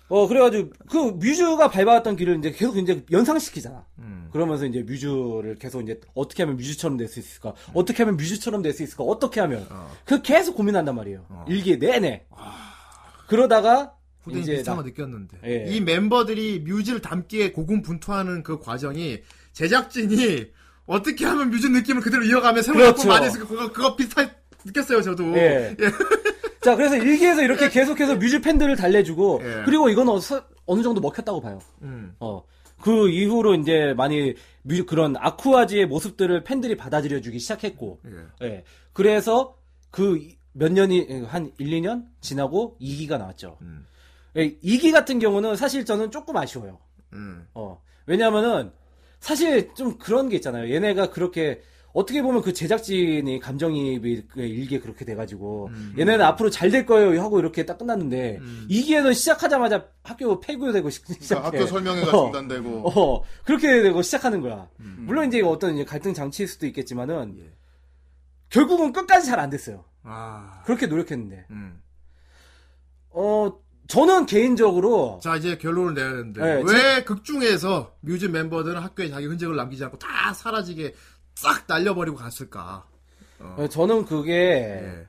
Speaker 3: 어, 그래가지고, 그 뮤즈가 밟아왔던 길을 이제 계속 이제 연상시키잖아.
Speaker 1: 음.
Speaker 3: 그러면서 이제 뮤즈를 계속 이제 어떻게 하면 뮤즈처럼 될 수 있을까? 어떻게 하면 뮤즈처럼 될 수 있을까? 어떻게 하면? 그 계속 고민한단 말이에요. 일기에 내내. 그러다가,
Speaker 1: 어. 아. 후대인
Speaker 3: 이제,
Speaker 1: 비슷한
Speaker 3: 나-
Speaker 1: 거 느꼈는데
Speaker 3: 예.
Speaker 1: 이 멤버들이 뮤즈를 담기에 고군분투하는 그 과정이 제작진이 어떻게 하면 뮤즈 느낌을 그대로 이어가며 새로
Speaker 3: 그렇죠.
Speaker 1: 작품 많이 했을 그거 그거 비슷하게 느꼈어요 저도.
Speaker 3: 예. 자, 그래서 일기에서 이렇게 계속해서 뮤즈 팬들을 달래주고,
Speaker 1: 예.
Speaker 3: 그리고 이건 어, 어느 정도 먹혔다고 봐요.
Speaker 1: 음.
Speaker 3: 어. 그 이후로 이제 많이 뮤- 그런 아쿠아지의 모습들을 팬들이 받아들여주기 시작했고, 예. 그래서 그 몇 년이, 예, 한 1, 2년 지나고 2기가 나왔죠.
Speaker 1: 음.
Speaker 3: 예, 2기 같은 경우는 사실 저는 조금 아쉬워요.
Speaker 1: 음.
Speaker 3: 어. 왜냐면은 사실 좀 그런 게 있잖아요. 얘네가 그렇게 어떻게 보면 그 제작진이 감정이입이 그 일기에 그렇게 돼가지고
Speaker 2: 음.
Speaker 3: 얘네는 앞으로 잘 될 거예요 하고 이렇게 딱 끝났는데 예.
Speaker 1: 음.
Speaker 3: 이기에는 시작하자마자 학교 폐교되고 시-
Speaker 2: 그러니까
Speaker 3: 시작해.
Speaker 2: 학교 설명회가
Speaker 3: 어.
Speaker 2: 중단되고
Speaker 3: 어, 그렇게 되고 시작하는 거야.
Speaker 2: 음.
Speaker 1: 음.
Speaker 3: 물론 이제 어떤 이제 갈등 장치일 수도 있겠지만은,
Speaker 1: 예.
Speaker 3: 결국은 끝까지 잘 안 됐어요.
Speaker 1: 아.
Speaker 3: 그렇게 노력했는데.
Speaker 1: 음.
Speaker 3: 어, 저는 개인적으로,
Speaker 1: 자 이제 결론을 내야 되는데
Speaker 3: 예,
Speaker 1: 왜 극중에서 뮤즈 멤버들은 학교에 자기 흔적을 남기지 않고 다 사라지게 싹 날려버리고 갔을까?
Speaker 3: 어, 저는 그게,
Speaker 1: 예.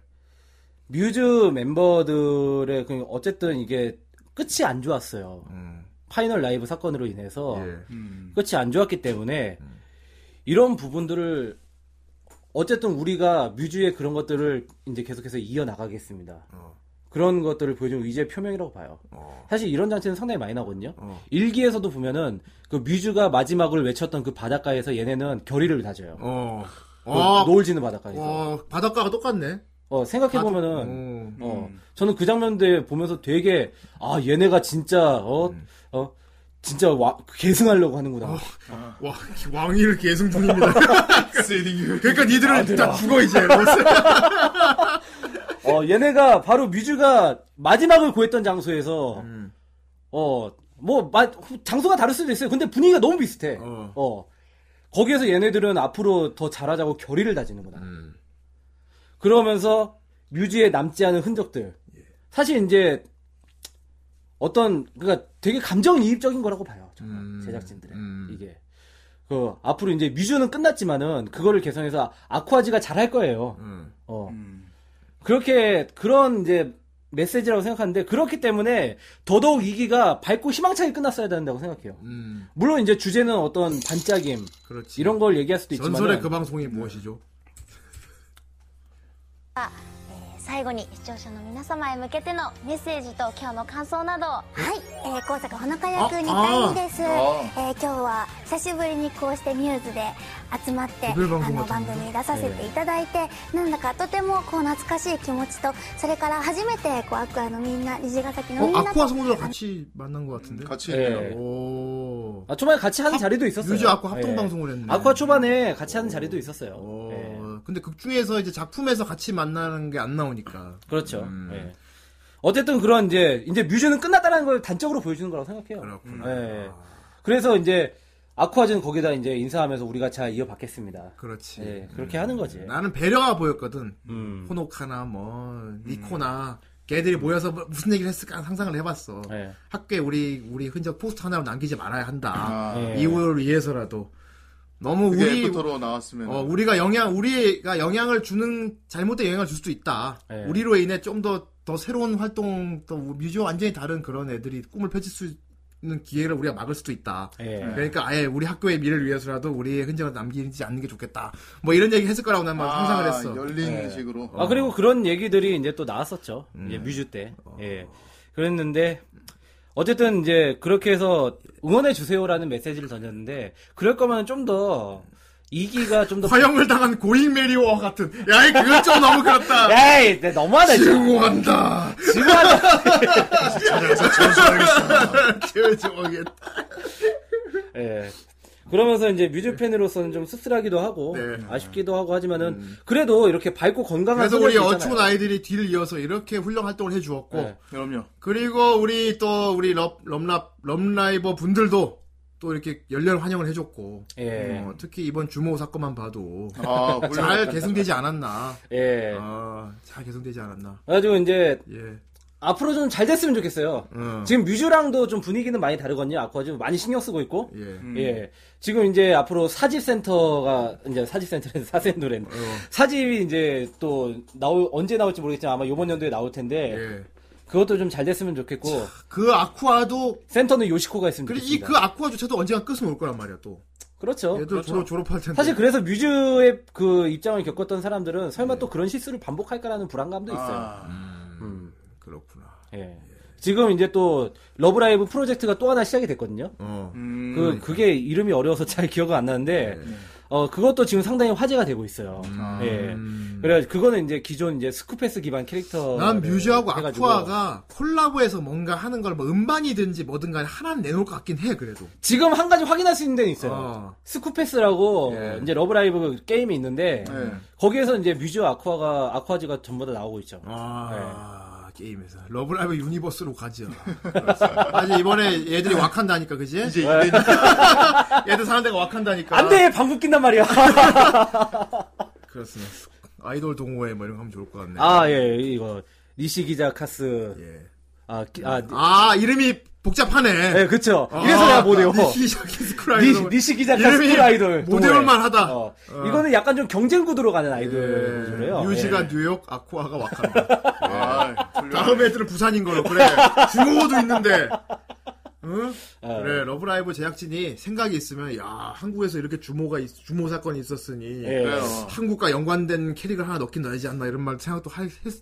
Speaker 3: 뮤즈 멤버들의, 그 어쨌든 이게 끝이 안 좋았어요.
Speaker 1: 음.
Speaker 3: 파이널 라이브 사건으로 인해서
Speaker 1: 예. 음.
Speaker 2: 음.
Speaker 3: 끝이 안 좋았기 때문에, 이런 부분들을, 어쨌든 우리가 뮤즈의 그런 것들을 이제 계속해서 이어나가겠습니다.
Speaker 1: 어.
Speaker 3: 그런 것들을 보여준 의지의 표명이라고 봐요.
Speaker 1: 어.
Speaker 3: 사실 이런 장치는 상당히 많이 나거든요.
Speaker 1: 어.
Speaker 3: 일기에서도 보면은 그 뮤즈가 마지막을 외쳤던 그 바닷가에서 얘네는 결의를 다져요.
Speaker 1: 어.
Speaker 3: 그
Speaker 1: 어.
Speaker 3: 노을 지는 바닷가에서.
Speaker 1: 어. 바닷가가 똑같네.
Speaker 3: 어, 생각해 보면은
Speaker 1: 어.
Speaker 3: 어,
Speaker 2: 음.
Speaker 3: 저는 그 장면들 보면서 되게 아 얘네가 진짜 어,
Speaker 1: 음.
Speaker 3: 어 진짜 와, 계승하려고 하는구나.
Speaker 1: 와, 왕위를 계승 중입니다. 그러니까 니들은 다 죽어 이제.
Speaker 3: <laughs> 어 얘네가 바로 뮤즈가 마지막을 구했던 장소에서
Speaker 1: 음.
Speaker 3: 어뭐 장소가 다를 수도 있어요. 근데 분위기가 너무 비슷해.
Speaker 1: 어.
Speaker 3: 어. 거기에서 얘네들은 앞으로 더 잘하자고 결의를 다지는구나. 그러면서 뮤지에 남지 않은 흔적들.
Speaker 1: 예.
Speaker 3: 사실 이제 어떤 그러니까 되게 감정이입적인 거라고 봐요. 정말
Speaker 1: 음.
Speaker 3: 제작진들의
Speaker 1: 음.
Speaker 3: 이게 그 앞으로 이제 뮤즈는 끝났지만은 그거를 개선해서 아쿠아지가 잘할 거예요.
Speaker 1: 음.
Speaker 3: 어.
Speaker 2: 음.
Speaker 3: 그렇게 그런 이제 메시지라고 생각하는데 그렇기 때문에 더더욱 이기가 밝고 희망차게 끝났어야 된다고 생각해요.
Speaker 1: 음.
Speaker 3: 물론 이제 주제는 어떤 반짝임
Speaker 1: 그렇지.
Speaker 3: 이런 걸 얘기할 수도 있지만
Speaker 1: 전설의 그 방송이 무엇이죠?
Speaker 8: 最後に視聴者の皆様へ向けてのメッセージと今日の感想などはい、えー、高坂ほのか役2回目です、え
Speaker 2: あ
Speaker 8: ー、今日は久しぶりにこうしてミューズで集まってあ
Speaker 1: ブルバンコマ
Speaker 8: の
Speaker 1: と思う
Speaker 8: 番組に出させていただいて、なんだかとてもこう懐かしい気持ちとそれから初めてこうアクアのみんな虹ヶ崎のみん
Speaker 1: 어,
Speaker 8: なと
Speaker 1: 아쿠아 성우들랑 같이 만난 것 같은데.
Speaker 2: 같이
Speaker 3: 예.
Speaker 2: 있네요.
Speaker 1: 오.
Speaker 3: 아, 초반에 같이 하는 자리도 있었어요.
Speaker 1: 유주 아쿠아 합동
Speaker 3: 예.
Speaker 1: 방송을 했네.
Speaker 3: 아쿠아 초반에 같이 하는 자리도 있었어요.
Speaker 1: 어.
Speaker 3: 예.
Speaker 1: 근데 극 중에서 이제 작품에서 같이 만나는 게 안 나오니까.
Speaker 3: 그렇죠.
Speaker 1: 음.
Speaker 3: 예. 어쨌든 그런 이제 이제 뮤즈는 끝났다는 걸 단적으로 보여주는 거라고 생각해요.
Speaker 1: 그렇구나. 아,
Speaker 3: 예. 그래서 이제 아쿠아즈는 거기다 이제 인사하면서 우리가 잘 이어받겠습니다.
Speaker 1: 그렇지.
Speaker 3: 예, 그렇게 하는 거지.
Speaker 1: 음. 나는 배려가 보였거든.
Speaker 3: 음.
Speaker 1: 호노카나 뭐
Speaker 2: 음.
Speaker 1: 니코나 걔들이 모여서 뭐- 무슨 얘기를 했을까 상상을 해봤어.
Speaker 2: 네.
Speaker 3: 예.
Speaker 1: 학교에 우리 우리 흔적 포스터 하나로 남기지 말아야 한다.
Speaker 2: 아,
Speaker 3: 예.
Speaker 1: 이후를 위해서라도 너무
Speaker 2: 그게
Speaker 1: 우리
Speaker 2: 애프터로 나왔으면
Speaker 1: 어, 우리가 영향 우리가 영향을 주는 잘못된 영향을 줄 수도 있다.
Speaker 3: 예.
Speaker 2: 네.
Speaker 1: 우리로 인해 좀 더 더 새로운 활동 또 뮤지와 완전히 다른 그런 애들이 꿈을 펼칠 수 있는 기회를 우리가 막을 수도 있다.
Speaker 3: 예.
Speaker 2: 네.
Speaker 1: 그러니까 아예 우리 학교의 미래를 위해서라도 우리의 흔적을 남기지 않는 게 좋겠다. 뭐 이런 얘기 했을 거라고 난
Speaker 2: 아,
Speaker 1: 상상을 했어.
Speaker 2: 열린
Speaker 3: 예.
Speaker 2: 식으로.
Speaker 3: 아
Speaker 1: 음. 어.
Speaker 3: 그리고 그런 얘기들이 이제 또 나왔었죠. 이제 뮤즈 때. 예. 그랬는데 어쨌든 이제 그렇게 해서 응원해 주세요라는 메시지를 던졌는데 그럴 거면 좀 더 이기가
Speaker 1: <laughs>
Speaker 3: 좀 더
Speaker 1: 화형을 당한 고잉 메리워 같은. 야, 이 그건 좀 너무 그렇다.
Speaker 3: 에이, 내 너무하네. 지금
Speaker 1: 응원한다.
Speaker 3: 지금
Speaker 1: 죄송하겠다.
Speaker 3: 예. 그러면서 이제 뮤즈팬으로서는 좀 씁쓸하기도 하고
Speaker 1: 네. 음.
Speaker 3: 아쉽기도 하고 하지만은 그래도 이렇게 밝고 건강한
Speaker 1: 그래서 우리
Speaker 3: 소녀들
Speaker 1: 어촌
Speaker 3: 있잖아요.
Speaker 1: 아이들이 뒤를 이어서 이렇게 훌륭한 활동을 해주었고,
Speaker 3: 네.
Speaker 1: <laughs>
Speaker 2: 그럼요.
Speaker 1: 그리고 우리 또 우리 럽, 럽랍, 럽라이버 분들도 또 이렇게 열렬 환영을 해줬고,
Speaker 3: 예.
Speaker 1: 어, 특히 이번 주모 사건만 봐도
Speaker 2: 아, 물론.
Speaker 1: 잘 개성되지 않았나.
Speaker 3: 예.
Speaker 1: 아, 잘 개성되지 않았나.
Speaker 3: 그래가지고 이제
Speaker 1: 예.
Speaker 3: 앞으로 좀 잘 됐으면 좋겠어요.
Speaker 1: 어.
Speaker 3: 지금 뮤즈랑도 좀 분위기는 많이 다르거든요. 아쿠아 지금 많이 신경 쓰고 있고.
Speaker 1: 예.
Speaker 2: 음.
Speaker 3: 예. 지금 이제 앞으로 사집센터가, 이제 사집센터는 사센 노래. <laughs>
Speaker 1: 어,
Speaker 3: 사집이 이제 또 나올, 언제 나올지 모르겠지만 아마 요번 연도에 나올 텐데.
Speaker 1: 예.
Speaker 3: 그것도 좀 잘 됐으면 좋겠고.
Speaker 1: 그 아쿠아도
Speaker 3: 센터는 요시코가 있으면
Speaker 1: 그리고
Speaker 3: 좋겠습니다.
Speaker 1: 이그 예. 아쿠아조차도 언젠가 끝은 올 거란 말이야 또.
Speaker 3: 그렇죠.
Speaker 1: 얘들
Speaker 3: 그렇죠.
Speaker 1: 졸업 졸업할 텐데.
Speaker 3: 사실 그래서 뮤즈의 그 입장을 겪었던 사람들은 설마 또 그런 실수를 반복할까라는 불안감도 있어요. 음.
Speaker 2: 아,
Speaker 1: 그렇구나.
Speaker 3: 예. 지금 이제 또 러브라이브 프로젝트가 또 하나 시작이 됐거든요.
Speaker 1: 어.
Speaker 2: 음,
Speaker 3: 그 그게 이름이 어려워서 잘 기억이 안 나는데
Speaker 1: 네.
Speaker 3: 어 그것도 지금 상당히 화제가 되고 있어요.
Speaker 1: 음. 아.
Speaker 3: 예. 그래 그거는 이제 기존 이제 스쿠패스 기반 캐릭터.
Speaker 1: 난 뮤즈하고 아쿠아가 콜라보해서 뭔가 하는 걸 뭐 음반이든지 뭐든 간에 하나는 내놓을 것 같긴 해 그래도.
Speaker 3: 지금 한 가지 확인할 수 있는 데는 있어요.
Speaker 1: 어.
Speaker 3: 스쿠패스라고
Speaker 1: 예.
Speaker 3: 이제 러브라이브 그 게임이 있는데
Speaker 2: 예.
Speaker 3: 거기에서 이제 뮤즈와 아쿠아가 아쿠아즈가 전부 다 나오고
Speaker 1: 어.
Speaker 3: 있죠.
Speaker 1: 아
Speaker 3: 네.
Speaker 1: 게임에서 러브라이브 유니버스로 가죠. 아니 이번에 얘들이
Speaker 3: <laughs>
Speaker 1: 와칸다니까 그지?
Speaker 2: 이제
Speaker 1: <laughs>
Speaker 2: 이대니까
Speaker 1: 얘들 사는 데가 와칸다니까.
Speaker 3: 안 돼! 방귀 낀단 말이야!
Speaker 1: 그렇습니다. 아이돌 동호회 뭐 이런 거 하면 좋을 것 같네.
Speaker 3: <laughs> 아, 예, 이거. 니시 기자 카스.
Speaker 1: 예.
Speaker 3: 아, 기- 아, 니-
Speaker 1: 아 이름이 복잡하네.
Speaker 3: 예, 그쵸. 이래서 내가 못해요. 니,
Speaker 1: 니시키스크라이더.
Speaker 3: 니시 기자 카스
Speaker 1: 아, 이름이
Speaker 3: 쿨 아이돌.
Speaker 1: 모델만 하다. 예,
Speaker 3: 어. 이거는 약간 좀 경쟁 구도로 가는
Speaker 1: 네,
Speaker 3: 아이돌이래요.
Speaker 1: 유지가 뉴욕, 아쿠아가 와칸다.
Speaker 2: 아, 훌륭하네.
Speaker 1: 네. 다음 애들은 부산인 걸로 그래. 중국어도 있는데. 응?
Speaker 3: 어.
Speaker 1: 그래 러브라이브 제작진이 생각이 있으면 야 한국에서 이렇게 주모가 있- 주모 사건이 있었으니
Speaker 3: 예.
Speaker 2: 그래요.
Speaker 1: 한국과 연관된 캐릭을 하나 넣긴 넣어야지 않나 이런 말 생각도 할 했,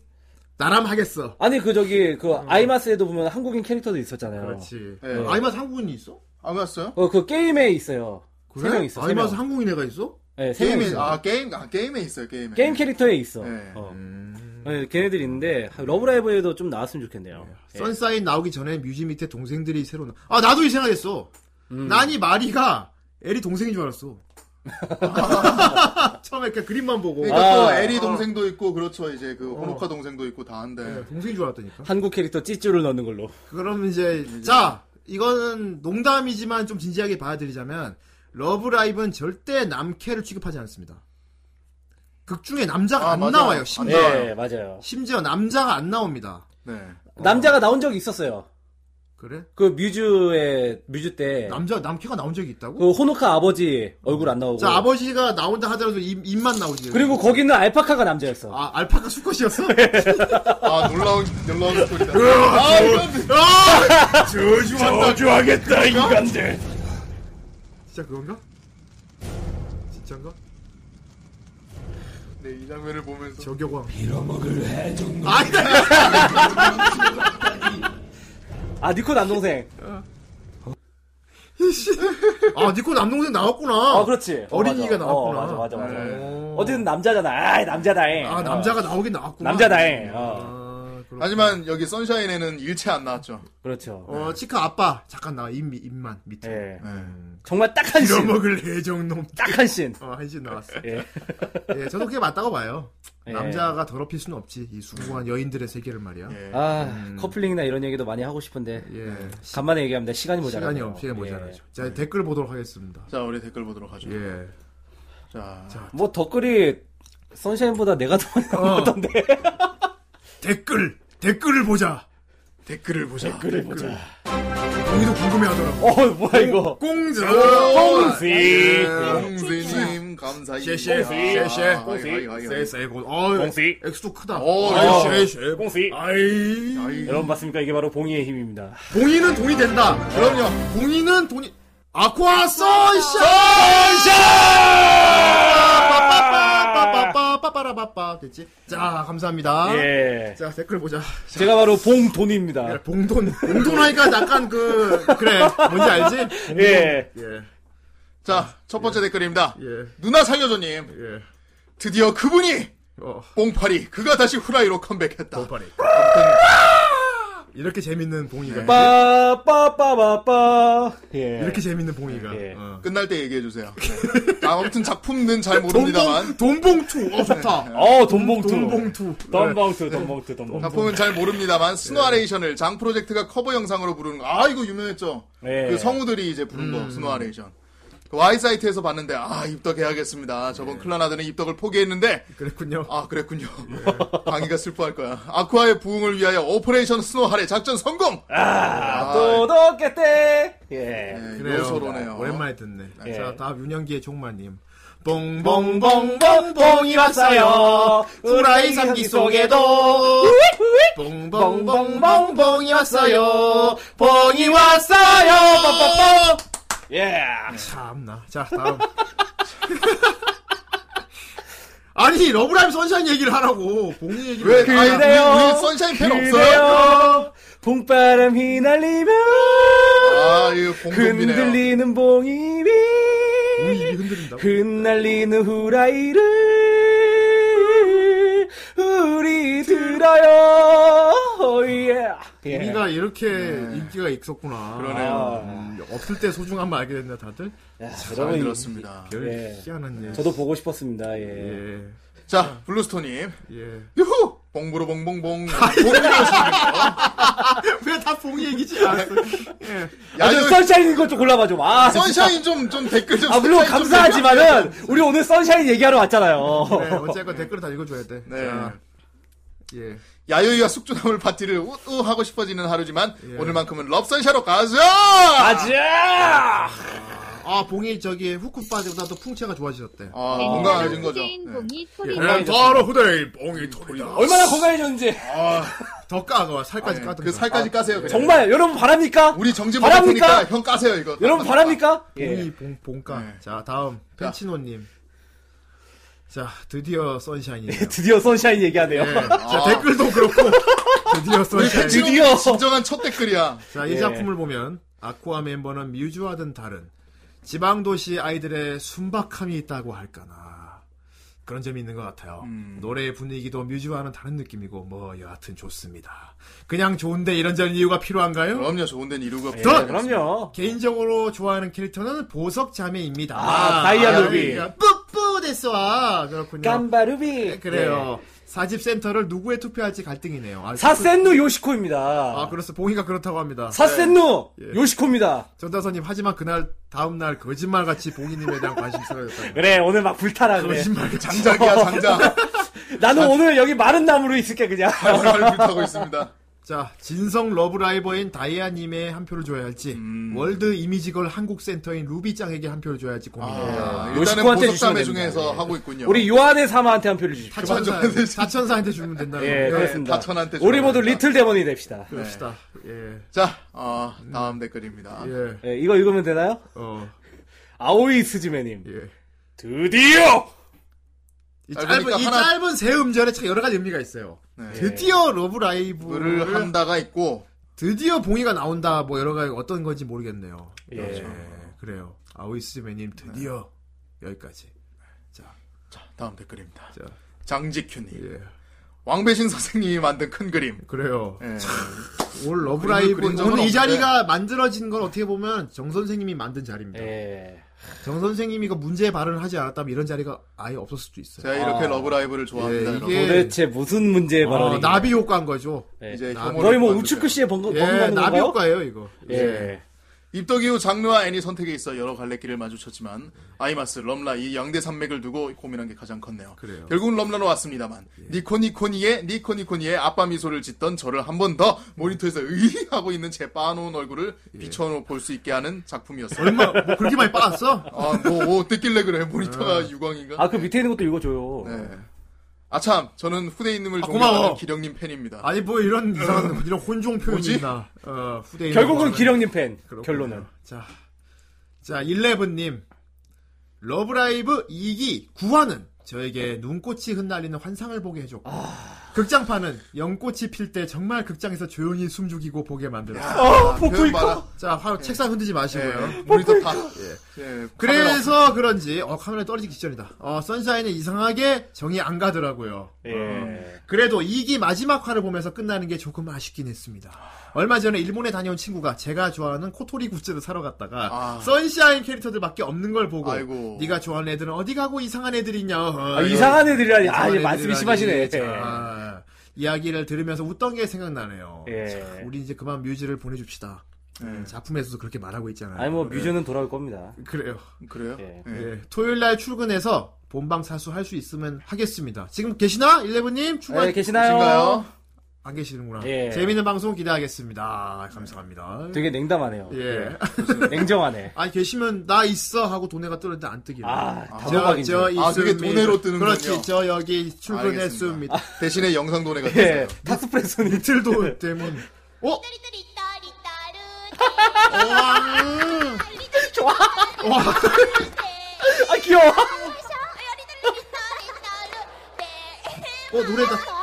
Speaker 1: 나람 하겠어.
Speaker 3: 아니, 그 저기, 그 아이마스에도 보면 한국인 캐릭터도 있었잖아요.
Speaker 1: 그렇지.
Speaker 2: 예.
Speaker 1: 아이마스 한국인이 있어?
Speaker 2: 안 갔어요?
Speaker 3: 어, 그 게임에 있어요.
Speaker 1: 그래?
Speaker 3: 세명 있어. 세 명.
Speaker 1: 아이마스 한국인 애가 있어?
Speaker 3: 예, 세명
Speaker 2: 게임에
Speaker 3: 있어요.
Speaker 2: 아 게임 아 게임에 있어요 게임에.
Speaker 3: 게임 캐릭터에 있어.
Speaker 2: 예.
Speaker 3: 어.
Speaker 1: 음.
Speaker 3: 예, 걔네들이 있는데, 러브라이브에도 좀 나왔으면 좋겠네요. 예.
Speaker 1: 선사인 나오기 전에 뮤지 밑에 동생들이 새로 나. 아 나도 이 생각했어.
Speaker 2: 음.
Speaker 1: 난 이 마리가 엘이 동생인 줄 알았어. <laughs> 처음에 그냥 그림만 보고
Speaker 2: 그러니까 또
Speaker 3: 아,
Speaker 2: 에리
Speaker 1: 어.
Speaker 2: 동생도 있고 그렇죠 이제 그 호노카 동생도 있고 다 한데.
Speaker 1: 네, 동생인 줄 알았다니까.
Speaker 3: 한국 캐릭터 찌쭈를 넣는 걸로.
Speaker 1: 그럼 이제 자 이거는 농담이지만 좀 진지하게 봐드리자면 러브라이브는 절대 남캐를 취급하지 않습니다. 극 중에 남자가
Speaker 2: 아,
Speaker 1: 안
Speaker 2: 맞아.
Speaker 1: 나와요.
Speaker 2: 안
Speaker 1: 심지어
Speaker 2: 나와요.
Speaker 3: 예, 맞아요.
Speaker 1: 심지어 남자가 안 나옵니다.
Speaker 2: 네.
Speaker 3: 남자가 나온 적이 있었어요.
Speaker 1: 그래?
Speaker 3: 그 뮤즈의 뮤즈 때 그
Speaker 1: 남자 남캐가 나온 적이 있다고?
Speaker 3: 호노카 아버지 얼굴 안 나오고
Speaker 1: 자 아버지가 나온다 하더라도 입, 입만 나오지.
Speaker 3: 그 그리고 거기는 알파카가 남자였어.
Speaker 1: 아 알파카 수컷이었어?
Speaker 2: 아 놀라운 놀라운 스토리다.
Speaker 1: 아, 이건- 아! 저주한다.
Speaker 7: 저주하겠다 인간들.
Speaker 1: 진짜 그건가? 진짜인가?
Speaker 2: 네, 이 장면을 보면서
Speaker 1: 저격왕. 빌어먹을 해적. 아니다.
Speaker 3: 아 니코 남동생.
Speaker 1: 이씨. 아 니코 남동생 나왔구나.
Speaker 3: 어 그렇지. 어,
Speaker 1: 어린이가
Speaker 3: 맞아.
Speaker 1: 나왔구나.
Speaker 3: 어, 맞아 맞아 맞아.
Speaker 2: 네.
Speaker 1: 어.
Speaker 3: 어쨌든 남자잖아. 아 남자다잉.
Speaker 1: 아
Speaker 3: 어.
Speaker 1: 남자가 나오긴 나왔구나.
Speaker 3: 남자다잉. 어.
Speaker 1: 아, 그렇구나.
Speaker 2: 하지만 여기 선샤인에는 일체 안 나왔죠.
Speaker 3: 그렇죠.
Speaker 1: 어 치카 아빠 잠깐 나와 입 입만 밑에.
Speaker 3: 예.
Speaker 2: 네.
Speaker 1: 음.
Speaker 3: 정말 딱 한 씬.
Speaker 1: 빌어먹을 해적놈.
Speaker 3: 딱 한 씬.
Speaker 1: 어, 한신 나왔어.
Speaker 3: 예.
Speaker 1: 예, 저도 그게 맞다고 봐요.
Speaker 3: 예.
Speaker 1: 남자가 더럽힐 수는 없지. 이 수고한 여인들의 세계를 말이야.
Speaker 2: 예.
Speaker 3: 아
Speaker 1: 음.
Speaker 3: 커플링이나 이런 얘기도 많이 하고 싶은데
Speaker 1: 예.
Speaker 3: 간만에 얘기합니다. 시간이 예. 모자라.
Speaker 1: 시간이 없이 모자라죠. 자, 댓글 보도록 하겠습니다.
Speaker 2: 자, 우리 댓글 보도록 하죠.
Speaker 1: 예.
Speaker 2: 자,
Speaker 3: 뭐 덧글이 선샤인보다 내가 더 많이
Speaker 1: 어.
Speaker 3: 나왔던데. <laughs>
Speaker 1: 댓글! 댓글을 보자!
Speaker 2: 댓글을 보자.
Speaker 3: 그래 보자.
Speaker 1: 우리도 궁금해 하더라고.
Speaker 3: 어 뭐야 이거.
Speaker 1: 꽁즈! 어.
Speaker 3: 홍시.
Speaker 2: 홍수님 감사합니다.
Speaker 1: 셰셰. 셰셰. 세세고. 어,
Speaker 3: 꽁지.
Speaker 1: 엑스도 크다.
Speaker 2: 어,
Speaker 1: 아이,
Speaker 2: 야.
Speaker 1: 셰셰.
Speaker 3: 꽁지.
Speaker 1: 아이.
Speaker 3: 여러분 봤습니까? 이게 바로 봉이의 힘입니다.
Speaker 1: 봉인은 돈이 된다.
Speaker 2: 그럼요.
Speaker 1: 봉인은 돈이. 아쿠아 선샤인! 선샤인! 빠바라바빠 됐지? 자, 감사합니다.
Speaker 3: 예.
Speaker 1: 자, 댓글 보자.
Speaker 3: 제가 바로 봉돈입니다.
Speaker 1: 야, 봉돈. 봉돈 하니까 약간 그, 그래. 뭔지 알지? 봉돈.
Speaker 3: 예.
Speaker 1: 예.
Speaker 2: 자, 첫 번째 댓글입니다.
Speaker 1: 예.
Speaker 2: 누나 살려줘님,
Speaker 1: 예.
Speaker 2: 드디어 그분이
Speaker 1: 어.
Speaker 2: 뽕파리 그가 다시 후라이로 컴백했다.
Speaker 1: 봉파리. 이렇게 재밌는 봉이가.
Speaker 3: 네. 빠빠빠빠빠. 예.
Speaker 1: 이렇게 재밌는 봉이가.
Speaker 3: 예.
Speaker 1: 어.
Speaker 2: 끝날 때 얘기해 주세요. 네. 아무튼 작품은 잘 모릅니다만
Speaker 1: 돈봉, 돈봉투. 어, 좋다.
Speaker 3: 어 돈봉투.
Speaker 1: 돈봉투.
Speaker 3: 돈봉투. 돈봉투. 돈봉투.
Speaker 2: 작품은 잘 모릅니다만 스노아레이션을 장 프로젝트가 커버 영상으로 부르는 거. 아 이거 유명했죠.
Speaker 3: 예.
Speaker 2: 그 성우들이 이제 부른 거 스노아레이션. 그 Y 사이트에서 봤는데 아 입덕해야겠습니다. 저번 클라나드는 입덕을 포기했는데
Speaker 1: 네. 그랬군요.
Speaker 2: 아 그랬군요. 예. 강의가 슬퍼할 거야. 아쿠아의 부흥을 위하여 오퍼레이션 스노하레 작전 성공.
Speaker 3: 아, 도도깨때. 예.
Speaker 2: 네,
Speaker 1: 그래요.
Speaker 2: 요소로네요.
Speaker 1: 오랜만에 듣네.
Speaker 3: 예.
Speaker 1: 자, 다음 윤영기의 종마님.
Speaker 3: 봉봉봉봉봉이
Speaker 1: 봉봉봉봉봉이 왔어요. 후라이 삼기 속에도 봉봉봉봉봉이 왔어요. 봉이 왔어요.
Speaker 3: 예.
Speaker 1: 참나. 자, 다음. 아니, 러브라이브 선샤인 얘기를 하라고. 봉이 얘기를.
Speaker 2: 왜
Speaker 1: 왜?
Speaker 2: 아니,
Speaker 3: 그래요.
Speaker 2: 우리, 우리 선샤인 팬 없어요?
Speaker 3: 그대여 봄바람 휘날리며
Speaker 2: 아 이거 봉동비네요.
Speaker 3: 흔들리는 봉입이 그
Speaker 1: 봉이 입이 흔들린다고.
Speaker 3: 흩날리는 후라이를 우리 들어요 오예 예.
Speaker 1: 봉이가 이렇게 인기가 있었구나.
Speaker 2: 그러네요.
Speaker 1: 음, 없을 때 소중함을 알게 됐네, 다들.
Speaker 2: 아, 잘
Speaker 3: 여러분,
Speaker 2: 들었습니다.
Speaker 1: 별
Speaker 3: 예.
Speaker 1: 희한한 얘기.
Speaker 3: 저도 보고 싶었습니다 예.
Speaker 1: 예.
Speaker 2: 자 블루스톤님
Speaker 1: 예. <laughs>
Speaker 2: 유후 봉부로 봉봉봉
Speaker 3: 아,
Speaker 2: 봉부로
Speaker 1: 왜 다 봉이 얘기지? 알았어. 예.
Speaker 3: 아, 저 선샤인 것좀 골라봐 좀아
Speaker 2: 선샤인 좀, 좀 댓글 좀.
Speaker 3: 아 물론
Speaker 2: 선샤인 좀
Speaker 3: 감사하지만은 우리 오늘 선샤인 얘기하러 왔잖아요
Speaker 1: 그래, 어쨌건 댓글을 다 읽어줘야 돼.
Speaker 2: 네.
Speaker 1: 자, 예.
Speaker 2: 야유이와 숙주나물 파티를 우우 하고 싶어지는 하루지만
Speaker 1: 예.
Speaker 2: 오늘만큼은 럽선샤로 가자!
Speaker 3: 가자
Speaker 1: 아, 봉이 저기 후쿠빠보다 더 풍채가 좋아지셨대.
Speaker 2: 아, 건강해진
Speaker 4: 옛날은
Speaker 2: 거죠.
Speaker 4: 후대인
Speaker 2: 네.
Speaker 4: 봉이
Speaker 1: 예,
Speaker 4: 토리로
Speaker 1: 바로 후대인 봉이 토리다.
Speaker 3: 얼마나 건강해졌는지
Speaker 2: 네.
Speaker 1: 더 까가 살까지
Speaker 2: 아, 예.
Speaker 1: 까던가.
Speaker 2: 그 살까지 까세요. 그냥.
Speaker 3: 정말 여러분 바랍니까?
Speaker 2: 우리 정지 못할
Speaker 3: 바랍니까?
Speaker 2: 테니까 형 까세요, 이거.
Speaker 3: 여러분 바랍니까? 예.
Speaker 1: 봉이 봉 봉까.
Speaker 2: 네.
Speaker 1: 자, 다음
Speaker 2: 자.
Speaker 1: 펜치노님. 자, 드디어 선샤인이에요.
Speaker 3: 드디어 선샤인 얘기하네요.
Speaker 1: 예.
Speaker 2: 아,
Speaker 1: 자, 댓글도 그렇고 <laughs> 드디어
Speaker 2: 우리
Speaker 1: 선샤인.
Speaker 2: 팬츠
Speaker 3: <laughs> 드디어.
Speaker 2: 진정한 첫 댓글이야.
Speaker 1: 자, 이
Speaker 3: 예.
Speaker 1: 작품을 보면 아쿠아 멤버는 뮤즈와는 다른 지방도시 아이들의 순박함이 있다고 할까나 그런 점이 있는 것 같아요.
Speaker 2: 음.
Speaker 1: 노래의 분위기도 뮤즈와는 다른 느낌이고 뭐 여하튼 좋습니다. 그냥 좋은데 이런저런 이유가 필요한가요?
Speaker 2: 그럼요, 좋은 데는 이유가
Speaker 3: 예,
Speaker 2: 없죠.
Speaker 3: 그럼요.
Speaker 1: 개인적으로 좋아하는 캐릭터는 보석 자매입니다.
Speaker 3: 아, 다이아루비.
Speaker 1: 다이아루비가 그러니까 뿌뿌 데스와 그렇군요.
Speaker 2: 네,
Speaker 3: 깜바루비.
Speaker 1: 네, 그래요. 사집 센터를 누구에 투표할지 갈등이네요. 아,
Speaker 3: 예. 네. 사센누 요시코입니다.
Speaker 1: 아, 그래서 봉이가 그렇다고 합니다.
Speaker 3: 사센누
Speaker 1: 예.
Speaker 3: 요시코입니다.
Speaker 1: 전다선님 하지만 그날 다음날 거짓말같이 봉이님에 대한 관심이
Speaker 3: <laughs>
Speaker 1: 사라졌다.
Speaker 3: 그래 오늘 막 불타라 그래.
Speaker 1: 거짓말 장자.
Speaker 2: 장작이야,
Speaker 3: <laughs>
Speaker 2: 장작.
Speaker 3: 나는 오늘 여기 마른 나무로 있을게 그냥.
Speaker 1: 아,
Speaker 2: 발발 불타고 있습니다.
Speaker 1: 자 진성 러브라이버인 다이아님의 한 표를 줘야 할지
Speaker 3: 음.
Speaker 1: 월드 이미지걸 한국 센터인 루비짱에게 한 표를 줘야지 고민입니다.
Speaker 2: 아, 일단은
Speaker 3: 요시코한테
Speaker 2: 보석 자매
Speaker 3: 주시면
Speaker 2: 중에서
Speaker 3: 됩니다. 네.
Speaker 2: 하고 있군요. 네,
Speaker 3: 우리 요한의 사마한테 한 표를 주십시오.
Speaker 2: 그만 좀
Speaker 1: 사천사한테
Speaker 2: 해주세요.
Speaker 1: 사천사한테 주면 된다고.
Speaker 3: 예, 그렇습니다.
Speaker 2: 다천한테
Speaker 3: 우리 모두
Speaker 2: 주시면 됩니다.
Speaker 3: 리틀 데몬이 됩시다.
Speaker 1: 아, 그럽시다. 예,
Speaker 2: 자, 어, 다음 댓글입니다.
Speaker 1: 예,
Speaker 3: 예, 이거 읽으면 되나요?
Speaker 1: 어,
Speaker 3: 아오이 스즈메님.
Speaker 1: 예.
Speaker 3: 드디어 아,
Speaker 1: 이 짧은
Speaker 3: 그러니까
Speaker 2: 짧으니까
Speaker 1: 이
Speaker 2: 하나-
Speaker 1: 짧은 세 음절에 참 여러 가지 의미가 있어요.
Speaker 3: 예.
Speaker 2: 네.
Speaker 1: 드디어 러브라이브를
Speaker 2: 를 한다가 있고,
Speaker 1: 드디어 봉이가 나온다 뭐 여러 가지 어떤 건지 모르겠네요.
Speaker 3: 예.
Speaker 1: 예, 그래요. 아오이스맨님 드디어
Speaker 3: 네.
Speaker 1: 여기까지.
Speaker 2: 다음 댓글입니다.
Speaker 1: 자,
Speaker 2: 장지큐님.
Speaker 1: 예.
Speaker 2: 왕배신 선생님이 만든 큰 그림.
Speaker 1: 그래요.
Speaker 2: 예.
Speaker 1: 올 러브라이브
Speaker 2: 그린 적은
Speaker 1: 오늘 이
Speaker 2: 없는데.
Speaker 1: 자리가 만들어진 건 어떻게 보면 정 선생님이 만든 자리입니다.
Speaker 3: 예.
Speaker 1: 정 선생님이가 문제 발언을 하지 않았다면 이런 자리가 아예 없었을 수도 있어요.
Speaker 2: 제가
Speaker 3: 아.
Speaker 2: 이렇게 러브라이브를 좋아합니다.
Speaker 1: 예,
Speaker 2: 여러분.
Speaker 1: 이게-
Speaker 3: 도대체 무슨 문제의
Speaker 1: 어,
Speaker 3: 발언이?
Speaker 1: 나비 효과인 거죠.
Speaker 2: 이제
Speaker 1: 나비.
Speaker 2: 혐오를
Speaker 3: 거의 뭐
Speaker 2: 받는데.
Speaker 3: 우측 글씨에 번거
Speaker 1: 예,
Speaker 3: 번거는
Speaker 1: 나비
Speaker 3: 건가요?
Speaker 1: 효과예요 이거.
Speaker 3: 예.
Speaker 2: 입덕 이후 장르와 애니 선택에 있어 여러 갈래길을 마주쳤지만 아이마스, 럼라 이 양대 산맥을 두고 고민한 게 가장 컸네요.
Speaker 1: 그래요. 예.
Speaker 2: 결국은 럼라로 왔습니다만 니코니코니의 니코니코니의 아빠 미소를 짓던 저를 한 번 더 모니터에서 으이 하고 있는 제 빠놓은 얼굴을 비춰 볼 수 있게 하는 작품이었어요.
Speaker 1: 예. 얼마 뭐 그렇게 많이 빠았어?
Speaker 2: 아, 뭐, 뭐 뜯길래 그래 모니터가 유광인가?
Speaker 3: 아 그 밑에 있는 것도 읽어줘요.
Speaker 2: 네. 아참 저는 후대인님을
Speaker 1: 아, 고마워.
Speaker 2: 존경하는 기령님 팬입니다.
Speaker 1: 아니 뭐 이런
Speaker 3: <laughs>
Speaker 1: 이상한 이런 혼종 표현이
Speaker 2: 뭐지?
Speaker 1: 있나? 어, 후대인
Speaker 3: 결국은
Speaker 1: 혼종은.
Speaker 3: 기령님 팬
Speaker 1: 그렇군요.
Speaker 3: 결론은
Speaker 1: 자, 자 일레븐님 러브라이브 2기 9화는 저에게 눈꽃이 흩날리는 환상을 보게 해줬고 극장판은 연꽃이 필 때 정말 극장에서 조용히 숨죽이고 보게 만들었어요.
Speaker 2: 아,
Speaker 3: 복구
Speaker 2: 표현
Speaker 3: 있고.
Speaker 2: 봐라.
Speaker 1: 자, 화, 책상 흔들지 마시고요.
Speaker 2: 예, 모니터 다. 예, 카메라.
Speaker 1: 그래서 그런지 어 카메라 떨어지기 직전이다. 어 선샤인은 이상하게 정이 안 가더라고요.
Speaker 3: 예.
Speaker 1: 그래도 2기 마지막 화를 보면서 끝나는 게 조금 아쉽긴 했습니다. 얼마 전에 일본에 다녀온 친구가 제가 좋아하는 코토리 굿즈를 사러 갔다가
Speaker 2: 아.
Speaker 1: 선샤인 캐릭터들밖에 없는 걸 보고
Speaker 2: 아이고.
Speaker 1: 네가 좋아하는 애들은 어디 가고 이상한 애들이냐.
Speaker 3: 아, 이상한 애들이라니. 아, 예, 말씀이 심하시네.
Speaker 1: 이야기를 들으면서 웃던 게 생각나네요.
Speaker 3: 예.
Speaker 1: 참, 우리 이제 그만 뮤즈를 보내줍시다.
Speaker 2: 예,
Speaker 1: 작품에서도 그렇게 말하고 있잖아요.
Speaker 3: 아니, 뭐, 뮤즈는 돌아올 겁니다.
Speaker 1: 그래요.
Speaker 2: 그래요?
Speaker 3: 예.
Speaker 2: 예.
Speaker 1: 예, 토요일 날 출근해서 본방 사수 할 수 있으면 하겠습니다. 지금 계시나? 일레븐님 출근
Speaker 3: 예, 계시나요?
Speaker 2: 계신가요?
Speaker 1: 안 계시는구나.
Speaker 3: 예.
Speaker 1: 재밌는 방송 기대하겠습니다. 감사합니다.
Speaker 3: 되게 냉담하네요.
Speaker 1: 예. <laughs>
Speaker 3: 냉정하네.
Speaker 1: 아니 계시면 나 있어 하고 돈에가 뜨는데 안 뜨길.
Speaker 3: 아,
Speaker 1: 저,
Speaker 3: 단호박이죠.
Speaker 1: 저 있습니다.
Speaker 2: 아, 그게 돈으로 뜨는군요.
Speaker 1: 그렇지. 저 여기 출근했습니다.
Speaker 2: 대신에 영상 돈에 같은
Speaker 3: 예,
Speaker 2: 요 아,
Speaker 3: 탁스프레소님.
Speaker 1: 이틀 <laughs>
Speaker 3: 네.
Speaker 1: 돈 때문. 어?
Speaker 8: トリトリトリトル
Speaker 1: 와.
Speaker 3: 좋아. 아, 귀여워.
Speaker 8: トリト
Speaker 1: 어
Speaker 8: リトルで
Speaker 1: 노래다.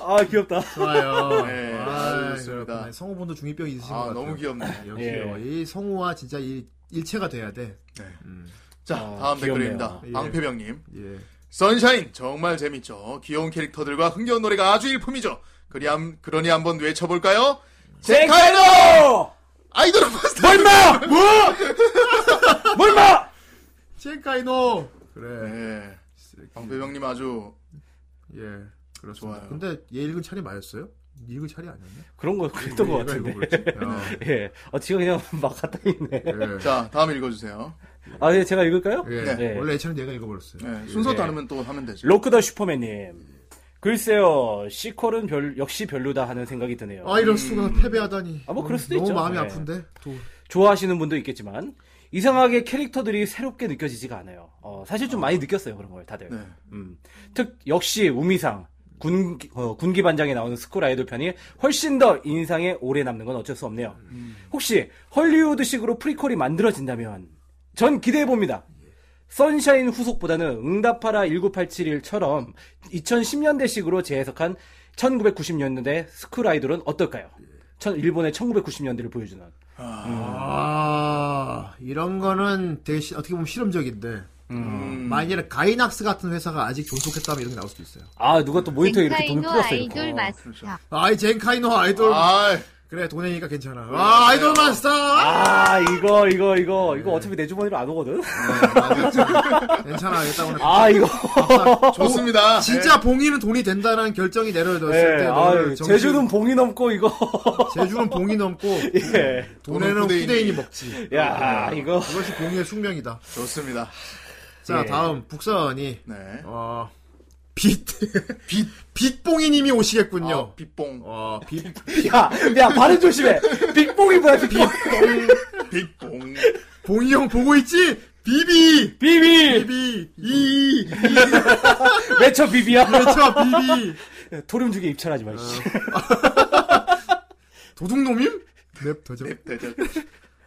Speaker 3: ああ、気った。
Speaker 1: 좋아요.
Speaker 2: 네, 좋습니다.
Speaker 1: 여러분, 성우분도 중이병 있으신 것
Speaker 2: 아,
Speaker 1: 같아요. 예.
Speaker 2: 너무 예. 귀엽네.
Speaker 1: 여기요. 어, 이 성우와 진짜 일, 일체가 돼야 돼.
Speaker 2: 자,
Speaker 3: 아,
Speaker 2: 다음
Speaker 3: 귀엽네요.
Speaker 2: 댓글입니다.
Speaker 1: 예.
Speaker 2: 방패병님.
Speaker 1: 예.
Speaker 2: 선샤인 정말 재밌죠. 귀여운 캐릭터들과 흥겨운 노래가 아주 일품이죠. 그리 한, 그러니 한번 외쳐볼까요? 제카이로! 아이돌 마스터!
Speaker 3: 마! 뭐? 뭐 임마!
Speaker 1: 첸카이노. 그래.
Speaker 2: 예. 방패병님 아주
Speaker 1: 예, 그렇습니다.
Speaker 2: 좋아요.
Speaker 1: 근데 얘 읽은 차례 맞았어요? 네 읽은 차례 아니었나?
Speaker 3: 그런 거 그랬던
Speaker 1: 예,
Speaker 3: 것 같은데.
Speaker 1: 같은데.
Speaker 3: 예. 아, 지금 그냥 <laughs> 막 갖다 있네.
Speaker 1: 예.
Speaker 2: 자, 다음 읽어주세요.
Speaker 3: 아, 예, 제가 읽을까요? 예.
Speaker 1: 원래 애처럼 내가 읽어버렸어요.
Speaker 2: 예, 순서
Speaker 3: 예.
Speaker 2: 다르면 또 하면 되죠.
Speaker 3: 로크더 슈퍼맨님. 글쎄요, 시퀄은 별, 역시 별로다 하는 생각이 드네요.
Speaker 1: 아 이럴 수가 패배하다니.
Speaker 3: 아, 뭐 그럴 수도
Speaker 1: 너무
Speaker 3: 있죠.
Speaker 1: 마음이
Speaker 3: 예.
Speaker 1: 아픈데. 또
Speaker 3: 좋아하시는 분도 있겠지만, 이상하게 캐릭터들이 새롭게 느껴지지가 않아요. 어, 사실 좀 많이 느꼈어요, 그런 걸, 다들.
Speaker 2: 네.
Speaker 3: 음. 특, 역시, 우미상, 군, 어, 군기 반장에 나오는 스쿨 아이돌 편이 훨씬 더 인상에 오래 남는 건 어쩔 수 없네요. 혹시, 헐리우드식으로 프리퀄이 만들어진다면, 전 기대해봅니다. 선샤인 후속보다는 응답하라 19871처럼 2010년대식으로 재해석한 1990년대 스쿨 아이돌은 어떨까요? 천, 일본의 1990년대를 보여주는.
Speaker 1: 아 이런 거는 되게 시- 어떻게 보면 실험적인데. 어, 만약에 가이낙스 같은 회사가 아직 존속했다면 이런 게 나올 수도 있어요.
Speaker 3: 아, 누가 또 모니터에 이렇게 돈을
Speaker 4: 젠카이노
Speaker 3: 뿌렸어요.
Speaker 4: 아이돌
Speaker 3: 이거.
Speaker 1: 그렇죠.
Speaker 4: 마스터.
Speaker 1: 아이 젠카이노 아이돌
Speaker 2: 아,
Speaker 1: 그래 돈이니까 괜찮아. 아 아이돌 마스터.
Speaker 3: 아, 이거, 이거, 이거, 이거 어차피 내 주머니로 안 오거든?
Speaker 1: 아, 괜찮아 일단 오늘
Speaker 3: 아, <laughs> 이거.
Speaker 2: 좋습니다.
Speaker 1: 어,
Speaker 2: 네,
Speaker 1: 진짜 봉이는 돈이 된다는 결정이 내려졌을
Speaker 3: 예,
Speaker 1: 때
Speaker 3: 아유,
Speaker 1: 너를 정신-
Speaker 3: 제주는 봉이 넘고, 이거.
Speaker 1: 제주는 봉이 넘고
Speaker 3: <laughs> 예.
Speaker 1: 돈에는
Speaker 2: 돈은
Speaker 1: 후대인이
Speaker 2: 후대인이
Speaker 1: 먹지.
Speaker 3: 야, 이거.
Speaker 1: 그것이 봉의 숙명이다.
Speaker 2: 예, 좋습니다.
Speaker 1: 자,
Speaker 3: 예.
Speaker 1: 다음 북선이
Speaker 2: 네.
Speaker 1: 어 <laughs> 빛. 빛 빛봉이 님이 오시겠군요.
Speaker 2: 아, 빗봉.
Speaker 1: 어, 빛
Speaker 3: 야, 야, 발음 조심해. 빅봉이 뭐야, 빅봉.
Speaker 2: 빗봉. 네,
Speaker 1: 봉이 형 보고 있지? 비비
Speaker 3: 비비!
Speaker 1: 비비 이
Speaker 3: 외쳐 비비야.
Speaker 1: 그렇죠. 비비.
Speaker 3: 토렴주게 입찰하지 마, 씨.
Speaker 1: 어. 도둑놈임? 넵, 도적.
Speaker 2: 되죠.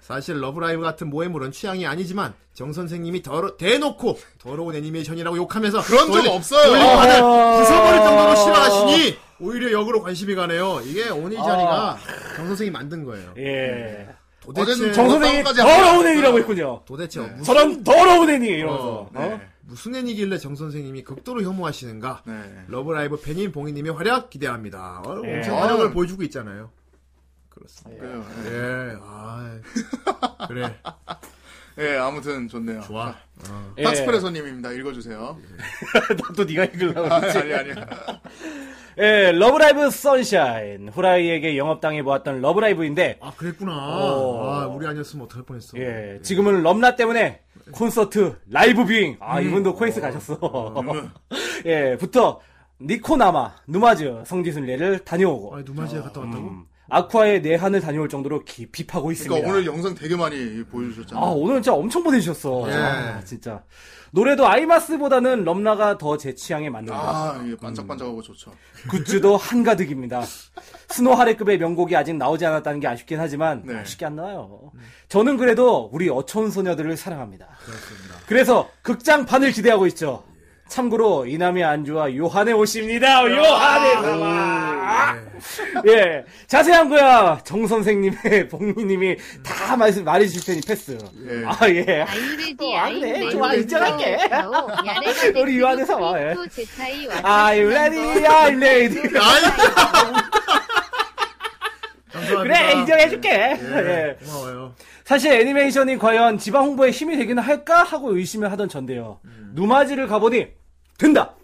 Speaker 1: 사실 러브라이브 같은 모해물은 취향이 아니지만 정 선생님이 더러, 대놓고 더러운 애니메이션이라고 욕하면서
Speaker 2: 그런 적
Speaker 1: 원래-
Speaker 2: 없어요.
Speaker 1: 돌림판을 네.
Speaker 3: 아.
Speaker 1: 부숴버릴 정도로 싫어하시니 오히려 역으로 관심이 가네요. 이게 오니자니가 정 선생이 만든 거예요.
Speaker 3: 예.
Speaker 1: 도대체 뭐
Speaker 2: 어제는 네.
Speaker 3: 정
Speaker 2: 정-
Speaker 3: 선생이
Speaker 2: 싸움까지
Speaker 3: 더러운
Speaker 2: 하고
Speaker 3: 애니라고 했군요.
Speaker 1: 도대체 무슨
Speaker 3: 저런 더러운 애니! 이러면서.
Speaker 1: 어,
Speaker 2: 네.
Speaker 1: 무슨 애니길래 정 선생님이 극도로 혐오하시는가?
Speaker 2: 네.
Speaker 1: 러브라이브 팬인 봉이님의 활약 기대합니다. 어,
Speaker 3: 예.
Speaker 1: 엄청 활약을 보여주고 있잖아요. 그렇습니다.
Speaker 2: 그래요. 예.
Speaker 1: 예, 아, 그래,
Speaker 2: 예, 아무튼 좋네요.
Speaker 1: 좋아.
Speaker 3: 예.
Speaker 2: 탁스프레소님입니다. 읽어주세요.
Speaker 3: <laughs> 나도 네가 읽으려고.
Speaker 2: 아니, 아니, 그러니까 아니.
Speaker 3: 예, 러브라이브 선샤인. 후라이에게 영업당해 보았던 러브라이브인데,
Speaker 1: 아, 그랬구나.
Speaker 3: 어.
Speaker 1: 아, 우리 아니었으면 어떡할 뻔했어. 네.
Speaker 3: 예, 지금은 럼나 때문에 콘서트, 라이브 뷰잉. 아, 이분도 코엑스 가셨어. <laughs> 예, 부터 니코나마, 누마즈, 성지순례를 다녀오고.
Speaker 1: 아, 누마지에 갔다 왔다고?
Speaker 3: 음. 아쿠아의 내한을 다녀올 정도로 깊이 파고 있습니다.
Speaker 2: 그러니까 오늘 영상 되게 많이
Speaker 3: 아,
Speaker 2: 보여주셨잖아요.
Speaker 3: 오늘 진짜 엄청 보내주셨어.
Speaker 1: 예.
Speaker 3: 아, 진짜. 노래도 아이마스보다는 럼라가 더 제 취향에 맞는 것 같아요.
Speaker 2: 아, 이게 반짝반짝하고 좋죠.
Speaker 3: 굿즈도 한가득입니다. 스노하레급의 명곡이 아직 나오지 않았다는 게 아쉽긴 하지만
Speaker 2: 네.
Speaker 3: 아쉽게 안 나와요. 저는 그래도 우리 어촌 소녀들을 사랑합니다. 그래서 극장판을 기대하고 있죠. 참고로 이남의 안주와 요한의 옷입니다. 요한의
Speaker 1: 아,
Speaker 3: 사마.
Speaker 1: 네,
Speaker 3: 예, 자세한 거야 정 선생님의 <laughs> 복리님이 다 말씀 말해 주실 테니 패스.
Speaker 2: 예.
Speaker 3: 아 예.
Speaker 4: 아이레디
Speaker 3: 어, 안 그래.
Speaker 4: 아이레디
Speaker 3: 좋아, 인정할게. 우리 유한에서 와, 예. 아이레디 아이레디.
Speaker 1: 감사합니다.
Speaker 3: 그래 인정해줄게. 예.
Speaker 1: 예. 고마워요.
Speaker 3: 사실 애니메이션이 과연 지방 홍보에 힘이 되기는 할까 하고 의심을 하던 전데요. 누마지를 가보니 된다.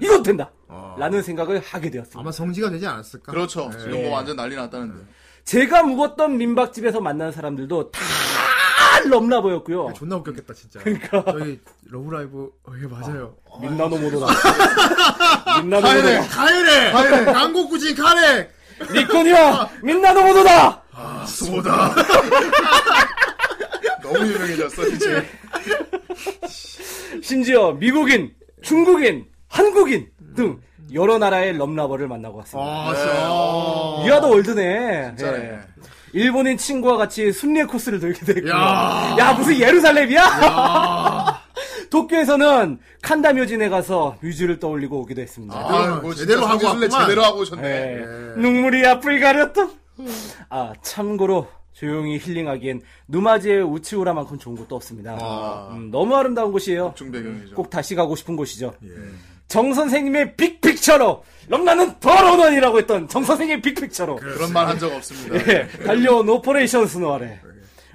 Speaker 3: 이건 된다.
Speaker 1: 어.
Speaker 3: 라는 생각을 하게 되었습니다.
Speaker 1: 아마 성지가 되지 않았을까?
Speaker 2: 그렇죠.
Speaker 1: 예.
Speaker 2: 지금 뭐 완전 난리 났다는데.
Speaker 3: 제가 묵었던 민박집에서 만난 사람들도 다 럼나 보였고요.
Speaker 1: 존나 웃겼겠다 진짜. 그러니까 저희 러브라이브 어, 예 맞아요.
Speaker 3: 민나노 모노라. 민나노
Speaker 2: 가야돼!
Speaker 3: 모노라.
Speaker 1: 카레, 카레, 아, 강국구진 카레,
Speaker 3: 니코니와 민나노 모노다.
Speaker 1: 소다.
Speaker 2: <laughs> 너무 유명해졌어, 이제.
Speaker 3: 심지어 미국인, 중국인, 한국인 등 여러 나라의 럼라버를 만나고 왔습니다.
Speaker 1: 아, 진짜.
Speaker 3: 유아더 월드네.
Speaker 2: 진짜네.
Speaker 3: 예. 일본인 친구와 같이 순례 코스를 돌게 됐고요.
Speaker 1: 야.
Speaker 3: 야, 무슨 예루살렘이야? <laughs> 도쿄에서는 칸다 묘진에 가서 뮤즈를 떠올리고 오기도 했습니다.
Speaker 2: 아, 뭐 제대로 하고 왔네.
Speaker 1: 왔구만.
Speaker 2: 제대로 하고 오셨네.
Speaker 3: 예. 눈물이 앞을 가렸던. 아 참고로 조용히 힐링하기엔 누마지의 우치우라만큼 좋은 곳도 없습니다.
Speaker 2: 아.
Speaker 3: 음, 너무 아름다운 곳이에요.
Speaker 2: 중배경이죠.
Speaker 3: 꼭 예. 다시 가고 싶은 곳이죠. 정 선생님의 빅픽처로 럼나는 더러운 원이라고 했던 정 선생님의 빅픽처로
Speaker 2: 그런 말 한 적 없습니다.
Speaker 3: 예, 달려온 오퍼레이션 스노아래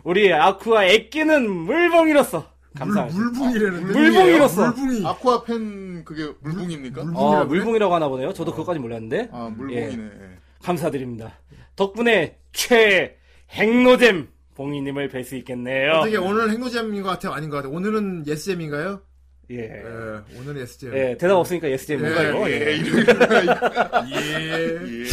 Speaker 3: 우리 아쿠아 애끼는 물봉이로서 감사합니다.
Speaker 1: 물붕이라는데.
Speaker 3: 물붕이로서.
Speaker 1: 물붕이.
Speaker 2: 아쿠아 팬 그게 물붕입니까?
Speaker 3: 아, 물봉이라고 하나 보네요. 저도 그것까지 몰랐는데
Speaker 2: 아, 물붕이네. 예.
Speaker 3: 감사드립니다. 덕분에 최 행노잼 봉이님을 뵐 수 있겠네요.
Speaker 1: 되게 오늘 행노잼인 것 같아요, 아닌 것 같아요. 오늘은 예스잼인가요?
Speaker 3: 예.
Speaker 1: 예, 오늘 은 예스잼.
Speaker 3: 예, 대답 없으니까 예스잼 뭔가
Speaker 1: 네,
Speaker 3: 이거.
Speaker 2: 예,
Speaker 3: 예.
Speaker 2: 이름이
Speaker 1: 예.
Speaker 2: 예.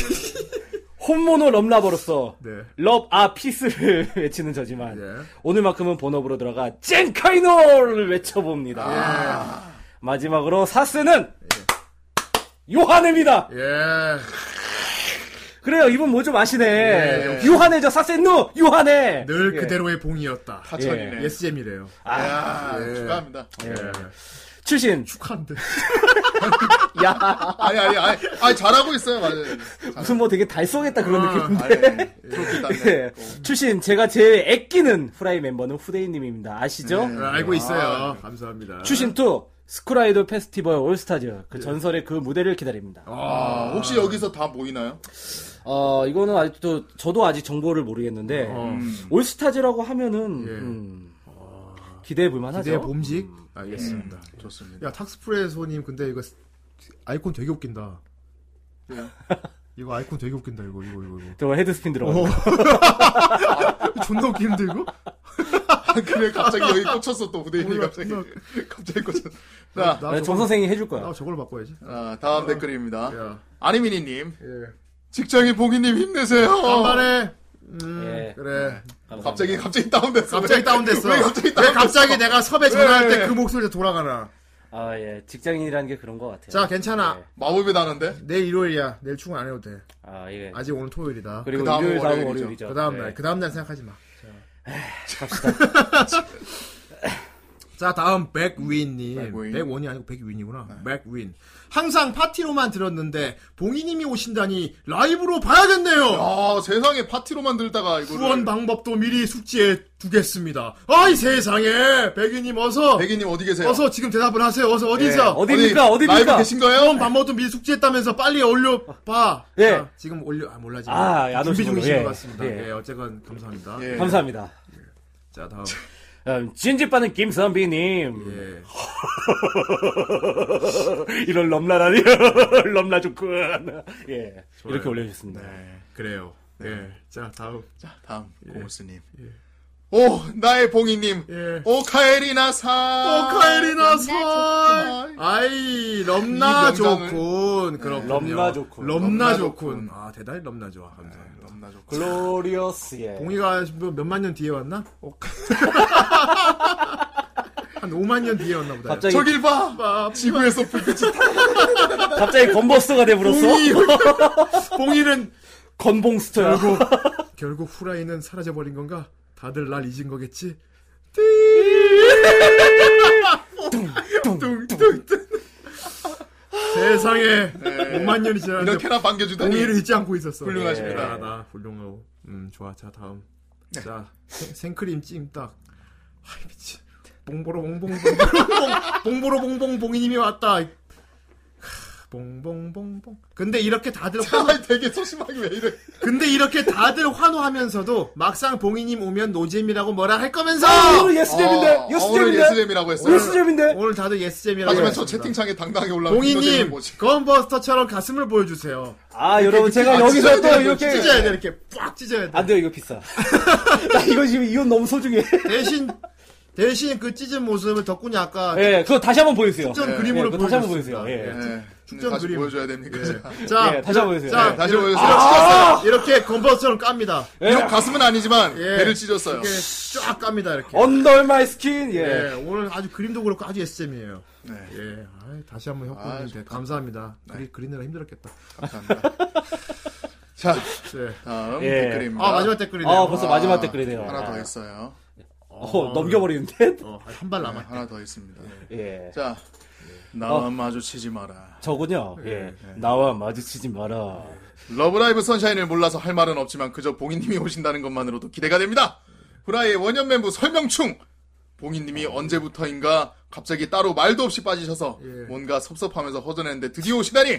Speaker 3: 홈모노 럼라버로서
Speaker 1: 네.
Speaker 3: 럽, 아, 피스를 <laughs> 외치는 저지만
Speaker 1: 예.
Speaker 3: 오늘만큼은 본업으로 들어가 젠카이노를 외쳐봅니다.
Speaker 1: 아.
Speaker 3: 마지막으로 사스는 요한입니다.
Speaker 1: 예.
Speaker 3: 그래요, 이분 뭐 좀 아시네.
Speaker 2: 예.
Speaker 3: 요한해죠, 사센누 요한해.
Speaker 1: 늘
Speaker 3: 예.
Speaker 1: 그대로의 봉이었다.
Speaker 2: 하천이네.
Speaker 1: 예스잼이래요.
Speaker 2: 아,
Speaker 1: 예.
Speaker 2: 축하합니다.
Speaker 1: 예.
Speaker 3: 출신.
Speaker 1: 축하한데.
Speaker 3: 야,
Speaker 2: 아니, 아니, 아니, 아니, 잘하고 있어요, 맞아요.
Speaker 3: 무슨 뭐 되게 달성했다 그런 느낌인데.
Speaker 2: 아니, 그렇게 땄네.
Speaker 3: 예. 출신 제가 제일 애끼는 후라이 멤버는 후대인님입니다. 아시죠?
Speaker 1: 예, 알고 있어요. 감사합니다.
Speaker 3: 출신 2 스크라이드 페스티벌 올스타즈 그 전설의 그 무대를 기다립니다.
Speaker 1: 어.
Speaker 2: 아, 혹시 여기서 다 모이나요?
Speaker 3: 어 이거는 아직도 저도 아직 정보를 모르겠는데
Speaker 1: 어. 음.
Speaker 3: 음. 올스타즈라고 하면은 음, 기대해 볼만하죠.
Speaker 1: 기대의 봄직. 알겠습니다.
Speaker 2: 좋습니다.
Speaker 1: 야, 탁스프레소님, 근데 이거 아이콘 되게 웃긴다.
Speaker 2: 왜요?
Speaker 1: 이거 아이콘 되게 웃긴다, 이거, 이거, 이거. 이거.
Speaker 3: 저 헤드스핀 네, 들어가.
Speaker 1: 존나 웃기는데, 이거? <laughs>
Speaker 2: 그래, 아, 갑자기 여기 꽂혔어, 또, 후대인이
Speaker 1: 몰라,
Speaker 2: 갑자기. 갑자기 꽂혔어.
Speaker 1: 나,
Speaker 2: 자,
Speaker 1: 나
Speaker 3: 정
Speaker 1: 저걸,
Speaker 3: 선생이 해줄 거야.
Speaker 1: 나 저걸 바꿔야지.
Speaker 2: 아, 다음 댓글입니다.
Speaker 1: 야,
Speaker 2: 아니미니님,
Speaker 1: 예.
Speaker 2: 직장인 보기님 힘내세요.
Speaker 1: 간만에,
Speaker 2: 어.
Speaker 1: 음,
Speaker 3: 예.
Speaker 1: 그래.
Speaker 3: 감사합니다.
Speaker 2: 갑자기, 갑자기 다운됐어.
Speaker 1: 갑자기
Speaker 2: 왜?
Speaker 1: 다운됐어.
Speaker 2: 왜 갑자기
Speaker 1: 왜
Speaker 2: 다운됐어? 예.
Speaker 1: 갑자기 내가 섭외 전화할 때
Speaker 2: 왜?
Speaker 1: 그 목소리가 돌아가나.
Speaker 3: 아 예, 직장인이라는 게 그런 것 같아요.
Speaker 1: 자, 괜찮아.
Speaker 3: 예.
Speaker 2: 마법이 나는데?
Speaker 1: 내일 일요일이야. 내일 출근 안 해도 돼.
Speaker 3: 아 예.
Speaker 1: 아직 오늘 토요일이다.
Speaker 3: 그리고
Speaker 2: 그다음은
Speaker 3: 일요일 다음
Speaker 2: 월요일이죠.
Speaker 3: 월요일이죠.
Speaker 1: 그 다음
Speaker 3: 예.
Speaker 1: 날, 그 다음 날 생각하지 마.
Speaker 3: 갑시다. <laughs>
Speaker 1: 자, 다음 백윈님.
Speaker 2: 백윈. 네.
Speaker 1: 백원이 아니고 백윈이구나. 백윈. 항상 파티로만 들었는데 봉이님이 오신다니 라이브로 봐야겠네요.
Speaker 2: 아, 세상에 파티로만 들다가 이거를.
Speaker 1: 후원 방법도 미리 숙지해 두겠습니다. 아이 세상에 백윈님 어서
Speaker 2: 백이님 어디 계세요? 네.
Speaker 1: 어서 지금 대답을 하세요. 어서 어디서
Speaker 3: 네. 어디입니까?
Speaker 2: 어디 라이브
Speaker 3: 어디입니까?
Speaker 2: 계신 거예요?
Speaker 1: 후원 방법도 미리 숙지했다면서 빨리 올려봐.
Speaker 3: 예.
Speaker 1: 자, 지금 올려 아 몰라 지금
Speaker 3: 아, 안
Speaker 1: 준비 중이신
Speaker 3: 오신 걸로.
Speaker 1: 것
Speaker 3: 예.
Speaker 1: 같습니다. 예.
Speaker 3: 예.
Speaker 1: 어쨌건 감사합니다.
Speaker 2: 예.
Speaker 3: 감사합니다.
Speaker 1: 자 다음
Speaker 3: 음, 진집반은 김선비님.
Speaker 1: 예.
Speaker 3: 이런 럼라라니 럼라 좋군 예 이렇게 올려주셨습니다
Speaker 2: 네.
Speaker 1: 그래요. 예. 자 다음
Speaker 2: 자, 다음, 고무스님. 오, 나의 봉이님.
Speaker 1: 예, 예.
Speaker 2: 오카에리나 사.
Speaker 1: 오카에리나
Speaker 4: 나
Speaker 1: 사. 아이 럼나
Speaker 2: 이 명당은-
Speaker 1: 좋군 그렇군요.
Speaker 3: 럼나 네. 좋군. 네.
Speaker 1: 럼나
Speaker 2: 럼나
Speaker 1: 좋군. 아 대단히 럼나 좋아. 감사합니다.
Speaker 2: 너무나 좋고.
Speaker 3: 글로리어스의 예.
Speaker 1: 봉이가 뭐 몇 만 년 뒤에 왔나?
Speaker 3: 어.
Speaker 1: <laughs> 한 5만 년 뒤에 왔나 보다.
Speaker 3: 갑자기
Speaker 2: 저길 봐! 지구에서 불빛이 타!
Speaker 3: 갑자기 건버스가 돼버렸어.
Speaker 1: 봉이는
Speaker 3: 건봉스터야.
Speaker 1: <laughs> 결국 후라이는 사라져 버린 건가? 다들 날 잊은 거겠지? 세상에 5만 년이 지났는데
Speaker 2: 네. 이렇게나 반겨주다니.
Speaker 1: 봉이를 잊지 않고 있었어.
Speaker 2: 훌륭하십니다. 네.
Speaker 1: 대단하다. 훌륭하고. 음 좋아. 자 다음. 자 생- 생크림 찜닭. 아이 미친. 봉보로 <laughs> 봉봉봉 봉보로 봉봉 봉이님이 왔다. 하, 봉봉봉봉. 근데 이렇게 다들 환호
Speaker 2: <laughs> 아, 되게 소심하게 왜 이래.
Speaker 1: 근데 이렇게 다들 환호하면서도 막상 봉이님 오면 노잼이라고 뭐라 할 거면서
Speaker 3: 오늘 아, 예스잼인데?
Speaker 2: 어, 오늘
Speaker 3: 예스잼인데?
Speaker 2: 예스잼이라고 했어요.
Speaker 3: 예스잼인데?
Speaker 1: 오늘 다들 예스잼이라고
Speaker 2: 하지만 저
Speaker 1: 했습니다.
Speaker 2: 채팅창에 당당하게 올라온
Speaker 1: 봉이님 건버스터처럼 가슴을 보여주세요.
Speaker 3: 아, 여러분, 제가
Speaker 2: 아,
Speaker 3: 여기서
Speaker 2: 찢어야
Speaker 3: 또
Speaker 2: 돼요,
Speaker 3: 네, 이렇게. 아,
Speaker 1: 찢어야 돼 이렇게 빡 찢어야 돼.
Speaker 3: 안 돼요, 이거 비싸. <laughs> 나 이거 지금 이건 너무 소중해.
Speaker 1: 대신 대신 그 찢은 모습을 덕분에 아까
Speaker 3: 예, 그거 다시 한번 보여주세요.
Speaker 1: 축전
Speaker 2: 예,
Speaker 1: 그림으로
Speaker 3: 예, 그거 다시 한번
Speaker 1: 보여주세요.
Speaker 3: 보여주세요. 예.
Speaker 1: 아, 축전
Speaker 2: 축전 네, 다시
Speaker 1: 그림. 아.
Speaker 2: 보여줘야 됩니까? 자,
Speaker 1: 자
Speaker 3: 예, 다시 한번 보여주세요.
Speaker 1: 자,
Speaker 3: 예.
Speaker 2: 다시 보여주세요.
Speaker 1: 이렇게 건버스처럼 깝니다.
Speaker 3: 예.
Speaker 2: 비록 가슴은 아니지만
Speaker 1: 예.
Speaker 2: 배를 찢었어요.
Speaker 1: 이렇게 쫙 깝니다 이렇게.
Speaker 3: 언더 마이 스킨, 어, 예.
Speaker 1: 예, 오늘 아주 그림도 그렇고 아주 예스잼이에요.
Speaker 2: 네.
Speaker 1: 예, 아이, 다시 한번
Speaker 2: 아,
Speaker 1: 협곡인데
Speaker 2: 좋다.
Speaker 1: 감사합니다. 그리, 그리느라 힘들었겠다.
Speaker 2: 감사합니다. <laughs> 자,
Speaker 1: 예.
Speaker 2: 다음
Speaker 3: 예.
Speaker 2: 댓글입니다.
Speaker 1: 아 마지막 댓글이네요.
Speaker 3: 아, 벌써
Speaker 2: 아,
Speaker 3: 마지막 댓글이네요.
Speaker 2: 하나 더
Speaker 3: 아.
Speaker 2: 있어요.
Speaker 3: 어, 넘겨버리는데?
Speaker 1: 어, 한발
Speaker 2: 네,
Speaker 1: 남았다.
Speaker 2: 하나 더 있습니다.
Speaker 3: 예.
Speaker 2: 자, 나와 마주치지 마라.
Speaker 3: 저군요. 예. 나와 마주치지 마라.
Speaker 2: 러브라이브 선샤인을 몰라서 할 말은 없지만 그저 봉인님이 오신다는 것만으로도 기대가 됩니다. 후라이의 원년 멤버 설명충! 봉인님이 언제부터인가 갑자기 따로 말도 없이 빠지셔서 뭔가 섭섭하면서 허전했는데 드디어 오시다니!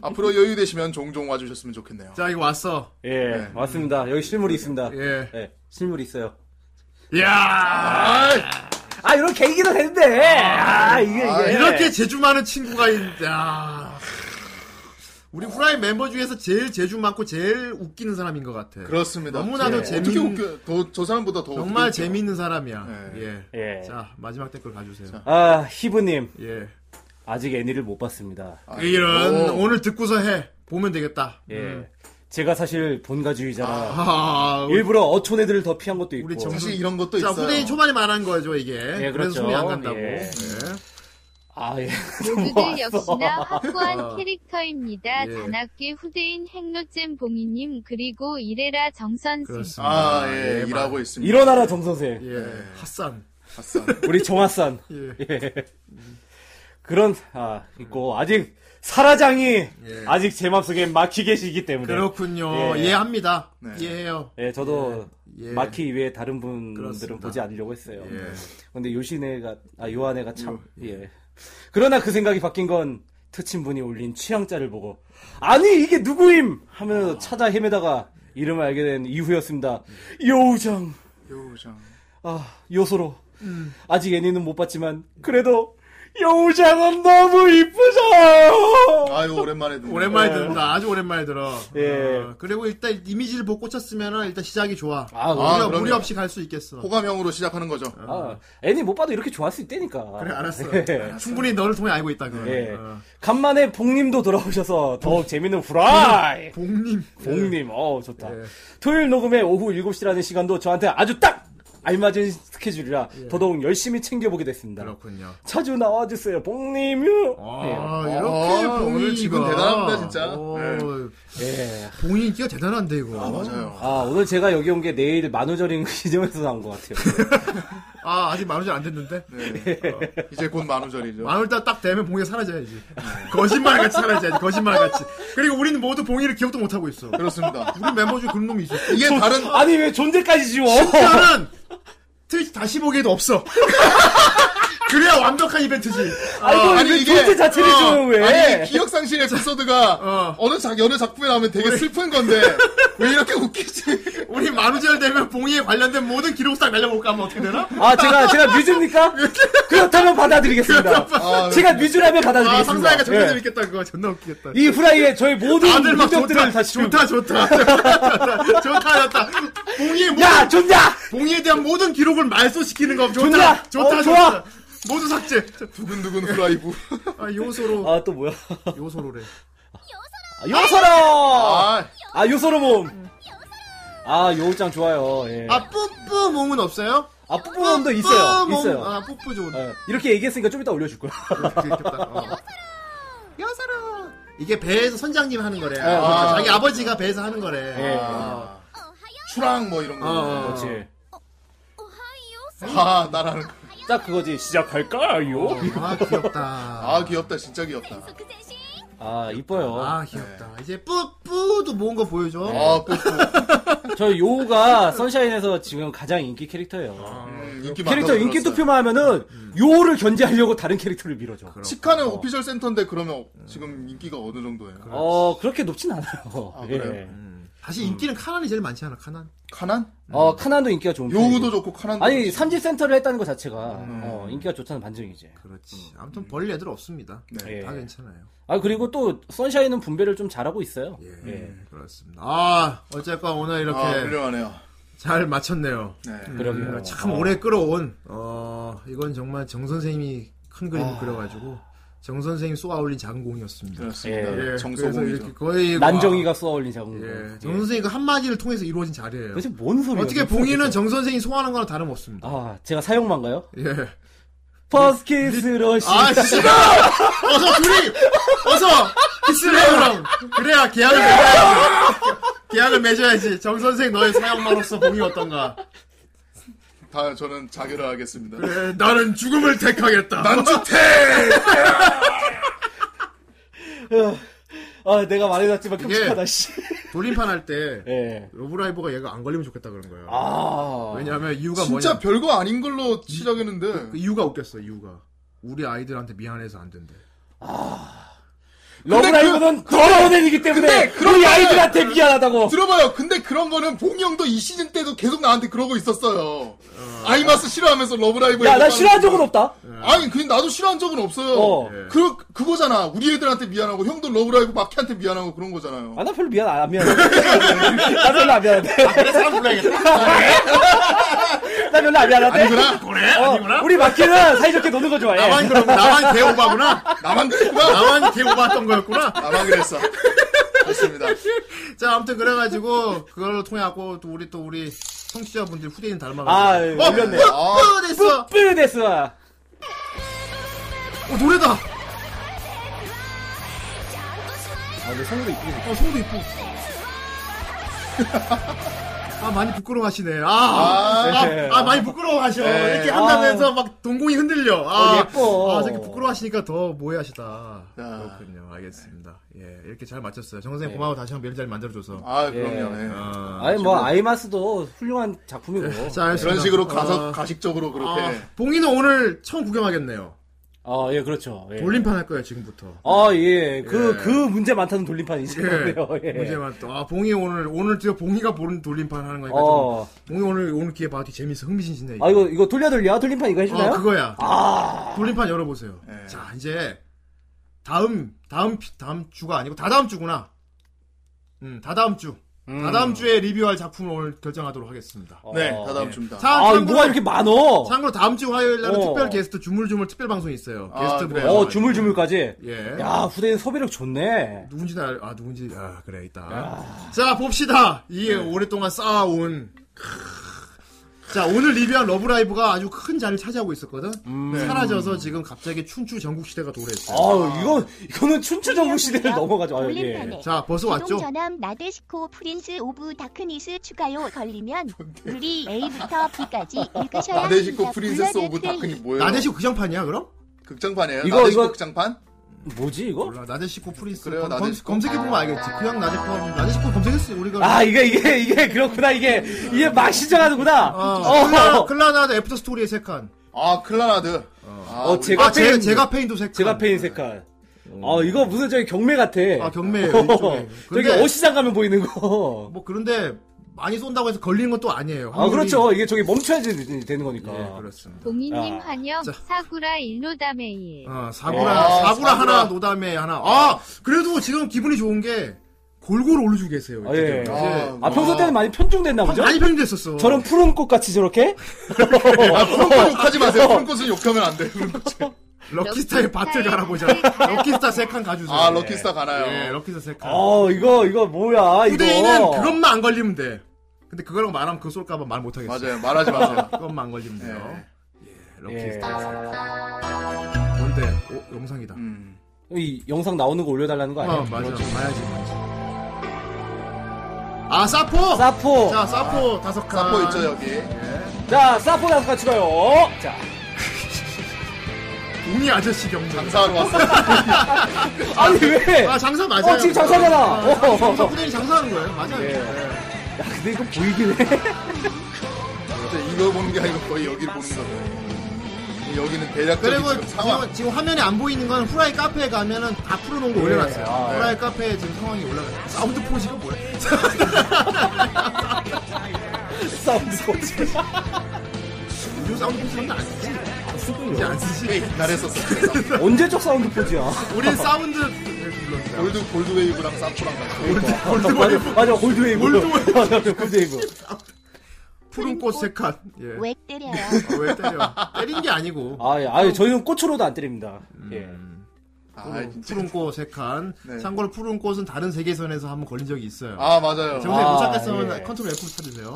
Speaker 2: 앞으로 여유 되시면 종종 와주셨으면 좋겠네요.
Speaker 1: 예. 자 이거 왔어.
Speaker 3: 예, 맞습니다. 여기 실물이 있습니다. 예.
Speaker 1: 네. 예.
Speaker 3: 실물이 있어요.
Speaker 1: 이야.
Speaker 3: 아, 이런 계기도 되는데! 아, 이게, 이게.
Speaker 1: 아, 이렇게 재주 많은 친구가 있다. 우리 후라이 멤버 중에서 제일 재주 많고 제일 웃기는 사람인 것 같아.
Speaker 2: 그렇습니다.
Speaker 1: 너무나도
Speaker 2: 예.
Speaker 1: 재밌는-
Speaker 2: 어떻게 웃겨, 더, 저 사람보다 더.
Speaker 1: 정말
Speaker 2: 어떻게 웃겨요?
Speaker 1: 재미있는 사람이야.
Speaker 2: 네.
Speaker 1: 예.
Speaker 3: 예.
Speaker 1: 자 마지막 댓글 가주세요.
Speaker 3: 아, 히브님.
Speaker 1: 예.
Speaker 3: 아직 애니를 못 봤습니다.
Speaker 2: 아,
Speaker 1: 이런
Speaker 2: 오.
Speaker 1: 오늘 듣고서 해 보면 되겠다.
Speaker 3: 예.
Speaker 1: 음.
Speaker 3: 제가 사실 본가주의자라.
Speaker 1: 아, 우리,
Speaker 3: 일부러 어촌 애들을 더 피한 것도 있고.
Speaker 1: 우리 정-
Speaker 2: 사실 이런 것도
Speaker 1: 자
Speaker 2: 있어요.
Speaker 1: 후대인 초반에 말한 거죠 이게. 그래서
Speaker 3: 그렇죠.
Speaker 1: 손이 안 간다고.
Speaker 3: 예.
Speaker 1: 예.
Speaker 3: 아, 예. <laughs>
Speaker 4: 모두들 역시나 확고한 캐릭터입니다.
Speaker 1: 예.
Speaker 4: 단합계 후대인 행로잼 봉이님 그리고 이래라 정선생.
Speaker 1: 그렇습니다.
Speaker 2: 아, 예, 일하고
Speaker 1: 마-
Speaker 2: 있습니다.
Speaker 3: 일어나라, 정선생.
Speaker 1: 예. 핫산.
Speaker 2: 아싸.
Speaker 3: 우리 정화산.
Speaker 1: 예.
Speaker 3: 그런, 아, 있고. 아직, 사라장이, 아직 제 맘속에 막히 계시기 때문에.
Speaker 1: 예. 그렇군요.
Speaker 3: 예.
Speaker 1: 이해합니다.
Speaker 2: 네.
Speaker 1: 이해해요.
Speaker 3: 예, 저도
Speaker 1: 예.
Speaker 3: 마키 이외에 다른 분들은
Speaker 1: 그렇습니다.
Speaker 3: 보지 않으려고 했어요.
Speaker 1: 예.
Speaker 3: 근데 요시네가 아 요한네가 참 예. 그러나 그 생각이 바뀐 건 트친 분이 올린 취향자를 보고 아니 이게 누구임 하면서 찾아 헤매다가 이름을 알게 된 이후였습니다. 요우장
Speaker 2: 요정.
Speaker 3: 아 요소로 아직 애니는 못 봤지만 그래도 요우장은 너무 이쁘죠.
Speaker 2: 아유, 오랜만에 듣네.
Speaker 1: 오랜만에 들은다. 아주 오랜만에 들어.
Speaker 3: 예.
Speaker 1: 어, 그리고 일단 이미지를 보고 꽂혔으면 일단 시작이 좋아.
Speaker 3: 아,
Speaker 1: 무리,
Speaker 2: 아,
Speaker 1: 무리
Speaker 2: 그럼요.
Speaker 1: 없이 갈 수 있겠어.
Speaker 2: 호감형으로 시작하는 거죠.
Speaker 3: 아, 애니 못 봐도 이렇게 좋아할 수 있다니까.
Speaker 1: 그래, 알았어.
Speaker 3: 예.
Speaker 1: 충분히 너를 통해 알고 있다. 그건.
Speaker 3: 예.
Speaker 1: 어.
Speaker 3: 간만에 봉님도 돌아오셔서 더욱 재밌는 후라이!
Speaker 1: 봉님.
Speaker 3: 봉님, 어우, 좋다.
Speaker 1: 예.
Speaker 3: 토요일 녹음에 오후 7시라는 시간도 저한테 아주 딱! 알맞은 스케줄이라 더더욱 열심히 챙겨보게 됐습니다.
Speaker 1: 그렇군요.
Speaker 3: 자주 나와주세요, 봉님!
Speaker 1: 아,
Speaker 2: 예.
Speaker 1: 이렇게
Speaker 2: 아,
Speaker 1: 봉이.
Speaker 2: 오늘 지금 대단합니다, 진짜.
Speaker 1: 오,
Speaker 3: 예.
Speaker 1: 봉이 인기가 대단한데, 이거.
Speaker 2: 아, 맞아요.
Speaker 3: 아, 오늘 제가 여기 온 게 내일 만우절인 <laughs> 시점에서 나온 것 같아요.
Speaker 1: 아, 아직 만우절 안 됐는데?
Speaker 2: 네. 이제 곧 만우절이죠.
Speaker 3: 아.
Speaker 1: 만우절 딱 되면 봉이가 사라져야지. 거짓말같이 사라져야지, 거짓말같이. 그리고 우리는 모두 봉이를 기억도 못하고 있어.
Speaker 2: 그렇습니다.
Speaker 1: 우리 멤버 중에 그런 놈이 있어.
Speaker 2: 이게 다른
Speaker 3: 아니, 왜 존재까지 지워!
Speaker 1: 일단은 트위치 다시 보기에도 없어. <laughs> 그래야 완벽한 이벤트지. 어,
Speaker 3: 아이고,
Speaker 2: 아니,
Speaker 3: 왜
Speaker 2: 이게-
Speaker 3: 존재 자체를
Speaker 2: 어,
Speaker 3: 지워, 왜!
Speaker 2: 아니 기억 상실
Speaker 3: <laughs>
Speaker 2: 에피소드가
Speaker 1: 어.
Speaker 2: 어. 느 작, 어느 작품에 나오면 되게 슬픈 건데 왜 이렇게 웃기지?
Speaker 1: 우리 만우절 되면 봉이에 관련된 모든 기록싹 날려볼까 하면 어떻게 되나?
Speaker 3: 아, 제가, 제가 뮤즈입니까? 그렇다면 받아들이겠습니다.
Speaker 2: 아,
Speaker 3: 제가 뮤즈라면 받아드리겠습니다.
Speaker 1: 아, 상상하니까 존나
Speaker 3: 예.
Speaker 1: 재밌겠다, 그거. 존나 웃기겠다.
Speaker 3: 이 후라이에 저의 모든
Speaker 1: 다들 막
Speaker 3: 능력들을
Speaker 1: 좋다,
Speaker 3: 다 지금
Speaker 1: 좋다, <laughs> 좋다, 좋다, 좋다, 좋다, 좋다. 봉이의 모든,
Speaker 3: 야 아, 존자
Speaker 1: 봉이에 대한 모든 기록을 말소시키는 거 좋다,
Speaker 3: 존자
Speaker 1: 좋다, 좋다.
Speaker 3: 어, 좋아
Speaker 1: 모두 삭제.
Speaker 2: 두근두근 후라이브.
Speaker 1: 아, 요소로.
Speaker 3: 아 또 뭐야?
Speaker 1: 요소로래.
Speaker 3: 아, 요소로.
Speaker 2: 아,
Speaker 3: 아 요소로 몸. 아 요우짱 좋아요. 예.
Speaker 1: 아, 뿌뿌 몸은 없어요?
Speaker 3: 아 뿌뿌몸도 있어요.
Speaker 1: 뿌뿌 몸.
Speaker 3: 있어요.
Speaker 1: 아, 뿌뿌 좋은데.
Speaker 3: 예, 이렇게 얘기했으니까 좀 이따 올려줄 거야.
Speaker 1: 그렇게 있겠다. 어. 여사로. 이게 배에서 선장님 하는 거래. 아,
Speaker 3: 아,
Speaker 2: 그렇죠.
Speaker 1: 자기 아버지가 배에서 하는 거래.
Speaker 3: 예.
Speaker 1: 아.
Speaker 2: 추랑 뭐 이런 거.
Speaker 1: 어.
Speaker 3: 그렇지. 어.
Speaker 2: 아, 나라는. 거.
Speaker 3: 딱 그거지. 시작할까요?
Speaker 1: 아, 귀엽다.
Speaker 2: 아, 귀엽다. 진짜 귀엽다.
Speaker 3: 아 이뻐요.
Speaker 1: 아, 귀엽다. 이제 뿌뿌도 모은 거 보여줘.
Speaker 3: 어. 네.
Speaker 2: 아, 뽀뽀.
Speaker 3: 저 요우가 선샤인에서 지금 가장 인기 캐릭터예요.
Speaker 2: 음, 인기 많다.
Speaker 3: 캐릭터 인기 투표만 하면은 요우를 견제하려고 다른 캐릭터를 밀어줘.
Speaker 2: 치카는 오피셜 센터인데 그러면 지금 인기가 어느 정도예요?
Speaker 3: 어 음. 그렇게 높진 않아요.
Speaker 2: 아, 그래요?
Speaker 3: 예.
Speaker 1: 사실 인기는 카난이 제일 많지 않아, 카난?
Speaker 2: 카난?
Speaker 3: 어 카난도 인기가 좋은
Speaker 2: 요구도
Speaker 3: 편이고.
Speaker 2: 좋고 카난도
Speaker 3: 아니
Speaker 2: 좋지.
Speaker 3: 삼집 센터를 했다는 것 자체가 어, 인기가 좋다는 반증이지.
Speaker 1: 그렇지.
Speaker 3: 음.
Speaker 1: 아무튼 벌릴 애들 없습니다.
Speaker 2: 네.
Speaker 3: 예.
Speaker 1: 다 괜찮아요.
Speaker 3: 아 그리고 또 선샤인은 분배를 좀 잘하고 있어요.
Speaker 1: 예.
Speaker 3: 예.
Speaker 1: 그렇습니다. 아, 어쨌건 오늘 이렇게
Speaker 2: 아, 훌륭하네요.
Speaker 1: 잘 마쳤네요.
Speaker 2: 네.
Speaker 3: 그러게요.
Speaker 1: 음, 참
Speaker 3: 어.
Speaker 1: 오래 끌어온 어 이건 정말 정 선생님이 큰 그림을 그려가지고 정 선생님 쏘아올린 작은 공이었습니다.
Speaker 2: 그렇습니다.
Speaker 3: 예.
Speaker 1: 그래서
Speaker 2: 정소공이죠.
Speaker 1: 이렇게 거의 뭐
Speaker 3: 난정이가 쏘아올린 자국.
Speaker 1: 예,
Speaker 3: 예.
Speaker 1: 정 선생님 그 한마디를 통해서 이루어진 자리예요.
Speaker 3: 도대체 뭔 소리야?
Speaker 1: 어떻게 봉이는 정 선생이 소화하는 거나 다름없습니다.
Speaker 3: 아 제가 사용만가요?
Speaker 1: 예.
Speaker 3: 퍼스키스 러시.
Speaker 1: 아 싫어! 어서 둘이 어서 키스를 해요 그럼. 그래야 계약을 맺어야지. 계약을 맺어야지. 정 선생 너의 사형마로서 봉이 어떤가?
Speaker 2: 다 저는 자결을 하겠습니다.
Speaker 1: 예, 나는 죽음을 택하겠다. 난 <laughs>
Speaker 3: 아 내가 말해놨지만 끔찍하다.
Speaker 1: 예.
Speaker 3: 씨.
Speaker 1: 돌림판 할때
Speaker 3: 예.
Speaker 1: 러브라이브가 얘가 안 걸리면 좋겠다 그런 거예요.
Speaker 3: 아.
Speaker 1: 왜냐하면 이유가
Speaker 2: 진짜
Speaker 1: 뭐냐?
Speaker 2: 별거 아닌 걸로 시작했는데
Speaker 1: 그 이유가 웃겼어. 이유가 우리 아이들한테 미안해서 안 된대.
Speaker 3: 러브라이브는 더러운 애이기 때문에
Speaker 2: 근데 그런
Speaker 3: 우리
Speaker 2: 거는-
Speaker 3: 아이들한테 미안하다고.
Speaker 2: 들어봐요. 근데 그런 거는 봉이 형도 이 시즌 때도 계속 나한테 그러고 있었어요. 아이마스 싫어하면서 러브라이브. 예.
Speaker 3: 야 나 싫어한 적은 없다.
Speaker 2: 아니 그냥 나도 싫어한 적은 없어요.
Speaker 3: 어.
Speaker 1: 예.
Speaker 2: 그 그거잖아. 우리 애들한테 미안하고 형도 러브라이브 마키한테 미안하고 그런 거잖아요.
Speaker 3: 아 나 별로 미안 안 미안해. 나 별로 안 미안해. 나 별로 안 미안한데.
Speaker 2: 아니구나.
Speaker 1: 그래?
Speaker 3: 어, 우리 마키는 사이좋게 노는 거 좋아해.
Speaker 1: <laughs> 나만 그럼 나만 개오바구나.
Speaker 2: 나만 그랬구나.
Speaker 1: 나만 개오바했던 거였구나.
Speaker 2: 나만 그랬어. 좋습니다.
Speaker 1: 자 아무튼 그래가지고 그걸로 통해 갖고 또 우리 또 우리 청취자분들 후대인
Speaker 3: 아,
Speaker 1: 닮아가지고.
Speaker 3: 어, 밀렸네.
Speaker 2: 아,
Speaker 1: 어, 됐어.
Speaker 3: 뿌데스.
Speaker 1: 어 노래다.
Speaker 3: 아, 내 성우도 이쁘게
Speaker 1: 어 송도 이쁘. <laughs> 아 많이 부끄러워하시네. 아, 아,
Speaker 3: 네.
Speaker 1: 아, 많이 부끄러워하셔.
Speaker 2: 네.
Speaker 1: 이렇게 한다면서 막 동공이 흔들려. 아
Speaker 3: 어, 예뻐.
Speaker 1: 아 저렇게 부끄러워하시니까 더 모해하시다.
Speaker 2: 야.
Speaker 1: 그렇군요. 알겠습니다. 예 이렇게 잘 맞췄어요. 정 선생 님 고마워 다시 한번 매일 잘 만들어줘서.
Speaker 2: 아 그럼요. 예.
Speaker 1: 아, 네.
Speaker 3: 아니 뭐 아이마스도 훌륭한 작품이고.
Speaker 1: 자, 알겠습니다.
Speaker 2: 그런 식으로 가서
Speaker 1: 아,
Speaker 2: 가식적으로 그렇게.
Speaker 1: 아, 봉이는 오늘 처음 구경하겠네요.
Speaker 3: 아, 예, 그렇죠. 예.
Speaker 1: 돌림판 할 거예요 지금부터.
Speaker 3: 아, 예. 그,
Speaker 1: 예.
Speaker 3: 그 문제 많다는 돌림판이지.
Speaker 1: 예.
Speaker 3: <laughs> 예.
Speaker 1: 문제만 또. 아, 봉이 오늘, 오늘 드디어 봉이가 보는 돌림판 하는 거니까.
Speaker 3: 어.
Speaker 1: 좀 봉이 오늘, 오늘 기회 봐도 흥미진진해, 흥미진진해.
Speaker 3: 아, 이거, 이거 돌려 돌려? 돌림판 이거 해주나요? 아.
Speaker 1: 어, 그거야. 돌림판 열어보세요.
Speaker 2: 예.
Speaker 1: 자, 이제, 다음, 다음, 피- 다음 주가 아니고, 다다음 주구나. 음, 다다음 주. 다다음 주에 리뷰할 작품을 오늘 결정하도록 하겠습니다.
Speaker 3: 어.
Speaker 2: 네, 다 다음 줍니다.
Speaker 1: 예. 자,
Speaker 3: 아,
Speaker 1: 참고로,
Speaker 3: 뭐가 이렇게 많어?
Speaker 1: 참고로 다음 주 화요일 날은
Speaker 3: 어.
Speaker 1: 특별 게스트 주물주물 특별 방송이 있어요.
Speaker 2: 아,
Speaker 1: 게스트
Speaker 2: 그래요?
Speaker 1: 모여가지고.
Speaker 3: 어, 주물주물까지.
Speaker 1: 예.
Speaker 3: 야, 후대인 소비력 좋네.
Speaker 1: 누군지는 알, 아, 누군지, 아, 그래, 있다. 자, 봅시다.
Speaker 3: 네.
Speaker 1: 이 오랫동안 쌓아온. 크으. 자, 오늘 리뷰한 러브라이브가 아주 큰 자리를 차지하고 있었거든?
Speaker 3: 음.
Speaker 1: 네. 사라져서 지금 갑자기 춘추 전국시대가
Speaker 3: 아,
Speaker 1: 도래했어요.
Speaker 3: 이거, 이거는 춘추 정부 시대를 넘어가죠. 아, 예.
Speaker 5: 올림판에
Speaker 1: 자, 벌써
Speaker 2: 그
Speaker 1: 왔죠?
Speaker 5: 기동 전함 나데시코 프린스 오브 다크니스 추가요 걸리면 룰이 A부터
Speaker 2: <laughs>
Speaker 5: B까지 읽으셔야 합니다.
Speaker 2: 나데시코 프린세스 오브
Speaker 5: 블러드
Speaker 2: 다크니
Speaker 5: 트레인.
Speaker 2: 뭐예요?
Speaker 1: 나대시코 그장판이야, 그럼?
Speaker 2: 극장판이에요?
Speaker 3: 이거,
Speaker 2: 나데시코
Speaker 3: 이거-
Speaker 2: 극장판?
Speaker 3: 뭐지, 이거?
Speaker 1: 몰라, 나대시코 프린스.
Speaker 2: 그래요,
Speaker 1: 검-
Speaker 2: 나대시코.
Speaker 1: 검, 색해보면 알겠지. 그냥 나대코, 나대시코 검색했어, 우리가.
Speaker 3: 아, 이게, 이게, 이게, 그렇구나, 이게. 이게 막 시작하는구나.
Speaker 1: 어,
Speaker 3: 어,
Speaker 1: 클라- 클라나드 애프터 스토리의 색한.
Speaker 2: 아, 클라나드. 아,
Speaker 3: 어,
Speaker 2: 우리-
Speaker 3: 제가-
Speaker 1: 아, 제,
Speaker 3: 페인.
Speaker 1: 제가 페인도 색한.
Speaker 3: 제가 페인 색깔. 어, 이거 무슨 저기 경매 같아.
Speaker 1: 네. 아, 경매예요,
Speaker 3: 어,
Speaker 1: 이쪽에.
Speaker 3: 저기
Speaker 1: 근데-
Speaker 3: 어시장 가면 보이는
Speaker 1: <laughs>
Speaker 3: 거.
Speaker 1: 뭐, 그런데, 많이 쏜다고 해서 걸리는 건 또 아니에요.
Speaker 3: 아, 그렇죠. 이게 저기 멈춰야지 되는 거니까.
Speaker 1: 예, 그렇습니다.
Speaker 4: 동인님
Speaker 3: 아.
Speaker 4: 환영
Speaker 1: 자.
Speaker 4: 사구라 일로다메일
Speaker 1: 어,
Speaker 2: 아,
Speaker 1: 사구라, 사구라
Speaker 2: 사구라.
Speaker 1: 하나, 노담에 하나. 아, 그래도 지금 기분이 좋은 게, 골고루 올려주고 계세요.
Speaker 3: 아, 예.
Speaker 1: 이렇게.
Speaker 2: 아,
Speaker 3: 아, 평소 때는 많이 편중됐나 보죠?
Speaker 1: 많이 편집됐었어.
Speaker 3: 저런 푸른 꽃 같이 저렇게?
Speaker 2: 아, 푸른 꽃 욕하지 마세요. 푸른 꽃은 욕하면 안 돼. 푸른 꽃.
Speaker 1: 럭키스타의 밭을 가라보자. 럭키스타 세칸 가주세요.
Speaker 2: 아, 럭키스타 가나요?
Speaker 1: 예, 럭키스타 세칸.
Speaker 3: 어, 이거, 이거 뭐야, 이거.
Speaker 1: 후대인은 그것만 안 걸리면 돼. 근데 그거라고 말하면 그거 쏠까봐 말 못하겠어.
Speaker 2: 맞아요. 말하지 마세요.
Speaker 1: 그것만 안 걸리면 돼요. 예,
Speaker 3: 예.
Speaker 1: 럭키스타. 뭔데? 오, 영상이다.
Speaker 2: 음.
Speaker 3: 이 영상 나오는 거 올려달라는 거
Speaker 1: 어,
Speaker 3: 아니야? 그렇죠.
Speaker 1: 맞아. 봐야지, 봐야지. 아, 사포!
Speaker 3: 사포! 아.
Speaker 1: 자, 사포 다섯 칸.
Speaker 2: 사포 있죠, 여기.
Speaker 3: 자, 사포 나서 같이 가요. 자,
Speaker 1: 우니 아저씨 경로.
Speaker 2: 장사하러 왔어요.
Speaker 3: 아니 왜?
Speaker 1: 아, 장사 맞아요.
Speaker 3: 어, 지금 장사잖아.
Speaker 1: 아,
Speaker 3: 어.
Speaker 1: 장사, 후대인이 장사하는 거예요. 맞아요.
Speaker 3: 예.
Speaker 1: 예.
Speaker 3: 야, 근데 이거 보이긴 해.
Speaker 2: 근데
Speaker 3: <laughs>
Speaker 2: 이거 보는 게 아니고 거의 여기를 보는 거죠. 여기는 대략
Speaker 1: 그리고
Speaker 2: 지금 상황.
Speaker 1: 지금, 지금 화면에 안 보이는 건 후라이 카페에 가면은 다 풀어놓은 거 올려놨어요.
Speaker 3: 아,
Speaker 1: 후라이 카페에 지금 상황이 올라가요. 사운드 포지가 뭐야? <laughs>
Speaker 3: 사운드 포즈.
Speaker 1: 요즘 사운드 포지 장난 아니지? 이제 안 쓰지?
Speaker 2: 꽤 옛날에 썼었어요.
Speaker 3: 언제적 사운드 포즈야?
Speaker 1: <laughs> 우린 사운드 불렀다.
Speaker 2: 골드, 골드웨이브랑 사포랑 같이.
Speaker 3: 골드웨이브. <laughs> 맞아, 골드웨이브.
Speaker 1: 골드웨이브.
Speaker 3: <laughs> 맞아, 골드웨이브.
Speaker 1: 푸른 꽃 세칸. 예.
Speaker 2: 네.
Speaker 5: 왜 때려요?
Speaker 1: 아, 왜 때려? 때린 게 아니고.
Speaker 3: 아, 예. 아유, 저희는 꽃으로도 안 때립니다.
Speaker 1: 음.
Speaker 3: 예.
Speaker 2: 아,
Speaker 1: 푸른,
Speaker 2: 진짜.
Speaker 1: 푸른 꽃 세칸.
Speaker 2: 네.
Speaker 1: 참고로 푸른 꽃은 다른 세계선에서 한번 걸린 적이 있어요.
Speaker 2: 아, 맞아요.
Speaker 1: 정세히
Speaker 3: 아,
Speaker 1: 못 찾겠으면
Speaker 3: 예.
Speaker 1: 컨트롤 F 찾으세요.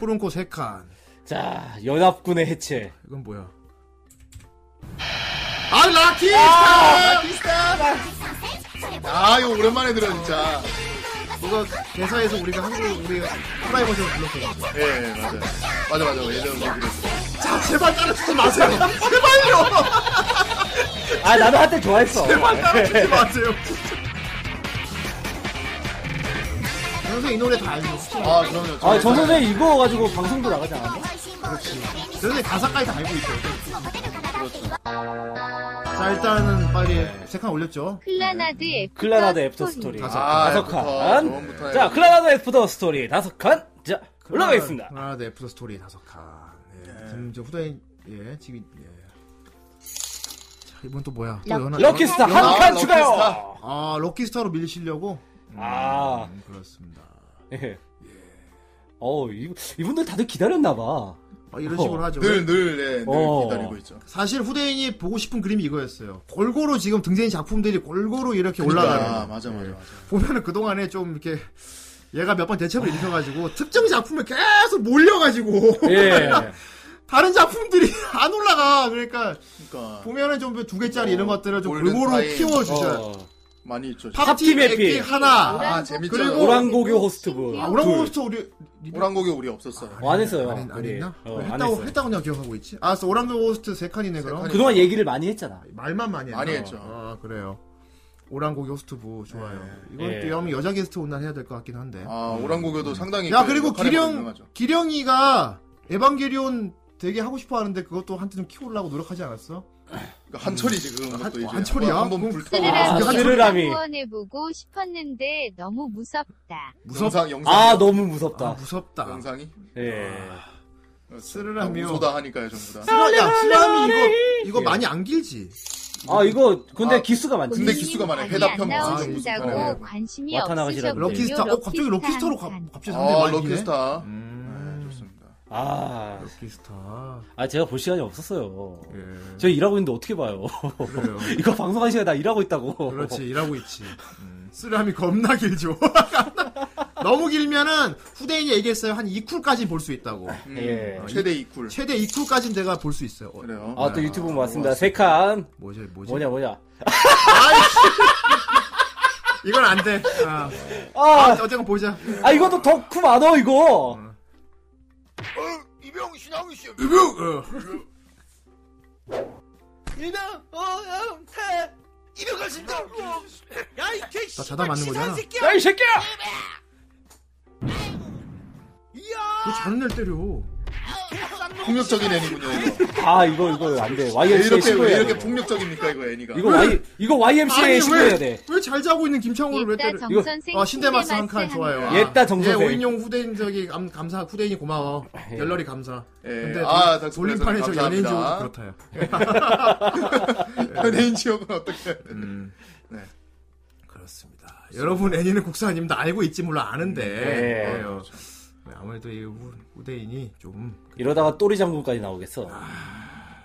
Speaker 1: 푸른 꽃 세칸.
Speaker 3: 자, 연합군의 해체.
Speaker 1: 이건 뭐야? 아, 라키! 스타!
Speaker 2: 아, 이거 오랜만에 들어, 진짜.
Speaker 1: 그거 개사에서 우리가 한국, 우리 프라이 버전을 불렀어요.
Speaker 2: 예, 예, 맞아요. 맞아, 맞아. 예전에 우리 그랬어.
Speaker 1: 자, 제발 따라주지 <laughs> 마세요. 제발요!
Speaker 3: 아, 나도 한때 좋아했어.
Speaker 1: 제발 따라주지 마세요. 선생 이 노래 다 알죠?
Speaker 2: 아, 그럼요.
Speaker 3: 아, 전 선생님 이거 가지고 방송도 나가지 않았나?
Speaker 1: 선생 가사까지 다 알고 있죠. 자, 일단은 빨리 세칸 올렸죠.
Speaker 4: 클라나드 애프터
Speaker 3: 클라나드 애프터 스토리.
Speaker 4: 스토리.
Speaker 2: 아,
Speaker 3: 다섯
Speaker 2: 애프터,
Speaker 3: 칸.
Speaker 2: 처음부터
Speaker 3: 자, 클라나드 애프터 스토리 다섯 칸. 자, 올라가겠습니다.
Speaker 1: 하나, 둘, 애프터 스토리 다섯 칸. 예. 지금 저 후대인, 예, 지금, 예. 자, 이번 또 뭐야? 또 연하,
Speaker 3: 럭키스타 한
Speaker 2: 아,
Speaker 3: 칸
Speaker 2: 럭키스타.
Speaker 3: 추가요.
Speaker 1: 아, 럭키스타로 밀리시려고?
Speaker 3: 아,
Speaker 1: 음, 그렇습니다.
Speaker 3: 예. 어, 이- 이분들 다들 기다렸나 봐.
Speaker 1: 아, 이런
Speaker 3: 어.
Speaker 1: 식으로 하죠.
Speaker 2: 늘, 늘, 예, 늘
Speaker 3: 어.
Speaker 2: 기다리고 있죠.
Speaker 1: 사실 후대인이 보고 싶은 그림이 이거였어요. 골고루 지금 등재인 작품들이 골고루 이렇게
Speaker 2: 아,
Speaker 1: 올라가는. 거. 네,
Speaker 2: 맞아, 맞아, 맞아.
Speaker 1: 보면은 그동안에 좀 이렇게 얘가 몇 번 대첩을 일으켜가지고 특정 작품에 계속 몰려가지고 <laughs>
Speaker 3: 예.
Speaker 1: 다른 작품들이 안 올라가. 그러니까
Speaker 2: 그러니까,
Speaker 1: 보면은 좀 두 개짜리 이런 것들을 좀
Speaker 2: 골든
Speaker 1: 골고루
Speaker 2: 타임.
Speaker 1: 키워주셔야
Speaker 3: 어,
Speaker 2: 많이 있죠.
Speaker 1: 팝티
Speaker 3: 팝팀 에픽.
Speaker 1: 에픽 하나.
Speaker 2: 아, 재밌죠.
Speaker 1: 그리고-
Speaker 3: 오랑고교 호스트부.
Speaker 1: 아, 오랑고스터 우리
Speaker 2: 오랑고기 우리 없었어요.
Speaker 1: 아,
Speaker 3: 어, 안 했어요.
Speaker 1: 안, 했- 안
Speaker 3: 우리.
Speaker 1: 했나?
Speaker 3: 어,
Speaker 1: 왜
Speaker 3: 안
Speaker 1: 했다고
Speaker 3: 했어요.
Speaker 1: 했다고 내가 기억하고 있지. 아, 오랑고 호스트 세 칸이네 그럼.
Speaker 2: 칸이네.
Speaker 3: 그동안 얘기를 많이 했잖아.
Speaker 1: 말만 많이 했나?
Speaker 2: 많이 했죠.
Speaker 1: 아, 그래요. 오랑고기 호스트부 좋아요. 이건
Speaker 3: 예.
Speaker 1: 또 여러분 여자 게스트 온날 해야 될 것 같긴 한데.
Speaker 2: 네. 아, 오랑고교도 상당히.
Speaker 1: 네. 음. 야
Speaker 2: 그
Speaker 1: 그리고
Speaker 2: 역할에
Speaker 1: 기령
Speaker 2: 유명하죠.
Speaker 1: 기령이가 에반게리온 되게 하고 싶어 하는데 그것도 한때 좀 키우려고 노력하지 않았어?
Speaker 2: 그러니까 한철이 지금 것도 이제
Speaker 1: 한철이야?
Speaker 2: 한번
Speaker 1: 그럼
Speaker 2: 불타고
Speaker 4: 쓰르라미
Speaker 3: 아, 쓰르라미.
Speaker 4: 후원해보고 싶었는데 너무 무섭다.
Speaker 2: 영상 영상
Speaker 3: 아, 너무 무섭다.
Speaker 1: 아, 무섭다.
Speaker 2: 영상이
Speaker 3: 예.
Speaker 1: 쓰르라미요.
Speaker 2: 소다 하니까요 전부 다.
Speaker 1: 아, 쓰라, 야 쓰라미 이거 이거
Speaker 3: 예.
Speaker 1: 많이 안 길지?
Speaker 3: 아, 이거 근데
Speaker 2: 아,
Speaker 3: 기수가 많지.
Speaker 2: 근데 기수가 많아요.
Speaker 4: 많이
Speaker 2: 해답
Speaker 4: 안
Speaker 2: 편곡.
Speaker 1: 아,
Speaker 4: 나오신다고
Speaker 1: 이거
Speaker 4: 관심이
Speaker 3: 와타나가시라
Speaker 4: 없으셨군요.
Speaker 3: 그러는데.
Speaker 1: 럭키스타. 어 갑자기 럭키스타로 가,
Speaker 4: 한 칸.
Speaker 1: 갑자기 상대
Speaker 2: 아
Speaker 1: 많이 기네.
Speaker 2: 럭키스타. 네,
Speaker 1: 음.
Speaker 2: 좋습니다.
Speaker 3: 아,
Speaker 1: 럭키스타.
Speaker 3: 아, 제가 볼 시간이 없었어요.
Speaker 1: 예.
Speaker 3: 저 일하고 있는데 어떻게 봐요?
Speaker 1: 그래요.
Speaker 3: <laughs> 이거 방송한 시간에 나 일하고 있다고.
Speaker 1: 그렇지 일하고 있지 음, 쓰라미 겁나 길죠 <laughs> 너무 길면은 후대인이 얘기했어요 한 2쿨까지 볼 수 있다고
Speaker 2: 음,
Speaker 3: 예.
Speaker 2: 최대 2쿨.
Speaker 1: 최대 2쿨까지 내가 볼 수 있어요 어,
Speaker 2: 그래요. 네.
Speaker 3: 아, 또 유튜브 맞습니다. 세 칸.
Speaker 1: 뭐지 뭐지
Speaker 3: 뭐냐, 뭐냐.
Speaker 1: 이건 안돼 아,
Speaker 3: 아,
Speaker 1: 어쨌건 보자
Speaker 3: 아, 이것도 덕후 많어, 이거.
Speaker 1: 으 나 자다 맞는 거잖아
Speaker 3: 야, 이 새끼야!
Speaker 1: 왜 저런 날 때려
Speaker 2: 아, 폭력적인 애니군요.
Speaker 1: <laughs>
Speaker 2: 이거.
Speaker 3: 아, 이거, 이거 안 돼.
Speaker 2: 왜
Speaker 3: YMCA
Speaker 2: 이렇게 왜
Speaker 3: 신고해야
Speaker 2: 이렇게
Speaker 3: 돼.
Speaker 2: 폭력적입니까 이거 애니가?
Speaker 3: 이거 Y, 이거 YMCA 신고해야 아, 예, 돼.
Speaker 1: 왜왜 잘 자고 있는 김창호를 왜
Speaker 4: 옛다
Speaker 1: 때려
Speaker 3: 이거-
Speaker 4: 정선생
Speaker 1: 아 신데마스 한 칸 좋아요 아,
Speaker 3: 옛다 정선생.
Speaker 1: 예 오인용 후대인 저기 감, 감사 후대인이 고마워
Speaker 3: 아,
Speaker 1: 열렬히 감사
Speaker 2: 예.
Speaker 1: 근데
Speaker 2: 아,
Speaker 1: 돌-
Speaker 2: 닥스
Speaker 1: 돌림판에 저
Speaker 2: 프레스
Speaker 1: 연예인
Speaker 2: 감사합니다.
Speaker 1: 지옥도 그렇다요
Speaker 2: 연예인 지역은 어떻게?
Speaker 1: 음.
Speaker 2: 네.
Speaker 1: 그렇습니다. 여러분 애니는 국산입니다. 알고 있지 물론 아는데
Speaker 3: 네.
Speaker 1: 어, 네, 아무래도 이 후- 후대인이 좀
Speaker 3: 이러다가 또리 장군까지 나오겠어.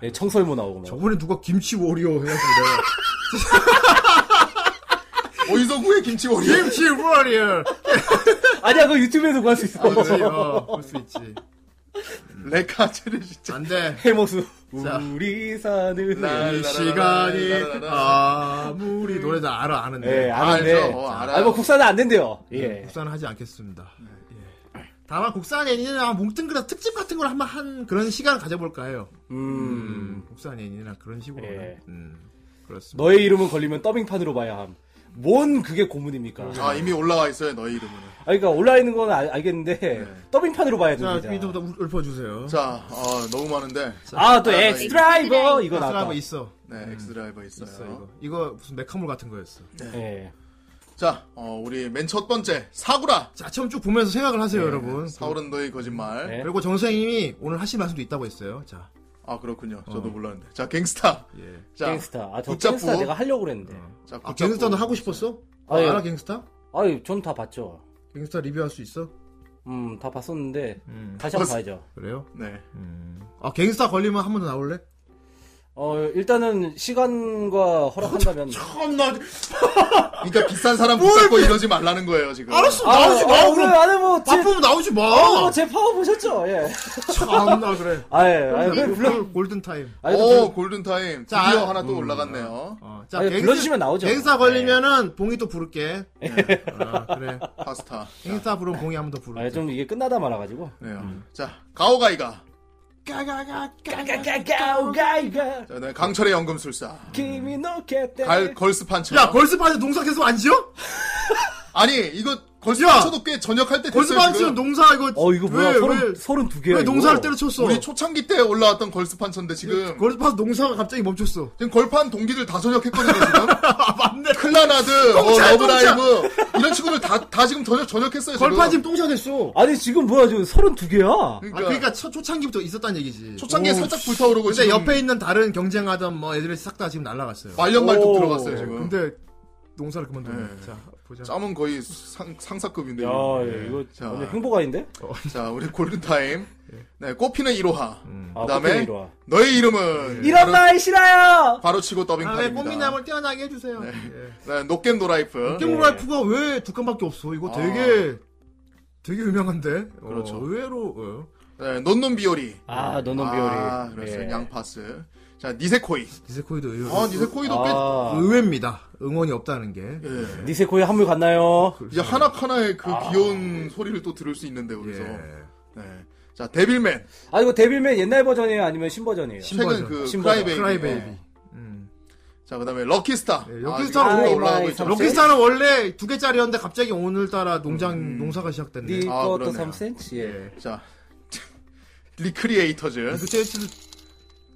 Speaker 3: 예, 청설모 나오고 막.
Speaker 1: 저번에 누가 김치 워리어 해가지고 내가 <laughs>
Speaker 2: 어디서 구해 김치 오리?
Speaker 1: 김치 워리어
Speaker 3: 아니야, 그거 유튜브에도 구할 수 있어.
Speaker 1: 그렇지 어, 볼수 있지 음.
Speaker 2: 레카체를 진짜.
Speaker 1: 안돼
Speaker 3: <laughs> 해모수.
Speaker 1: 자.
Speaker 3: 우리 사는.
Speaker 2: 나-
Speaker 1: 이 시간이 아무리 노래 다 알아 아는데
Speaker 3: 예,
Speaker 1: 네.
Speaker 2: 알죠.
Speaker 3: 아는데.
Speaker 2: 어, 알아요.
Speaker 3: 아, 뭐
Speaker 1: 그
Speaker 3: 국산은 안 된대요. 예.
Speaker 1: 국산은 하지 않겠습니다. 예. 다만 국산 애니는 아마 뭉뚱그려 특집 같은 걸 한번 한 그런 시간을 가져볼까 해요.
Speaker 3: 음.
Speaker 1: 음, 국산 애니나 그런 식으로.
Speaker 3: 예.
Speaker 1: 음, 그렇습니다.
Speaker 3: 너의 이름은 걸리면 더빙판으로 봐야 함. 뭔 그게 고문입니까? 아,
Speaker 2: 아 이미 올라와 있어요 너 이름은.
Speaker 3: 그러니까 올라 있는 건 알, 알겠는데 더빙판으로 봐야
Speaker 1: 자,
Speaker 3: 됩니다.
Speaker 1: 위도부터 읊어주세요.
Speaker 2: 자, 어, 너무 많은데.
Speaker 3: 아, 또
Speaker 2: 아,
Speaker 3: 엑스 드라이버 이거 그 나왔다.
Speaker 1: 스라이버 그 있어.
Speaker 2: 네, 엑스드라이버 있어요.
Speaker 1: 음, 있어 이거. 이거 무슨 메카물 같은 거였어.
Speaker 3: 예.
Speaker 2: 자, 어, 우리 맨 첫 번째 사구라.
Speaker 1: 자, 처음 쭉 보면서 생각을 하세요, 여러분. 그
Speaker 2: 사오른 너의 거짓말.
Speaker 3: 네.
Speaker 1: 그리고 정선생님이 오늘 하실 말씀도 있다고 했어요. 자,
Speaker 2: 아 그렇군요.
Speaker 1: 어.
Speaker 2: 저도 몰랐는데. 자, 갱스타.
Speaker 1: 예.
Speaker 2: 자,
Speaker 3: 갱스타. 아, 저
Speaker 2: 붙잡고.
Speaker 3: 갱스타 내가 하려고 그랬는데.
Speaker 2: 자,
Speaker 1: 아, 갱스타도 하고 싶었어? 아,
Speaker 3: 예.
Speaker 1: 알아, 갱스타?
Speaker 3: 아유, 전 다 봤죠.
Speaker 1: 갱스타 리뷰할 수 있어?
Speaker 3: 음, 다 봤었는데
Speaker 1: 음.
Speaker 3: 다시 한번
Speaker 2: 봤어.
Speaker 3: 봐야죠.
Speaker 1: 그래요?
Speaker 2: 네.
Speaker 1: 아, 갱스타 걸리면 한 번 더 나올래?
Speaker 3: 어, 일단은 시간과 허락한다면
Speaker 1: 참, 나
Speaker 2: 그러니까 비싼 사람 붙잡고 이러지 말라는 거예요 지금.
Speaker 1: 알았어,
Speaker 3: 아,
Speaker 1: 나오지 마,
Speaker 3: 아,
Speaker 1: 그럼.
Speaker 3: 그래, 아니 뭐 제,
Speaker 1: 바쁘면 나오지 마.
Speaker 3: 어, 제 파워 보셨죠? 예.
Speaker 1: 참나 그래.
Speaker 3: 아, 예.
Speaker 1: 어.
Speaker 3: 아니, 그래, 불러
Speaker 1: 골든 타임.
Speaker 3: 아니,
Speaker 2: 오 골든 타임.
Speaker 1: 자,
Speaker 2: 드디어
Speaker 1: 아,
Speaker 2: 하나 또 올라갔네요.
Speaker 1: 어,
Speaker 3: 아니, 불러주시면 나오죠. 네.
Speaker 1: 갱사 걸리면은 봉이 또 부를게. 어, 그래.
Speaker 2: 파스타.
Speaker 1: 갱사 부르면 봉이 한 번 더 부를게.
Speaker 3: 아, 좀 이게 끝나다 말아 가지고.
Speaker 2: 네요.
Speaker 1: 음.
Speaker 2: 자, 가오가이가.
Speaker 3: 가가가가오가이가
Speaker 2: 자, 네, 강철의 연금술사.
Speaker 3: 기미 노케테
Speaker 2: 갈 걸스 판처.
Speaker 1: 야 걸스판에서 농사캐서 안 지어?
Speaker 2: 아니 이거 걸스
Speaker 1: 야!
Speaker 2: 판처도 꽤 전역할 때 됐어요.
Speaker 1: 걸스판에서
Speaker 2: 지금.
Speaker 1: 농사 이거
Speaker 3: 어 이거 뭐야
Speaker 1: 왜,
Speaker 3: 서른
Speaker 1: 왜,
Speaker 3: 서른 두 개야
Speaker 1: 왜
Speaker 3: 이거.
Speaker 1: 농사를 때려쳤어? 그,
Speaker 2: 우리 초창기 때 올라왔던 걸스 판처인데 지금
Speaker 1: 걸스판에서 농사가 갑자기 멈췄어.
Speaker 2: 지금 걸판 동기들 다 전역했거든요 지금.
Speaker 1: <laughs> 아 맞네.
Speaker 2: 클라나드, 어,
Speaker 1: 동차,
Speaker 2: 러브라이브 이런 친구들 다, 다 지금 전역 전역했어요. 지금.
Speaker 1: 걸판 지금 똥차 됐어.
Speaker 3: 아니 지금 뭐야 지금 서른 두 개야
Speaker 1: 아,
Speaker 2: 그러니까,
Speaker 1: 그러니까 초, 초창기부터 있었단 얘기지.
Speaker 2: 초창기에
Speaker 1: 오,
Speaker 2: 살짝 불타오르고
Speaker 1: 근데
Speaker 2: 지금
Speaker 1: 옆에 있는 다른 경쟁하던 뭐 애들이 싹 다 지금 날라갔어요.
Speaker 2: 말년말뚝
Speaker 3: 오.
Speaker 2: 들어갔어요 지금.
Speaker 1: 근데 농사를 그만두네.
Speaker 2: 네.
Speaker 1: 자 보자.
Speaker 2: 짬은 거의 상, 상사급인데.
Speaker 3: 야 예,
Speaker 2: 이거. 네.
Speaker 3: 이거
Speaker 2: 자.
Speaker 3: 완전 행복 아닌데
Speaker 2: 자, 우리 골든타임. 네, 꽃피는 이로하.
Speaker 3: 아,
Speaker 2: 그다음에 네,
Speaker 3: 꽃피는 이로와.
Speaker 2: 너의 이름은.
Speaker 3: 이런
Speaker 2: 바로,
Speaker 3: 말 싫어요
Speaker 2: 바로 치고
Speaker 1: 다음에
Speaker 2: 더빙판입니다.
Speaker 1: 아, 네, 꽃미남을 뛰어나게 해주세요. 예.
Speaker 2: 네, 노겜 노라이프.
Speaker 1: 땡라이프가왜 두 칸밖에 없어? 이거
Speaker 2: 아.
Speaker 1: 되게 되게 유명한데.
Speaker 2: 그렇죠.
Speaker 1: 어, 의외로 어.
Speaker 2: 네, 논논 비오리.
Speaker 3: 아 예. 너는
Speaker 2: 아,
Speaker 3: 비오리
Speaker 1: 네.
Speaker 2: 그래서 양파스. 자, 니세코이.
Speaker 1: 니세코이도 의외로
Speaker 2: 아, 니세코이도
Speaker 3: 아
Speaker 1: 의외입니다. 응원이 없다는 게.
Speaker 2: 꽤. 그- 예.
Speaker 3: 니세코의 한물 갔나요
Speaker 2: 이제 하나하나의 그
Speaker 3: 아.
Speaker 2: 귀여운 소리를 또 들을 수 있는데,
Speaker 1: 예.
Speaker 2: 거기서. 네. 자, 데빌맨.
Speaker 3: 아 이거 데빌맨 옛날 버전이에요 아니면 신버전이에요
Speaker 1: 신-
Speaker 2: 최근
Speaker 1: 신버전.
Speaker 2: 그
Speaker 3: 신버전.
Speaker 2: 크라이베이비.
Speaker 1: 크라이베이비.
Speaker 2: 예.
Speaker 1: 음.
Speaker 2: 자, 그 다음에 럭키스타.
Speaker 1: 예, 럭키스타는
Speaker 2: 아,
Speaker 3: 오늘
Speaker 2: 지금 올라가고
Speaker 3: 올라가고
Speaker 2: 있죠.
Speaker 3: 있어요.
Speaker 1: 럭키스타는 원래 두 개짜리였는데 갑자기 오늘따라 농장 농사가 시작됐네.
Speaker 3: 니
Speaker 2: 아,
Speaker 3: 것도
Speaker 2: 그러네요.
Speaker 3: 3cm 예.
Speaker 2: 자, <laughs> 리크리에이터즈.
Speaker 1: 그때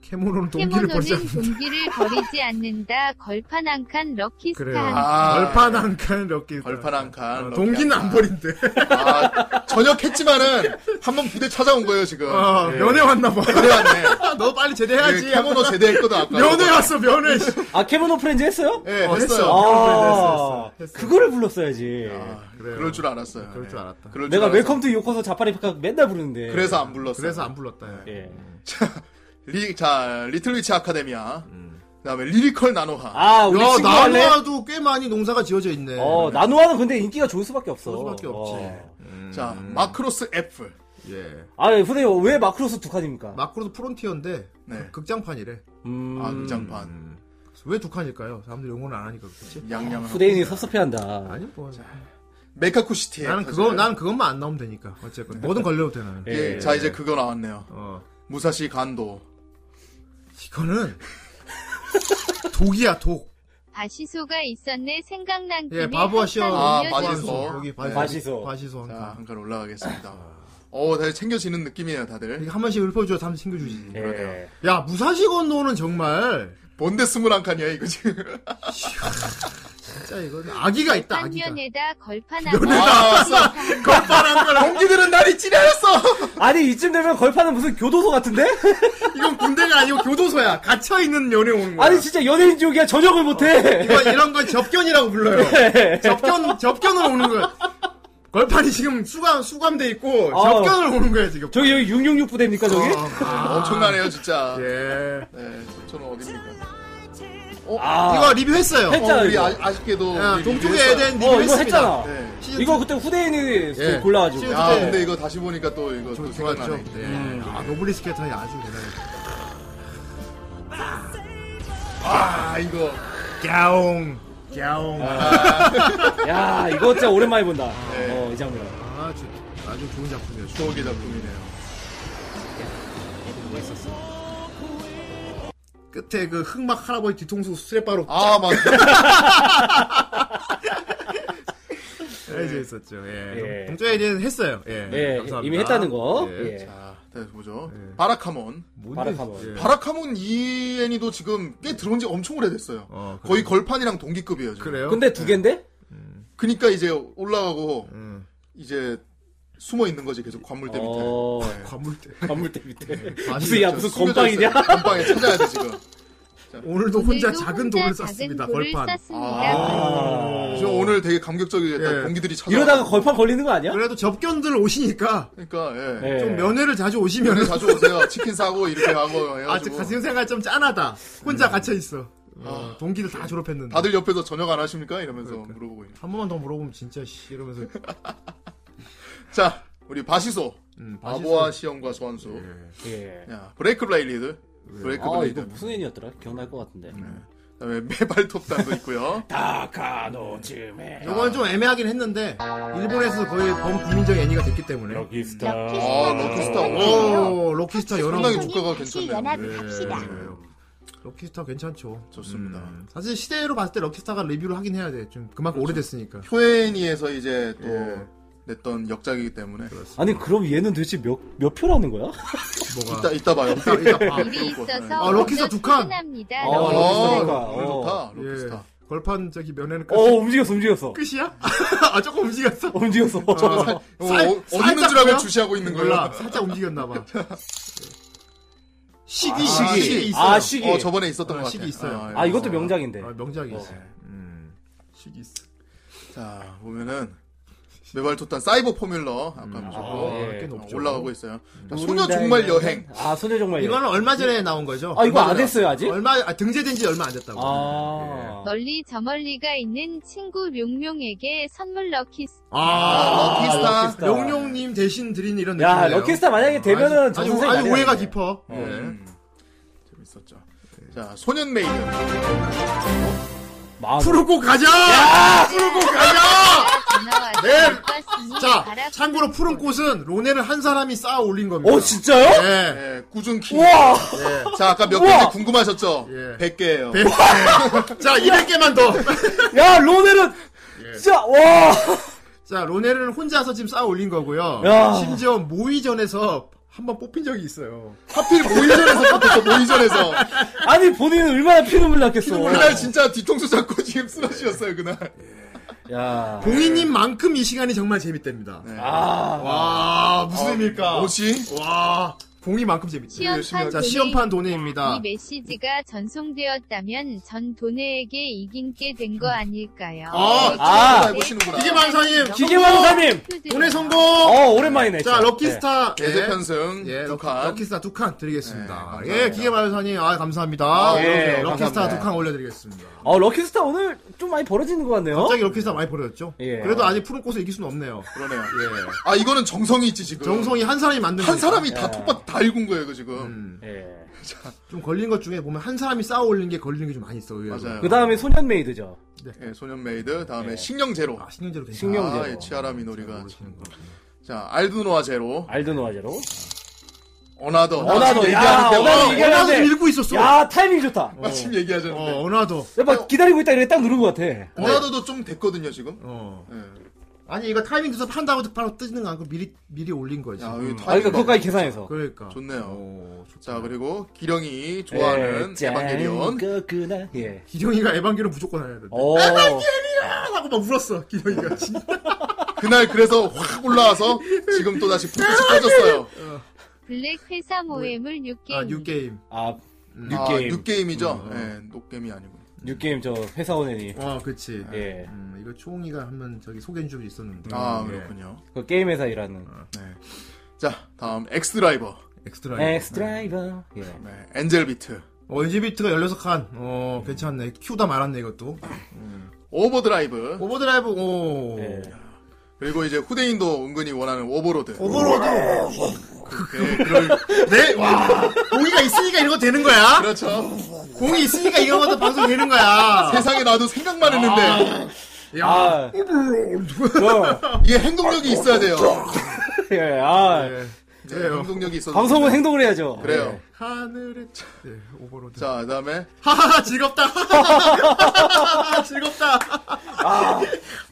Speaker 1: 캐모노는 동기를 벌지
Speaker 4: 캐모노는
Speaker 1: 않는다.
Speaker 4: 동기를 버리지 않는다. 걸판 한 칸
Speaker 1: <laughs>
Speaker 4: 럭키스타
Speaker 1: 그래요.
Speaker 4: 한
Speaker 2: 아.
Speaker 1: 벌판 한칸 럭키.
Speaker 2: 벌판 한 칸.
Speaker 1: 어,
Speaker 2: 럭키
Speaker 1: 동기는
Speaker 2: 한
Speaker 1: 안
Speaker 2: 칸.
Speaker 1: 버린대.
Speaker 2: 아, 전역했지만은 한번 부대 찾아온 거예요 지금.
Speaker 1: 어, 면회 왔나 봐. <laughs>
Speaker 2: 그래 왔네.
Speaker 1: 너 빨리 아, 제대해야지.
Speaker 2: 네, 캐모노 제대했거든 아까.
Speaker 1: 면회 왔어 면회. 씨.
Speaker 3: 아 캐모노 프렌즈 했어요?
Speaker 2: 예,
Speaker 1: 어,
Speaker 2: 했어요.
Speaker 1: 했어.
Speaker 3: 아
Speaker 1: 했어, 했어, 했어.
Speaker 3: 그거를 불렀어야지
Speaker 2: 아,
Speaker 1: 그래요.
Speaker 2: 그럴 줄 알았어요.
Speaker 1: <laughs> 그럴 줄
Speaker 2: 예.
Speaker 1: 알았다. 예.
Speaker 2: 그럴 줄
Speaker 3: 내가
Speaker 2: 알았어요.
Speaker 3: 웰컴 투 요코소 자파리 피카 맨날 부르는데
Speaker 2: 그래서 안 불렀어.
Speaker 1: 그래서 안 불렀다. 야.
Speaker 3: 예.
Speaker 2: 리, 자 리틀 위치 아카데미아. 그다음에 리리컬 나노하.
Speaker 3: 아 우리
Speaker 1: 야,
Speaker 3: 친구 할래?
Speaker 1: 나누아도 꽤 많이 농사가 지어져 있네.
Speaker 3: 어, 나노아는 근데 인기가 좋을 수밖에 없어.
Speaker 1: 좋을 수밖에 없지.
Speaker 3: 어.
Speaker 2: 자
Speaker 1: 음.
Speaker 2: 마크로스 F.
Speaker 1: 예.
Speaker 3: 아, 후대 왜 마크로스 두 칸입니까?
Speaker 1: 마크로도 프론티어인데
Speaker 2: 네.
Speaker 1: 극장판이래.
Speaker 3: 음,
Speaker 2: 아 극장판.
Speaker 1: 왜 두 칸일까요? 사람들이 응원을 안 하니까 그렇지.
Speaker 2: 양양.
Speaker 3: 후대인이 섭섭해한다.
Speaker 1: 아니 뭐
Speaker 2: 메카쿠 시티.
Speaker 1: 나는 그거 나는 그것만 안 나오면 되니까 어쨌건 뭐든 걸려도 돼 나는.
Speaker 2: 예,
Speaker 3: 예.
Speaker 2: 자 이제 그거 나왔네요.
Speaker 1: 어
Speaker 2: 무사시 간도.
Speaker 1: 이거는 독이야 독.
Speaker 4: 바시소가 있었네 생각난 김에
Speaker 1: 예 바보와
Speaker 4: 한칸
Speaker 1: 시어.
Speaker 2: 아,
Speaker 4: 올려주세요.
Speaker 2: 바지소.
Speaker 1: 여기
Speaker 2: 네.
Speaker 1: 바시소.
Speaker 3: 바시소.
Speaker 1: 바시소 한
Speaker 2: 자
Speaker 1: 칸.
Speaker 2: 한 칸 올라가겠습니다. 어, 다들 챙겨지는 느낌이에요, 다들.
Speaker 1: 이게 한 번씩 읊어줘야 사람 챙겨주지.
Speaker 3: 예.
Speaker 2: 그러네요.
Speaker 1: 야 무사시 건노는 정말
Speaker 2: 본데 스물한 칸이야 이거 지금.
Speaker 1: 진짜 이건 아기가 있다 아기가.
Speaker 4: 한면에다 걸판 한 칸.
Speaker 2: 아, 싸- 걸판한 걸. 공기들은 날이 찌려였어.
Speaker 3: 아니, 이쯤 되면 걸판은 무슨 교도소 같은데?
Speaker 2: 이건
Speaker 1: 군대가 아니고 교도소야. 갇혀 있는 연애 오는 거야.
Speaker 3: 아니 진짜 연예인 쪽이야 저녁을 못해. <laughs>
Speaker 1: 이거 이런 건 접견이라고 불러요. 접견 접견으로 오는 거야. 걸판이 지금 수감 수감돼 있고
Speaker 3: 아.
Speaker 1: 접견으로 오는 거야 지금.
Speaker 3: 저기 여기 666 부대입니까 저기?
Speaker 1: 아,
Speaker 2: <laughs> 엄청나네요 진짜.
Speaker 1: 예.
Speaker 2: 네, 저는 어딥니까?
Speaker 1: 이거 리뷰했어요.
Speaker 3: 아, 했- 했잖아,
Speaker 2: 어, 우리
Speaker 3: 이거.
Speaker 2: 아, 아쉽게도
Speaker 1: 야,
Speaker 2: 우리
Speaker 1: 동쪽에
Speaker 2: 리뷰했어요.
Speaker 1: 에덴
Speaker 3: 어 이거
Speaker 1: 리뷰했습니다.
Speaker 3: 했잖아.
Speaker 2: 네.
Speaker 1: 시즌
Speaker 3: 이거
Speaker 1: 투.
Speaker 3: 그때 후대인이
Speaker 1: 예.
Speaker 3: 골라가지고.
Speaker 1: 시즌
Speaker 2: 야,
Speaker 1: 그때-
Speaker 2: 근데 이거 다시 보니까 또 이거 또
Speaker 1: 저- 좋았죠.
Speaker 2: 생각나네.
Speaker 1: 네. 아, 노블리스 캐터이 아주 대단해.
Speaker 2: 아, 이거
Speaker 1: 갸옹. 갸옹. 아,
Speaker 3: 야 이거 진짜 오랜만에 본다.
Speaker 2: 네.
Speaker 3: 어 이 장면.
Speaker 1: 아주, 아주 좋은 작품이었죠.
Speaker 2: 추억의 작품이네요.
Speaker 1: 끝에 그 흑막 할아버지 뒤통수 스트랩바로 <laughs>
Speaker 2: 아, 맞.
Speaker 1: 해져 있었죠. 예.
Speaker 3: 예.
Speaker 1: 동쪽에는 했어요. 예.
Speaker 3: 예,
Speaker 1: 감사합니다.
Speaker 3: 이미 했다는 거.
Speaker 1: 예.
Speaker 3: 예.
Speaker 2: 자, 다시 보죠.
Speaker 1: 예.
Speaker 2: 바라카몬.
Speaker 1: 뭔데?
Speaker 3: 바라카몬.
Speaker 1: 예.
Speaker 2: 바라카몬 이 애니도 지금 꽤 들어온 지 엄청 오래됐어요.
Speaker 1: 어, 그래요?
Speaker 2: 거의 걸판이랑 동기급이에요. 지금.
Speaker 1: 그래요?
Speaker 3: 근데 두 개인데?
Speaker 2: 그니까 이제 올라가고
Speaker 1: 음.
Speaker 2: 이제 숨어 있는 거지 계속 관물대 밑에.
Speaker 3: 어,
Speaker 2: 네.
Speaker 1: 과물대.
Speaker 3: 건물대 밑에.
Speaker 1: 많이
Speaker 3: 무슨 야
Speaker 1: 있죠.
Speaker 3: 무슨
Speaker 2: 숨겨져
Speaker 3: 건빵이냐?
Speaker 2: 있어요. 건빵에 찾아야 돼 지금.
Speaker 1: 오늘도 혼자 작은 돌을
Speaker 4: 작은
Speaker 1: 쐈습니다.
Speaker 4: 돌을
Speaker 1: 벌판. 아.
Speaker 4: 쐈습니다.
Speaker 3: 아.
Speaker 2: 지금 오늘 되게 감격적이었다.
Speaker 1: 예.
Speaker 2: 동기들이 찾아.
Speaker 3: 어. 이러다가 걸판 걸리는 거 아니야?
Speaker 1: 그래도 접견들 오시니까
Speaker 2: 그러니까 예.
Speaker 3: 예.
Speaker 1: 좀 면회를 자주
Speaker 2: 면회
Speaker 1: 오시면
Speaker 2: 자주 오세요. 치킨 싸고 이렇게 하고 음.
Speaker 1: 아, 저
Speaker 2: 네, 해가지고
Speaker 1: 가슴 생각이 좀 짠하다. 혼자 갇혀 있어. 어, 동기들 다 졸업했는데.
Speaker 2: 다들 옆에서 저녁 안 하십니까? 이러면서
Speaker 3: 그러니까.
Speaker 2: 물어보고 있는.
Speaker 1: 한 번만 더 물어보면 진짜 씨 이러면서
Speaker 2: 자, 우리 바시소.
Speaker 1: 음,
Speaker 2: 바보와 시험과 소환수.
Speaker 3: 예.
Speaker 2: 야, 브레이크 블레이드. 브레이크
Speaker 3: 아
Speaker 2: 블레이드.
Speaker 3: 이거 무슨 애니였더라? 기억날 것 같은데.
Speaker 2: 그다음에 메발톱단도 있고요.
Speaker 3: 다카노즈메.
Speaker 1: 이건 좀 애매하긴 했는데 일본에서 거의 범국민적 애니가 됐기 때문에
Speaker 3: 여기스타.
Speaker 2: 아, 럭키스타. 오.
Speaker 1: 오 로키스타 연합
Speaker 2: 상당히
Speaker 1: 예,
Speaker 2: 주가가
Speaker 5: 다시
Speaker 2: 괜찮네요.
Speaker 5: 연합을 합시다.
Speaker 1: 로키스타 괜찮죠
Speaker 2: 좋습니다.
Speaker 1: 음, 사실 시대로 봤을 때 로키스타가 리뷰를 하긴 해야 돼좀 그만큼
Speaker 2: 그렇죠.
Speaker 1: 오래됐으니까
Speaker 2: 효엔이에서 이제 또
Speaker 1: 예.
Speaker 2: 냈던 역작이기 때문에
Speaker 3: 아니 그럼 얘는 도대체 몇 몇 표라는 거야?
Speaker 1: 뭐가
Speaker 2: 이따 이따 봐요. 이따 이따 봐.
Speaker 4: 일이 아, 있어서
Speaker 1: 아, 럭키스
Speaker 4: 먼저
Speaker 1: 두 칸.
Speaker 4: 퇴근합니다.
Speaker 3: 아,
Speaker 2: 어,
Speaker 3: 럭키스타니까.
Speaker 2: 오늘 좋다.
Speaker 1: 예.
Speaker 2: 럭키스타.
Speaker 1: 걸판 저기 면회는 끝
Speaker 3: <laughs> 어 움직였어 움직였어.
Speaker 1: 끝이야? <laughs> 아 조금 움직였어
Speaker 3: 어, 움직였어.
Speaker 2: 어,
Speaker 1: 살-
Speaker 2: 어, 어디 있는
Speaker 1: 살짝
Speaker 2: 줄 알고
Speaker 1: 그냥?
Speaker 2: 주시하고 있는 어,
Speaker 1: 몰라
Speaker 2: 거야.
Speaker 1: 살짝 움직였나봐 시기
Speaker 2: 아,
Speaker 1: 시기
Speaker 2: 시기.
Speaker 1: 있어요
Speaker 3: 아 시기.
Speaker 2: 어, 저번에 있었던
Speaker 1: 어,
Speaker 2: 것 같아.
Speaker 1: 시기 있어요.
Speaker 3: 아 이것도 명작인데.
Speaker 1: 아, 명작이
Speaker 3: 어.
Speaker 1: 있어 음, 시기 있어
Speaker 2: 자 보면은 메발톱단 사이버 포뮬러 아까 보셨고
Speaker 3: 아, 예.
Speaker 1: 꽤
Speaker 2: 어,
Speaker 1: 높죠.
Speaker 2: 올라가고 있어요. 자,
Speaker 3: 우린
Speaker 2: 소녀
Speaker 3: 다
Speaker 2: 정말
Speaker 3: 이제-
Speaker 2: 여행.
Speaker 3: 아 소녀 정말 여행.
Speaker 1: 이거는 얼마 전에 나온 거죠?
Speaker 3: 아 이거
Speaker 1: 얼마
Speaker 3: 안
Speaker 1: 전에-
Speaker 3: 했어요 아직?
Speaker 1: 얼마 아, 등재된 지 얼마 안 됐다고. 예.
Speaker 3: 아.
Speaker 4: 멀리 저 멀리가 있는 친구 용용에게 선물 럭키스
Speaker 1: 아,
Speaker 2: 럭키스타.
Speaker 3: 럭키스타.
Speaker 1: 용용님 대신 드린 이런 느낌.
Speaker 3: 야 럭키스타 만약에 되면은 저
Speaker 1: 아니,
Speaker 3: 선생
Speaker 1: 아니 오해가 깊어.
Speaker 3: 네.
Speaker 1: 예.
Speaker 2: 음, 재밌었죠. 자 소년
Speaker 3: 아.
Speaker 2: 메이드.
Speaker 1: 풀고 가자. 풀고 가자.
Speaker 4: 전화와서
Speaker 1: 네.
Speaker 4: 못 봤으니
Speaker 1: 자,
Speaker 4: 바라보는
Speaker 1: 참고로 푸른
Speaker 4: 꼴.
Speaker 1: 꽃은 로네를 한 사람이 쌓아 올린 겁니다.
Speaker 3: 어 진짜요?
Speaker 1: 예.
Speaker 2: 예, 꾸준 키.
Speaker 3: 우와.
Speaker 1: 예.
Speaker 2: 네. 자 아까 몇
Speaker 3: 우와.
Speaker 2: 개인지 궁금하셨죠?
Speaker 1: 예.
Speaker 2: 100개예요.
Speaker 1: 네. 자, 200개만 더.
Speaker 3: 야 로넬은 진짜 와.
Speaker 1: 자, 로네를 혼자서 지금 쌓아 올린 거고요.
Speaker 3: 야.
Speaker 1: 심지어 모의전에서 한 번 뽑힌 적이 있어요.
Speaker 2: 하필 모의전에서 뽑혔어. 모의전에서.
Speaker 3: 아니 본인은 얼마나 피눈물 났겠어.
Speaker 2: 그날 아, 진짜 뒤통수 잡고 <laughs> 지금 쓰러지셨어요 그날.
Speaker 3: 야.
Speaker 1: 봉이님만큼 이 시간이 정말 재밌답니다.
Speaker 2: 네.
Speaker 3: 아.
Speaker 1: 그- 와,
Speaker 2: 아,
Speaker 1: 무슨 의미일까?
Speaker 2: 뭐지?
Speaker 1: 와, 봉이만큼 재밌지.
Speaker 4: 시험판
Speaker 1: 자,
Speaker 4: 도네.
Speaker 1: 시험판 돈해입니다.
Speaker 4: 이 메시지가 전송되었다면 전 도네에게 이긴 게 된 거 아닐까요? 네,
Speaker 1: 아,
Speaker 3: 아.
Speaker 2: 아, 보시는구나.
Speaker 1: 기계 방사님,
Speaker 3: 기계왕사님.
Speaker 1: 돈해 성공!
Speaker 3: 어 오랜만이네.
Speaker 1: 자,
Speaker 3: 진짜.
Speaker 1: 럭키스타.
Speaker 2: 대세
Speaker 1: 예.
Speaker 2: 편승
Speaker 1: 예,
Speaker 2: 두
Speaker 1: 럭키,
Speaker 2: 칸.
Speaker 1: 럭키스타 두 칸 드리겠습니다.
Speaker 2: 네, 감사합니다.
Speaker 1: 예, 기계 방사님, 아, 감사합니다.
Speaker 2: 아,
Speaker 1: 예,
Speaker 3: 예,
Speaker 1: 럭키스타
Speaker 2: 감사합니다.
Speaker 1: 두 칸 올려드리겠습니다.
Speaker 3: 어 럭키스타 오늘 좀 많이 벌어지는 것 같네요.
Speaker 1: 갑자기 럭키스타 많이 버렸죠?
Speaker 3: 예.
Speaker 1: 그래도 아직 푸른 꽃을 이길 수는 없네요.
Speaker 2: 그러네요.
Speaker 1: 예.
Speaker 2: 아 이거는 정성이 있지 지금.
Speaker 1: 정성이 한 사람이 만든
Speaker 2: 한
Speaker 1: 거니까.
Speaker 2: 사람이 다 톱밥 다 읽은 거예요 이거 지금.
Speaker 1: 음,
Speaker 3: 예.
Speaker 1: 좀 걸린 것 중에 보면 한 사람이 쌓아 올린 게 걸리는 게 좀 많이 있어, 의외로.
Speaker 2: 맞아요.
Speaker 3: 그 다음에 소년 메이드죠.
Speaker 2: 예, 소년 메이드 다음에
Speaker 3: 예.
Speaker 2: 식령 제로.
Speaker 1: 아, 신경제로 괜찮아.
Speaker 3: 신경- 식령 제로.
Speaker 2: 아, 예, 치아라 미노리가.
Speaker 1: 모르시는 거.
Speaker 2: 자 알두노아 제로.
Speaker 3: 알드 노아제로.
Speaker 2: 어나더.
Speaker 3: 어나더.
Speaker 2: 마침
Speaker 3: 야,
Speaker 2: 얘기하는데.
Speaker 3: 어나더
Speaker 2: 어,
Speaker 3: 얘기하는데.
Speaker 1: 나 지금 읽고 있었어.
Speaker 3: 야 타이밍 좋다.
Speaker 2: 마침
Speaker 1: 어,
Speaker 2: 얘기하셨는데.
Speaker 1: 어나더.
Speaker 3: 야, 막 기다리고 있다 이래 딱 누른 것 같아.
Speaker 2: 어나더도 좀 됐거든요 지금.
Speaker 1: 어.
Speaker 2: 예.
Speaker 1: 아니 이거 타이밍 조사 판다고 바로 뜨지는 않고 미리 미리 올린 거지.
Speaker 2: 야, 여기
Speaker 3: 아, 그러니까
Speaker 2: 타이밍
Speaker 3: 그것까지 계산해서.
Speaker 1: 그러니까.
Speaker 2: 좋네요.
Speaker 1: 오, 좋다.
Speaker 2: 자 그리고 기령이 좋아하는
Speaker 3: 예,
Speaker 2: 에반게리온.
Speaker 3: 짠, 그 예. 어.
Speaker 1: 기령이가 에반게리온 무조건 해야
Speaker 2: 어?
Speaker 1: 된다.
Speaker 3: 오.
Speaker 1: 하고 막 울었어.
Speaker 2: <laughs>
Speaker 1: 기령이가 진짜.
Speaker 2: 그날 그래서 확 올라와서 지금 또 다시 불빛이 꺼졌어요.
Speaker 4: 블랙 회사 모해물 6개.
Speaker 1: 아, 뉴게임.
Speaker 3: 아,
Speaker 1: 음.
Speaker 3: 뉴-
Speaker 2: 아,
Speaker 3: 뉴게임.
Speaker 2: 뉴게임이죠.
Speaker 1: 음,
Speaker 2: 예,
Speaker 1: 음.
Speaker 2: 녹게임이 아니고.
Speaker 3: 뉴게임 저 회사원애니.
Speaker 1: 어, 그치.
Speaker 3: 예.
Speaker 1: 음, 이거 초홍이가 한번 저기 소개해 준 적이 있었는데.
Speaker 2: 아,
Speaker 1: 예.
Speaker 2: 그렇군요.
Speaker 3: 그 게임 회사 일하는.
Speaker 2: 네. 자, 다음 엑스드라이버.
Speaker 1: 예, 엑스트라.
Speaker 3: 엑스트라이버. 예.
Speaker 2: 네, 엔젤비트.
Speaker 1: 어, 엔지비트가 16칸. 어, 괜찮네. 키우다 말았네, 이것도.
Speaker 2: 오버드라이브.
Speaker 1: 오버드라이브, 오.
Speaker 3: 예.
Speaker 2: 그리고 이제 후대인도 은근히 원하는 오버로드.
Speaker 1: 오버로드!
Speaker 2: 네, 그럴-
Speaker 1: 네? 와! 공이가 있으니까 이런 거 되는 거야?
Speaker 2: 그렇죠.
Speaker 1: 공이 있으니까 이런 것도 방송 되는 거야.
Speaker 2: <laughs> 세상에 나도 생각만 했는데
Speaker 3: 아, 저,
Speaker 1: 아.
Speaker 2: 이게 행동력이 있어야 돼요.
Speaker 3: 예, 아,
Speaker 1: 예.
Speaker 2: 네,
Speaker 1: 그래요.
Speaker 2: 행동력이 있어서
Speaker 3: 방송은 행동을 해야죠.
Speaker 2: 그래요.
Speaker 3: 예.
Speaker 1: 하늘에 차. 네, 오버로드. <laughs>
Speaker 2: 자, 그다음에
Speaker 1: 하하하, 즐겁다. 하하하하, 즐겁다. <laughs>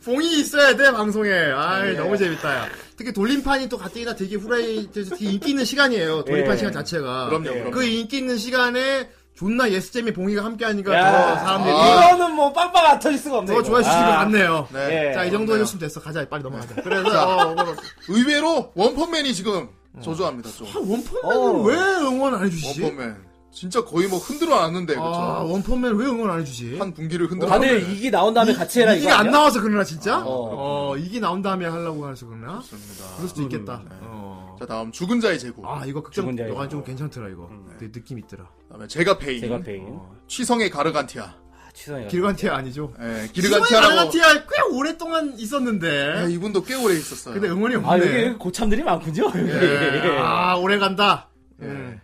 Speaker 1: 봉이 있어야 돼, 방송에. 아이,
Speaker 2: 예.
Speaker 1: 너무 재밌다, 야. 특히 돌림판이 또 가뜩이나 되게 후라이에서 되게 인기 있는 시간이에요. 돌림판
Speaker 3: 예.
Speaker 1: 시간 자체가.
Speaker 2: 그럼요, 그럼요.
Speaker 1: 그 인기 있는 시간에 존나 예스잼이 봉이가 함께 하니까
Speaker 3: 야.
Speaker 1: 더 사람들이
Speaker 2: 아.
Speaker 3: 이거는 뭐 빵빵 안 터질 수가 없네.
Speaker 1: 더
Speaker 3: 이거.
Speaker 1: 좋아해 주시는 것
Speaker 3: 아,
Speaker 1: 같네요.
Speaker 2: 네.
Speaker 3: 예.
Speaker 1: 자, 이 정도
Speaker 2: 그렇네요.
Speaker 1: 해줬으면 됐어. 가자, 빨리 넘어가자. 그래서,
Speaker 2: 자.
Speaker 1: 어, 오버로드.
Speaker 2: 의외로 원펀맨이 지금 저조합니다. 좀.
Speaker 1: 아, 원펀맨을
Speaker 3: 어.
Speaker 1: 왜 응원 안 해주시지?
Speaker 2: 원펀맨 진짜 거의 뭐 흔들어 놨는데 그렇죠.
Speaker 1: 아, 원펀맨을 왜 응원 안 해주지?
Speaker 2: 한 분기를 흔들어. 네.
Speaker 3: 다들
Speaker 2: 놨는데.
Speaker 3: 이기 나온 다음에 같이 해라
Speaker 1: 이게
Speaker 3: 이거
Speaker 1: 안
Speaker 3: 아니야?
Speaker 1: 나와서 그러나, 진짜?
Speaker 2: 아,
Speaker 1: 어, 이게 나온 다음에 하려고 해서 그러나?
Speaker 2: 좋습니다.
Speaker 1: 그럴 수도 있겠다.
Speaker 2: 네.
Speaker 1: 어.
Speaker 2: 자, 다음 죽은 자의 제국.
Speaker 1: 아, 이거
Speaker 3: 죽은
Speaker 1: 극장
Speaker 3: 자의
Speaker 1: 영화 좀
Speaker 3: 제목.
Speaker 1: 괜찮더라, 이거. 되게 느낌 있더라.
Speaker 2: 그다음에 제가 페인.
Speaker 3: 제가 베인.
Speaker 1: 어,
Speaker 2: 취성의 가르간티아.
Speaker 3: 아, 취성이가.
Speaker 1: 길간티아 아니죠?
Speaker 2: 예,
Speaker 1: 가
Speaker 2: 기르간티아라고.
Speaker 1: 티아꽤 오랫동안
Speaker 2: 예,
Speaker 1: 있었는데.
Speaker 2: 이분도 꽤 오래 있었어요.
Speaker 1: 근데 음, 응원이 없네.
Speaker 3: 아, 여기 고참들이 많군요. 여기.
Speaker 1: 예. 아, 오래 간다.
Speaker 2: 예.
Speaker 1: 음.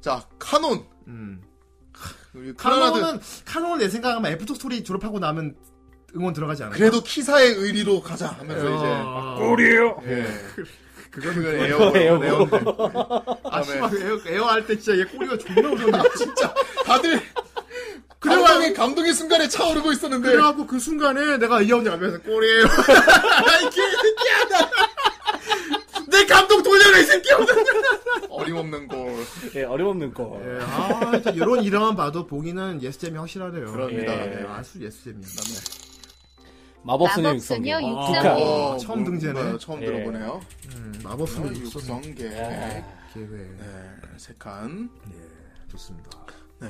Speaker 2: 자, 카논.
Speaker 1: 음.
Speaker 2: 우리 카나드.
Speaker 1: 카노는, 카노는 내 생각하면 애프터 스토리 졸업하고 나면 응원 들어가지 않아요?
Speaker 2: 그래도 키사의 의리로 가자 하면서
Speaker 7: 꿀이에요.
Speaker 2: 이제. 예.
Speaker 1: 어. 그건
Speaker 2: 그건
Speaker 1: 그거예요.
Speaker 2: 에어고
Speaker 3: 에어고.
Speaker 2: 에어고.
Speaker 1: 아, 씨발, 에어, 에어 할 때 진짜 얘 꼬리가 존나 무서운데.
Speaker 2: 진짜
Speaker 1: <laughs>
Speaker 2: 다들
Speaker 1: 그래가지고-
Speaker 2: 감동의 감동의 순간에 차오르고 있었는데
Speaker 1: 그래갖고 그 순간에 내가 이 언니 앞에서 <laughs> 꼬리에요. 아, 이 개새끼야, 나. 내 감동 돌려라, 이 새끼야.
Speaker 2: 어림없는 골.
Speaker 3: <laughs> 예, 어림없는 거.
Speaker 1: 예, 아, 일단 이런 일화만 봐도 보기는 예스잼이 확실하래요.
Speaker 2: 그럽니다.
Speaker 1: 예,
Speaker 2: 네.
Speaker 1: 아수 예스잼이야.
Speaker 3: 마법소녀
Speaker 4: 마법소녀
Speaker 3: 육성계.
Speaker 1: 아,
Speaker 4: 육성계.
Speaker 3: 북한.
Speaker 1: 어, 처음 등재네.
Speaker 2: 처음
Speaker 3: 예.
Speaker 2: 들어보네요.
Speaker 1: 음, 마법소녀 육성
Speaker 2: 육성계
Speaker 3: 아,
Speaker 1: 계획.
Speaker 2: 네, 세칸.
Speaker 1: 예, 좋습니다.
Speaker 2: 네.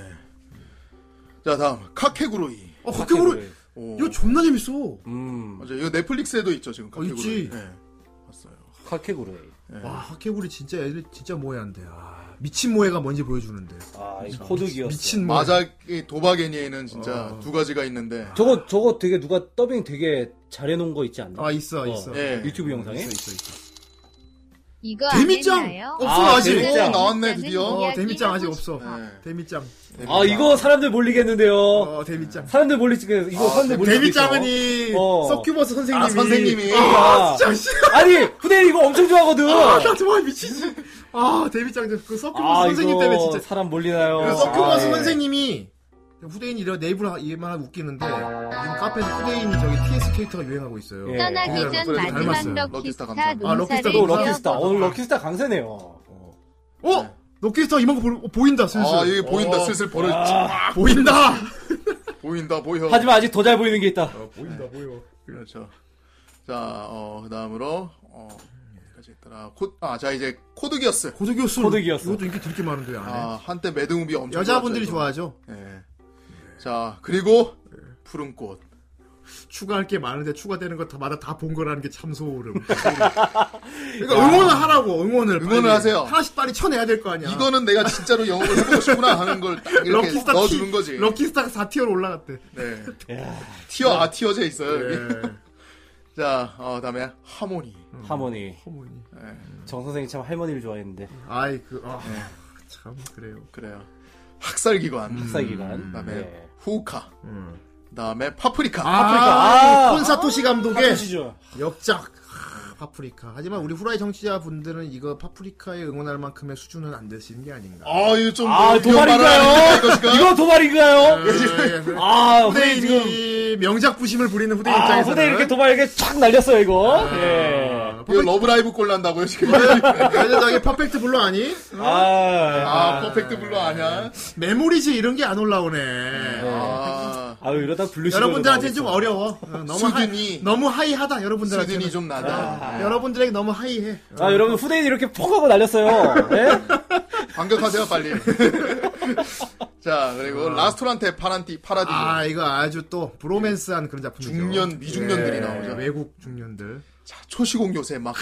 Speaker 2: 자 다음 카케구로이.
Speaker 1: 어, 각격으로,
Speaker 3: 그래.
Speaker 2: 오.
Speaker 1: 이거 존나 재밌어.
Speaker 3: 음,
Speaker 2: 맞아 이거 넷플릭스에도 있죠 지금
Speaker 1: 어,
Speaker 2: 카케구로이.
Speaker 1: 있지.
Speaker 2: 네. 봤어요.
Speaker 3: 카케구레.
Speaker 2: 네.
Speaker 1: 와, 학개구리 진짜 애들 진짜 모해한데. 아, 미친 모해가 뭔지 보여주는데.
Speaker 3: 아, 이
Speaker 2: 네.
Speaker 3: 호두기였어.
Speaker 1: 미친 모해.
Speaker 2: 마작이 도박 애니에는 진짜
Speaker 1: 어.
Speaker 2: 두 가지가 있는데.
Speaker 3: 저거 저거 되게 누가 더빙 되게 잘해놓은 거 있지 않나?
Speaker 1: 아, 있어,
Speaker 3: 어,
Speaker 1: 있어.
Speaker 2: 예.
Speaker 3: 유튜브 영상에?
Speaker 1: 있어, 있어, 있어.
Speaker 4: 이거
Speaker 1: 데미짱!
Speaker 4: 안 했나요?
Speaker 1: 없어,
Speaker 3: 아,
Speaker 1: 아직.
Speaker 3: 데미짱.
Speaker 1: 어,
Speaker 2: 어, 나왔네, 드디어.
Speaker 1: 어, 데미짱 아직
Speaker 4: 하고
Speaker 1: 없어.
Speaker 4: 싶어.
Speaker 2: 네.
Speaker 1: 데미짱.
Speaker 3: 아 이거 사람들 몰리겠는데요.
Speaker 1: 어, 데미짱.
Speaker 3: 사람들 몰리지 그, 이거 사람들 몰리지.
Speaker 1: 데미짱은 이
Speaker 3: 어.
Speaker 1: 서큐버스 선생님이.
Speaker 2: 아 선생님이
Speaker 1: 아, 진짜, 씨.
Speaker 3: 아니 후대 이거 엄청 좋아하거든.
Speaker 1: 아, 나 정말 미치지. 아, 데미짱. 그 서큐버스
Speaker 3: 어. 아,
Speaker 1: 선생님
Speaker 3: 이거
Speaker 1: 때문에 진짜.
Speaker 3: 사람 몰리나요.
Speaker 1: 그
Speaker 3: 아,
Speaker 1: 서큐버스
Speaker 3: 예.
Speaker 1: 선생님이. 후대인 이런 네이블 얘만 하고 웃기는데 요즘 카페에서 후대인이 저기 TS 캐릭터가 유행하고 있어요.
Speaker 3: 예.
Speaker 4: 떠나기
Speaker 1: 그게
Speaker 4: 전
Speaker 1: 네. 닮았어요.
Speaker 4: 마지막
Speaker 2: 럭키스타
Speaker 4: 럭키스타
Speaker 2: 감사합니다.
Speaker 1: 아,
Speaker 4: 논사를
Speaker 1: 럭키스타도
Speaker 3: 또
Speaker 4: 기억-
Speaker 3: 럭키스타 오늘 럭키스타 강세네요.
Speaker 1: 어? 너키스터 이만거 보, 보인다 슬슬.
Speaker 2: 아 여기 보인다
Speaker 1: 어,
Speaker 2: 슬슬 벌어
Speaker 1: 보인다.
Speaker 2: 보인다 보여.
Speaker 3: 아. 하지만 아직 더 잘 보이는 게 있다.
Speaker 1: 보인다 보여.
Speaker 2: 그렇죠. 자, 어, 그 다음으로, 어, 어디까지 했더라. 코, 아, 자, 이제, 코드기어스.
Speaker 1: 고득이었어.
Speaker 3: 고득이었어.
Speaker 1: 이것도 인기 되게 많은데 안 해.
Speaker 2: 아, 한때 매드무비 엄청.
Speaker 1: 여자분들이
Speaker 2: 좋아했죠,
Speaker 1: 좋아하죠.
Speaker 2: 이거. 예. 자, 그리고, 푸른 꽃.
Speaker 1: 추가할 게 많은데 추가되는 것 다마다 다 본 거라는 게 참 소름. 그러니까 응원을 하라고 응원을
Speaker 2: 응원을
Speaker 1: 빨리.
Speaker 2: 하세요.
Speaker 1: 하나씩 빨리 쳐내야 될 거 아니야.
Speaker 2: 이거는 내가 진짜로 영업을 해보고 싶구나 하는 걸 딱 이렇게
Speaker 1: 럭키스타
Speaker 2: 넣어주는
Speaker 1: 티-
Speaker 2: 거지.
Speaker 1: 럭키스타가 4티어로 올라갔대.
Speaker 2: 네. 티어, 아, 티어제 있어요, 여기.
Speaker 1: 예.
Speaker 2: 자, 어, 다음에, 하모니. 예,
Speaker 3: 하모니.
Speaker 1: 어머니.
Speaker 3: 정 선생이 참 할머니를 좋아했는데.
Speaker 1: 아이 그 아. 참 그래요.
Speaker 2: 그래요. 학살기관. 그
Speaker 3: 학사기간.
Speaker 2: 다음에,
Speaker 3: 네.
Speaker 2: 후우카. 그 다음에, 파프리카.
Speaker 3: 파프리카. 아.
Speaker 1: 콘사토시 감독의
Speaker 3: 시죠.
Speaker 1: 역작 하, 파프리카. 하지만 우리 후라이 정치자 분들은 이거 파프리카에 응원할 만큼의 수준은 안 되시는 게 아닌가.
Speaker 2: 아, 이거 좀,
Speaker 3: 아
Speaker 2: 위험 발언
Speaker 3: <laughs>
Speaker 2: 아닙니까,
Speaker 3: 도발인가요?
Speaker 2: 이것이가?
Speaker 3: 이거 도발인가요?
Speaker 1: 예.
Speaker 3: 아 후대 지금
Speaker 1: 후대인이 명작 부심을 부리는 후대인
Speaker 3: 아
Speaker 1: 입장에서는 예. 아.
Speaker 3: 후대 이렇게 도발 이렇게 촥 날렸어요 이거. 예.
Speaker 2: 이거 러브라이브 꼴 난다고요, 지금?
Speaker 1: 알려다게 퍼펙트 블루 아니?
Speaker 3: 아.
Speaker 2: 아, 퍼펙트 블루 아냐?
Speaker 1: 메모리즈 이런 게 안 올라오네.
Speaker 2: 아,
Speaker 3: 아유 이러다 블루시
Speaker 1: 여러분들한테 좀 어려워. 어, 너무
Speaker 2: 수준이-
Speaker 1: 하이, 너무 하이하다 여러분들한테.
Speaker 2: 수준이 좀
Speaker 1: 네.
Speaker 2: 낮아. 예.
Speaker 1: 여러분들에게 너무 하이해.
Speaker 3: 아 여러분 후대인 이렇게 퍽 하고 날렸어요. 예?
Speaker 2: 반격하세요
Speaker 1: <laughs>
Speaker 2: 빨리. 자 그리고 라스토란테 파란티 파라디노
Speaker 1: 아 이거 아주 또 브로맨스한 그런 작품이죠.
Speaker 2: 중년 미중년들이
Speaker 1: 예,
Speaker 2: 나오죠.
Speaker 1: 외국 중년들
Speaker 2: 자, 초시공 요새 막
Speaker 1: 아.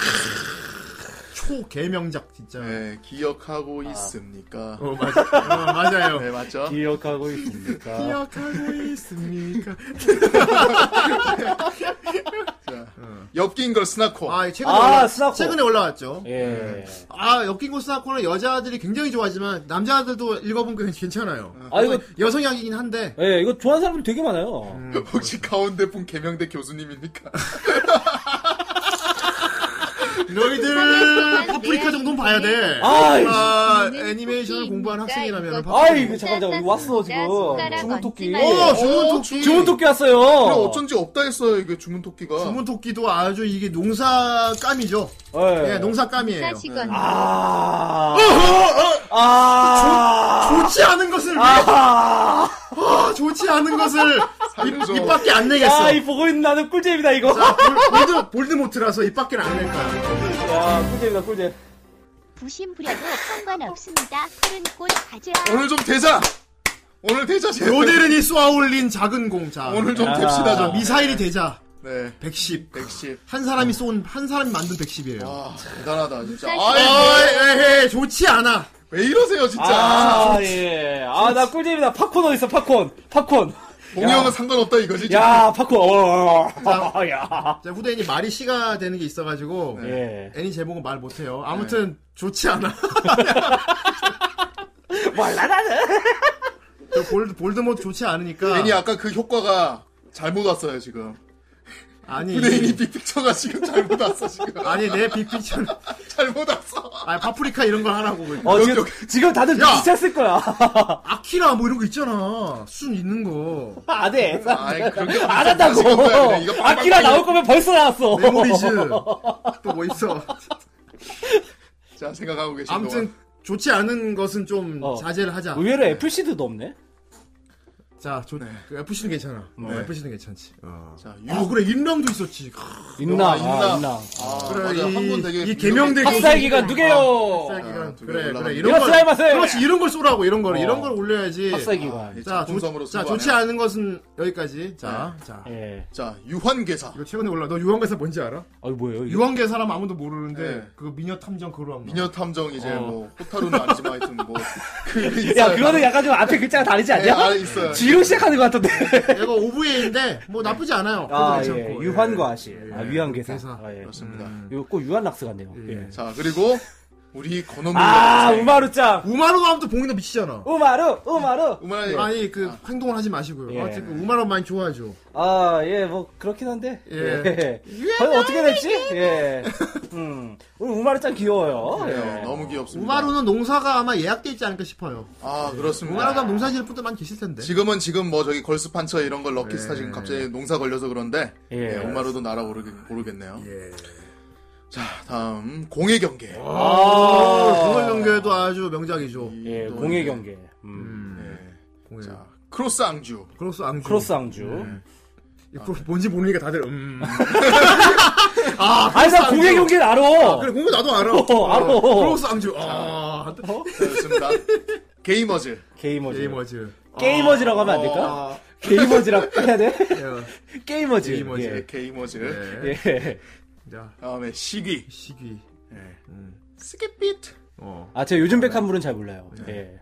Speaker 1: 초개명작 진짜.
Speaker 2: 예, 기억하고 있습니까?
Speaker 1: 어, 맞아. 아. 어, 맞아요.
Speaker 2: 네 맞죠.
Speaker 1: <laughs>
Speaker 3: 기억하고 있습니까?
Speaker 1: 기억하고 있습니까?
Speaker 2: 엽기인 걸 스나코.
Speaker 1: 아, 최근에,
Speaker 3: 아,
Speaker 1: 올라,
Speaker 3: 스나코.
Speaker 1: 최근에 올라왔죠.
Speaker 3: 예.
Speaker 1: 아, 엮인고 스나코는 여자들이 굉장히 좋아하지만 남자들도 읽어본 게 괜찮아요.
Speaker 3: 아 이거
Speaker 1: 여성향이긴 한데.
Speaker 3: 예 이거 좋아하는 사람들 되게 많아요.
Speaker 2: 음.
Speaker 1: 예.
Speaker 2: <laughs> 혹시 가운데 분 개명대 교수님입니까?
Speaker 3: <laughs>
Speaker 1: 너희들 파프리카 정도는 봐야 돼.
Speaker 3: 아이
Speaker 1: 아, 애니메이션을 공부하는 학생이라면
Speaker 3: 아이 이거 잠깐 잠깐 이거 왔어 지금
Speaker 4: 손가락
Speaker 3: 주문 토끼.
Speaker 4: 얹지 말고.
Speaker 1: 오, 주문 토끼.
Speaker 3: 주문 토끼
Speaker 2: 그래,
Speaker 3: 왔어요.
Speaker 2: 어쩐지 없다 했어요 이게 주문 토끼가.
Speaker 1: 주문 토끼도 아주 이게 농사감이죠.
Speaker 3: 예.
Speaker 1: 예, 농사감이에요.
Speaker 4: 사시건
Speaker 3: 아. 아.
Speaker 1: 좋지 않은 것을 왜- 아,
Speaker 3: 아.
Speaker 1: 좋지 않은 것을
Speaker 2: 살려줘.
Speaker 1: 입, 입 밖에 안
Speaker 3: 야,
Speaker 1: 내겠어.
Speaker 3: 아, 이 보고 있는 나는 꿀잼이다 이거.
Speaker 1: 자, 볼, 볼드, 볼드모트라서 입 밖에 안 낼 거야.
Speaker 3: 야, 꿀잼이다 꿀잼.
Speaker 5: 부심부려도 상관없습니다. 푸른 꽃 가져와.
Speaker 2: 오늘 좀 대자. 오늘 대자 제
Speaker 1: 요데르니 쏘아올린 작은 공. 자,
Speaker 2: 오늘 좀
Speaker 3: 아.
Speaker 2: 됩시다
Speaker 1: 자,
Speaker 2: 좀.
Speaker 1: 미사일이 되자.
Speaker 2: 네.
Speaker 1: 110.
Speaker 2: 110.
Speaker 1: 한 사람이 쏜, 한 사람이 만든 110이에요.
Speaker 2: 와 아, 대단하다 진짜.
Speaker 4: 사실-
Speaker 2: 아이 왜-
Speaker 1: 에이, 에이, 좋지 않아.
Speaker 2: 왜 이러세요 진짜.
Speaker 3: 아, 예. 아, 나 꿀잼이다. 팝콘 어디 있어? 팝콘. 팝콘.
Speaker 2: 공영은 상관없다 이거지.
Speaker 3: 야, 팝콘. 어. 어, 야.
Speaker 1: 자, 후대인이 말이 시가 되는 게 있어가지고,
Speaker 3: 예.
Speaker 1: 애니 제목은 말 못해요. 아무튼, 좋지 않아.
Speaker 3: 몰라 나는.
Speaker 1: <laughs> 저 볼드, 볼드모트 좋지 않으니까.
Speaker 2: 괜히 아까 그 효과가 잘못 왔어요 지금.
Speaker 1: 아니,
Speaker 2: 후대인이 빅픽처가 지금 잘못 왔어 지금.
Speaker 1: 아니, 내 빅픽처는,
Speaker 2: 잘못 왔어.
Speaker 1: 아 파프리카 이런 걸 하라고. 그러니까.
Speaker 3: 어,
Speaker 2: 여기,
Speaker 3: 지금
Speaker 2: 여기.
Speaker 3: 지금 다들
Speaker 1: 야.
Speaker 3: 눈치챘을 거야. <laughs>
Speaker 1: 아키라 뭐 이런 거 있잖아. 순 있는 거.
Speaker 3: 안 해.
Speaker 2: 아이 그렇게
Speaker 3: 안
Speaker 2: 다시
Speaker 3: 한다고.
Speaker 2: 건가요, 그냥? 이거 빵빵
Speaker 3: 아키라 나올 거면 벌써
Speaker 1: 네. <laughs>
Speaker 3: 나왔어.
Speaker 1: 메모리즈. 또 뭐 있어.
Speaker 2: 자 생각하고 계신
Speaker 1: 아무튼,
Speaker 2: 동안.
Speaker 1: 좋지 않은 것은 좀
Speaker 3: 어.
Speaker 1: 자제를 하자.
Speaker 3: 의외로 애플시드도 없네.
Speaker 1: 자, 좋, 그 FC는 괜찮아. 어, FC는 괜찮지. 어.
Speaker 2: 자
Speaker 1: 아,
Speaker 2: 유.
Speaker 1: 그래, 인람도 있었지. 크,
Speaker 3: 있나?
Speaker 2: 인나.
Speaker 3: 아, 있나.
Speaker 2: 아,
Speaker 1: 그래,
Speaker 2: 맞아.
Speaker 1: 이-
Speaker 2: 한분 되게
Speaker 1: 이 개명대
Speaker 2: 유명해.
Speaker 3: 학살 기간
Speaker 1: 학살
Speaker 3: 누게요?
Speaker 1: 기간.
Speaker 2: 아,
Speaker 1: 그래,
Speaker 2: 올라가네.
Speaker 1: 그래. 이런 걸,
Speaker 3: 일어서 해봤어요.
Speaker 1: 그렇지, 이런 걸 쏘라고, 이런 걸,
Speaker 3: 어.
Speaker 1: 이런 걸 올려야지.
Speaker 2: 아,
Speaker 3: 학살
Speaker 2: 예,
Speaker 3: 기간.
Speaker 1: 자, 좋,
Speaker 2: 정성으로 네.
Speaker 1: 자
Speaker 2: 수고하네.
Speaker 1: 좋지 않은 것은 여기까지. 자, 자.
Speaker 3: 예.
Speaker 2: 자 유환계사.
Speaker 1: 이거 최근에 올라. 너 유황계사 뭔지 알아?
Speaker 3: 어, 뭐예요? 이거?
Speaker 1: 유황계 사람 아무도 모르는데
Speaker 2: 그 네.
Speaker 1: 그거 미녀 탐정 그로 합니다.
Speaker 2: 미녀 탐정 이제
Speaker 3: 어.
Speaker 2: 뭐 호타루는 아니지만 하여튼 뭐
Speaker 1: <laughs>
Speaker 2: 뭐그
Speaker 3: 야, 그거는 약간 좀 앞에 글자가 다르지
Speaker 2: 예,
Speaker 3: 않냐?
Speaker 2: 아, 있어요.
Speaker 3: G로 시작하는 것 같던데.
Speaker 1: 얘가 오브에인데 뭐 나쁘지 않아요.
Speaker 3: 아,
Speaker 1: 그래도
Speaker 3: 예.
Speaker 1: 괜찮고.
Speaker 3: 유환과 아시. 아, 위안 계사.
Speaker 1: 계사.
Speaker 3: 아, 예.
Speaker 2: 그렇습니다.
Speaker 1: 음.
Speaker 3: 이거 꼭 유한 락스 같네요. 예.
Speaker 2: 자 그리고 우리 건어물
Speaker 3: 아, 우마루짱.
Speaker 1: 우마로 하면 또 봉이도 미치잖아.
Speaker 2: 어,
Speaker 3: 우마루, 우마루.
Speaker 2: 우마이
Speaker 1: 아니 그 행동을 하지 마시고요.
Speaker 3: 예.
Speaker 1: 어쨌든 우마로 많이 좋아하죠.
Speaker 3: 아, 예, 뭐, 그렇긴 한데.
Speaker 1: 예.
Speaker 3: 예. 과연 어떻게 됐지? 예. 음. 우리 우마루짱 귀여워요. 예.
Speaker 2: 네, 너무 귀엽습니다.
Speaker 1: 우마로는 농사가 아마 예약돼 있지 않을까 싶어요.
Speaker 2: 아 그렇습니다.
Speaker 1: 우마로가 농사지을 분들 많이 계실
Speaker 3: 네.
Speaker 1: 텐데.
Speaker 2: 지금은 지금 뭐 저기 걸스판처 이런 걸 럭키스타 지금 갑자기 농사 걸려서 그런데 예,
Speaker 3: 예.
Speaker 2: 우마로도 날아오르겠, 네요 자 다음 공의 경계.
Speaker 1: 아, 공을 연계도 아주 명작이죠.
Speaker 3: 예,
Speaker 2: 또
Speaker 3: 공의
Speaker 2: 이제, 네.
Speaker 3: 경계. 음.
Speaker 1: 공을.
Speaker 2: 자 크로스 앙주.
Speaker 1: 크로스 앙주.
Speaker 3: 크로스 앙주.
Speaker 1: 이거 뭔지 모르니까 다들 음.
Speaker 3: 아니, 나 공의 경계는 알아.
Speaker 1: 그래 공부 나도 알아.
Speaker 3: <laughs> 어, 알아.
Speaker 1: 크로스 앙주. 아,
Speaker 2: 자,
Speaker 3: <laughs>
Speaker 2: 그렇습니다. 게이머즈.
Speaker 3: 게이머즈.
Speaker 1: 게이머즈. 아,
Speaker 3: 게이머즈라고 하면 안 될까? 게이머즈라고 해야 돼?
Speaker 1: 예.
Speaker 3: <laughs> 게이머즈.
Speaker 1: 게이머즈.
Speaker 2: 네, 게이머즈.
Speaker 1: 예.
Speaker 3: 예. 예.
Speaker 1: 자,
Speaker 2: 다음에 시귀. 네.
Speaker 1: 시기. 음,
Speaker 2: 스킵빗.
Speaker 1: 어.
Speaker 3: 아, 제가 요즘 백한 분은 잘 몰라요. 예.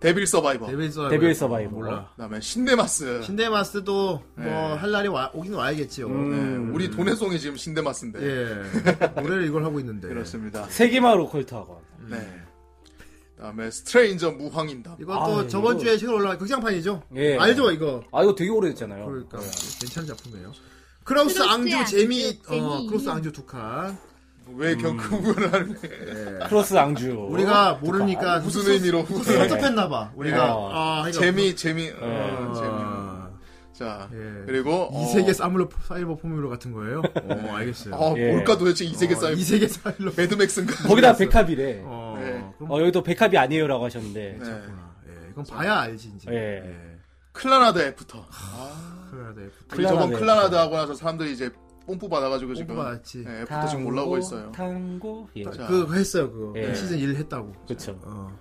Speaker 2: 데빌 서바이버.
Speaker 1: 데빌 서바이버.
Speaker 3: 데빌 서바이버.
Speaker 1: 아, 몰라.
Speaker 2: 그다음에 신데마스.
Speaker 1: 신데마스도 뭐 할 날이 와, 오긴 와야겠지요.
Speaker 3: 음,
Speaker 2: 네, 우리 도네송이 지금 신데마스인데.
Speaker 1: 예. 노래를 이걸 하고 있는데.
Speaker 2: 그렇습니다.
Speaker 3: 세기마을 오컬트 학원.
Speaker 2: 네.
Speaker 3: 음.
Speaker 2: 그다음에 스트레인저 무황인담.
Speaker 1: 이것도
Speaker 3: 아,
Speaker 1: 저번
Speaker 3: 이거-
Speaker 1: 주에 최근 올라간 극장판이죠.
Speaker 3: 예.
Speaker 1: 알죠 이거.
Speaker 3: 아, 이거 되게 오래됐잖아요.
Speaker 1: 그러니까
Speaker 3: 예.
Speaker 1: 괜찮은 작품이에요. 크라우스
Speaker 4: 크로스
Speaker 1: 앙주
Speaker 4: 앙주,
Speaker 1: 재미 어
Speaker 4: 재미.
Speaker 1: 크로스 앙주 두 칸.
Speaker 3: 음.
Speaker 2: 왜 경구분을 하는 거예요?
Speaker 3: 크로스 앙주. 아,
Speaker 1: 우리가 모르니까
Speaker 2: 무슨 의미로?
Speaker 1: 섭섭했나 봐. 우리가
Speaker 3: 예.
Speaker 1: 아, 이거-
Speaker 2: 재미 재미. 어, 재미.
Speaker 1: 아,
Speaker 2: 자
Speaker 1: 예.
Speaker 2: 그리고
Speaker 1: 이
Speaker 2: 어,
Speaker 1: 세계 사물로 사이버 포뮬러 같은 거예요? 어, 알겠어요.
Speaker 2: 어,
Speaker 3: 예.
Speaker 2: 뭘까 도대체 이 세계
Speaker 1: 어,
Speaker 2: 사이 <laughs>
Speaker 1: 이 세계 사일로.
Speaker 2: 매드맥스인가?
Speaker 3: 거기다 백합이래. 어,
Speaker 1: 어,
Speaker 2: 네.
Speaker 1: 그럼
Speaker 3: 여기도 백합이 아니에요라고
Speaker 2: <laughs>
Speaker 3: 하셨는데.
Speaker 2: 네.
Speaker 1: 그렇구나. 예, 이건 봐야 알지 이제.
Speaker 3: 예.
Speaker 1: 예.
Speaker 2: 클라나드 애프터.
Speaker 1: 그래야 돼.
Speaker 2: 우리 저번
Speaker 3: 클라나드
Speaker 2: 클라나드 하고 나서 사람들이 이제 뽐뿌 받아가지고 지금
Speaker 1: 뽑아봤지.
Speaker 2: 네, 애프터 지금 올라오고 있어요.
Speaker 3: 탕고 예.
Speaker 2: 자,
Speaker 1: 그거 했어요 그거
Speaker 3: 예.
Speaker 1: 시즌 1 했다고.
Speaker 3: 그쵸.
Speaker 1: 어,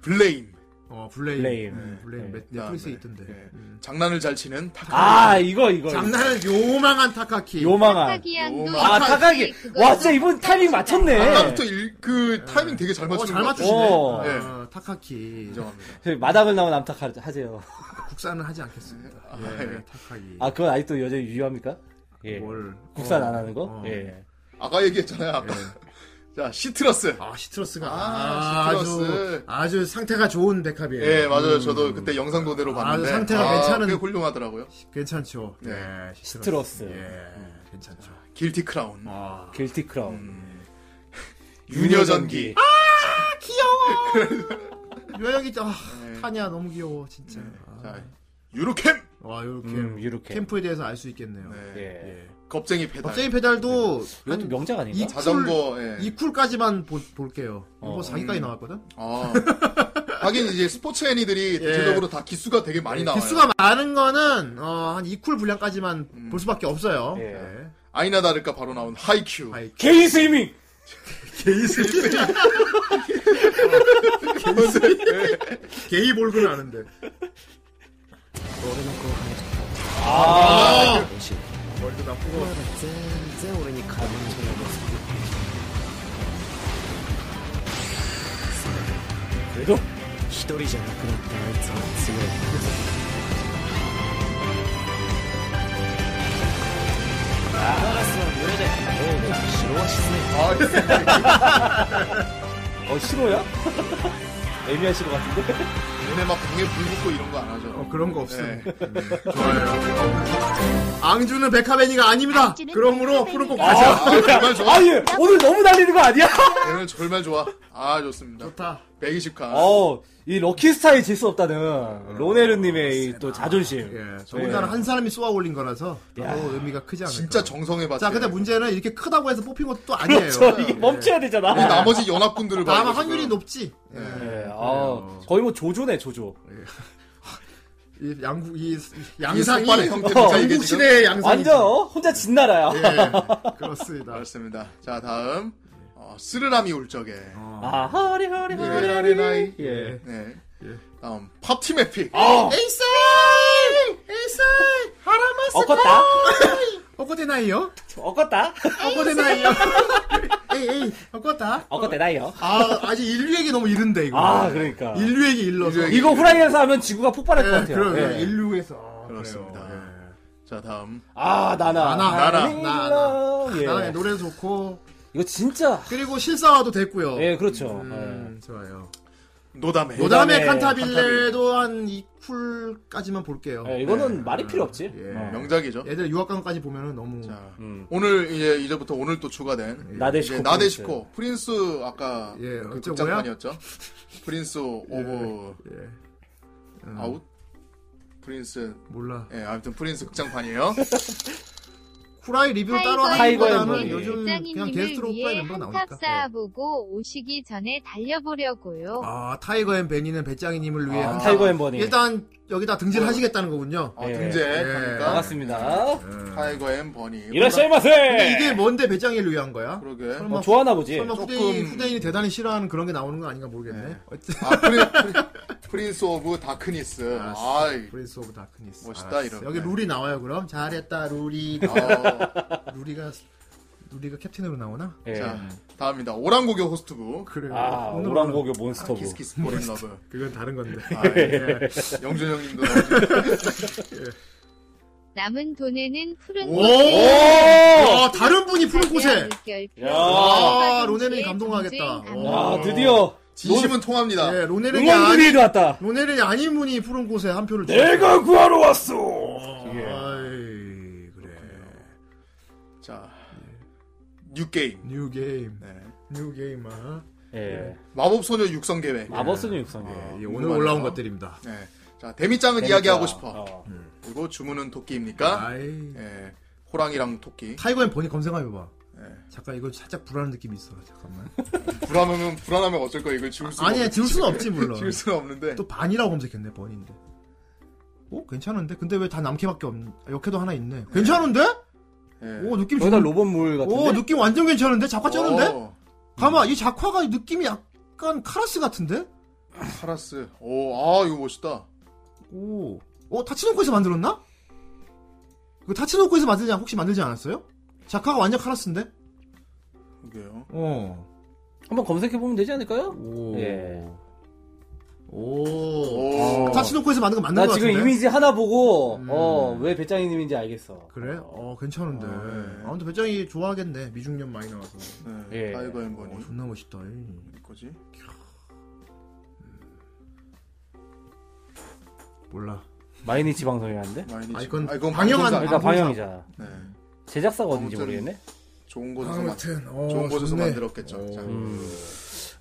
Speaker 2: 블레인.
Speaker 1: 어 블레임.
Speaker 3: 블레임.
Speaker 1: 네, 블레임.
Speaker 3: 네.
Speaker 1: 넷- 넷플릭스에
Speaker 2: 네.
Speaker 1: 있던데.
Speaker 2: 네.
Speaker 1: 음.
Speaker 2: 장난을 잘 치는 타카.
Speaker 3: 아 이거 이거
Speaker 1: 장난을 요망한 타카키. 어,
Speaker 3: 요망한
Speaker 4: 타기양도
Speaker 3: 아 타가기 와 진짜 이번 타이밍 맞췄네
Speaker 2: 아까부터 일- 그 타이밍 되게 잘
Speaker 1: 예. 어,
Speaker 2: 맞추는
Speaker 1: 잘
Speaker 2: 것 같아요.
Speaker 1: 맞추시네.
Speaker 3: 어.
Speaker 1: 어,
Speaker 2: 예.
Speaker 1: 타카키.
Speaker 2: 인정합니다.
Speaker 3: 저기 마당을 나온 암탉하세요
Speaker 1: 국산은 하지 않겠습니다.
Speaker 2: 아,
Speaker 1: 예,
Speaker 2: 예.
Speaker 1: 타카기.
Speaker 3: 아 그건 아직도 여전히 유효합니까? 예.
Speaker 1: 뭘
Speaker 3: 국산
Speaker 1: 어,
Speaker 3: 안 하는 거?
Speaker 1: 어.
Speaker 3: 예.
Speaker 2: 아까 얘기했잖아요. 아까. <laughs> 자 시트러스.
Speaker 1: 예. 아 시트러스가
Speaker 2: 아,
Speaker 1: 아,
Speaker 2: 시트러스.
Speaker 1: 주 아주 상태가 좋은 백합이에요.
Speaker 2: 예 맞아요.
Speaker 1: 음.
Speaker 2: 저도 그때 영상 도대로
Speaker 1: 아,
Speaker 2: 봤는데
Speaker 1: 상태가 괜찮은-
Speaker 2: 꽤 훌륭하더라고요.
Speaker 1: 괜찮죠.
Speaker 2: 네.
Speaker 1: 예,
Speaker 3: 시트러스.
Speaker 1: 예, 괜찮죠.
Speaker 2: 길티 크라운.
Speaker 1: 아,
Speaker 3: 길티 크라운.
Speaker 2: 음. 유녀 전기. 아!
Speaker 1: 요양이 아,
Speaker 2: 네.
Speaker 1: 타냐 너무 귀여워 진짜. 아.
Speaker 2: 자 유로캠.
Speaker 1: 와 이렇게
Speaker 3: 음, 이렇게.
Speaker 1: 캠프에 대해서 알 수 있겠네요.
Speaker 2: 네.
Speaker 3: 예.
Speaker 1: 예.
Speaker 2: 겁쟁이 페달.
Speaker 1: 겁쟁이 페달도
Speaker 3: 이것도 네. 명작 아닌가?
Speaker 1: 이-
Speaker 2: 자전거. 예.
Speaker 1: 이 쿨까지만 보- 볼게요.
Speaker 3: 어.
Speaker 1: 이거 사기까지
Speaker 2: 음.
Speaker 1: 나왔거든.
Speaker 2: 아. 하긴 이제 스포츠 애니들이 대체적으로 다 기수가 되게 많이 나와요.
Speaker 1: 개수가 예. 많은 거는 어, 한 이 쿨 분량까지만
Speaker 2: 음.
Speaker 1: 볼 수밖에 없어요.
Speaker 3: 예.
Speaker 1: 예.
Speaker 2: 아이나 다를까 바로 나온 하이큐.
Speaker 1: 하이-
Speaker 3: 개인 스위밍!
Speaker 1: 게이 볼그는 아는데.
Speaker 3: 아,
Speaker 1: 머리도 나쁘고.
Speaker 3: 그래도?
Speaker 2: 아,
Speaker 3: 어, 싫어야? 애매한 싫어 같은데?
Speaker 2: 얘네 막 방에 불 붙고 이런 거 안 하죠.
Speaker 1: 어, 그런 거 없음.
Speaker 2: 네.
Speaker 1: 앙주는 백화베니가 아닙니다.
Speaker 5: 앙주는
Speaker 1: 그러므로
Speaker 5: 백화베니가 어.
Speaker 1: 푸른꼭
Speaker 2: 아,
Speaker 1: 가자.
Speaker 2: 정말 좋아.
Speaker 3: 아, 예! 오늘 너무 날리는 거 아니야?
Speaker 2: 얘는 정말 좋아. 아, 좋습니다.
Speaker 1: 좋다.
Speaker 2: 120칸.
Speaker 3: 어, 이 럭키스타에 질 수 없다는 로네르님의 이또 자존심.
Speaker 1: 예, 더군다나
Speaker 3: 예.
Speaker 1: 한 사람이 쏘아 올린 거라서
Speaker 3: 야.
Speaker 1: 또 의미가 크지 않을까.
Speaker 2: 진짜 정성해봤지.
Speaker 1: 네. 자, 근데 문제는 이렇게 크다고 해서 뽑힌 것도 또 아니에요. 예.
Speaker 3: 저 그렇죠. 이게 멈춰야
Speaker 2: 이
Speaker 3: 되잖아.
Speaker 2: 나머지 연합군들을 봐.
Speaker 1: 다만 확률이 높지. 예.
Speaker 3: 예, 아, 거의 뭐 조조네, 조조.
Speaker 1: 이 양국 이
Speaker 2: 이
Speaker 1: 양상이
Speaker 2: 속발의 형태입니다,
Speaker 1: 어,
Speaker 2: 이게
Speaker 1: 중국
Speaker 2: 지금.
Speaker 1: 시대의 양상이
Speaker 3: 완전, 어? 혼자 진 나라야.
Speaker 1: 예, 그렇습니다.
Speaker 2: 그렇습니다. 자, 다음. 어, 스르라미 울적에.
Speaker 3: 아, 허리, 허리, 허리.
Speaker 2: 스르라리나이.
Speaker 3: 예. 아!
Speaker 2: 네. 다음, 팝팀 에픽.
Speaker 1: 에이스! 에이스! 하라마스!
Speaker 3: 엎었다.
Speaker 1: 어거대나이요?
Speaker 3: 엎었다.
Speaker 1: 어거대나이요? <laughs> 에이, 에이, 어거다?
Speaker 3: 엎었대나요.
Speaker 1: 아, 아직 인류에게 너무 이른데, 이거.
Speaker 3: 아, 그러니까.
Speaker 1: 인류에게 일러서.
Speaker 2: 인류에게.
Speaker 3: 이거 후라이에서 하면 지구가 폭발할 것 같아요.
Speaker 1: 그럼,
Speaker 3: 예.
Speaker 1: 인류에서. 아,
Speaker 2: 그렇습니다.
Speaker 1: 네. 그래요.
Speaker 2: 자, 다음.
Speaker 3: 아, 나나.
Speaker 1: 나나,
Speaker 2: 나나,
Speaker 3: 힐러.
Speaker 1: 나나.
Speaker 3: 예.
Speaker 1: 예. 나의 노래 좋고,
Speaker 3: 이거 진짜.
Speaker 1: 그리고 실사화도 됐고요.
Speaker 3: 예, 그렇죠.
Speaker 1: 음, 좋아요.
Speaker 2: 노담에.
Speaker 1: 노담의
Speaker 3: 노담의
Speaker 1: 칸타빌레도 한 이쿨까지만 볼게요.
Speaker 3: 예. 예, 이거는
Speaker 1: 예.
Speaker 3: 말이 필요 없지.
Speaker 1: 예.
Speaker 3: 어.
Speaker 2: 명작이죠.
Speaker 1: 애들 유학강까지 보면은 너무.
Speaker 2: 자,
Speaker 3: 음.
Speaker 2: 오늘 이제 이제부터 오늘 또 추가된
Speaker 3: 예. 나데시코.
Speaker 2: 이제 나데시코 프린스 아까
Speaker 1: 예,
Speaker 2: 그
Speaker 1: 어째
Speaker 2: 극장판이었죠. 프린스 오브
Speaker 1: 예. 음,
Speaker 2: 아웃 프린스
Speaker 1: 몰라.
Speaker 2: 예, 아무튼 프린스 극장판이에요.
Speaker 1: 후라이 리뷰 그 따로 하는
Speaker 3: 타이거의 네.
Speaker 1: 거라면
Speaker 3: 머리.
Speaker 1: 요즘 그냥
Speaker 4: 장인님을
Speaker 1: 게스트로 후라이
Speaker 4: 위해
Speaker 1: 멤버가
Speaker 4: 한탑
Speaker 3: 네.
Speaker 1: 나오니까. 예.
Speaker 4: 쌓아보고 오시기 전에 달려보려고요.
Speaker 1: 아, 타이거 앤 베니는 배짱이님을 위해
Speaker 3: 아,
Speaker 1: 한탑.
Speaker 3: 타이거 앤 버니.
Speaker 1: 일단 여기다 등진하시겠다는 거군요.
Speaker 2: 어,
Speaker 3: 예.
Speaker 2: 등재
Speaker 1: 예.
Speaker 2: 갑니까?
Speaker 3: 반갑습니다.
Speaker 2: 타이거 앤 버니.
Speaker 1: 근데 이게
Speaker 3: 이라시마세.
Speaker 1: 뭔데 배짱이를 위한 거야?
Speaker 2: 그러게.
Speaker 1: 설마,
Speaker 3: 어, 좋아하나 보지.
Speaker 1: 설마
Speaker 2: 조금-
Speaker 1: 후대인, 후대인이 대단히 싫어하는 그런 게 나오는 건 아닌가 모르겠네.
Speaker 2: 네.
Speaker 1: 어쨌든
Speaker 2: 아, 프린, 프린- 프린스 오브 다크니스.
Speaker 1: 알았어.
Speaker 2: 아이.
Speaker 1: 브레이스 오브 다크니스.
Speaker 2: 멋있다,
Speaker 1: 알았어.
Speaker 2: 이런.
Speaker 1: 아, 여기
Speaker 2: 네.
Speaker 1: 룰이 나와요, 그럼. 잘했다, 룰이. <laughs>
Speaker 2: 어,
Speaker 1: 룰이가, 룰이가 캡틴으로 나오나?
Speaker 3: 예.
Speaker 2: 자, 다음입니다. 오랑고교 호스트부.
Speaker 1: 그래요.
Speaker 3: 아,
Speaker 1: 오늘은
Speaker 3: 오랑고교 몬스터브.
Speaker 2: 키스 키스 포린
Speaker 1: <laughs>
Speaker 2: 러브.
Speaker 1: 그건 다른 건데. <laughs>
Speaker 2: 아, 예. 영준 형님도 나오시고.
Speaker 4: 남은 돈에는 푸른
Speaker 1: 오!
Speaker 3: 오!
Speaker 1: 와, 다른 분이
Speaker 2: 아,
Speaker 1: 푸른 꽃에!
Speaker 3: 야.
Speaker 1: 아, 로네는 감동하겠다.
Speaker 3: 아, 드디어.
Speaker 2: 진심은 통합니다.
Speaker 1: 예, 로네는 아니,
Speaker 3: 응원군이 네 왔다.
Speaker 1: 로네는 아닌 분이 푸른 꽃에 한 표를
Speaker 3: 내가 구하러 왔어.
Speaker 1: 주셨어요.
Speaker 3: 예.
Speaker 1: 아이, 그래.
Speaker 2: 자, 뉴 게임.
Speaker 1: 뉴 게임.
Speaker 2: 네.
Speaker 1: 뉴 게임, 아.
Speaker 3: 예.
Speaker 2: 마법 소녀 육성 계획.
Speaker 3: 마법소녀 육성계.
Speaker 1: 예, 오늘
Speaker 2: 궁금하네요.
Speaker 1: 올라온 것들입니다.
Speaker 2: 네. 자, 데미짱은
Speaker 3: 재밌다.
Speaker 2: 이야기하고 싶어.
Speaker 3: 어.
Speaker 2: 그리고 주문은 토끼입니까?
Speaker 1: 아이.
Speaker 2: 예. 호랑이랑 토끼.
Speaker 1: 타이거엔 버니 검색해봐봐.
Speaker 2: 예.
Speaker 1: 잠깐, 이거 살짝 불안한 느낌이 있어. 잠깐만.
Speaker 2: 불안하면 불안하면 어쩔 거야. 이걸 지울 수
Speaker 1: 아니, 지울 수는 없지, 물론.
Speaker 2: 지울 수는 없는데.
Speaker 1: 또 반이라고 검색했네, 번인데. 오 어, 괜찮은데? 근데 왜 다 남캐밖에 없는? 아, 역캐도 하나 있네. 괜찮은데?
Speaker 2: 예.
Speaker 1: 오 느낌
Speaker 3: 네. 여기다
Speaker 1: 좋은-
Speaker 3: 로봇물 같은데. 어.
Speaker 1: 오 느낌 완전 괜찮은데? 작화 쩌는데?
Speaker 2: 오,
Speaker 1: 가만 이 작화가 느낌이 약간 카라스 같은데?
Speaker 2: 카라스. 오, 아, 이거 멋있다.
Speaker 1: 오, 어 타치노코에서 만들었나? 그 타치노코에서 만들지 않- 혹시 만들지 않았어요? 작화가 완전 카라스인데?
Speaker 2: 그게요.
Speaker 1: 어,
Speaker 3: 한번 검색해 보면 되지 않을까요?
Speaker 1: 오,
Speaker 3: 예. 어.
Speaker 1: 오, 아,
Speaker 2: 오.
Speaker 1: 타치노코에서 만든 거 맞는
Speaker 3: 나
Speaker 1: 거
Speaker 3: 지금
Speaker 1: 같은데?
Speaker 3: 이미지 하나 보고
Speaker 1: 음.
Speaker 3: 어 왜 배짱이님인지 알겠어.
Speaker 1: 그래? 어 괜찮은데.
Speaker 2: 아, 예.
Speaker 1: 아무튼 배짱이 좋아하겠네 미중년 많이 나와서.
Speaker 2: 예.
Speaker 3: 예.
Speaker 2: 타이거
Speaker 1: 어,
Speaker 2: 엠버니.
Speaker 1: 존나 멋있다. 이.
Speaker 2: 거지?
Speaker 1: 몰라.
Speaker 3: 마이니치 방송이라는데.
Speaker 2: 마이니지.
Speaker 1: 아, 이건
Speaker 2: 아, 이건
Speaker 1: 방영한-
Speaker 2: 방송사.
Speaker 3: 그러니까 방향이잖아.
Speaker 2: 네.
Speaker 3: 제작사가 어딘지
Speaker 2: 아무튼-
Speaker 3: 모르겠네.
Speaker 2: 좋은 곳에서 만
Speaker 7: 아무튼 어,
Speaker 2: 좋은 곳에서
Speaker 7: 좋네.
Speaker 2: 만들었겠죠. 자.
Speaker 3: 음.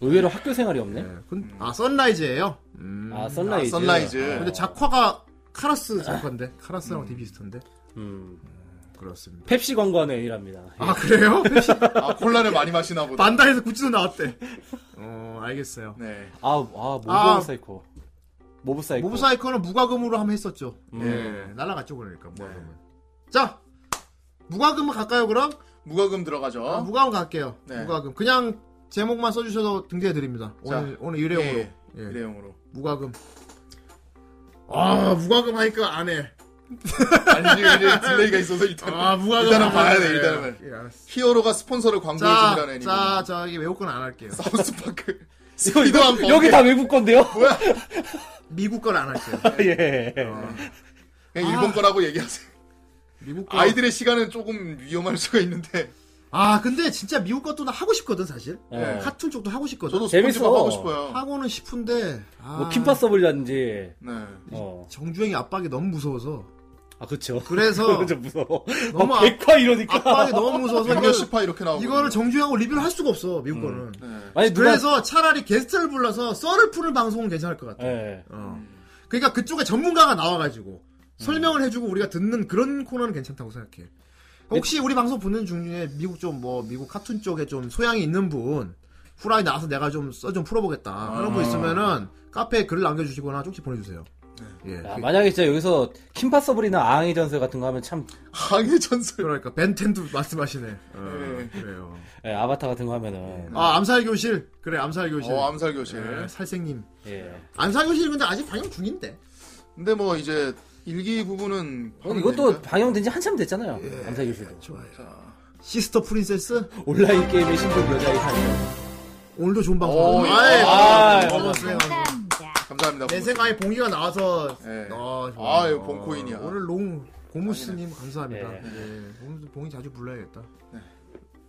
Speaker 3: 의외로 학교 생활이 없네.
Speaker 1: 예, 근- 아 선라이즈예요. 음. 네.
Speaker 3: 아 선라이즈. 아.
Speaker 2: 아, 선라이즈.
Speaker 1: 근데 작화가 카라스 작화인데 카라스랑 되게 비슷한데.
Speaker 3: 음.
Speaker 1: 그렇습니다.
Speaker 3: 펩시 광고하는 애니랍니다.
Speaker 1: 아
Speaker 3: <laughs>
Speaker 1: 그래요?
Speaker 3: 네.
Speaker 1: 펩시-
Speaker 2: 아, 콜라를 많이 마시나 보다.
Speaker 1: 반다에서 굿즈도 나왔대. 어 알겠어요.
Speaker 2: 네.
Speaker 3: 아, 아 모브
Speaker 1: 아.
Speaker 3: 사이코. 모브 사이코.
Speaker 1: 모브 사이커는 무과금으로 한번 했었죠.
Speaker 3: 음.
Speaker 1: 예, 날라갔죠 그러니까
Speaker 3: 네.
Speaker 1: 무과금은. 자, 무과금 갈까요 그럼?
Speaker 2: 무과금 들어가죠.
Speaker 1: 아, 무과금 갈게요.
Speaker 2: 네.
Speaker 1: 무과금 그냥 제목만 써주셔서 등재해 드립니다.
Speaker 2: 자.
Speaker 1: 오늘 오늘 일회용으로.
Speaker 2: 예.
Speaker 1: 예.
Speaker 2: 일회용으로.
Speaker 1: 무과금. 아 무과금 하니까 안 해.
Speaker 2: 아니, 이게 <laughs> 딜레이가 있어서 일단.
Speaker 1: 아 무과금
Speaker 2: 일단은
Speaker 1: 안
Speaker 2: 봐야 돼,
Speaker 1: 해.
Speaker 2: 일단은. 예,
Speaker 1: 예, 알았어.
Speaker 2: 히어로가 스폰서를 광고해준다는
Speaker 1: 자,
Speaker 2: 애니메
Speaker 1: 자, 저기 외국 건 안 할게요.
Speaker 2: 사우스파크.
Speaker 3: <laughs> 이거,
Speaker 2: 스피드 한 번.
Speaker 3: 여기 다 외국 <laughs> 건데요?
Speaker 1: 미국 건 안 할게요.
Speaker 3: 예.
Speaker 2: 그냥 일본 거라고 얘기하세요.
Speaker 1: 미국 거.
Speaker 2: 아이들의 시간은 조금 위험할 수가 있는데.
Speaker 1: 아 근데 진짜 미국 것도 나 하고 싶거든 사실.
Speaker 3: 예.
Speaker 1: 카툰 쪽도 하고 싶거든.
Speaker 2: 네. 저도
Speaker 3: 재밌어.
Speaker 2: 스폰지밥 하고 싶어요. 아.
Speaker 1: 하고는 싶은데. 아,
Speaker 3: 뭐 킴파 서블이라든지.
Speaker 2: 네.
Speaker 3: 어.
Speaker 1: 정주행이 압박이 너무 무서워서.
Speaker 3: 아 그쵸.
Speaker 1: 그래서
Speaker 3: <laughs> 좀 무서워.
Speaker 1: 너무
Speaker 3: 아,
Speaker 1: 아-
Speaker 3: 백화 이러니까.
Speaker 1: 압박이 너무 무서워서
Speaker 2: 백몇
Speaker 1: 이걸,
Speaker 2: 시파 이렇게 나오고.
Speaker 1: 이거를 정주행하고 리뷰를 할 수가 없어 미국 거는.
Speaker 2: 네.
Speaker 3: <laughs> 아니 누가.
Speaker 1: 그래서 차라리 게스트를 불러서 썰을 푸는 방송은 괜찮을 것 같아.
Speaker 3: 예.
Speaker 1: 어.
Speaker 2: 음.
Speaker 1: 그러니까 그쪽에 전문가가 나와가지고 설명을 해주고 우리가 듣는 그런 코너는 괜찮다고 생각해. 그러니까 혹시 우리 방송 보는 중에 미국 좀 뭐 미국 카툰 쪽에 좀 소양이 있는 분 후라이 나와서 내가 좀 써 좀 풀어보겠다 하는
Speaker 2: 아.
Speaker 1: 분 있으면은 카페에 글을 남겨주시거나 쪽지 보내주세요.
Speaker 2: 네.
Speaker 1: 예.
Speaker 3: 야, 아, 만약에 진짜 여기서 킴파 서블이나 아항의 전설 같은 거 하면 참
Speaker 2: 항해 전설.
Speaker 1: 그러니까 벤텐도 <laughs> 말씀하시네. 어,
Speaker 2: 네.
Speaker 1: 그래요.
Speaker 3: 예, 아바타 같은 거 하면은
Speaker 1: 아 암살 교실 그래 암살 교실.
Speaker 2: 어, 암살 교실.
Speaker 1: 예, 살생님.
Speaker 3: 예.
Speaker 1: 암살 교실 근데 아직 방영 중인데.
Speaker 2: 근데 뭐 이제 일기 부분은
Speaker 3: 어,
Speaker 2: 하면
Speaker 3: 이것도
Speaker 2: 되니까.
Speaker 3: 방영된 지 한참 됐잖아요. 암사교실도
Speaker 1: 좋아요.
Speaker 2: 자.
Speaker 1: 시스터 프린세스
Speaker 3: 온라인 게임의 신분 여자의 사냥.
Speaker 1: 오늘도 좋은 방송.
Speaker 2: 오,
Speaker 1: 아이,
Speaker 2: 예.
Speaker 1: 어, 아,
Speaker 3: 아,
Speaker 1: 너무 수행하고.
Speaker 4: 감사합니다.
Speaker 2: 감사합니다.
Speaker 1: 내 생각에 봉이가 나와서
Speaker 2: 예.
Speaker 1: 어,
Speaker 2: 아, 이거 봉코인이야.
Speaker 1: 오늘 롱 고무스님 감사합니다.
Speaker 3: 예.
Speaker 1: 예. 네. 오늘도 봉이 자주 불러야겠다.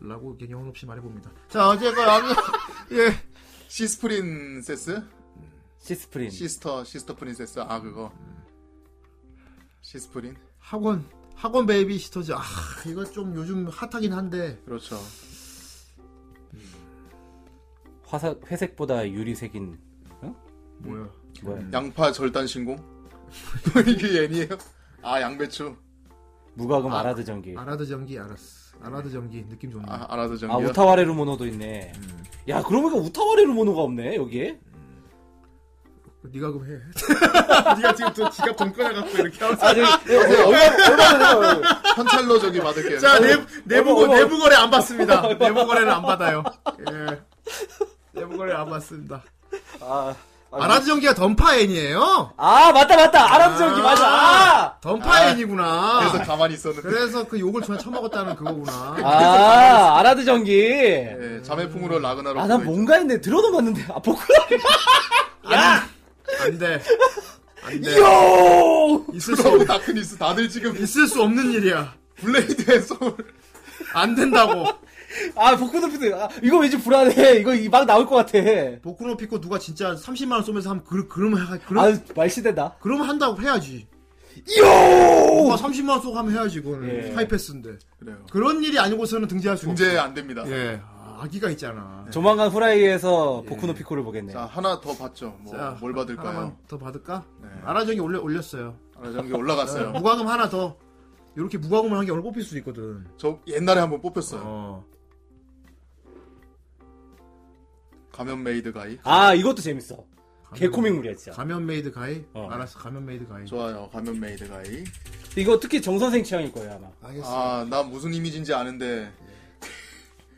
Speaker 1: 라고 이렇게 영혼 없이 말해봅니다. 자 어쨌건 아무
Speaker 2: <laughs>
Speaker 1: 예.
Speaker 2: 시스프린세스?
Speaker 3: 시스프린.
Speaker 2: 시스터, 시스터 프린세스. 아, 그거. 시스프린?
Speaker 1: 학원 학원 베이비 시터즈 아 이거 좀 요즘 핫하긴 한데
Speaker 2: 그렇죠.
Speaker 3: 화사, 회색보다 유리색인
Speaker 1: 뭐야
Speaker 3: 뭐야?
Speaker 2: 양파 절단 신공? <laughs> 이게 애니에요? 아, 양배추.
Speaker 3: 무과금 아, 라드 전기. 아,
Speaker 1: 아라드 전기 알았어 아라드 전기 느낌 좋네
Speaker 2: 아, 알아서 정리야.
Speaker 3: 우타와레루 모노도 있네. 야, 그러고 보니까 우타와레루 모노가 없네 여기에.
Speaker 1: 네가 그럼 해 <laughs> 네가 지금 또 지갑 돈 꺼내갖고 이렇게 하면서
Speaker 3: 아, 저기 얼마 얼마
Speaker 2: 현찰로 저기 받을게요.
Speaker 1: 자, 네. 내, 내부,
Speaker 3: 어머, 어머.
Speaker 1: 내부 거래 안 <laughs> 받습니다. 내부 거래는 안 받아요. 예. 내부 거래 안 받습니다.
Speaker 3: 아,
Speaker 1: 아라드 전기가 던파 애니에요?
Speaker 3: 아 맞다 맞다 아람 전기 맞아. 아,
Speaker 1: 던파 애니구나.
Speaker 2: 그래서
Speaker 1: 그래서,
Speaker 2: 가만히 있었는데.
Speaker 1: 그 욕을 전에 처먹었다는 그거구나.
Speaker 3: 아 아라드 전기. 네.
Speaker 2: 예, 자매풍으로 라그나로.
Speaker 3: 아 나
Speaker 2: 보내죠.
Speaker 3: 뭔가 했네 들어도 봤는데 아 보컬. 야,
Speaker 1: 안 돼. 안
Speaker 3: 네.
Speaker 1: 돼.
Speaker 3: 요.
Speaker 1: 있을 수,
Speaker 2: 그러고
Speaker 1: 없,
Speaker 2: 다크니스 다들 지금
Speaker 1: 있을 수 없는 일이야.
Speaker 2: 블레이드의 소울.
Speaker 1: 안 된다고.
Speaker 3: 아 복구도피드. 아, 이거 왠지 불안해. 이거 이- 막 나올 것 같아.
Speaker 1: 보쿠노 피코 누가 진짜 30만원 쏘면서 하면, 그, 그럼, 해- 그럼,
Speaker 3: 아 말시대다.
Speaker 1: 그럼 한다고 해야지.
Speaker 3: 요.
Speaker 1: 누가 30만원 쏘고 하면 해야지, 그거는.
Speaker 3: 예.
Speaker 1: 하이패스인데.
Speaker 2: 그래요.
Speaker 1: 그런 일이 아니고서는 등재할 수가
Speaker 2: 문제
Speaker 1: 없어.
Speaker 2: 안 됩니다.
Speaker 1: 예. 아, 아기가 있잖아.
Speaker 3: 조만간 후라이에서 보쿠노 피코를 보겠네.
Speaker 2: 자, 하나 더 봤죠. 뭐,
Speaker 1: 자,
Speaker 2: 뭘 받을까요?
Speaker 1: 하나만 더 받을까?
Speaker 2: 네.
Speaker 1: 아라정이 올려, 올렸어요. 예,
Speaker 2: 하나 전기 올라갔어요.
Speaker 1: 무과금 하나 더. 이렇게 무과금을 한 게 오늘 뽑힐 수도 있거든.
Speaker 2: 저 옛날에 한번 뽑혔어요.
Speaker 1: 어.
Speaker 2: 가면 메이드 가이.
Speaker 1: 아.
Speaker 3: 아 이것도 재밌어. 개코믹물이야 진짜.
Speaker 1: 가면 메이드 가이?
Speaker 3: 어.
Speaker 1: 알았어, 가면 메이드 가이.
Speaker 2: 좋아요. 가면 메이드 가이.
Speaker 3: 이거 특히 정 선생 취향일 거예요 아마.
Speaker 1: 알겠어.
Speaker 2: 아, 나 무슨 이미지인지 아는데.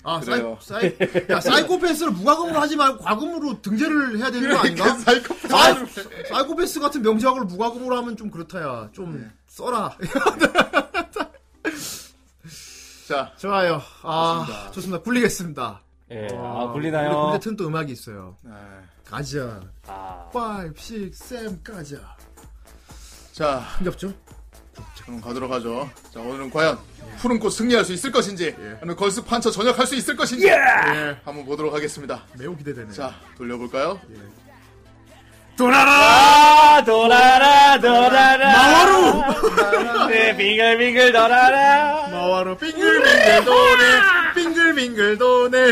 Speaker 1: 아,
Speaker 2: 그래요.
Speaker 1: 사이, 사이, 야, 사이코패스를 무과금으로 하지 말고 과금으로 등재를 해야 되는 거
Speaker 3: <laughs>
Speaker 1: 아닌가?
Speaker 2: <laughs> 사이코패스.
Speaker 1: 아, 사이코패스 같은 명작을 무과금으로 하면 좀 그렇다야. 좀
Speaker 2: 네.
Speaker 1: 써라.
Speaker 2: 자,
Speaker 1: 좋아요. 아,
Speaker 2: 좋습니다.
Speaker 1: 좋습니다. 굴리겠습니다.
Speaker 3: 예. 아
Speaker 1: 근데,
Speaker 3: 굴리나요?
Speaker 1: 근데 튼 또 음악이 있어요.
Speaker 2: 네.
Speaker 1: 가자.
Speaker 3: 아.
Speaker 1: 5, 6, 7, 가자.
Speaker 2: 자,
Speaker 1: 힘겹죠?
Speaker 2: 그럼 가도록 하죠. 자, 오늘은 과연 푸른꽃 승리할 수 있을 것인지,
Speaker 1: 예.
Speaker 2: 아니면 걸스 판처 전역할 수 있을 것인지, 예, 한번 보도록 하겠습니다.
Speaker 1: 매우 기대되네.
Speaker 2: 자, 돌려볼까요?
Speaker 1: 예.
Speaker 3: 돌아라 돌아라 돌아라 마와루 네 빙글빙글 돌아라
Speaker 1: 마와로 빙글빙글 도네 빙글빙글 도네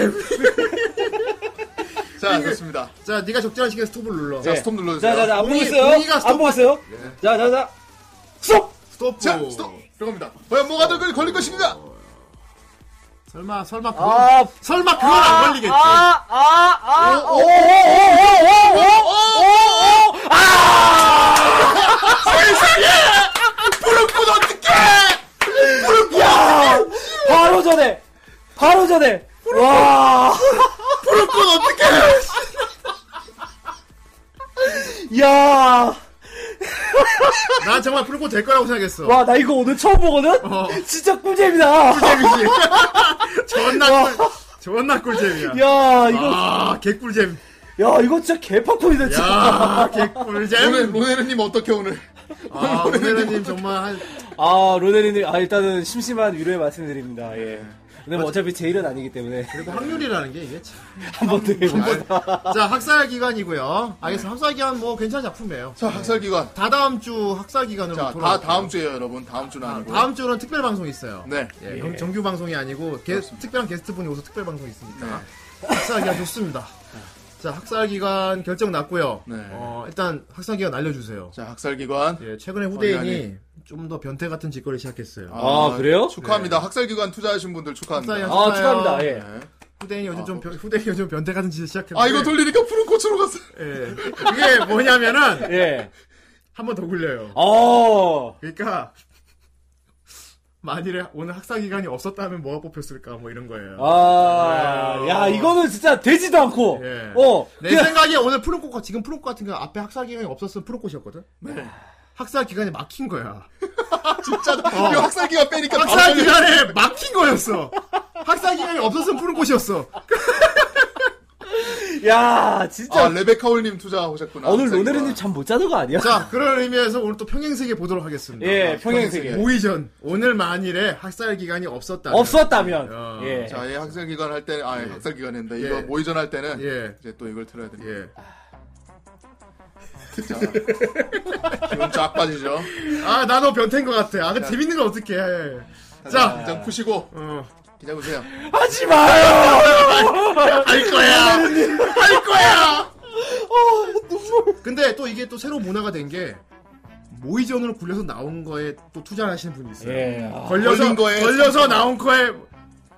Speaker 2: 자, 좋습니다.
Speaker 1: 자 네가 적절한 시기에 스톱을 눌러
Speaker 2: 자,
Speaker 3: 네.
Speaker 2: 스톱 눌러주세요.
Speaker 3: 자자자 안 보고
Speaker 1: 공이-
Speaker 3: 있어요
Speaker 1: 공이가
Speaker 3: 안 보고 있어요 예. 자자자 스톱
Speaker 1: 스톱
Speaker 2: 자, 스톱! 들어갑니다. 과연 뭐가 더 걸릴 것인가?
Speaker 1: 설마 설마 그건
Speaker 3: 아.
Speaker 1: 설마 그건 안 걸리겠지
Speaker 2: 아,
Speaker 1: 어,
Speaker 3: 아!
Speaker 2: 푸른꽃 어떡해!
Speaker 3: 바로 전에 바로 전에 와
Speaker 2: 푸른꽃 어떡해!
Speaker 3: 야.
Speaker 1: 난 정말 풀고 될 거라고 생각했어
Speaker 3: 와, 나 이거 오늘 처음 보거든? <laughs> 진짜 꿀잼이다.
Speaker 2: <laughs>
Speaker 1: 존나 꿀 존나 꿀잼이야
Speaker 3: 야, 이거,
Speaker 1: 아 개꿀잼
Speaker 3: 야, 이거 진짜 개팝콘이다, 진짜.
Speaker 1: 야 개꿀잼
Speaker 2: 오늘, 뭐 로네르님 어떡해, 오늘?
Speaker 1: 아 오늘은 정말 한-
Speaker 3: 아, 로네리님, 아, 일단은 심심한 위로의 말씀을 드립니다, 예. 근데 뭐 어차피 제 일은 아니기 때문에
Speaker 1: 그래도 확률이라는 게 이게 참.
Speaker 3: 한 번 더
Speaker 1: 예.
Speaker 3: 해보자.
Speaker 1: 자 학살 기간이고요 알겠어 학살 기간 뭐 괜찮은 작품이에요
Speaker 2: 자, 학살기관.
Speaker 1: 다 다음 주 학살 기간으로
Speaker 2: 자, 다
Speaker 1: 돌아올
Speaker 2: 다음
Speaker 1: 거예요.
Speaker 2: 주에요, 여러분. 다음 주는 아니고.
Speaker 1: 다음 주는 특별 방송 있어요
Speaker 2: 네.
Speaker 1: 예, 정- 정규 방송이 아니고 게- 특별한 게스트 분이 오서 특별 방송 이 있으니까 학살 기간 좋습니다. 자 학살 기간 결정 났고요.
Speaker 2: 네.
Speaker 1: 어, 일단 학살 기간 알려주세요.
Speaker 2: 자, 학살기관.
Speaker 1: 예, 최근에 후대인이
Speaker 2: 아니.
Speaker 1: 좀 더 변태 같은 짓거리 시작했어요.
Speaker 3: 아, 그래요?
Speaker 2: 축하합니다. 학살기관 투자하신 분들 축하합니다.
Speaker 1: 학살기관.
Speaker 3: 아, 축하합니다, 예.
Speaker 2: 네.
Speaker 1: 후대인이 요즘
Speaker 2: 아,
Speaker 1: 좀 변- 후대인이 요즘 변태 같은 짓을 시작했는데.
Speaker 2: 아, 이거 돌리니까 푸른 꽃으로 갔어.
Speaker 1: 예, 이게 뭐냐면은
Speaker 3: 예.
Speaker 1: 한 번 더 굴려요.
Speaker 2: 아.
Speaker 3: 어,
Speaker 1: 그러니까 만일에 오늘 학살 기간이 없었다면 뭐가 뽑혔을까 뭐 이런 거예요.
Speaker 3: 아, 야, 이거는 진짜 되지도 않고,
Speaker 1: 예.
Speaker 3: 어,
Speaker 1: 내
Speaker 3: 그냥,
Speaker 1: 생각에 오늘 푸른꽃과 지금 푸른꽃 같은 경우 앞에 학살 기간이 없었으면 푸른꽃이었거든.
Speaker 3: 네.
Speaker 1: 학살 기간이 막힌 거야.
Speaker 2: 진짜. 이거 학살기관
Speaker 3: 아,
Speaker 2: 빼니까.
Speaker 1: 학살
Speaker 2: 바로
Speaker 1: 기간에 막힌 거였어. 학살 기간이 없었으면 푸른꽃이었어.
Speaker 3: 야, 진짜.
Speaker 2: 아, 레베카올님 투자하셨구나.
Speaker 3: 오늘
Speaker 2: 학살기관.
Speaker 3: 로네리님 잠 못 자는 거 아니야?
Speaker 1: 자, 그런 의미에서 오늘 또 평행세계 보도록 하겠습니다.
Speaker 3: 예, 평행세계.
Speaker 1: 오이전 오늘 만일에 학살 기간이 없었다.
Speaker 3: 없었다면,
Speaker 1: 어.
Speaker 3: 예.
Speaker 2: 자, 이 학살기관 할 때는, 아, 학살기관 했는데,
Speaker 1: 예.
Speaker 2: 이거 모의전 할 때는,
Speaker 1: 예.
Speaker 2: 이제 또 이걸 틀어야 됩니다.
Speaker 1: 예.
Speaker 2: 자, 기분 쫙 빠지죠.
Speaker 1: 아, 나도 변태인 것 같아. 아, 근데 재밌는 건 어떡해.
Speaker 2: 자,
Speaker 1: 자.
Speaker 2: 긴장 푸시고,
Speaker 1: 어.
Speaker 2: 긴장 보세요.
Speaker 3: 하지 마요!
Speaker 1: 할 거야! 할 거야! 근데 또 이게 또 새로 문화가 된 게, 모의전으로 굴려서 나온 거에 또 투자하시는 분이 있어요.
Speaker 3: 예.
Speaker 1: 걸려서,
Speaker 2: 걸린 거에
Speaker 1: 걸려서 나온 거에,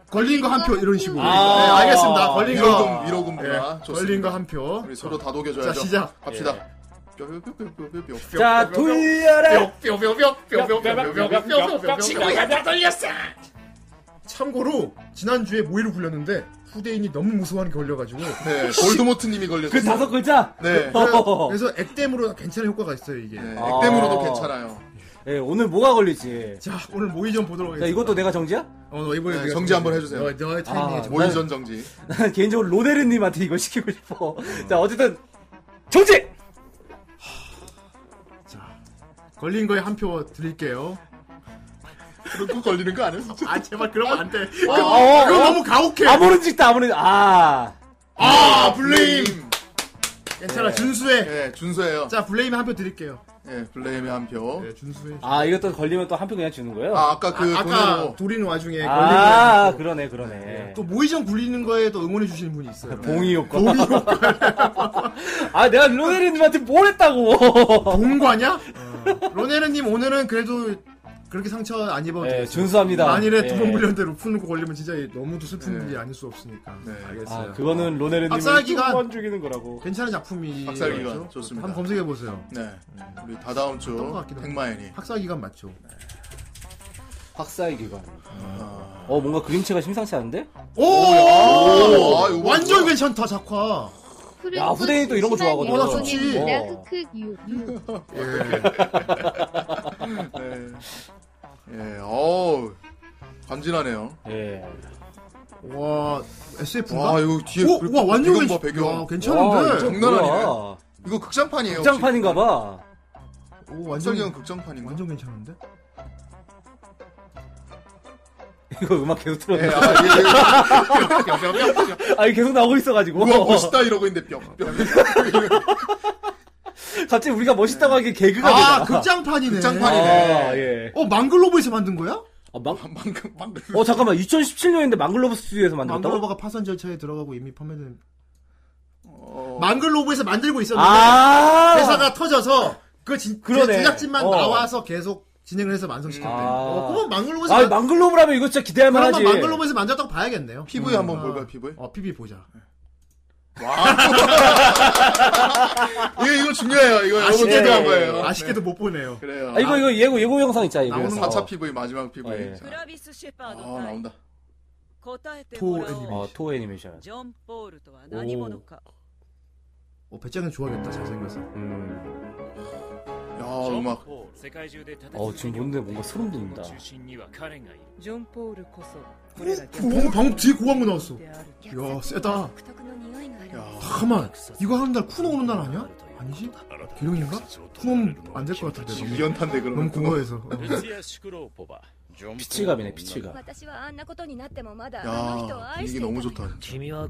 Speaker 1: 걸린 거 한 표, 이런 식으로.
Speaker 3: 아.
Speaker 1: 네, 알겠습니다. 걸린 거.
Speaker 2: 위로금, 위로금 문화.
Speaker 1: 예,
Speaker 2: 좋습니다.
Speaker 1: 걸린 거 한 표.
Speaker 2: 우리 서로 다독여줘야죠.
Speaker 1: 자, 시작.
Speaker 2: 갑시다. 뾰뾰뾰뾰뾰뾰.
Speaker 3: 자, 돌려라!
Speaker 1: 참고로, 지난주에 모의를 굴렸는데, 후대인이 너무 무서워하는 게
Speaker 2: <laughs>
Speaker 1: 걸려가지고,
Speaker 2: 네, 볼드모트님이
Speaker 3: 그
Speaker 2: 걸렸어요.
Speaker 3: 다섯 글자?
Speaker 2: 네.
Speaker 3: 어.
Speaker 1: 그래서 액땜으로 괜찮은 효과가 있어요, 이게.
Speaker 2: 네,
Speaker 3: 아.
Speaker 2: 액땜으로도 괜찮아요.
Speaker 3: 예, 오늘 뭐가 걸리지?
Speaker 1: 자, 오늘 모의 좀 보도록
Speaker 3: 자,
Speaker 1: 하겠습니다.
Speaker 3: 이것도 내가 정지야?
Speaker 1: 어, 너 이번에
Speaker 2: 네,
Speaker 1: 내가
Speaker 2: 정지 한번
Speaker 1: 정지.
Speaker 2: 해주세요.
Speaker 1: 너, 너의 타이밍에
Speaker 3: 아,
Speaker 1: 좀.
Speaker 2: 모의전 정지.
Speaker 3: 난 개인적으로 로데르님한테 이걸 시키고 싶어. 자, 어쨌든, 정지!
Speaker 1: 자, 걸린 거에 한 표 드릴게요.
Speaker 2: 그리고 걸리는 거 아니에요? 진짜?
Speaker 1: 아, 제발 그러면 안 돼.
Speaker 3: 아,
Speaker 1: 그거
Speaker 3: 어,
Speaker 1: 그거
Speaker 3: 어,
Speaker 1: 너무 가혹해.
Speaker 3: 아무런 짓다, 아무런, 아.
Speaker 1: 아,
Speaker 2: 블레임!
Speaker 1: 괜찮아, 준수해.
Speaker 2: 네, 준수예요.
Speaker 1: 자, 블레임에 한 표 드릴게요.
Speaker 2: 네, 블레임의 한 표.
Speaker 1: 네, 준수해.
Speaker 3: 아, 이것도 걸리면 또 한 표 그냥 주는 거예요?
Speaker 2: 아, 아까 그
Speaker 1: 아,
Speaker 2: 돈으로.
Speaker 1: 아까 돌인 와중에 걸린
Speaker 3: 아,
Speaker 1: 거에
Speaker 3: 그러네, 그러네.
Speaker 1: 예, 또 모의전 굴리는 거에 또 응원해 주시는 분이 있어요.
Speaker 3: 봉이 효과. 아, 내가
Speaker 1: <laughs>
Speaker 3: 로데르님한테 뭘 했다고!
Speaker 1: 봉과냐? 로네르님 오늘은 어. 그래도 그렇게 상처 안 입어도
Speaker 3: 예,
Speaker 1: 되겠어요.
Speaker 3: 준수합니다.
Speaker 1: 만일에
Speaker 3: 예.
Speaker 1: 두 번 불렸는데 루프 놓고 걸리면 진짜 너무도 슬픈
Speaker 2: 네.
Speaker 1: 일이 아닐 수 없으니까.
Speaker 2: 네.
Speaker 1: 알겠어요.
Speaker 3: 아, 그거는 로네르님을
Speaker 1: 박살기간.
Speaker 3: 두번 죽이는 거라고.
Speaker 1: 괜찮은 작품이
Speaker 2: 박살기간 좋습니다.
Speaker 1: 한번 검색해 보세요.
Speaker 2: 네. 우리 다다음 주
Speaker 1: 어떤 것 같기도 하고.
Speaker 2: 백마연이
Speaker 1: 학사기간 맞죠?
Speaker 3: 박살기간. 어, 뭔가 그림체가 심상치 않은데?
Speaker 1: 오,
Speaker 2: 오! 아, 이거
Speaker 1: 완전
Speaker 2: 뭐야?
Speaker 1: 괜찮다 작화.
Speaker 4: 푸른
Speaker 3: 야, 후대인이 또 이런 거 좋아하거든.
Speaker 1: 어, 나 좋지.
Speaker 4: 흑흑 유유.
Speaker 2: 네. 예, 어우, 간지나네요.
Speaker 3: 예.
Speaker 1: 와 SF인가?
Speaker 2: 와, 이거 뒤에.
Speaker 1: 오,
Speaker 2: 그렇게
Speaker 1: 와 완전
Speaker 2: 배경
Speaker 1: 괜
Speaker 2: 봐, 배경.
Speaker 1: 와, 괜찮은데.
Speaker 3: 와,
Speaker 2: 장난 아니네.
Speaker 3: 뭐야.
Speaker 2: 이거 극장판이에요.
Speaker 3: 극장판인가봐. 아,
Speaker 1: 오
Speaker 2: 설경
Speaker 1: 완전
Speaker 2: 극장판인가?
Speaker 1: 완전 괜찮은데?
Speaker 3: 이거 음악 계속
Speaker 2: 예,
Speaker 3: 틀었네.
Speaker 2: 아, 예, 예. 뿅, 뿅, 뿅, 뿅, 뿅.
Speaker 3: 아, 이거 계속 나오고 있어가지고.
Speaker 2: 우와, 멋있다 이러고 있는데 뿅, 뿅.
Speaker 3: 갑자기 우리가 멋있다고 하기 개그가
Speaker 1: 아
Speaker 3: 되잖아.
Speaker 1: 극장판이네.
Speaker 2: 극장판이네.
Speaker 3: 아, 예.
Speaker 1: 어 망글로브에서 만든 거야?
Speaker 3: 아, 망,
Speaker 2: 방금, 방금.
Speaker 3: 어, 잠깐만. 2017년인데 망글로브 스튜디오에서 만들었다고?
Speaker 1: 망글로브가 파산 절차에 들어가고 이미 판매된.
Speaker 2: 어,
Speaker 1: 망글로브에서 만들고 있었는데
Speaker 3: 아!
Speaker 1: 회사가 터져서 그 진,
Speaker 3: 그러네.
Speaker 1: 제작진만
Speaker 3: 어.
Speaker 1: 나와서 계속 진행을 해서 완성시켰대.
Speaker 3: 아.
Speaker 1: 어, 그건 망글로브에서
Speaker 3: 아,
Speaker 1: 만-
Speaker 3: 망글로브라면 이거 진짜 기대할
Speaker 1: 그런 건
Speaker 3: 만하지.
Speaker 1: 망글로브에서 만졌다고 봐야겠네요.
Speaker 2: 피부에
Speaker 1: 음.
Speaker 2: 한번
Speaker 1: 아.
Speaker 2: 볼까요, 피부에?
Speaker 1: 어 PB 보자.
Speaker 2: 와. 예, 이거 중요해요. 이거 여러분
Speaker 3: 아쉽게-
Speaker 2: 중요한
Speaker 3: 네.
Speaker 2: 거예요.
Speaker 1: 아쉽게도 못 보네요.
Speaker 2: 그래요.
Speaker 3: 아, 이거, 이거 예고, 예고 영상 있잖아, 예고
Speaker 2: 나오는
Speaker 3: 영상.
Speaker 2: 4차 PV, 마지막 PV.
Speaker 3: 어, 예.
Speaker 2: 자,
Speaker 10: ラビス・シェパ
Speaker 2: 아
Speaker 10: ード対
Speaker 2: 나온다.
Speaker 10: 答えて
Speaker 1: 토
Speaker 10: もらおう
Speaker 1: 애니메이션.
Speaker 3: 어, 토 애니메이션.
Speaker 10: ジョン・ポールとは何者か
Speaker 1: 어 배짱은 좋아하겠다. 잘생겨서.
Speaker 3: 음.
Speaker 2: 야, 음악.
Speaker 3: 어 지금 뭔데 뭔가 소름 돋는다.
Speaker 10: ジョン・ポールこそこれら現代
Speaker 1: 방금 방금 뒤에 고광고 나왔어.
Speaker 10: である
Speaker 1: 이야 세다.
Speaker 8: 独特の匂いがある
Speaker 2: 야.
Speaker 1: 잠깐만 이거 하는 날 쿠노 오는 날 아니야? 아니지? 개룡인가? 쿠노는 안될 것 같은데 너무,
Speaker 2: 연탄데 그러면
Speaker 1: 너무 궁금해서.
Speaker 3: 피치감이네, 피치감.
Speaker 8: 私はあんなことになってもまだ
Speaker 2: 아,
Speaker 8: あの人を
Speaker 2: 야,
Speaker 8: 愛して
Speaker 2: 분위기
Speaker 8: いた
Speaker 2: 너무
Speaker 8: の
Speaker 2: 좋다.
Speaker 8: よ
Speaker 2: 진짜.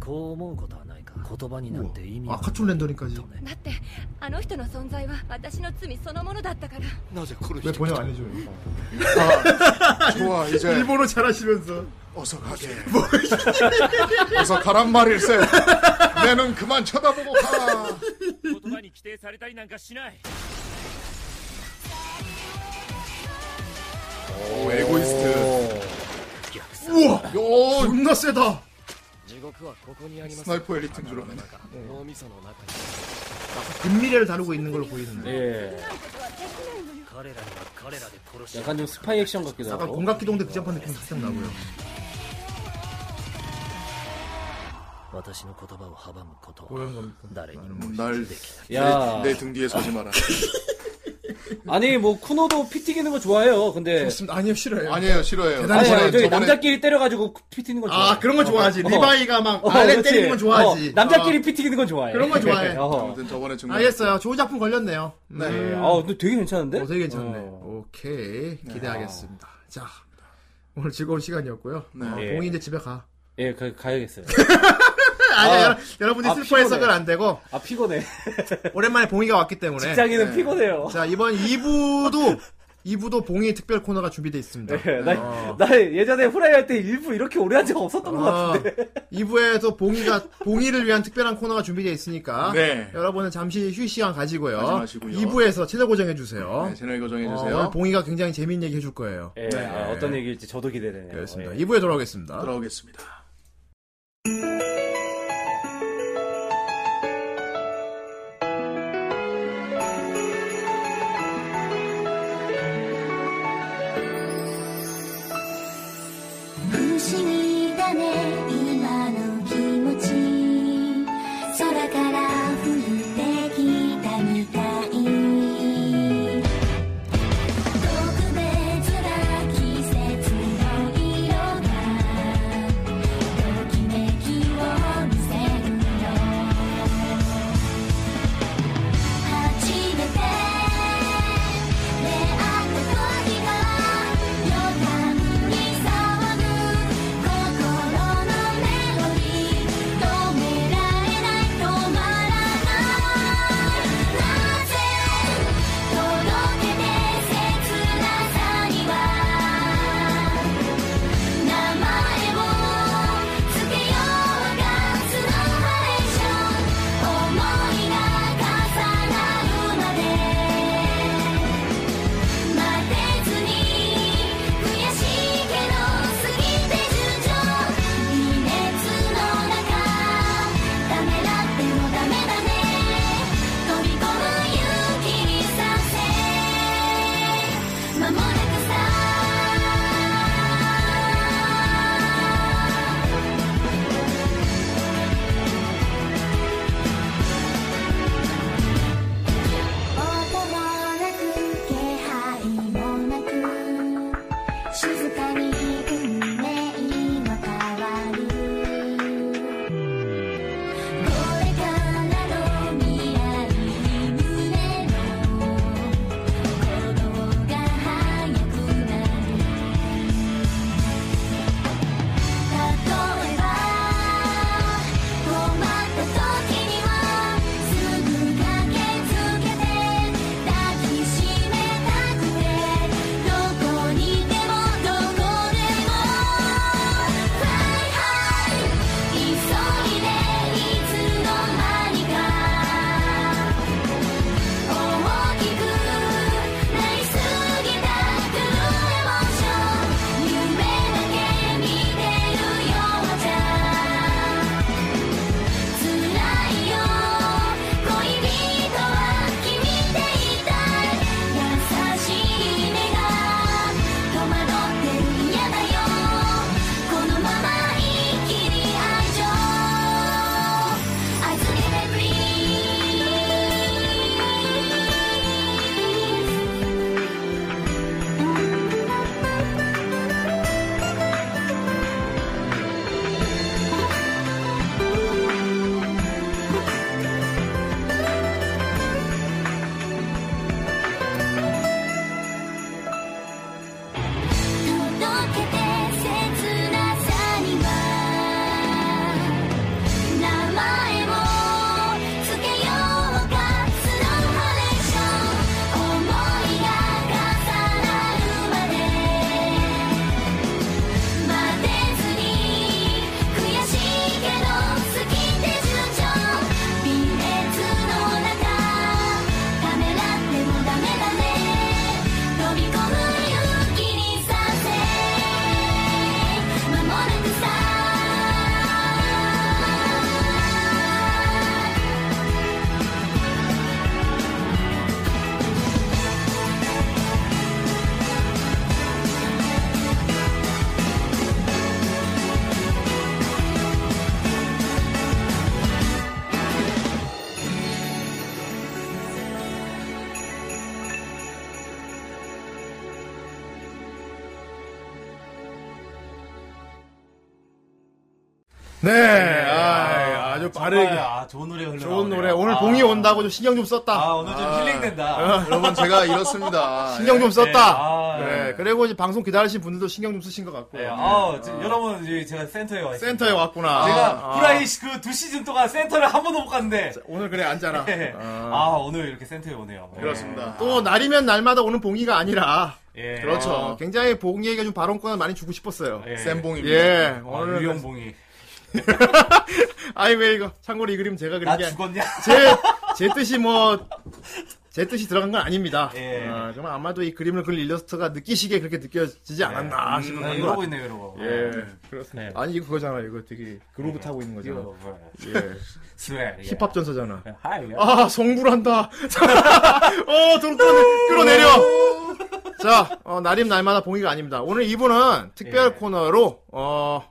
Speaker 1: あカチョンレンダリンかじ
Speaker 8: だってあの人の存在は私の罪そのものだったから
Speaker 1: 왜 번역 안 해줘요?
Speaker 2: 아, 좋아, 이제
Speaker 1: 일본어 잘하시면서.
Speaker 2: 어서 가게. 뭐. 어서 가란 말일세. 내는 그만 쳐다보고 가.
Speaker 10: 言葉に規定されたりなんかしない
Speaker 2: 오, 에고이스트.
Speaker 1: 우와
Speaker 2: 요,
Speaker 1: 존나 세다.
Speaker 2: 스나이퍼 엘리트인 줄 알았네.
Speaker 1: 금미래를 다루고 있는 걸로 보이는데.
Speaker 3: 예. 약간 좀 스파이 액션 같기도
Speaker 1: 약간
Speaker 3: 하고.
Speaker 1: 공각기동대 그 극장판 느낌 살짝 나고요. 뭐라는 겁니까?
Speaker 2: 음, 날,
Speaker 3: 야.
Speaker 1: 네.
Speaker 2: 내 등 뒤에 서지 마라.
Speaker 3: 아니 뭐 쿠노도 피 튀기는 거 좋아해요. 근데
Speaker 1: 좋습니다. 네. 아니요 싫어요.
Speaker 2: 아니에요, 싫어해요.
Speaker 1: 대단히
Speaker 3: 아니,
Speaker 1: 저번에-
Speaker 3: 아니 저기 남자끼리 때려가지고 피 튀는 걸 좋아해.
Speaker 1: 아 그런 거 좋아하지.
Speaker 3: 어.
Speaker 1: 리바이가 막 아래
Speaker 3: 그렇지.
Speaker 1: 때리는 건 좋아하지.
Speaker 3: 어, 남자끼리 피 튀기는 건 좋아해.
Speaker 1: 그런 건 좋아해.
Speaker 3: <laughs> 어.
Speaker 2: 아무튼 저번에
Speaker 1: 어,
Speaker 2: 정말.
Speaker 1: 알겠어요. 좋은 작품 걸렸네요.
Speaker 2: 네.
Speaker 3: 예.
Speaker 1: 음.
Speaker 3: 아 근데 되게 괜찮은데?
Speaker 1: 어, 되게 괜찮네.
Speaker 3: 어.
Speaker 1: 오케이 기대하겠습니다. 자 오늘 즐거운 시간이었고요.
Speaker 2: 네.
Speaker 1: 어,
Speaker 3: 예.
Speaker 1: 공이 이제 집에 가.
Speaker 3: 예, 가, 가야겠어요.
Speaker 1: 아니
Speaker 3: 아,
Speaker 1: 여러- 여러분이
Speaker 3: 아,
Speaker 1: 슬퍼해서는
Speaker 3: 피곤해.
Speaker 1: 안 되고
Speaker 3: 아 피곤해.
Speaker 1: 오랜만에 봉이가 왔기 때문에
Speaker 3: 직장인은
Speaker 2: 네.
Speaker 3: 피곤해요.
Speaker 1: 자 이번 2부도 2부도 봉이 특별 코너가 준비되어 있습니다.
Speaker 3: 예, 나,
Speaker 1: 어.
Speaker 3: 나 예전에 후라이 할 때 일부 이렇게 오래 한 적 없었던 것 같아.
Speaker 1: 어, 2부에서 봉이가 봉이를 위한 특별한 코너가 준비되어 있으니까
Speaker 2: 네.
Speaker 1: 여러분은 잠시 휴식 시간 가지고요.
Speaker 2: 가지 마시고요.
Speaker 1: 2부에서 채널 고정해 주세요.
Speaker 2: 네, 채널
Speaker 1: 어,
Speaker 2: 고정해주세요.
Speaker 1: 오늘 봉이가 굉장히 재밌는 얘기 해줄 거예요.
Speaker 3: 예, 아, 어떤 얘기일지 저도 기대되네요.
Speaker 1: 네. 그렇습니다.
Speaker 3: 예.
Speaker 1: 2부에 돌아오겠습니다.
Speaker 2: 돌아오겠습니다.
Speaker 8: 不思議だね今の気持ち空から降ってきたみたい特別な季節の色が静かに運命が変わるこれからの未来に胸の鼓動が速くなる例えば困った時にはすぐ駆けつけて抱きしめたくてどこにいてもどこでも Fly high 急いでいつの間にか大きくなりすぎたクルエモーション夢だけ見てるようじゃ辛いよ恋人は君でいたい優しい目が戸惑ってる嫌だよこのまま一気に愛情預けて Please 届けて切なさには名前を付けようかスローハレーション思いが重なるまで待てずに悔しいけど好きって順調微熱の中ためらってもダメだね飛び込む勇気にさせ守るくさ
Speaker 1: 네. 아, 아주 빠르게.
Speaker 3: 아, 좋은 노래 흘러.
Speaker 1: 좋은 노래. 오늘 봉이 온다고 어. 좀 신경 좀 썼다.
Speaker 3: 아, 오늘 좀 힐링된다.
Speaker 2: 여러분 제가 이렇습니다.
Speaker 1: 신경 좀
Speaker 3: 네, 네.
Speaker 1: 썼다.
Speaker 3: 아,
Speaker 1: 네.
Speaker 3: 네.
Speaker 1: 그리고 이제 방송 기다리신 분들도 신경 좀 쓰신 것 같고. 네.
Speaker 3: 네, 아, 저- 여러분 이제 제가 센터에 와 있어요.
Speaker 1: 센터에 왔구나.
Speaker 3: 제가
Speaker 1: 아,
Speaker 3: 후라이 그두 시즌 동안 센터를 한 번도 못 갔는데
Speaker 1: 오늘 그래 앉아라. 어.
Speaker 3: 네. 아 오늘 이렇게 센터에 오네요. 네.
Speaker 2: 그렇습니다.
Speaker 1: 또 날이면 날마다 오는 봉이가 아니라
Speaker 3: 예.
Speaker 2: 그렇죠.
Speaker 1: 어, 굉장히 봉이에게 좀 발언권을 많이 주고 싶었어요.
Speaker 3: 예.
Speaker 2: 센봉입니다.
Speaker 1: 예.
Speaker 3: 아,
Speaker 1: 오늘
Speaker 3: 유령봉이
Speaker 1: 아이 왜 이거 참고로 이 그림 제가 그린
Speaker 3: 나
Speaker 1: 게 아니-
Speaker 3: 죽었냐?
Speaker 1: 제, 제 뜻이 뭐, 제 뜻이 들어간 건 아닙니다.
Speaker 3: 예.
Speaker 1: 어, 정말 아마도 이 그림을 그린 일러스트가 느끼시게 그렇게 느껴지지 아, 않았나
Speaker 3: 음,
Speaker 1: 싶은
Speaker 3: 나
Speaker 1: 생각.
Speaker 3: 이러고 있네요, 네. 이러고.
Speaker 1: 예,
Speaker 3: 그렇습니다.
Speaker 1: 아니, 이거 그거잖아. 이거 되게 그루브 타고 있는 거잖아. 예.
Speaker 3: 뭐, <laughs> 스웨.
Speaker 1: 힙합 전서잖아.
Speaker 3: 네, 하이. 예.
Speaker 1: 아, 성불한다. <laughs> 어, 도로 끌어내, 려 자, 어, 날임 날마다 봉이가 아닙니다. 오늘 이분은 특별
Speaker 3: 예.
Speaker 1: 코너로, 어,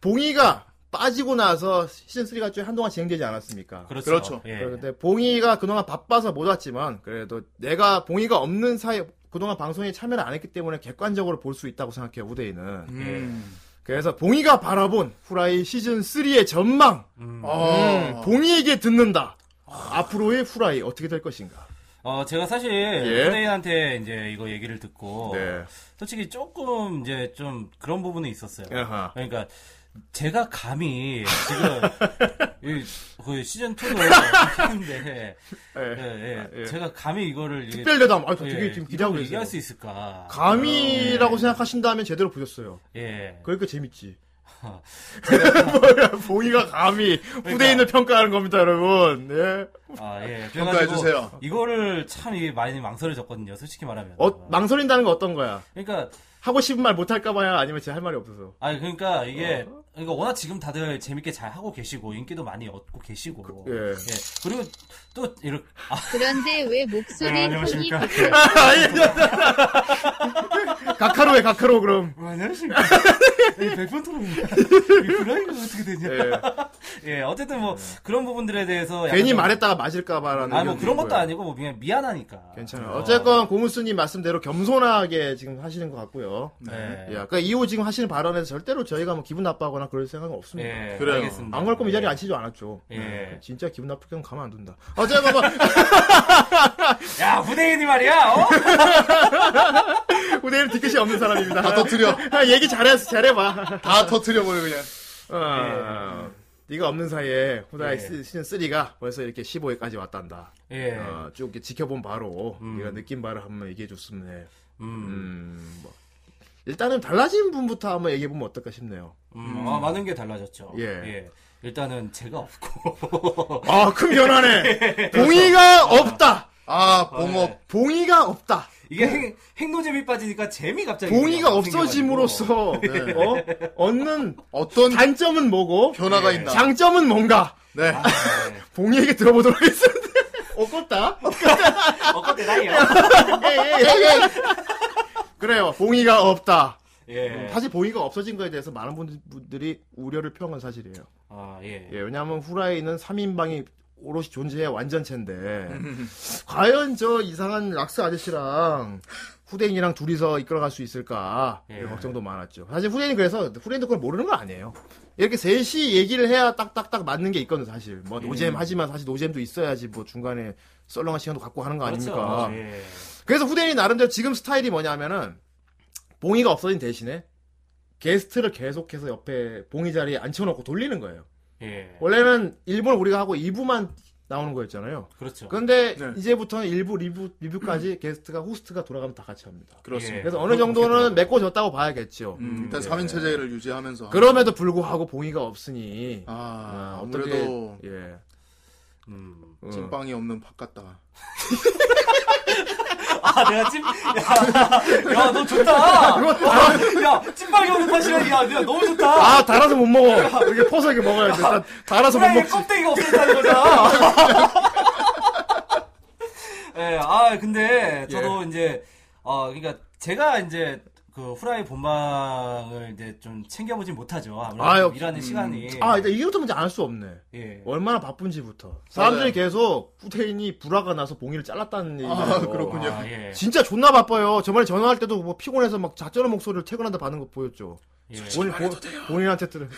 Speaker 1: 봉이가 빠지고 나서 시즌3가 좀 한동안 진행되지 않았습니까?
Speaker 3: 그렇죠.
Speaker 2: 그렇죠.
Speaker 3: 예.
Speaker 1: 그런데 봉이가 그동안 바빠서 못 왔지만 그래도 내가 봉이가 없는 사이 그동안 방송에 참여를 안 했기 때문에 객관적으로 볼 수 있다고 생각해요 우대인은
Speaker 2: 음.
Speaker 1: 그래서 봉이가 바라본 후라이 시즌 3의 전망
Speaker 3: 음.
Speaker 2: 아.
Speaker 1: 음, 봉이에게 듣는다 앞으로의 후라이 어떻게 될 것인가
Speaker 3: 어, 제가 사실
Speaker 1: 예.
Speaker 3: 후대인한테 이제 이거 얘기를 듣고
Speaker 1: 네.
Speaker 3: 솔직히 조금 이제 좀 그런 부분이 있었어요.
Speaker 1: 아하.
Speaker 3: 그러니까 제가 감히
Speaker 1: <laughs>
Speaker 3: 지금 이, 그 시즌 2로 했는데
Speaker 1: 예.
Speaker 3: 예, 예.
Speaker 1: 아, 예.
Speaker 3: 지가 감히 이거를 이게-
Speaker 1: 특별 대담 아 되게
Speaker 3: 예,
Speaker 1: 지금 기대하고 계세요
Speaker 3: 이걸 얘기할 수 있을까? 아,
Speaker 1: 감이라고 생각하신다면 제대로 보셨어요
Speaker 3: 예.
Speaker 1: 그러니까
Speaker 3: <laughs>
Speaker 1: 재밌지 <laughs> 뭐야 봉이가 감히
Speaker 3: 그러니까.
Speaker 1: 후대인을 평가하는 겁니다 여러분 예.
Speaker 3: 아, 예.
Speaker 2: 평가해
Speaker 3: 그래가지고
Speaker 2: 주세요.
Speaker 3: 이거를 참 이게 많이 망설여졌거든요. 솔직히 말하면.
Speaker 1: 어, 망설인다는 건 어떤 거야
Speaker 3: 그러니까
Speaker 1: 하고 싶은 말 못할까봐야 아니면 제 할 말이 없어서.
Speaker 3: 아 그러니까 이게
Speaker 1: 어?
Speaker 3: 그러니까 워낙 지금 다들 재밌게 잘 하고 계시고 인기도 많이 얻고 계시고
Speaker 1: 예.
Speaker 3: <laughs> 그리고 또 이렇게 아,
Speaker 4: 그런데 왜 목소리 톤이
Speaker 3: 네, 안녕하십니까 예.
Speaker 1: 가카로해 가카로 그럼.
Speaker 3: 어,
Speaker 1: <laughs>
Speaker 3: 안녕하십니까 이 백분토론이야 브라이가 어떻게 되냐
Speaker 1: 예.
Speaker 3: 예 어쨌든 뭐 그런 부분들에 대해서 약간
Speaker 1: 괜히
Speaker 3: 좀-
Speaker 1: 말했다가 맞을까봐라는.
Speaker 3: 아니 뭐
Speaker 1: 의견도
Speaker 3: 그런 것도
Speaker 1: 있고요.
Speaker 3: 아니고 뭐 그냥 미안하니까
Speaker 1: 예. 괜찮아요.
Speaker 3: 어.
Speaker 1: 어쨌건 고무스님 말씀대로 겸손하게 지금 하시는 것 같고요. 같아요.
Speaker 3: 네.
Speaker 1: 예, 그러니까 이호 지금 하시는 발언에서 절대로 저희가 뭐 기분 나빠하거나 그럴 생각은 없습니다.
Speaker 3: 예, 그래요. 알겠습니다.
Speaker 1: 안 갈 거면 이 자리에 앉히지 않았죠.
Speaker 3: 예.
Speaker 1: 네, 진짜 기분 나쁠 경우 가만 안 둔다. 어쨌든 뭐 <laughs>
Speaker 3: 야, 후대인이 말이야. 어?
Speaker 1: 후대인은 뒤끝이 없는 사람입니다.
Speaker 2: 다 터뜨려.
Speaker 1: <laughs> 아, 얘기 잘해서 잘해봐.
Speaker 2: 다 터트려 버려 그냥.
Speaker 1: 어, 네가 없는 사이에 후다이
Speaker 3: 예.
Speaker 1: 시즌 3가 벌써 이렇게 15회까지 왔단다.
Speaker 3: 예.
Speaker 1: 어, 쭉 이렇게 지켜본 바로 네가 느낀 바를 한번 얘기해 줬으면 해. 음, 뭐. 일단은 달라진 분부터 한번 얘기해 보면 어떨까 싶네요.
Speaker 3: 음, 아, 많은 게 달라졌죠.
Speaker 1: 예.
Speaker 3: 일단은 제가 없고.
Speaker 1: 아, 큰 변화네. <laughs> 그렇죠. 봉이가 없다.
Speaker 2: 아,
Speaker 3: 봉업. 네.
Speaker 1: 봉이가 없다.
Speaker 3: 이게 행, 행동재미 빠지니까 재미 갑자기.
Speaker 1: 봉이가
Speaker 3: 그냥
Speaker 1: 없어짐으로써
Speaker 3: 네.
Speaker 1: 어? 얻는
Speaker 2: 어떤
Speaker 1: 단점은 뭐고
Speaker 2: 변화가 있나?
Speaker 1: 장점은 뭔가
Speaker 2: 네.
Speaker 3: 아, 예.
Speaker 1: 봉이에게 들어보도록 하겠습니다. 어껍다.
Speaker 3: 어깨 나이야.
Speaker 1: 예, 예, 예. 그래요. 봉이가 음, 없다.
Speaker 3: 예.
Speaker 1: 사실 봉이가 없어진 거에 대해서 많은 분들- 분들이 우려를 표한 건 사실이에요.
Speaker 3: 아, 예.
Speaker 1: 예, 왜냐하면 후라이는 3인방이 오롯이 존재해
Speaker 3: <laughs>
Speaker 1: 완전체인데 과연 저 이상한 락스 아저씨랑 후대인이랑 둘이서 이끌어갈 수 있을까
Speaker 3: 예.
Speaker 1: 이런 걱정도 많았죠. 사실 후대인 그래서 후대인도 그걸 모르는 거 아니에요. 이렇게 셋이 얘기를 해야 딱딱딱 맞는 게 있거든 사실. 뭐
Speaker 3: 음.
Speaker 1: 노잼 하지만 사실 노잼도 있어야지 뭐 중간에 썰렁한 시간도 갖고 하는 거
Speaker 3: 그렇죠.
Speaker 1: 아닙니까?
Speaker 3: 예.
Speaker 1: 그래서 후대인이 나름대로 지금 스타일이 뭐냐면은 봉이가 없어진 대신에 게스트를 계속해서 옆에 봉이 자리에 앉혀놓고 돌리는 거예요.
Speaker 3: 예.
Speaker 1: 원래는 일본 우리가 하고 2부만 나오는 거였잖아요.
Speaker 3: 그렇죠.
Speaker 1: 근데
Speaker 2: 네.
Speaker 1: 이제부터는 일부 리뷰, 리뷰까지 게스트가 호스트가 돌아가면 다 같이 합니다.
Speaker 2: 네. 그렇습니다.
Speaker 1: 그래서 어느 정도는 메꿔줬다고 봐야겠죠.
Speaker 2: 음, 일단 3인 체제를 유지하면서
Speaker 1: 그럼에도 불구하고 봉이가 없으니
Speaker 2: 아,
Speaker 1: 어, 어떻게-
Speaker 2: 아무래도
Speaker 1: 예.
Speaker 3: 음.
Speaker 1: 어.
Speaker 2: 찐빵이 없는 밥 같다.
Speaker 3: 아, 내가 찜, 야, 야,
Speaker 1: <laughs>
Speaker 3: 너 좋다. 아, 야, 찐빵이 없는 탓이라, 야, 내가 너무 좋다.
Speaker 1: 아 달아서 못 먹어. 이렇게 퍼서 이렇게 먹어야 돼. 다- 달아서 못
Speaker 3: 후라이의
Speaker 1: 먹지.
Speaker 3: 껍데기가 없어진다는
Speaker 1: <laughs>
Speaker 3: 거잖아. 예, 아, 근데
Speaker 1: 예.
Speaker 3: 저도 이제, 어, 그러니까 제가 이제 그 후라이 본방을 이제 좀 챙겨보진 못하죠. 아무래도
Speaker 1: 아유,
Speaker 3: 일하는 시간이.
Speaker 1: 아 일단 이것부터 이제 알 수 없네.
Speaker 3: 예.
Speaker 1: 얼마나 바쁜지부터. 사람들이 계속 후태인이 불화가 나서 봉이를 잘랐다는 얘기예요.
Speaker 2: 아, 그렇군요.
Speaker 3: 아, 예.
Speaker 1: 진짜 존나 바빠요. 저번에 전화할 때도 뭐 피곤해서 막 작전의 목소리를 퇴근한다 받는 거 보였죠.
Speaker 3: 예.
Speaker 1: 본인, 본, 본인한테 들은.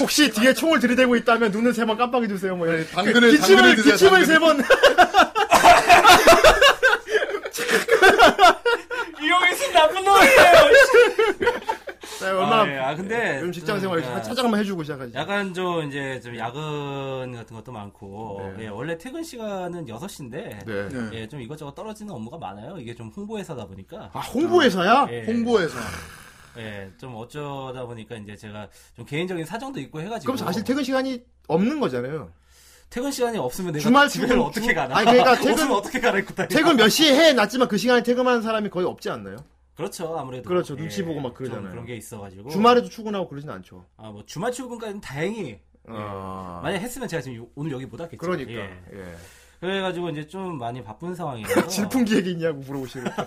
Speaker 1: 혹시 뒤에 총을 들이대고 있다면 눈을 세 번 깜빡이 주세요. 뭐 이런.
Speaker 2: 당근을
Speaker 1: 기침을
Speaker 2: 당근을 드세요.
Speaker 1: 기침을 세
Speaker 2: 당근.
Speaker 1: 번.
Speaker 3: 이 형이 슨
Speaker 1: <laughs>
Speaker 3: 나쁜 놈이에요.
Speaker 1: 네, 얼마나.
Speaker 3: 아, 예. 아, 근데
Speaker 1: 요즘 직장
Speaker 3: 좀,
Speaker 1: 생활
Speaker 3: 예.
Speaker 1: 찾아가면 해주고 시작하지.
Speaker 3: 약간 좀 이제 좀 야근 같은 것도 많고 예, 원래 퇴근 시간은 6시인데
Speaker 1: 네.
Speaker 2: 네.
Speaker 3: 예, 좀 이것저것 떨어지는 업무가 많아요. 이게 좀 홍보 회사다 보니까
Speaker 1: 아 홍보회사야?
Speaker 3: 예,
Speaker 2: 홍보에서
Speaker 3: 예, 좀 어쩌다 보니까 이제 제가 좀 개인적인 사정도 있고 해가지고
Speaker 1: 그럼 사실 퇴근 시간이 없는 거잖아요.
Speaker 3: 퇴근 시간이 없으면 내가
Speaker 1: 주말
Speaker 3: 집에를
Speaker 1: 출근-
Speaker 3: 어떻게
Speaker 1: 주-
Speaker 3: 가나?
Speaker 1: 아니,
Speaker 3: <laughs>
Speaker 1: 그러니까 퇴근-
Speaker 3: 없으면 어떻게 가나 입고 다니
Speaker 1: 퇴근 몇 시에 해 놨지만 그 시간에 퇴근하는 사람이 거의 없지 않나요?
Speaker 3: 그렇죠, 아무래도
Speaker 1: 그렇죠, 눈치 보고 막
Speaker 3: 좀
Speaker 1: 그러잖아요.
Speaker 3: 그런 게 있어가지고
Speaker 1: 주말에도 출근하고 그러진 않죠.
Speaker 3: 아, 뭐 주말 출근까지는 다행히
Speaker 1: 아.
Speaker 3: 만약 했으면 제가 지금 요- 오늘 여기 못 왔겠죠.
Speaker 1: 그러니까.
Speaker 3: 예.
Speaker 1: 예.
Speaker 3: 그래가지고 이제 좀 많이 바쁜 상황이에요.
Speaker 1: <laughs> 질풍 기획이 있냐고 물어보시는. 거.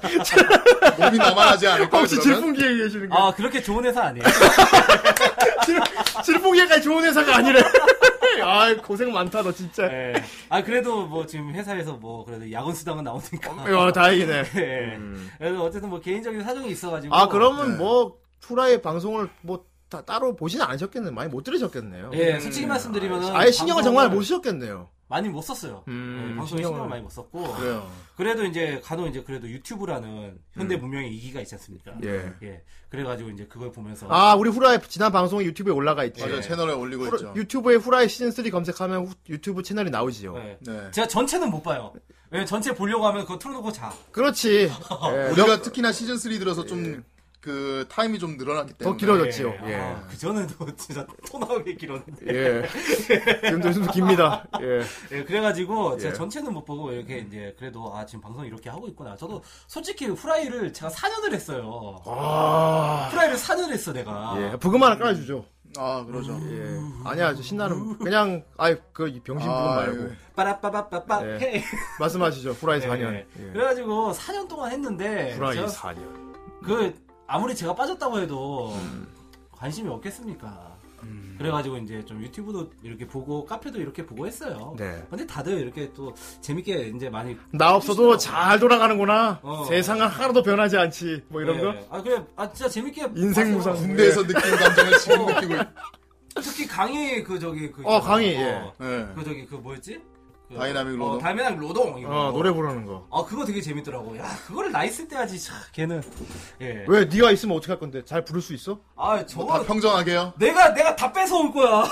Speaker 2: 몸이 나만하지 않을까
Speaker 1: 혹시
Speaker 2: 그러면?
Speaker 1: 질풍 기획 계시는 거예요?
Speaker 3: 아 그렇게 좋은 회사 아니에요?
Speaker 1: 질풍기가 좋은 회사가 아니래. <laughs> 아 고생 많다 너 진짜.
Speaker 3: 예. 아 그래도 뭐 지금 회사에서 뭐 그래도 야근 수당은 나오니까.
Speaker 1: 야 다행이네. 음.
Speaker 3: 예. 그래서 어쨌든 뭐 개인적인 사정이 있어가지고.
Speaker 1: 아 그러면
Speaker 2: 네.
Speaker 1: 뭐 후라이 방송을 뭐 다, 따로 보진 않으셨겠네. 많이 못 들으셨겠네요.
Speaker 3: 예, 솔직히 말씀드리면
Speaker 1: 음. 아예 신경을 정말 못 쓰셨겠네요.
Speaker 3: 많이 못 썼어요.
Speaker 1: 음,
Speaker 3: 예,
Speaker 1: 신경을-
Speaker 3: 방송에
Speaker 1: 네.
Speaker 3: 신경을... 많이 못 썼고.
Speaker 2: 그래요.
Speaker 3: 그래도 이제 간혹 이제 그래도 유튜브라는 현대 문명의 이기가 있지 않습니까?
Speaker 1: 음. 예.
Speaker 3: 그래가지고 이제 그걸 보면서
Speaker 1: 아 우리 후라이 지난 방송이 유튜브에 올라가 있지.
Speaker 2: 맞아 요 예. 채널에 올리고
Speaker 1: 후라-
Speaker 2: 있죠.
Speaker 1: 예. 유튜브에 후라이 시즌 3 검색하면 후- 유튜브 채널이 나오지요.
Speaker 3: 예.
Speaker 2: 네.
Speaker 3: 제가 전체는 못 봐요. 왜 전체 보려고 하면 그거 틀어놓고 자.
Speaker 1: 그렇지. 예,
Speaker 2: 우리가 특히나 시즌 3 들어서 좀 그 타임이 좀 늘어났기 때문에
Speaker 1: 더 길어졌지요.
Speaker 3: 예. 아, 그 전에도 <laughs> 진짜 토 나오게 길었는데.
Speaker 1: 예. 지금도 좀 깁니다. 예.
Speaker 3: 예, 그래가지고 제가
Speaker 1: 예.
Speaker 3: 전체는 못 보고 이렇게 이제 그래도 아 지금 방송 이렇게 하고 있구나. 저도 솔직히 후라이를 제가 4년을 했어요. 후라이를 4년을 했어 내가.
Speaker 1: 아. 예. 부금 하나 깔아주죠.
Speaker 2: 아 그러죠.
Speaker 1: 예. 아니야, 저 신나는, 그냥, 아이, 그, 이 병신 부분
Speaker 2: 아,
Speaker 1: 말고.
Speaker 2: 예.
Speaker 3: 빠라빠바빠빠.
Speaker 1: 예.
Speaker 3: 헤이.
Speaker 1: 말씀하시죠. 후라이 4년.
Speaker 3: 예.
Speaker 1: 예.
Speaker 3: 그래가지고 4년 동안 했는데
Speaker 1: 후라이
Speaker 3: 제가
Speaker 1: 4년. 음.
Speaker 3: 그 아무리 제가 빠졌다고 해도 관심이 없겠습니까? 그래가지고 이제 좀 유튜브도 이렇게 보고 카페도 이렇게 보고 했어요.
Speaker 1: 네.
Speaker 3: 근데 다들 이렇게 또 재밌게 이제 많이
Speaker 1: 나 없어도 잘 돌아가는구나.
Speaker 3: 어.
Speaker 1: 세상은 하나도 변하지 않지. 뭐 이런
Speaker 3: 예.
Speaker 1: 거.
Speaker 3: 아 그래 아 진짜 재밌게
Speaker 1: 인생
Speaker 3: 봤어요.
Speaker 1: 무상. 군대에서
Speaker 3: 예.
Speaker 1: 느낀 감정을 지금 느끼고
Speaker 3: 특히 강의 그 저기 그
Speaker 1: 어,
Speaker 3: 있잖아요.
Speaker 1: 강의, 예.
Speaker 3: 어,
Speaker 2: 네.
Speaker 1: 예.
Speaker 3: 그 저기 그 뭐였지? 그,
Speaker 1: 다이나믹
Speaker 3: 어,
Speaker 1: 로동.
Speaker 3: 다이나믹 로동 이거. 뭐.
Speaker 1: 어, 노래 부르는 거.
Speaker 3: 아 그거 되게 재밌더라고. 야 그거를 나 있을 때 하지. 참, 걔는 예.
Speaker 1: 왜 네가 있으면 어떻게 할 건데? 잘 부를 수 있어?
Speaker 3: 아 저거
Speaker 1: 다 평정하게요.
Speaker 3: 내가 내가 다 뺏어 올 거야.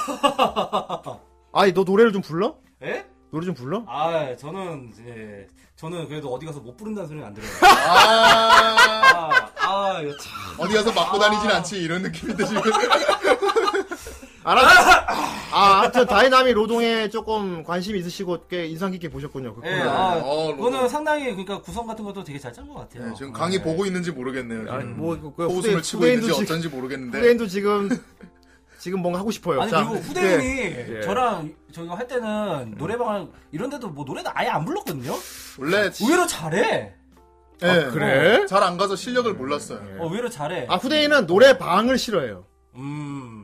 Speaker 1: 아니 너 노래를 좀 불러?
Speaker 3: 예?
Speaker 1: 노래 좀 불러?
Speaker 3: 아 저는 이제 저는 그래도 어디 가서 못 부른다는 소리는 안 들어요. 아, 이거 참.
Speaker 2: 어디 가서
Speaker 1: 아.
Speaker 2: 맞고 다니진 않지 이런 느낌인데 지금
Speaker 1: 알았어. 아, 하여튼 다이나믹 로동에 조금 관심 있으시고 꽤 인상 깊게 보셨군요. 그
Speaker 3: 예,
Speaker 1: 코너.
Speaker 2: 네,
Speaker 3: 아, 그거는 상당히 그러니까 구성 같은 것도 되게 잘 짠 것 같아요.
Speaker 2: 어, 뭐, 지금 강의
Speaker 3: 어, 예.
Speaker 2: 보고 있는지 모르겠네요.
Speaker 1: 네. 아니,
Speaker 2: 지금.
Speaker 1: 뭐, 그, 그
Speaker 2: 호흡을
Speaker 1: 후대-
Speaker 2: 치고
Speaker 1: 후대인도
Speaker 2: 있는지 어쩐지
Speaker 1: 지금-
Speaker 2: 모르겠는데.
Speaker 1: 네. 후대인도 지금 지금 뭔가 하고 싶어요.
Speaker 3: 아니
Speaker 1: 자, 네.
Speaker 3: 그리고 후대인이
Speaker 1: 예.
Speaker 3: 저랑 저희가 할 때는 노래방 이런데도 뭐 노래는 아예 안 불렀거든요.
Speaker 2: 원래
Speaker 3: 의외로 잘해.
Speaker 1: 예. 아, 그래?
Speaker 2: 잘 안 가서 실력을 몰랐어요.
Speaker 3: 어, 의외로 잘해.
Speaker 1: 아 후대인은 노래 방을 싫어해요.
Speaker 3: 음,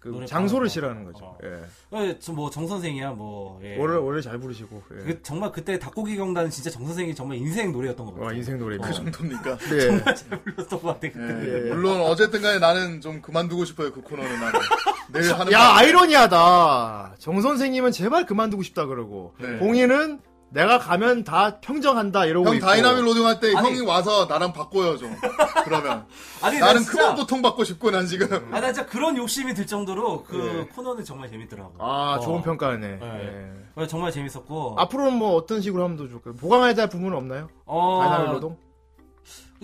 Speaker 1: 그
Speaker 3: 노래방.
Speaker 1: 장소를 싫어하는 거죠. 예.
Speaker 3: 어, 저뭐정 선생이야 뭐. 예.
Speaker 1: 원래 원래 잘 부르시고. 예.
Speaker 3: 그 정말 그때 닭고기 경단은 진짜 정 선생이 정말 인생 노래였던 것 같아요.
Speaker 1: 와 어, 인생 노래.
Speaker 2: 그 정도입니까?
Speaker 1: 네.
Speaker 3: 정말 <laughs> 잘 불렀던 것 같아 그때.
Speaker 2: 예, 물론 어쨌든간에 나는 좀 그만두고 싶어요 그 코너는 나는 내일 하는
Speaker 1: 야
Speaker 2: 방-
Speaker 1: 아이러니하다. 정 선생님은 제발 그만두고 싶다 그러고
Speaker 3: 네.
Speaker 1: 봉이는 내가 가면 다 평정한다 이러고
Speaker 2: 네. 형
Speaker 1: 있고.
Speaker 2: 다이나믹 로딩 할 때 형이 와서 나랑 바꿔요 좀
Speaker 1: <laughs>
Speaker 2: 그러면
Speaker 3: 아니, 나
Speaker 2: 나는
Speaker 3: 진짜-
Speaker 2: 그만 고통 받고 싶고 난 지금
Speaker 1: 음.
Speaker 3: 아, 나 진짜 그런 욕심이 들 정도로 그 코너는 정말 재밌더라고.
Speaker 1: 네. 아
Speaker 3: 어.
Speaker 1: 좋은 평가네.
Speaker 3: 예. 어, 정말 재밌었고.
Speaker 1: 앞으로는 뭐 어떤 식으로 하면 더 좋을까요? 보강해야 될 부분은 없나요?
Speaker 3: 어.
Speaker 1: 다이나믹 노동?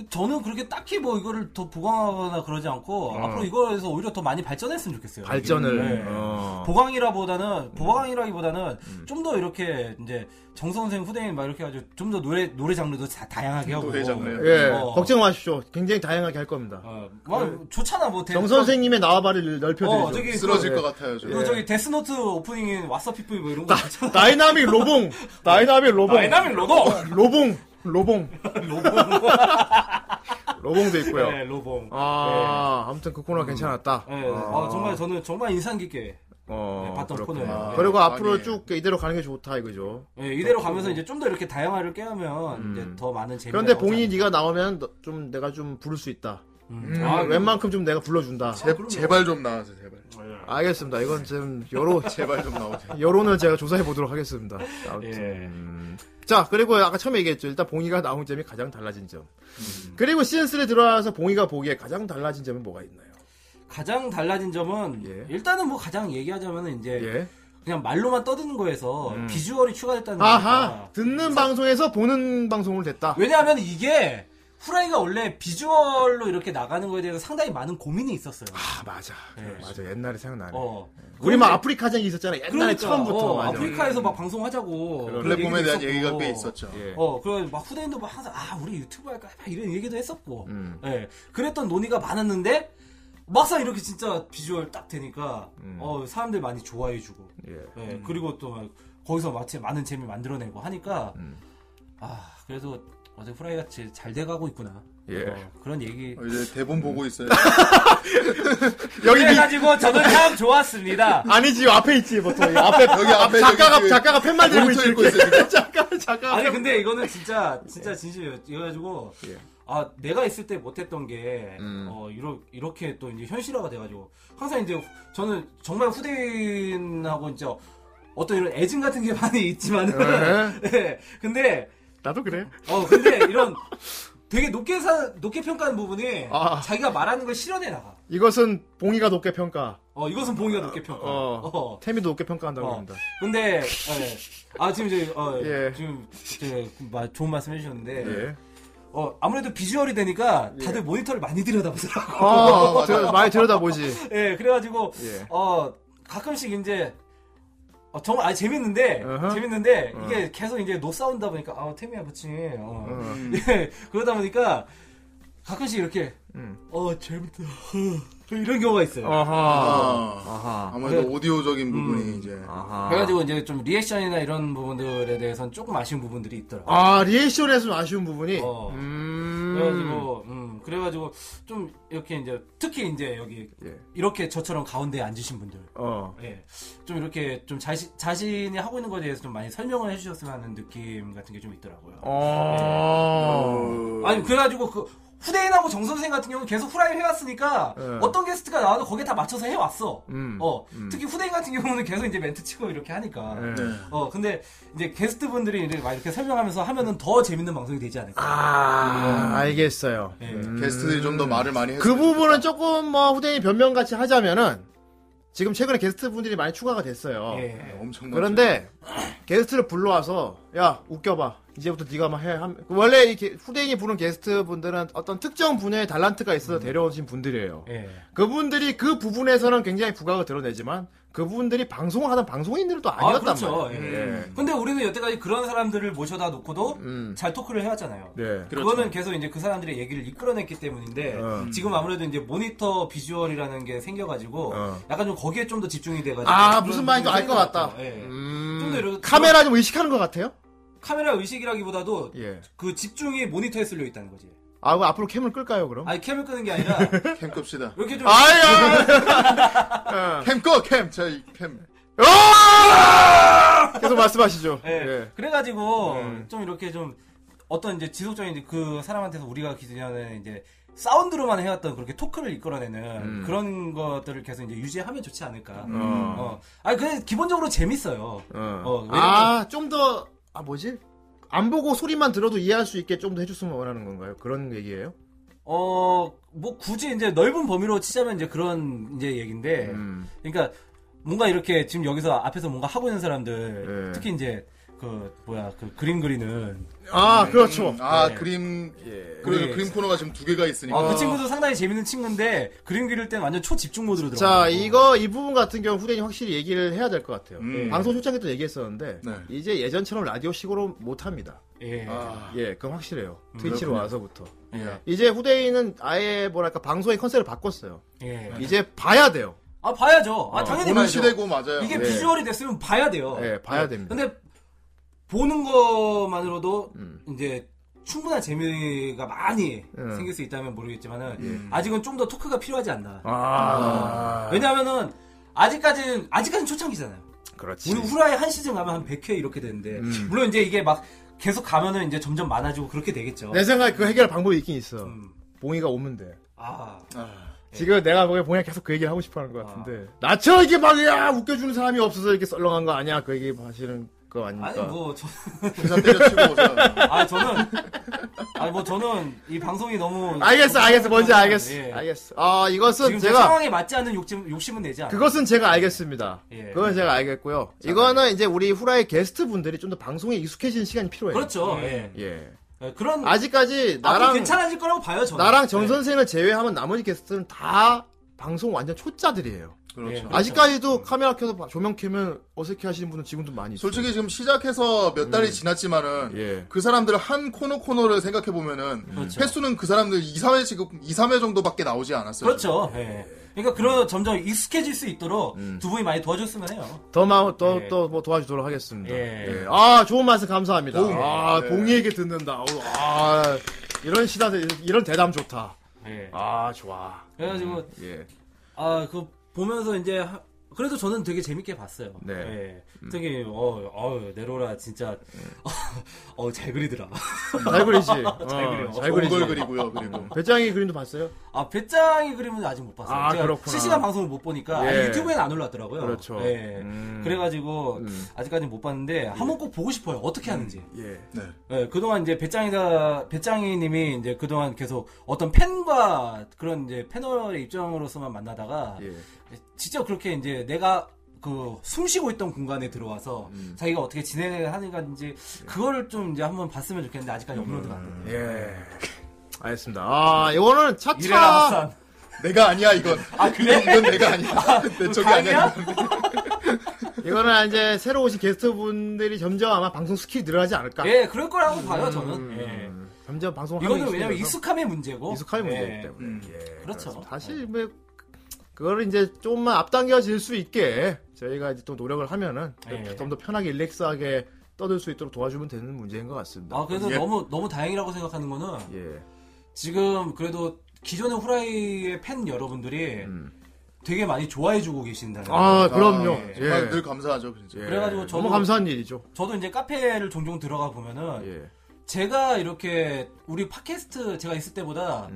Speaker 3: 저는 그렇게 딱히 뭐 이거를 더 보강하거나 그러지 않고
Speaker 1: 어.
Speaker 3: 앞으로 이거에서 오히려 더 많이 발전했으면 좋겠어요.
Speaker 1: 발전을. 음.
Speaker 3: 네.
Speaker 1: 어.
Speaker 3: 보강이라보다는 보강이라기보다는
Speaker 1: 음.
Speaker 3: 좀 더 이렇게 이제 정 선생 후대인 막 이렇게 아주 좀 더 노래 노래 장르도 다, 다양하게 하고
Speaker 2: 노래 장르요?
Speaker 1: 예,
Speaker 3: 어.
Speaker 1: 걱정 마십시오. 굉장히 다양하게 할 겁니다.
Speaker 3: 와, 좋잖아 뭐 대-
Speaker 1: 정 선생님의 나와바를 넓혀드리죠.
Speaker 3: 어, 저기 그-
Speaker 1: 네.
Speaker 3: 그 저기 데스노트 오프닝인 왓썹 피플 뭐 이런 거 있잖아.
Speaker 1: 다이나믹 로봉, 다이나믹 로봉,
Speaker 3: 다이나믹 로동!
Speaker 1: 로봉, 로봉,
Speaker 3: <laughs> 로봉,
Speaker 1: 로봉도 있고요.
Speaker 3: 네, 로봉.
Speaker 1: 아, 아무튼 그 코너 괜찮았다. 어,
Speaker 3: 네, 아, 정말 저는 정말 인상 깊게 네, 봤던 코너예요. 네.
Speaker 1: 그리고
Speaker 3: 아,
Speaker 1: 앞으로
Speaker 3: 예.
Speaker 1: 쭉 이대로 가는 게 좋다 이거죠.
Speaker 3: 예, 이대로 가면서 이제 좀 더 이렇게 다양화를 깨하면 이제 더 많은 재미.
Speaker 1: 뭐 음. 그런데 봉이 네가 나오면 너- 좀 내가 좀 부를 수 있다. 음,
Speaker 3: 아,
Speaker 1: 웬만큼 좀 내가 불러준다.
Speaker 2: 제, 제발 좀 나와주세요 제발
Speaker 1: 알겠습니다. 이건 지금 여론
Speaker 2: 제발 좀 나오세요.
Speaker 1: 여론을 제가 조사해 보도록 하겠습니다. 아무튼
Speaker 3: 예.
Speaker 1: 음. 자 그리고 아까 처음에 얘기했죠. 일단 봉이가 나온 점이 가장 달라진 점.
Speaker 3: 음.
Speaker 1: 그리고 시즌 3에 들어와서 봉이가 보기에 가장 달라진 점은 뭐가 있나요?
Speaker 3: 가장 달라진 점은
Speaker 1: 예.
Speaker 3: 일단은 뭐 가장 얘기하자면은 이제 그냥 말로만 떠드는 거에서 비주얼이 추가됐다는
Speaker 1: 음. 아하
Speaker 3: 거니까.
Speaker 1: 듣는 방송에서 보는 방송으로 됐다.
Speaker 3: 왜냐하면 이게 후라이가 원래 비주얼로 이렇게 나가는 거에 대해서 상당히 많은 고민이 있었어요.
Speaker 1: 아 맞아 맞아 옛날에 생각나네.
Speaker 3: 네. 어.
Speaker 1: 우리 막
Speaker 3: 그런데-
Speaker 1: 아프리카쟁이 있었잖아. 옛날에
Speaker 3: 그러니까,
Speaker 1: 처음부터 예.
Speaker 3: 어,
Speaker 1: 맞아.
Speaker 3: 아프리카에서 막 방송하자고 그런
Speaker 2: 플랫폼에
Speaker 3: 얘기도
Speaker 2: 대한
Speaker 3: 있었고.
Speaker 2: 얘기가 꽤 있었죠. 예.
Speaker 3: 어, 그래 막 후대인도 막 항상 아 우리 유튜브 할까 막 이런 얘기도 했었고,
Speaker 1: 음,
Speaker 3: 예, 그랬던 논의가 많았는데 막상 이렇게 진짜 비주얼 딱 되니까
Speaker 1: 음.
Speaker 3: 어 사람들 많이 좋아해주고,
Speaker 1: 예,
Speaker 3: 예, 그리고 또막 거기서 마치 많은 재미 만들어내고 하니까
Speaker 1: 음.
Speaker 3: 아 그래도 어제 후라이가 제일 잘 돼가고 있구나.
Speaker 1: 예.
Speaker 3: 어, 그런 얘기.
Speaker 2: 이제
Speaker 3: 음.
Speaker 2: 대본 보고 있어요
Speaker 1: 여기
Speaker 3: 그래가지고 저는
Speaker 1: <laughs>
Speaker 3: 참 좋았습니다.
Speaker 1: 아니지 앞에 있지 보통 이 앞에
Speaker 3: 여기 <laughs> 아, 앞에
Speaker 1: 작가가
Speaker 3: 저기
Speaker 1: 작가가 팬말 들고
Speaker 3: 모니터
Speaker 1: 있지
Speaker 3: 읽고
Speaker 1: 이렇게. <laughs>
Speaker 3: 있어요,
Speaker 1: 작가 작가
Speaker 3: 아니 근데 이거는 진짜
Speaker 1: 예.
Speaker 3: 진짜 진심이에요. 이래가지고 아 내가 있을 때 못했던 게
Speaker 1: 음.
Speaker 3: 어, 이러, 이렇게 또 이제 현실화가 돼가지고 항상 이제 후- 저는 정말 후대인하고 이제 어떤 이런 애증 같은 게 <laughs> 많이 있지만은
Speaker 1: 네.
Speaker 3: 예. 근데
Speaker 1: 나도 그래.
Speaker 3: 어 근데 이런 되게 높게 사 높게 평가하는 부분이
Speaker 1: 아.
Speaker 3: 자기가 말하는 걸 실현해 나가.
Speaker 1: 이것은 봉이가 높게 평가.
Speaker 3: 어 이것은 봉이가 높게 평가.
Speaker 1: 어,
Speaker 3: 어.
Speaker 1: 태미도 높게 평가한다고
Speaker 3: 어.
Speaker 1: 합니다.
Speaker 3: 근데 예. 아 지금 이제 어, 지금 이제 마- 좋은 말씀 해주셨는데
Speaker 1: 예.
Speaker 3: 어 아무래도 비주얼이 되니까 다들 모니터를 많이 들여다보더라고.
Speaker 1: 어, 들- 많이
Speaker 3: <laughs>
Speaker 1: 들여다보지.
Speaker 3: 예, 그래가지고
Speaker 1: 예.
Speaker 3: 어 가끔씩 이제 어, 정말 아 재밌는데 재밌는데 이게 계속 이제 노 싸운다 보니까 아 태미야 그치. 어.
Speaker 1: 음.
Speaker 3: <laughs> 예, 그러다 보니까 가끔씩 이렇게 어 재밌다. 이런 경우가 있어요.
Speaker 2: 아하.
Speaker 3: 어.
Speaker 2: 그, 아무래도
Speaker 3: 그래-
Speaker 2: 오디오적인 부분이 이제
Speaker 3: 아. 그래가지고 이제 좀 리액션이나 이런 부분들에 대해서는 조금 아쉬운 음. 부분들이 있더라고요.
Speaker 1: 아 리액션에서 좀 아쉬운 부분이.
Speaker 3: 그래가지고 음, 음, 그래가지고 좀 이렇게 이제 특히 이제 여기 이렇게 저처럼 가운데에 앉으신 분들,
Speaker 1: 어.
Speaker 3: 예, 좀 이렇게 좀 자신 자신이 하고 있는 거에 대해서 좀 많이 설명을 해주셨으면 하는 느낌 같은 게 좀 있더라고요.
Speaker 1: 어.
Speaker 3: 아니 그래가지고 그 후대인하고 정 선생 같은 경우는 계속 후라이를 해왔으니까
Speaker 1: 예.
Speaker 3: 어떤 게스트가 나와도 거기에 다 맞춰서 해왔어.
Speaker 1: 음.
Speaker 3: 어
Speaker 1: 음.
Speaker 3: 특히 후대인 같은 경우는 계속 이제 멘트 치고 이렇게 하니까.
Speaker 1: 네.
Speaker 3: 어 근데 이제 게스트 분들이 이렇게 막 이렇게 설명하면서 하면은 더 재밌는 방송이 되지 않을까.
Speaker 1: 아, 알겠어요. 음.
Speaker 2: 게스트들이 좀 더
Speaker 3: 음.
Speaker 2: 말을 많이 했어요.
Speaker 1: 그 부분은 조금 뭐 후대인 변명 같이 하자면은 지금 최근에 게스트 분들이 많이 추가가 아, 됐어요.
Speaker 3: 네. 예.
Speaker 2: 네, 엄청
Speaker 1: 그런데 게스트를 불러와서 야 웃겨봐 이제부터 네가 막 해. 함- 원래 이 게- 후대인이 부른 게스트 분들은 어떤 특정 분야의 달란트가 있어서 데려오신 분들이에요.
Speaker 3: 예.
Speaker 1: 그분들이 그 부분에서는 굉장히 부각을 드러내지만 그분들이 방송을 하던 방송인들도 아니었단
Speaker 3: 아, 그렇죠.
Speaker 1: 말이에요.
Speaker 3: 예. 근데 우리는 여태까지 그런 사람들을 모셔다 놓고도 잘 토크를 해왔잖아요.
Speaker 1: 음. 네.
Speaker 2: 그렇죠.
Speaker 3: 그거는 계속 이제 그 사람들의 얘기를 이끌어냈기 때문인데 지금 아무래도 이제 모니터 비주얼이라는 게 생겨가지고 약간 좀 거기에 좀 더 집중이 돼가지고
Speaker 1: 어. 아, 무슨 말인지 알것 같다. 음.
Speaker 3: 좀더 이렇게
Speaker 1: 카메라 좀 의식하는 것 같아요?
Speaker 3: 예. 카메라 의식이라기보다도
Speaker 1: 예.
Speaker 3: 그 집중이 모니터에 쓸려 있다는 거지.
Speaker 1: 아, 그럼 앞으로 캠을 끌까요, 그럼?
Speaker 3: 아니 캠을 끄는 게 아니라
Speaker 2: 캠 끕시다.
Speaker 3: 이렇게 좀
Speaker 1: 아,
Speaker 2: 캠 꺼, 캠! 저희 캠.
Speaker 1: 계속 말씀하시죠.
Speaker 3: 예. 그래가지고
Speaker 1: 네.
Speaker 3: 좀 이렇게 좀 어떤 이제 지속적인 그 사람한테서 우리가 기존에 이제 사운드로만 해왔던 그렇게 토크를 이끌어내는
Speaker 1: 음.
Speaker 3: 그런 것들을 계속 이제 유지하면 좋지 않을까.
Speaker 1: 음.
Speaker 3: 어. 아니 근데 기본적으로 재밌어요. 어,
Speaker 1: 아, 좀 더, 아, 뭐지? 안 보고 소리만 들어도 이해할 수 있게 좀 더 해줬으면 원하는 건가요? 그런 얘기예요?
Speaker 3: 어, 뭐 굳이 이제 넓은 범위로 치자면 이제 그런 이제 얘기인데,
Speaker 1: 예. 음.
Speaker 3: 그러니까 뭔가 이렇게 지금 여기서 앞에서 뭔가 하고 있는 사람들, 특히 이제 그 뭐야 그 그림 그리는
Speaker 1: 아, 그렇죠.
Speaker 2: 아,
Speaker 3: 네.
Speaker 2: 그림,
Speaker 1: 예.
Speaker 2: 그래,
Speaker 3: 예.
Speaker 2: 그림 코너가 지금 두 개가 있으니까.
Speaker 3: 아, 그 친구도 상당히 재밌는 친구인데 그림 그릴 땐 완전 초집중 모드로 들어.
Speaker 1: 자, 이거, 이 부분 같은 경우 후대인이 확실히 얘기를 해야 될 것 같아요.
Speaker 3: 음.
Speaker 1: 방송 초창기 때 얘기했었는데,
Speaker 2: 네.
Speaker 1: 이제 예전처럼 라디오식으로 못 합니다.
Speaker 3: 예.
Speaker 2: 아.
Speaker 1: 예, 그건 확실해요.
Speaker 2: 음,
Speaker 1: 트위치로
Speaker 2: 그렇군요.
Speaker 1: 와서부터.
Speaker 2: 예.
Speaker 1: 이제 후대인은 아예 뭐랄까, 방송의 컨셉을 바꿨어요.
Speaker 3: 예.
Speaker 1: 이제 봐야 돼요.
Speaker 3: 아 봐야죠. 아
Speaker 1: 어,
Speaker 3: 당연히
Speaker 2: 보는
Speaker 3: 봐야죠.
Speaker 2: 시대고 네. 맞아요.
Speaker 3: 이게
Speaker 1: 예.
Speaker 3: 비주얼이 됐으면 봐야 돼요.
Speaker 1: 예, 봐야 됩니다.
Speaker 3: 근데 보는 것만으로도 이제 충분한 재미가 많이
Speaker 1: 음.
Speaker 3: 생길 수 있다면
Speaker 2: 예.
Speaker 3: 모르겠지만은 아직은 좀 더 토크가 필요하지 않나.
Speaker 1: 아.
Speaker 3: 어. 왜냐하면은 아직까지는 아직까지는 초창기잖아요.
Speaker 1: 그렇지.
Speaker 3: 우리 후라이 한 시즌 가면 한 100회 이렇게 되는데
Speaker 1: 음.
Speaker 3: 물론 이제 이게 막 계속 가면은 이제 점점 많아지고 그렇게 되겠죠.
Speaker 1: 내 생각에 그 해결 방법이 있긴 있어.
Speaker 3: 음.
Speaker 1: 봉이가 오면 돼.
Speaker 3: 아.
Speaker 1: 지금 내가 보기엔 봉이가 계속 그 얘기를 하고 싶어 하는 것 같은데.
Speaker 3: 아.
Speaker 1: 나처럼 이렇게 막, 야, 웃겨주는 사람이 없어서 이렇게 썰렁한 거 아니야. 그 얘기 하시는 거 아닙니까?
Speaker 3: 아니 뭐 저...
Speaker 2: 회사 때려치고 오세요.
Speaker 3: 아 저는 아니 뭐 저는 이 방송이 너무
Speaker 1: 알겠어, 알겠어. 뭔지 알겠어.
Speaker 3: 예.
Speaker 1: 알겠어. 아, 이것은
Speaker 3: 지금 제
Speaker 1: 제가.
Speaker 3: 상황에 맞지 않는 욕심 욕심은 내지 않아.
Speaker 1: 그것은 제가 알겠습니다.
Speaker 3: 예.
Speaker 1: 그건 제가 알겠고요. 이거는 이제 우리 후라이 게스트 분들이 좀 더 방송에 익숙해지는 시간이 필요해요.
Speaker 3: 그렇죠. 예.
Speaker 1: 예.
Speaker 3: 예, 그런
Speaker 1: 아직까지 나랑
Speaker 3: 앞으로 괜찮아질 거라고 봐요 저는.
Speaker 1: 나랑 정
Speaker 3: 예.
Speaker 1: 선생을 제외하면 나머지 게스트는 다 방송 완전 초짜들이에요.
Speaker 2: 그렇죠.
Speaker 3: 예, 그렇죠.
Speaker 1: 아직까지도 카메라 켜서 봐- 조명 켜면 어색해 하시는 분은 지금도 많이 있어요.
Speaker 2: 솔직히 지금 시작해서 몇
Speaker 3: 음.
Speaker 2: 달이 지났지만은
Speaker 1: 예.
Speaker 2: 그 사람들 한 코너 코너를 생각해 보면은
Speaker 3: 그렇죠.
Speaker 2: 횟수는 그 사람들 2, 3회 지금 2, 3회 정도밖에 나오지 않았어요.
Speaker 3: 그렇죠. 예. 그러니까 그런 점점 익숙해질 수 있도록
Speaker 1: 음.
Speaker 3: 두 분이 많이 도와줬으면 해요.
Speaker 1: 더마또또뭐
Speaker 3: 예.
Speaker 1: 도와주도록 하겠습니다.
Speaker 3: 예.
Speaker 1: 예. 아 좋은 말씀 감사합니다.
Speaker 2: 도움.
Speaker 1: 아
Speaker 2: 네.
Speaker 1: 봉이에게 듣는다. 어, 아 이런 시다 이런 대담 좋다.
Speaker 3: 예.
Speaker 1: 아 좋아.
Speaker 3: 그래가지고
Speaker 1: 예.
Speaker 3: 아 그 보면서 이제 하- 그래도 저는 되게 재밌게 봤어요.
Speaker 1: 네.
Speaker 3: 예. 되게 어, 어 네로라 진짜
Speaker 1: 예.
Speaker 3: <laughs> 어 잘 그리더라.
Speaker 1: 잘 그리지.
Speaker 3: <laughs>
Speaker 1: 어,
Speaker 3: 잘 그려.
Speaker 1: 잘
Speaker 2: 좋은
Speaker 1: 그리지.
Speaker 2: 걸 그리고요. 그리고
Speaker 1: 배짱이 그림도 봤어요?
Speaker 3: 아, 배짱이 그림은 아직 못 봤어요.
Speaker 1: 아,
Speaker 3: 제가
Speaker 1: 그렇구나.
Speaker 3: 실시간 방송을 못 보니까
Speaker 1: 예.
Speaker 3: 아, 유튜브에는 안 올랐더라고요.
Speaker 1: 그렇죠.
Speaker 3: 예.
Speaker 1: 음.
Speaker 3: 그래가지고
Speaker 1: 음.
Speaker 3: 아직까지 못 봤는데 한번 꼭 보고 싶어요. 어떻게 하는지.
Speaker 1: 예.
Speaker 2: 네.
Speaker 3: 예, 그동안 이제 배짱이가 배짱이님이 이제 그동안 계속 어떤 팬과 그런 이제 패널의 입장으로서만 만나다가
Speaker 1: 예.
Speaker 3: 진짜 그렇게 이제 내가 그 숨쉬고 있던 공간에 들어와서
Speaker 1: 음.
Speaker 3: 자기가 어떻게 진행을 하는 건지 그거를 좀 이제 한번 봤으면 좋겠는데
Speaker 1: 음.
Speaker 3: 아직까지 업로드가 안 됐네요.
Speaker 1: 예. 알겠습니다. 아 이거는
Speaker 3: 이래라
Speaker 1: 차차
Speaker 3: 합산.
Speaker 2: 내가 아니야 이건. <laughs> 아 그래? 이건 내가 아니야. <laughs> 내 쪽이 아니야. 이건.
Speaker 1: 이거는 이제 새로 오신 게스트분들이 점점 아마 방송 스킬이 늘어나지 않을까.
Speaker 3: 예, 그럴 거라고 봐요 저는. 예.
Speaker 1: 음, 점점 방송
Speaker 3: 이거는 왜냐면 익숙함의 문제고.
Speaker 1: 익숙함의 문제이기
Speaker 3: 예.
Speaker 1: 때문에.
Speaker 2: 음.
Speaker 1: 예,
Speaker 3: 그렇죠.
Speaker 1: 그렇습니다. 사실 뭐 그거를 이제 조금만 앞당겨질 수 있게 저희가 이제 또 노력을 하면은
Speaker 3: 예.
Speaker 1: 좀 더 편하게 릴렉스하게 떠들 수 있도록 도와주면 되는 문제인 것 같습니다.
Speaker 3: 아 그래서
Speaker 2: 예.
Speaker 3: 너무 너무 다행이라고 생각하는 거는
Speaker 1: 예.
Speaker 3: 지금 그래도 기존의 후라이의 팬 여러분들이 되게 많이 좋아해주고 계신다는
Speaker 1: 음. 아,
Speaker 3: 거.
Speaker 1: 그럼요.
Speaker 3: 예.
Speaker 1: 정말 늘
Speaker 2: 감사하죠, 네, 진짜.
Speaker 3: 그래가지고 저도
Speaker 1: 예. 너무 감사한 일이죠. 예.
Speaker 3: 저도 이제 카페를 종종 들어가 보면은 제가 이렇게 우리 팟캐스트 제가 있을 때보다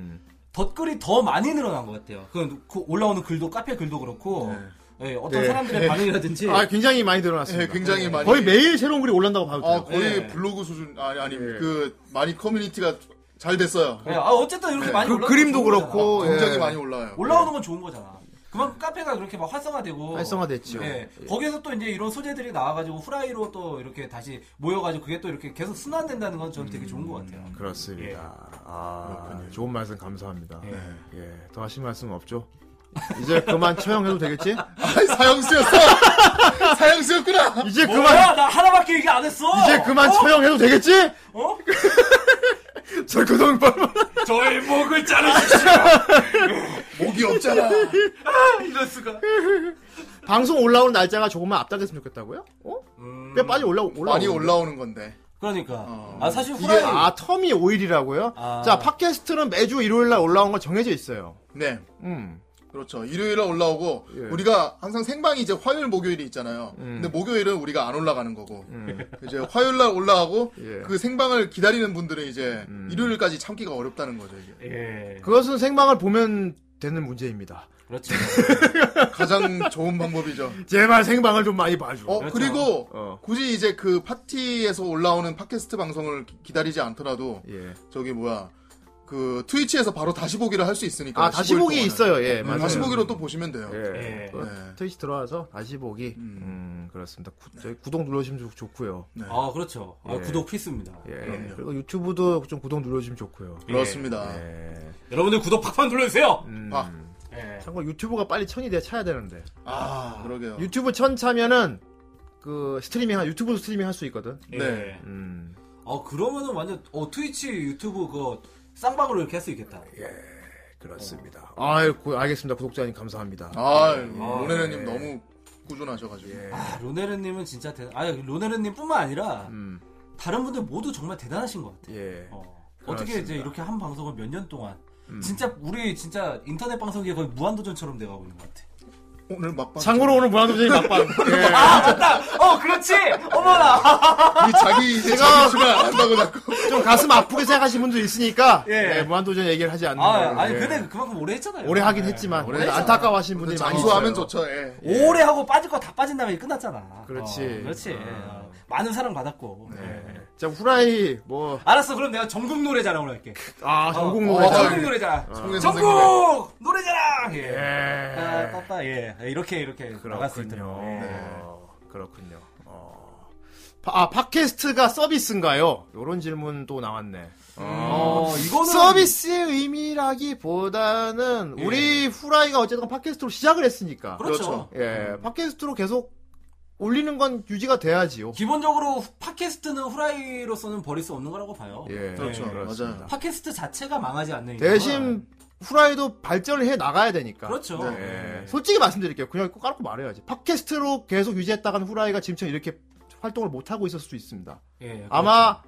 Speaker 3: 덧글이 더 많이 늘어난 것 같아요. 그, 그 올라오는 글도 카페 글도 그렇고 예, 어떤
Speaker 1: 네.
Speaker 3: 사람들의 반응이라든지
Speaker 1: 아, 굉장히 많이 늘어났습니다.
Speaker 2: 네, 굉장히
Speaker 1: 네.
Speaker 2: 많이.
Speaker 1: 거의 매일 예. 새로운 글이 올란다고 봐도 돼요.
Speaker 2: 아, 거의 블로그 수준 아니 아니 그 많이 커뮤니티가 잘 됐어요.
Speaker 3: 예, 아, 어쨌든
Speaker 1: 네.
Speaker 3: 이렇게 많이
Speaker 1: 그
Speaker 3: 올라오는 건 좋은
Speaker 1: 어, 예.
Speaker 3: 거잖아.
Speaker 2: 굉장히 많이 올라요.
Speaker 3: 올라오는 건 좋은 거잖아. 그만큼 카페가 그렇게 막 활성화되고
Speaker 1: 어. 활성화됐죠.
Speaker 3: 예,
Speaker 1: 예.
Speaker 3: 거기에서 또 이제 이런 소재들이 나와가지고 후라이로 또 이렇게 다시 모여가지고 그게 또 이렇게 계속 순환된다는 건 저는 되게 좋은 것 같아요.
Speaker 1: 음. 그렇습니다.
Speaker 3: 예.
Speaker 1: 아, 좋은 말씀 감사합니다.
Speaker 3: 네.
Speaker 1: 예. 더 하실 말씀 없죠? 이제 그만 처형해도 되겠지?
Speaker 2: 아, 사형수였어. <laughs> 사형수였구나.
Speaker 1: 이제 그만
Speaker 3: 뭐야? 나 하나밖에 얘기 안 했어.
Speaker 1: 이제 그만 처형해도 되겠지?
Speaker 3: 어?
Speaker 1: 저 그동안 뻔-
Speaker 3: 저의
Speaker 1: <laughs>
Speaker 3: 목을 자르십시오.
Speaker 2: 목이 <laughs> 없잖아.
Speaker 3: 아, 이럴 수가.
Speaker 1: 방송 올라오는 날짜가 조금만 앞당겼으면 좋겠다고요? 어?
Speaker 3: 음.
Speaker 1: 꽤 빨리 올라 올라
Speaker 2: 많이 올라오는 건데.
Speaker 3: 그러니까. 아 사실
Speaker 1: 이게-
Speaker 3: 후라이
Speaker 1: 아 텀이 5일이라고요?
Speaker 3: 아.
Speaker 1: 자 팟캐스트는 매주 일요일 날 올라온 거 정해져 있어요.
Speaker 2: 네.
Speaker 1: 음.
Speaker 2: 그렇죠. 일요일에 올라오고
Speaker 1: 예.
Speaker 2: 우리가 항상 생방이 이제 화요일 목요일이 있잖아요.
Speaker 1: 음.
Speaker 2: 근데 목요일은 우리가 안 올라가는 거고 이제 화요일 날 올라가고
Speaker 1: 예. <laughs>
Speaker 2: 그 생방을 기다리는 분들은 이제
Speaker 1: 음.
Speaker 2: 일요일까지 참기가 어렵다는 거죠. 이게
Speaker 3: 예.
Speaker 1: 그것은 생방을 보면 되는 문제입니다.
Speaker 3: 그렇죠.
Speaker 1: <laughs>
Speaker 2: 가장 좋은 방법이죠.
Speaker 1: 제발 생방을 좀 많이 봐줘.
Speaker 2: 어
Speaker 1: 그렇죠.
Speaker 2: 그리고
Speaker 1: 어.
Speaker 2: 굳이 이제 그 파티에서 올라오는 팟캐스트 방송을 기- 기다리지 않더라도
Speaker 1: 예.
Speaker 2: 저기 뭐야 그 트위치에서 바로 다시 보기를 할 수 있으니까
Speaker 1: 아, 다시
Speaker 2: 15일
Speaker 1: 보기
Speaker 2: 동안은.
Speaker 1: 있어요. 예,
Speaker 2: 음,
Speaker 1: 맞아요.
Speaker 2: 다시 보기로 또 보시면 돼요. 네,
Speaker 1: 예. 그 트위치 들어와서 다시 보기. 음, 그렇습니다. 구, 저희 구독 눌러주시면 좋- 좋고요.
Speaker 2: 네.
Speaker 3: 아 그렇죠. 아,
Speaker 1: 예.
Speaker 3: 구독 필수입니다.
Speaker 1: 예. 그리고 유튜브도 좀 구독 눌러주시면 좋고요.
Speaker 2: 그렇습니다.
Speaker 1: 예.
Speaker 3: 여러분들 구독 팍팍 눌러주세요.
Speaker 1: 음.
Speaker 2: 아.
Speaker 3: 예.
Speaker 1: 참고로 유튜브가 빨리 천이 돼야 차야 되는데.
Speaker 2: 아 그러게요.
Speaker 1: 유튜브 천 차면은 그 스트리밍 한 유튜브도 스트리밍 할 수 있거든.
Speaker 3: 예.
Speaker 2: 네.
Speaker 1: 음.
Speaker 3: 아 그러면은 완전 어 트위치 유튜브 그 쌍방으로 이렇게 할 수 있겠다.
Speaker 1: 그렇습니다. 아유, 고- 알겠습니다. 구독자님 감사합니다. 예.
Speaker 2: 아
Speaker 3: 아,
Speaker 2: 로네르님 너무 꾸준하셔가지고
Speaker 3: 아, 로네르님은 진짜 대. 아 로네르님뿐만 아니라
Speaker 1: 음.
Speaker 3: 다른 분들 모두 정말 대단하신 것 같아요.
Speaker 1: 예.
Speaker 3: 어. 음.
Speaker 1: 그렇습니다.
Speaker 3: 어떻게 이제 이렇게 한 방송을 몇 년 동안 진짜 우리 진짜 인터넷 방송이 거의 무한도전처럼 돼가고 있는 것 같아.
Speaker 2: 오늘 막방.
Speaker 1: 참고로 오늘 무한도전이 막방. 예.
Speaker 3: 어 그렇지. 어머나.
Speaker 2: 우리
Speaker 1: <laughs>
Speaker 2: 자기 이제
Speaker 1: 제가-
Speaker 2: 자기 출연 안 한다고 자꾸.
Speaker 1: 예. 좀 가슴 아프게 생각하시는 분들 있으니까
Speaker 3: 예.
Speaker 1: 예, 무한도전 얘기를 하지 않는
Speaker 3: 아
Speaker 1: 걸로.
Speaker 3: 아니
Speaker 1: 예.
Speaker 3: 근데 그만큼 오래 했잖아요. 네.
Speaker 1: 오래 하긴 했지만
Speaker 2: 오래
Speaker 1: 그래도
Speaker 2: 했잖아.
Speaker 1: 안타까워하시는 분들이 많이
Speaker 2: 장수하면
Speaker 1: 있어요.
Speaker 2: 좋죠. 예.
Speaker 3: 오래 하고 빠질 거 다 빠진 다음에 끝났잖아.
Speaker 1: 그렇지. 네.
Speaker 3: 어, 그렇지. 어, 많은 사랑 받았고. 예.
Speaker 1: 자 후라이 뭐
Speaker 3: 알았어. 그럼 내가 전국 노래 자랑으로 할게.
Speaker 1: 아, 전국
Speaker 3: 어,
Speaker 1: 노래.
Speaker 3: 어, 전국 노래 자랑.
Speaker 2: 송혜 선생님.
Speaker 3: 전국 노래 자랑. 예.
Speaker 1: 예.
Speaker 3: 아, 빠빠 예. 이렇게 이렇게 나갈 수 있더라고.
Speaker 1: 그렇군요.
Speaker 3: 예.
Speaker 1: 어, 그렇군요. 어. 파- 아, 팟캐스트가 서비스인가요? 요런 질문도 나왔네.
Speaker 3: 어, 이거는
Speaker 1: 서비스의 의미라기보다는
Speaker 3: 예.
Speaker 1: 우리 후라이가 어쨌든 팟캐스트로 시작을 했으니까.
Speaker 3: 그렇죠.
Speaker 2: 그렇죠.
Speaker 1: 예, 팟캐스트로 계속 올리는 건 유지가 돼야지요.
Speaker 3: 기본적으로 후- 팟캐스트는 후라이로서는 버릴 수 없는 거라고 봐요.
Speaker 1: 예,
Speaker 3: 그렇죠.
Speaker 1: 그렇습니다.
Speaker 3: 팟캐스트 자체가 망하지 않는 이상.
Speaker 1: 대신 후라이도 발전을 해 나가야 되니까.
Speaker 3: 아. 그렇죠.
Speaker 1: 예. 솔직히 말씀드릴게요. 그냥 꼭 까놓고 말해야지. 팟캐스트로 계속 유지했다간 후라이가 지금처럼 이렇게 활동을 못 하고 있을 수도 있습니다.
Speaker 3: 예,
Speaker 1: 아마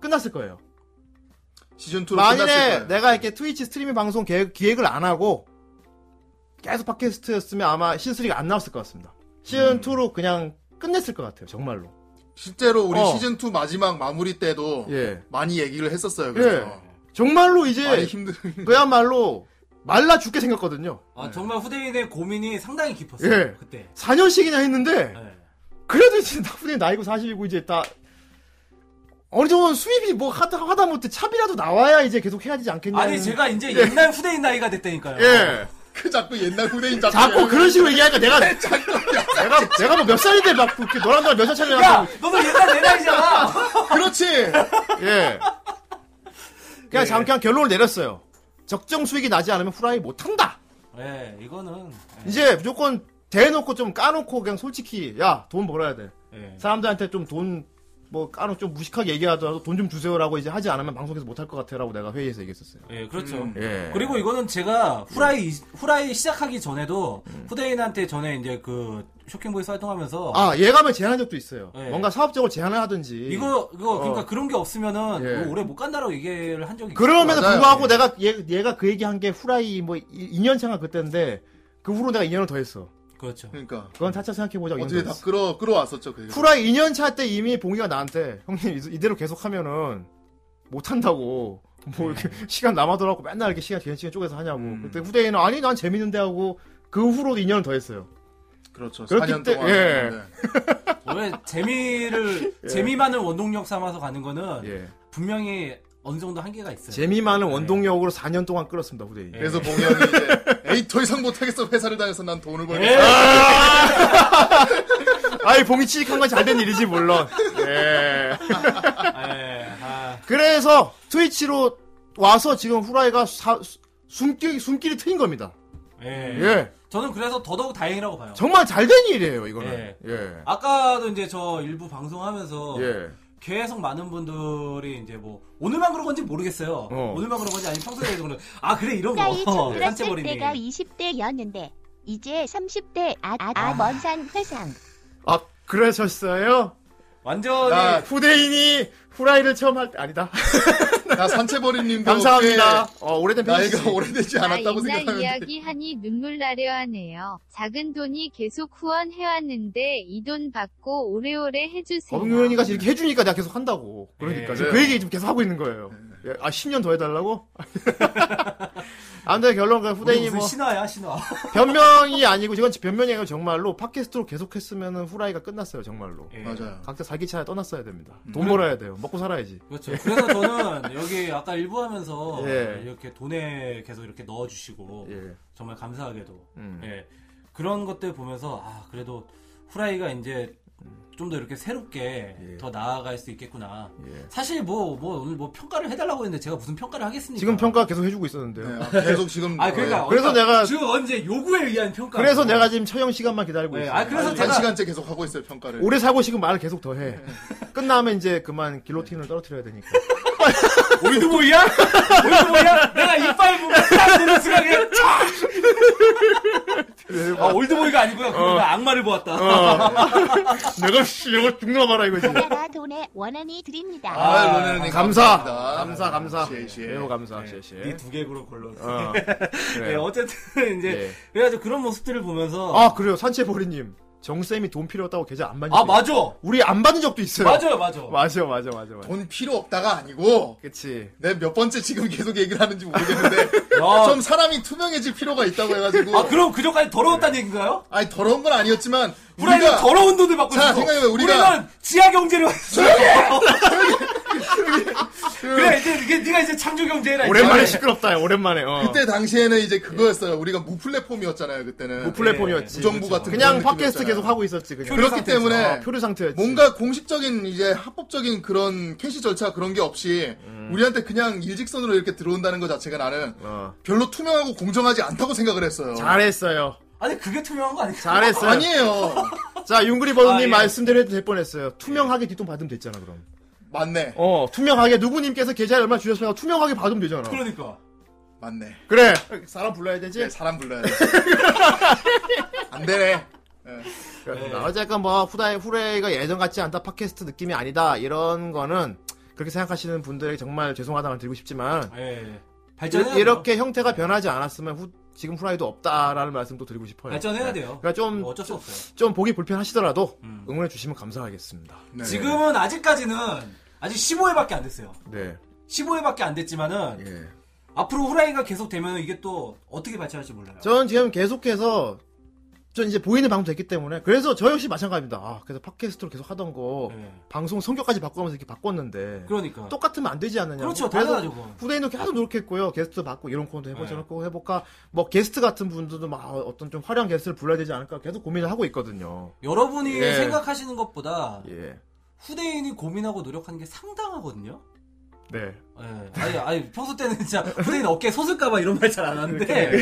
Speaker 1: 끝났을 거예요.
Speaker 2: 시즌 2로
Speaker 1: 만일에
Speaker 2: 끝났을 거예요.
Speaker 1: 내가 이렇게 트위치 스트리밍 방송 계획, 기획을 안 하고 계속 팟캐스트였으면 아마 시즌3가 안 나왔을 것 같습니다.
Speaker 2: 음.
Speaker 1: 시즌2로 그냥 끝냈을 것 같아요. 정말로.
Speaker 2: 실제로 우리
Speaker 1: 어.
Speaker 2: 시즌 2 마지막 마무리 때도
Speaker 1: 예.
Speaker 2: 많이 얘기를 했었어요. 그래서 예.
Speaker 1: 정말로
Speaker 2: 많이
Speaker 1: 이제
Speaker 2: 힘든. <laughs>
Speaker 1: 그야말로 말라 죽게 생겼거든요.
Speaker 3: 아, 정말 후대인의 고민이 상당히 깊었어요.
Speaker 1: 예.
Speaker 3: 그때.
Speaker 1: 4년씩이나 했는데
Speaker 3: 예.
Speaker 1: 그래도 이제 나쁜이 나이고 40이고 이제 다 어느 정도 수입이 뭐 하다 하다 못해 차비라도 나와야 이제 계속 해야 되지 않겠냐.
Speaker 3: 아니 제가 이제 옛날 후대인 나이가 됐다니까요.
Speaker 1: 예.
Speaker 2: 그 자꾸 옛날 후대인 자꾸.
Speaker 1: 자꾸 아, 그런 식으로 얘기하니까 내가
Speaker 2: 네,
Speaker 1: 내가 내가 뭐 몇 살인데 막 이렇게 너랑 나랑 몇살 차이가
Speaker 3: 야,
Speaker 1: 나고
Speaker 3: 너도 옛날 내 나이잖아.
Speaker 2: 그렇지.
Speaker 1: 예. 그냥
Speaker 3: 예.
Speaker 1: 잠깐 그냥 결론을 내렸어요. 적정 수익이 나지 않으면 후라이 못 한다.
Speaker 3: 예, 이거는 예,
Speaker 1: 이제 무조건 대놓고 좀 까놓고 그냥 솔직히 야 돈 벌어야 돼.
Speaker 3: 예.
Speaker 1: 사람들한테 좀 돈 뭐 까놓 좀 무식하게 얘기하더라도 돈 좀 주세요라고 이제 하지 않으면 방송에서 못할 것 같아라고 내가 회의에서 얘기했었어요.
Speaker 3: 예, 그렇죠.
Speaker 1: 예. 음.
Speaker 3: 그리고 이거는 제가 후라이 후라이 시작하기 전에도 후대인한테 전에 이제 그 쇼킹보이스 활동하면서
Speaker 1: 아 예감을 제안한 적도 있어요.
Speaker 3: 예.
Speaker 1: 뭔가 사업적으로 제안을 하든지
Speaker 3: 이거 이거 그러니까
Speaker 1: 어.
Speaker 3: 그런 게 없으면은
Speaker 1: 예.
Speaker 3: 뭐 오래 못 간다라고 얘기를 한 적이
Speaker 1: 그럼에도
Speaker 3: 있어요.
Speaker 1: 불구하고 내가 얘, 얘가 그 얘기한 게 후라이 뭐 2년차가 그때인데 그 후로 내가 2년을 더 했어.
Speaker 3: 그렇죠.
Speaker 2: 그러니까
Speaker 1: 그건 차차 생각해보자.
Speaker 2: 어떻게 다 끌어 끌어왔었죠. 그 얘기를.
Speaker 1: 후라이 2년차 때 이미 봉이가 나한테 형님 이- 이대로 계속하면은 못한다고 뭐 이렇게
Speaker 2: 네.
Speaker 1: <laughs> 시간 남아더라고 맨날 이렇게 시간 괜시간 쪼개서 하냐고
Speaker 2: 음.
Speaker 1: 그때 후대인은 아니 난 재밌는데 하고 그 후로 2년을 더 했어요.
Speaker 2: 그렇죠.
Speaker 1: 그렇기
Speaker 2: 4년
Speaker 1: 때-
Speaker 2: 동안
Speaker 1: 예.
Speaker 2: 네.
Speaker 3: 원래 재미를
Speaker 1: <laughs> 예.
Speaker 3: 재미만을 원동력 삼아서 가는 거는
Speaker 2: 네.
Speaker 1: 예. 네.
Speaker 3: 분명히 어느 정도 한계가 있어요.
Speaker 1: 재미 많은 원동력으로 4년 동안 끌었습니다 후대인.
Speaker 2: 그래서 봉이 형이
Speaker 1: <laughs>
Speaker 2: 이제 에이 더 이상 못하겠어 회사를 다녀서 난 돈을
Speaker 3: 예.
Speaker 2: 벌겠다.
Speaker 1: 아이 봉이 취직한 건 잘 된 일이지
Speaker 2: <laughs>
Speaker 1: 물론. 예.
Speaker 3: 예. 아,
Speaker 1: 그래서 트위치로 와서 지금 후라이가 사- 수- 숨길 숨길이 트인 겁니다.
Speaker 2: 네.
Speaker 3: 예.
Speaker 1: 예.
Speaker 3: 저는 그래서 더더욱 다행이라고 봐요.
Speaker 1: 정말 잘 된 일이에요 이거는.
Speaker 2: 네.
Speaker 3: 예.
Speaker 1: 예. 예.
Speaker 3: 아까도 이제 저 일부
Speaker 2: 아,
Speaker 3: 방송하면서 계속 많은 분들이 이제 뭐 오늘만 그런 건지 모르겠어요.
Speaker 1: 어.
Speaker 3: 오늘만 그런 건지 아니면 평소에도 그런 아 그래 이런 거
Speaker 5: 후라이 처음 들었을
Speaker 3: 산채버리니
Speaker 5: 때가 20대였는데 이제 30대 아아먼산 회상.
Speaker 1: 아 그러셨어요?
Speaker 3: 완전히
Speaker 1: 아, 후대인이 후라이를 처음 할 때 아니다.
Speaker 2: 나 산채버리님도
Speaker 1: 감사합니다. 어, 오래된
Speaker 2: 네, 나이가
Speaker 1: 팬이시지.
Speaker 2: 오래되지 않았다고
Speaker 4: 나 아, 옛날
Speaker 2: 생각하는데
Speaker 4: 이야기 하니 눈물 나려 하네요. 작은 돈이 계속 후원해왔는데 이 돈 받고 오래오래 해주세요.
Speaker 1: 법률이가 이렇게 해주니까 내가 계속 한다고. 그러니까
Speaker 3: 예.
Speaker 2: 네.
Speaker 1: 지금 그 얘기 지금 계속 하고 있는 거예요. 예, 아 10년 더 해달라고? <laughs> 아무튼 결론 그
Speaker 3: 우리
Speaker 1: 후대인이
Speaker 3: 무슨
Speaker 1: 뭐 <laughs>
Speaker 3: 신화야 신화.
Speaker 1: 변명이 아니고 이건 변명이 아니고 정말로 팟캐스트로 계속했으면 후라이가 끝났어요 정말로.
Speaker 3: 예.
Speaker 2: 맞아요.
Speaker 1: 각자 자기 차에 떠났어야 됩니다.
Speaker 3: 음.
Speaker 1: 돈 벌어야 돼요. 먹고 살아야지.
Speaker 3: 그렇죠. 그래서 저는 여기 아까 일부 하면서
Speaker 1: 예.
Speaker 3: 이렇게 돈에 계속 이렇게 넣어주시고
Speaker 1: 예.
Speaker 3: 정말 감사하게도
Speaker 1: 음.
Speaker 3: 예. 그런 것들 보면서 아 그래도 후라이가 이제 좀 더 이렇게 새롭게
Speaker 1: 예.
Speaker 3: 더 나아갈 수 있겠구나. 사실 뭐 뭐 오늘 뭐 평가를 해달라고 했는데 제가 무슨 평가를 하겠습니까?
Speaker 1: 지금 평가 계속 해주고 있었는데요.
Speaker 2: 네, 아, 계속 지금
Speaker 3: 아 음. 그러니까
Speaker 1: 네. 그래서
Speaker 3: 그러니까
Speaker 1: 내가-
Speaker 3: 지금 언제 요구에 의한 평가.
Speaker 1: 그래서 내가 지금 처형 시간만 기다리고
Speaker 3: 예.
Speaker 1: 있어요.
Speaker 3: 아 그래서
Speaker 2: 한
Speaker 3: 제가 네.
Speaker 2: 시간째 계속 하고 있어요 평가를.
Speaker 1: 오래 살고 싶은 말을 계속 더 해. 끝나면 이제 그만 길로틴을 떨어뜨려야
Speaker 3: <laughs>
Speaker 1: 되니까.
Speaker 3: 올드보이야? 올드보이야? 내가 이빨 보고
Speaker 1: <laughs>
Speaker 3: 사람들을 생각해. 아 올드보이가 ***아. 아니고요.
Speaker 1: 어.
Speaker 3: 그거는 악마를 보았다.
Speaker 1: <laughs> 내가 씨, 내가 죽나 봐라 이거지.
Speaker 5: 내가 돈에 원한이 드립니다.
Speaker 2: 아, 로네르님
Speaker 1: 감사.
Speaker 2: 감사합니다.
Speaker 1: 감사, 감사.
Speaker 2: 시,
Speaker 3: 예,
Speaker 2: 시.
Speaker 1: 매우 감사. 시, 시.
Speaker 3: 네 두 개구로 걸러.
Speaker 1: 어.
Speaker 3: 네,
Speaker 1: 그래요.
Speaker 3: 어쨌든 <laughs> 이제 어.
Speaker 1: 네.
Speaker 3: 그래가지고 그런 모습들을 보면서
Speaker 1: 아 그래요. 산채보리님 정쌤이 돈 필요 없다고 계좌 안 받는.
Speaker 3: 아
Speaker 1: 적이
Speaker 3: 맞아
Speaker 1: 우리 안 받은 적도 있어요.
Speaker 3: 맞아요 맞아.
Speaker 1: 맞아, 맞아, 맞아, 맞아.
Speaker 2: 돈 필요 없다가 아니고
Speaker 1: 그치.
Speaker 2: 내 몇 번째 지금 계속 얘기를 하는지 모르겠는데
Speaker 3: 야.
Speaker 2: 좀 사람이 투명해질 필요가 있다고 해가지고
Speaker 3: 아 그럼 그 전까지 더러웠다는 얘기인가요?
Speaker 2: 아니 더러운 건 아니었지만
Speaker 3: 우리는
Speaker 2: 우리가
Speaker 3: 더러운 돈을 받고
Speaker 2: 자,
Speaker 3: 있어.
Speaker 2: 생각해봐요. 우리가-
Speaker 3: 는 지하 경제를 그래 이제 이게 네가 이제 창조 경제라.
Speaker 1: 오랜만에 시끄럽다. 오랜만에. 어.
Speaker 2: 그때 당시에는 이제 그거였어요. 우리가 무플랫폼이었잖아요 그때는.
Speaker 1: 뭐 플랫폼이었지.
Speaker 2: 네, 무정부 같은
Speaker 1: 그냥
Speaker 2: 그런
Speaker 1: 팟캐스트
Speaker 2: 느낌이었잖아요.
Speaker 1: 계속 하고 있었지. 그냥.
Speaker 2: 그렇기 때문에
Speaker 3: 아,
Speaker 1: 어, 표류 상태였지.
Speaker 2: 뭔가 공식적인 이제 합법적인 그런 캐시 절차 그런 게 없이
Speaker 3: 음.
Speaker 2: 우리한테 그냥 일직선으로 이렇게 들어온다는 것 자체가 나는
Speaker 1: 어.
Speaker 2: 별로 투명하고 공정하지 않다고 생각을 했어요.
Speaker 1: 잘했어요.
Speaker 3: 아니 그게 투명한 거 아니야?
Speaker 1: 잘했어요.
Speaker 2: 아니에요.
Speaker 1: 자, 윤그리 버드님
Speaker 3: 아, 예.
Speaker 1: 말씀대로 해도 될 뻔했어요. 투명하게 뒷돈 받으면 됐잖아, 그럼.
Speaker 2: 맞네.
Speaker 1: 어, 투명하게 누구님께서 계좌에 얼마 주셨으면 투명하게 받으면 되잖아.
Speaker 3: 그러니까.
Speaker 2: 맞네.
Speaker 1: 그래. 사람 불러야 되지?
Speaker 2: 이제 사람 불러야 돼. 안 되네. 네.
Speaker 1: 그러니까 어쨌건 뭐 후라이 후레이가 예전 같지 않다 팟캐스트 느낌이 아니다 이런 거는 그렇게 생각하시는 분들에게 정말 죄송하다는 말 드리고 싶지만
Speaker 3: 예.
Speaker 1: 이-
Speaker 3: 발전해야 돼요.
Speaker 1: 네, 이렇게 형태가 변하지 않았으면 후- 지금 후라이도 없다라는 말씀도 드리고 싶어요.
Speaker 3: 발전해야
Speaker 1: 네.
Speaker 3: 돼요.
Speaker 1: 그러니까 좀
Speaker 3: 뭐
Speaker 1: 좀
Speaker 3: 어쩔 수 없어요.
Speaker 1: 보기 불편하시더라도
Speaker 3: 음.
Speaker 1: 응원해 주시면 감사하겠습니다.
Speaker 2: 네.
Speaker 3: 지금은 아직까지는 아직 15회밖에 안 됐어요.
Speaker 1: 네.
Speaker 3: 15회밖에 안 됐지만은
Speaker 1: 예.
Speaker 3: 앞으로 후라이가 계속 되면 이게 또 어떻게 발전할지 몰라요.
Speaker 1: 전 지금 계속해서 전 이제 보이는 방송 됐기 때문에 그래서 저 역시 마찬가지입니다. 아, 그래서 팟캐스트로 계속 하던 거
Speaker 3: 예.
Speaker 1: 방송 성격까지 바꾸면서 이렇게 바꿨는데
Speaker 3: 그러니까.
Speaker 1: 똑같으면 안 되지 않느냐.
Speaker 3: 그렇죠.
Speaker 1: 그래서
Speaker 3: 당연하죠. 그건.
Speaker 1: 후대인도 뭐 계속 노력했고요. 게스트 받고 이런 코너도 해보자,
Speaker 3: 네.
Speaker 1: 저런 거 해볼까. 뭐 게스트 같은 분들도 막 아, 어떤 좀 화려한 게스트를 불러야 되지 않을까 계속 고민을 하고 있거든요.
Speaker 3: 여러분이
Speaker 1: 예.
Speaker 3: 생각하시는 것보다
Speaker 1: 예.
Speaker 3: 후대인이 고민하고 노력하는 게 상당하거든요.
Speaker 1: 네.
Speaker 3: 예. 아니, 아니, 평소 때는 진짜 후대인 어깨 솟을까봐 이런 말 잘 안 하는데.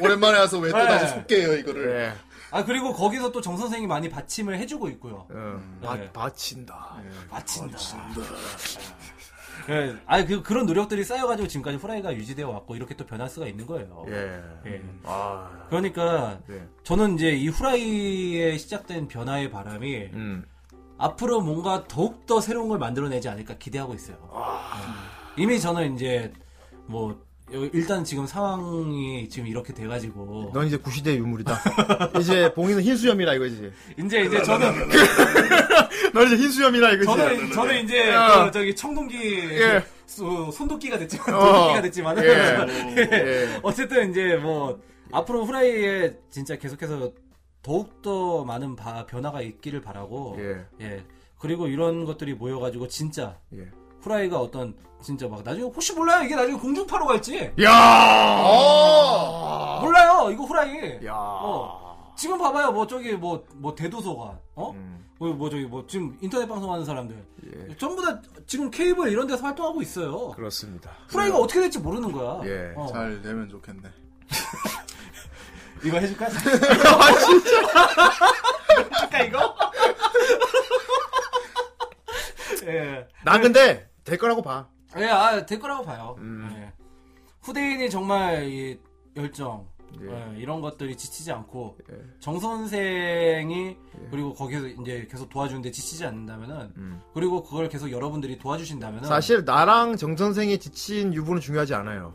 Speaker 2: 오랜만에 와서 왜 또
Speaker 3: 네.
Speaker 2: 다시 속게요
Speaker 1: 네.
Speaker 2: 이거를.
Speaker 3: 아 그리고 거기서 또 정 선생이 많이 받침을 해주고 있고요.
Speaker 1: 바-
Speaker 3: 받친다. 받친다. 예, 아, 그, 그런 노력들이 쌓여가지고 지금까지 후라이가 유지되어 왔고, 이렇게 또 변할 수가 있는 거예요.
Speaker 1: 예.
Speaker 3: 예.
Speaker 1: 아.
Speaker 3: 그러니까,
Speaker 1: 네.
Speaker 3: 저는 이제 이 후라이에 시작된 변화의 바람이,
Speaker 1: 음.
Speaker 3: 앞으로 뭔가 더욱더 새로운 걸 만들어내지 않을까 기대하고 있어요. 예. 이미 저는 이제, 뭐, 여- 일단 지금 상황이 지금 이렇게 돼가지고.
Speaker 1: 넌 이제 구시대 <laughs> 유물이다. 이제 봉이는 흰수염이라 이거지.
Speaker 3: 이제, 이제 저는.
Speaker 1: 넌 이제 흰수염이라 이거지.
Speaker 3: 저는 저는 이제
Speaker 1: 어.
Speaker 3: 그 저기 청동기
Speaker 1: 예.
Speaker 3: 수- 손도끼가 됐지만
Speaker 1: 어.
Speaker 3: 도끼가 됐지만
Speaker 1: 예.
Speaker 3: <laughs> 어쨌든 이제 뭐 앞으로 후라이에 진짜 계속해서 더욱더 많은 바- 변화가 있기를 바라고 예. 그리고 이런 것들이 모여가지고 진짜
Speaker 1: 예.
Speaker 3: 후라이가 어떤 진짜 막 나중에 혹시 몰라요 이게 나중에 공중파로 갈지
Speaker 1: 야!
Speaker 3: 어. 몰라요 이거
Speaker 1: 예.
Speaker 3: 후라이 어. 지금 봐봐요 뭐 저기 뭐 뭐 대도서관 어?
Speaker 1: 음.
Speaker 3: 뭐, 뭐 저기 뭐 지금 인터넷 방송하는 사람들
Speaker 1: 예.
Speaker 3: 전부 다 지금 케이블 이런 데서 활동하고 있어요.
Speaker 1: 그렇습니다.
Speaker 3: 후라이가 어떻게 될지 모르는 거야.
Speaker 2: 예,
Speaker 3: 어.
Speaker 2: 잘 되면 좋겠네.
Speaker 3: 이거 <laughs> 해줄까?
Speaker 2: 아, 진짜?
Speaker 3: 할까 이거? <laughs> 예.
Speaker 1: 나 근데 될 거라고 봐.
Speaker 3: 예, 아, 될 거라고 봐요. 예. 후대인이 정말 이 열정
Speaker 1: 네.
Speaker 3: 예, 이런 것들이 지치지 않고 정 선생이 그리고 거기서 이제 계속 도와주는데 지치지 않는다면은 그리고 그걸 계속 여러분들이 도와주신다면은
Speaker 1: 사실 나랑 정 선생이 지친 유부는 중요하지 않아요.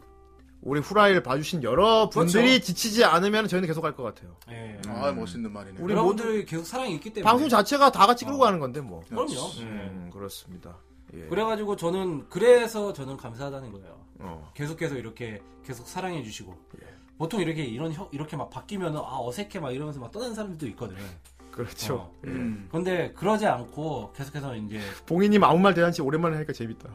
Speaker 1: 우리 후라이를 봐주신 여러분들이
Speaker 3: 그렇죠.
Speaker 1: 지치지 않으면 저희는 계속 갈 것 같아요.
Speaker 3: 예.
Speaker 2: 아, 멋있는 말이네.
Speaker 1: 우리
Speaker 3: 여러분들이 계속 사랑이 있기 때문에
Speaker 1: 방송 자체가 다 같이 끌고 가는 건데
Speaker 2: 네.
Speaker 1: 뭐.
Speaker 3: 그럼요.
Speaker 2: 그렇죠.
Speaker 1: 음, 그렇습니다. 예.
Speaker 3: 네. 그래가지고 저는 그래서 저는 감사하다는 거예요.
Speaker 1: 어.
Speaker 3: 계속해서 이렇게 계속 사랑해 주시고 보통 이렇게 이런 혀- 이렇게 막 바뀌면은 아 어색해 막 이러면서 막 떠나는 사람들도 있거든.
Speaker 1: 그렇죠.
Speaker 3: 어.
Speaker 1: 예.
Speaker 2: 음.
Speaker 3: 근데 그러지 않고 계속해서 이제
Speaker 1: 봉이님 아무 말 대잔치 오랜만에 하니까 재밌다.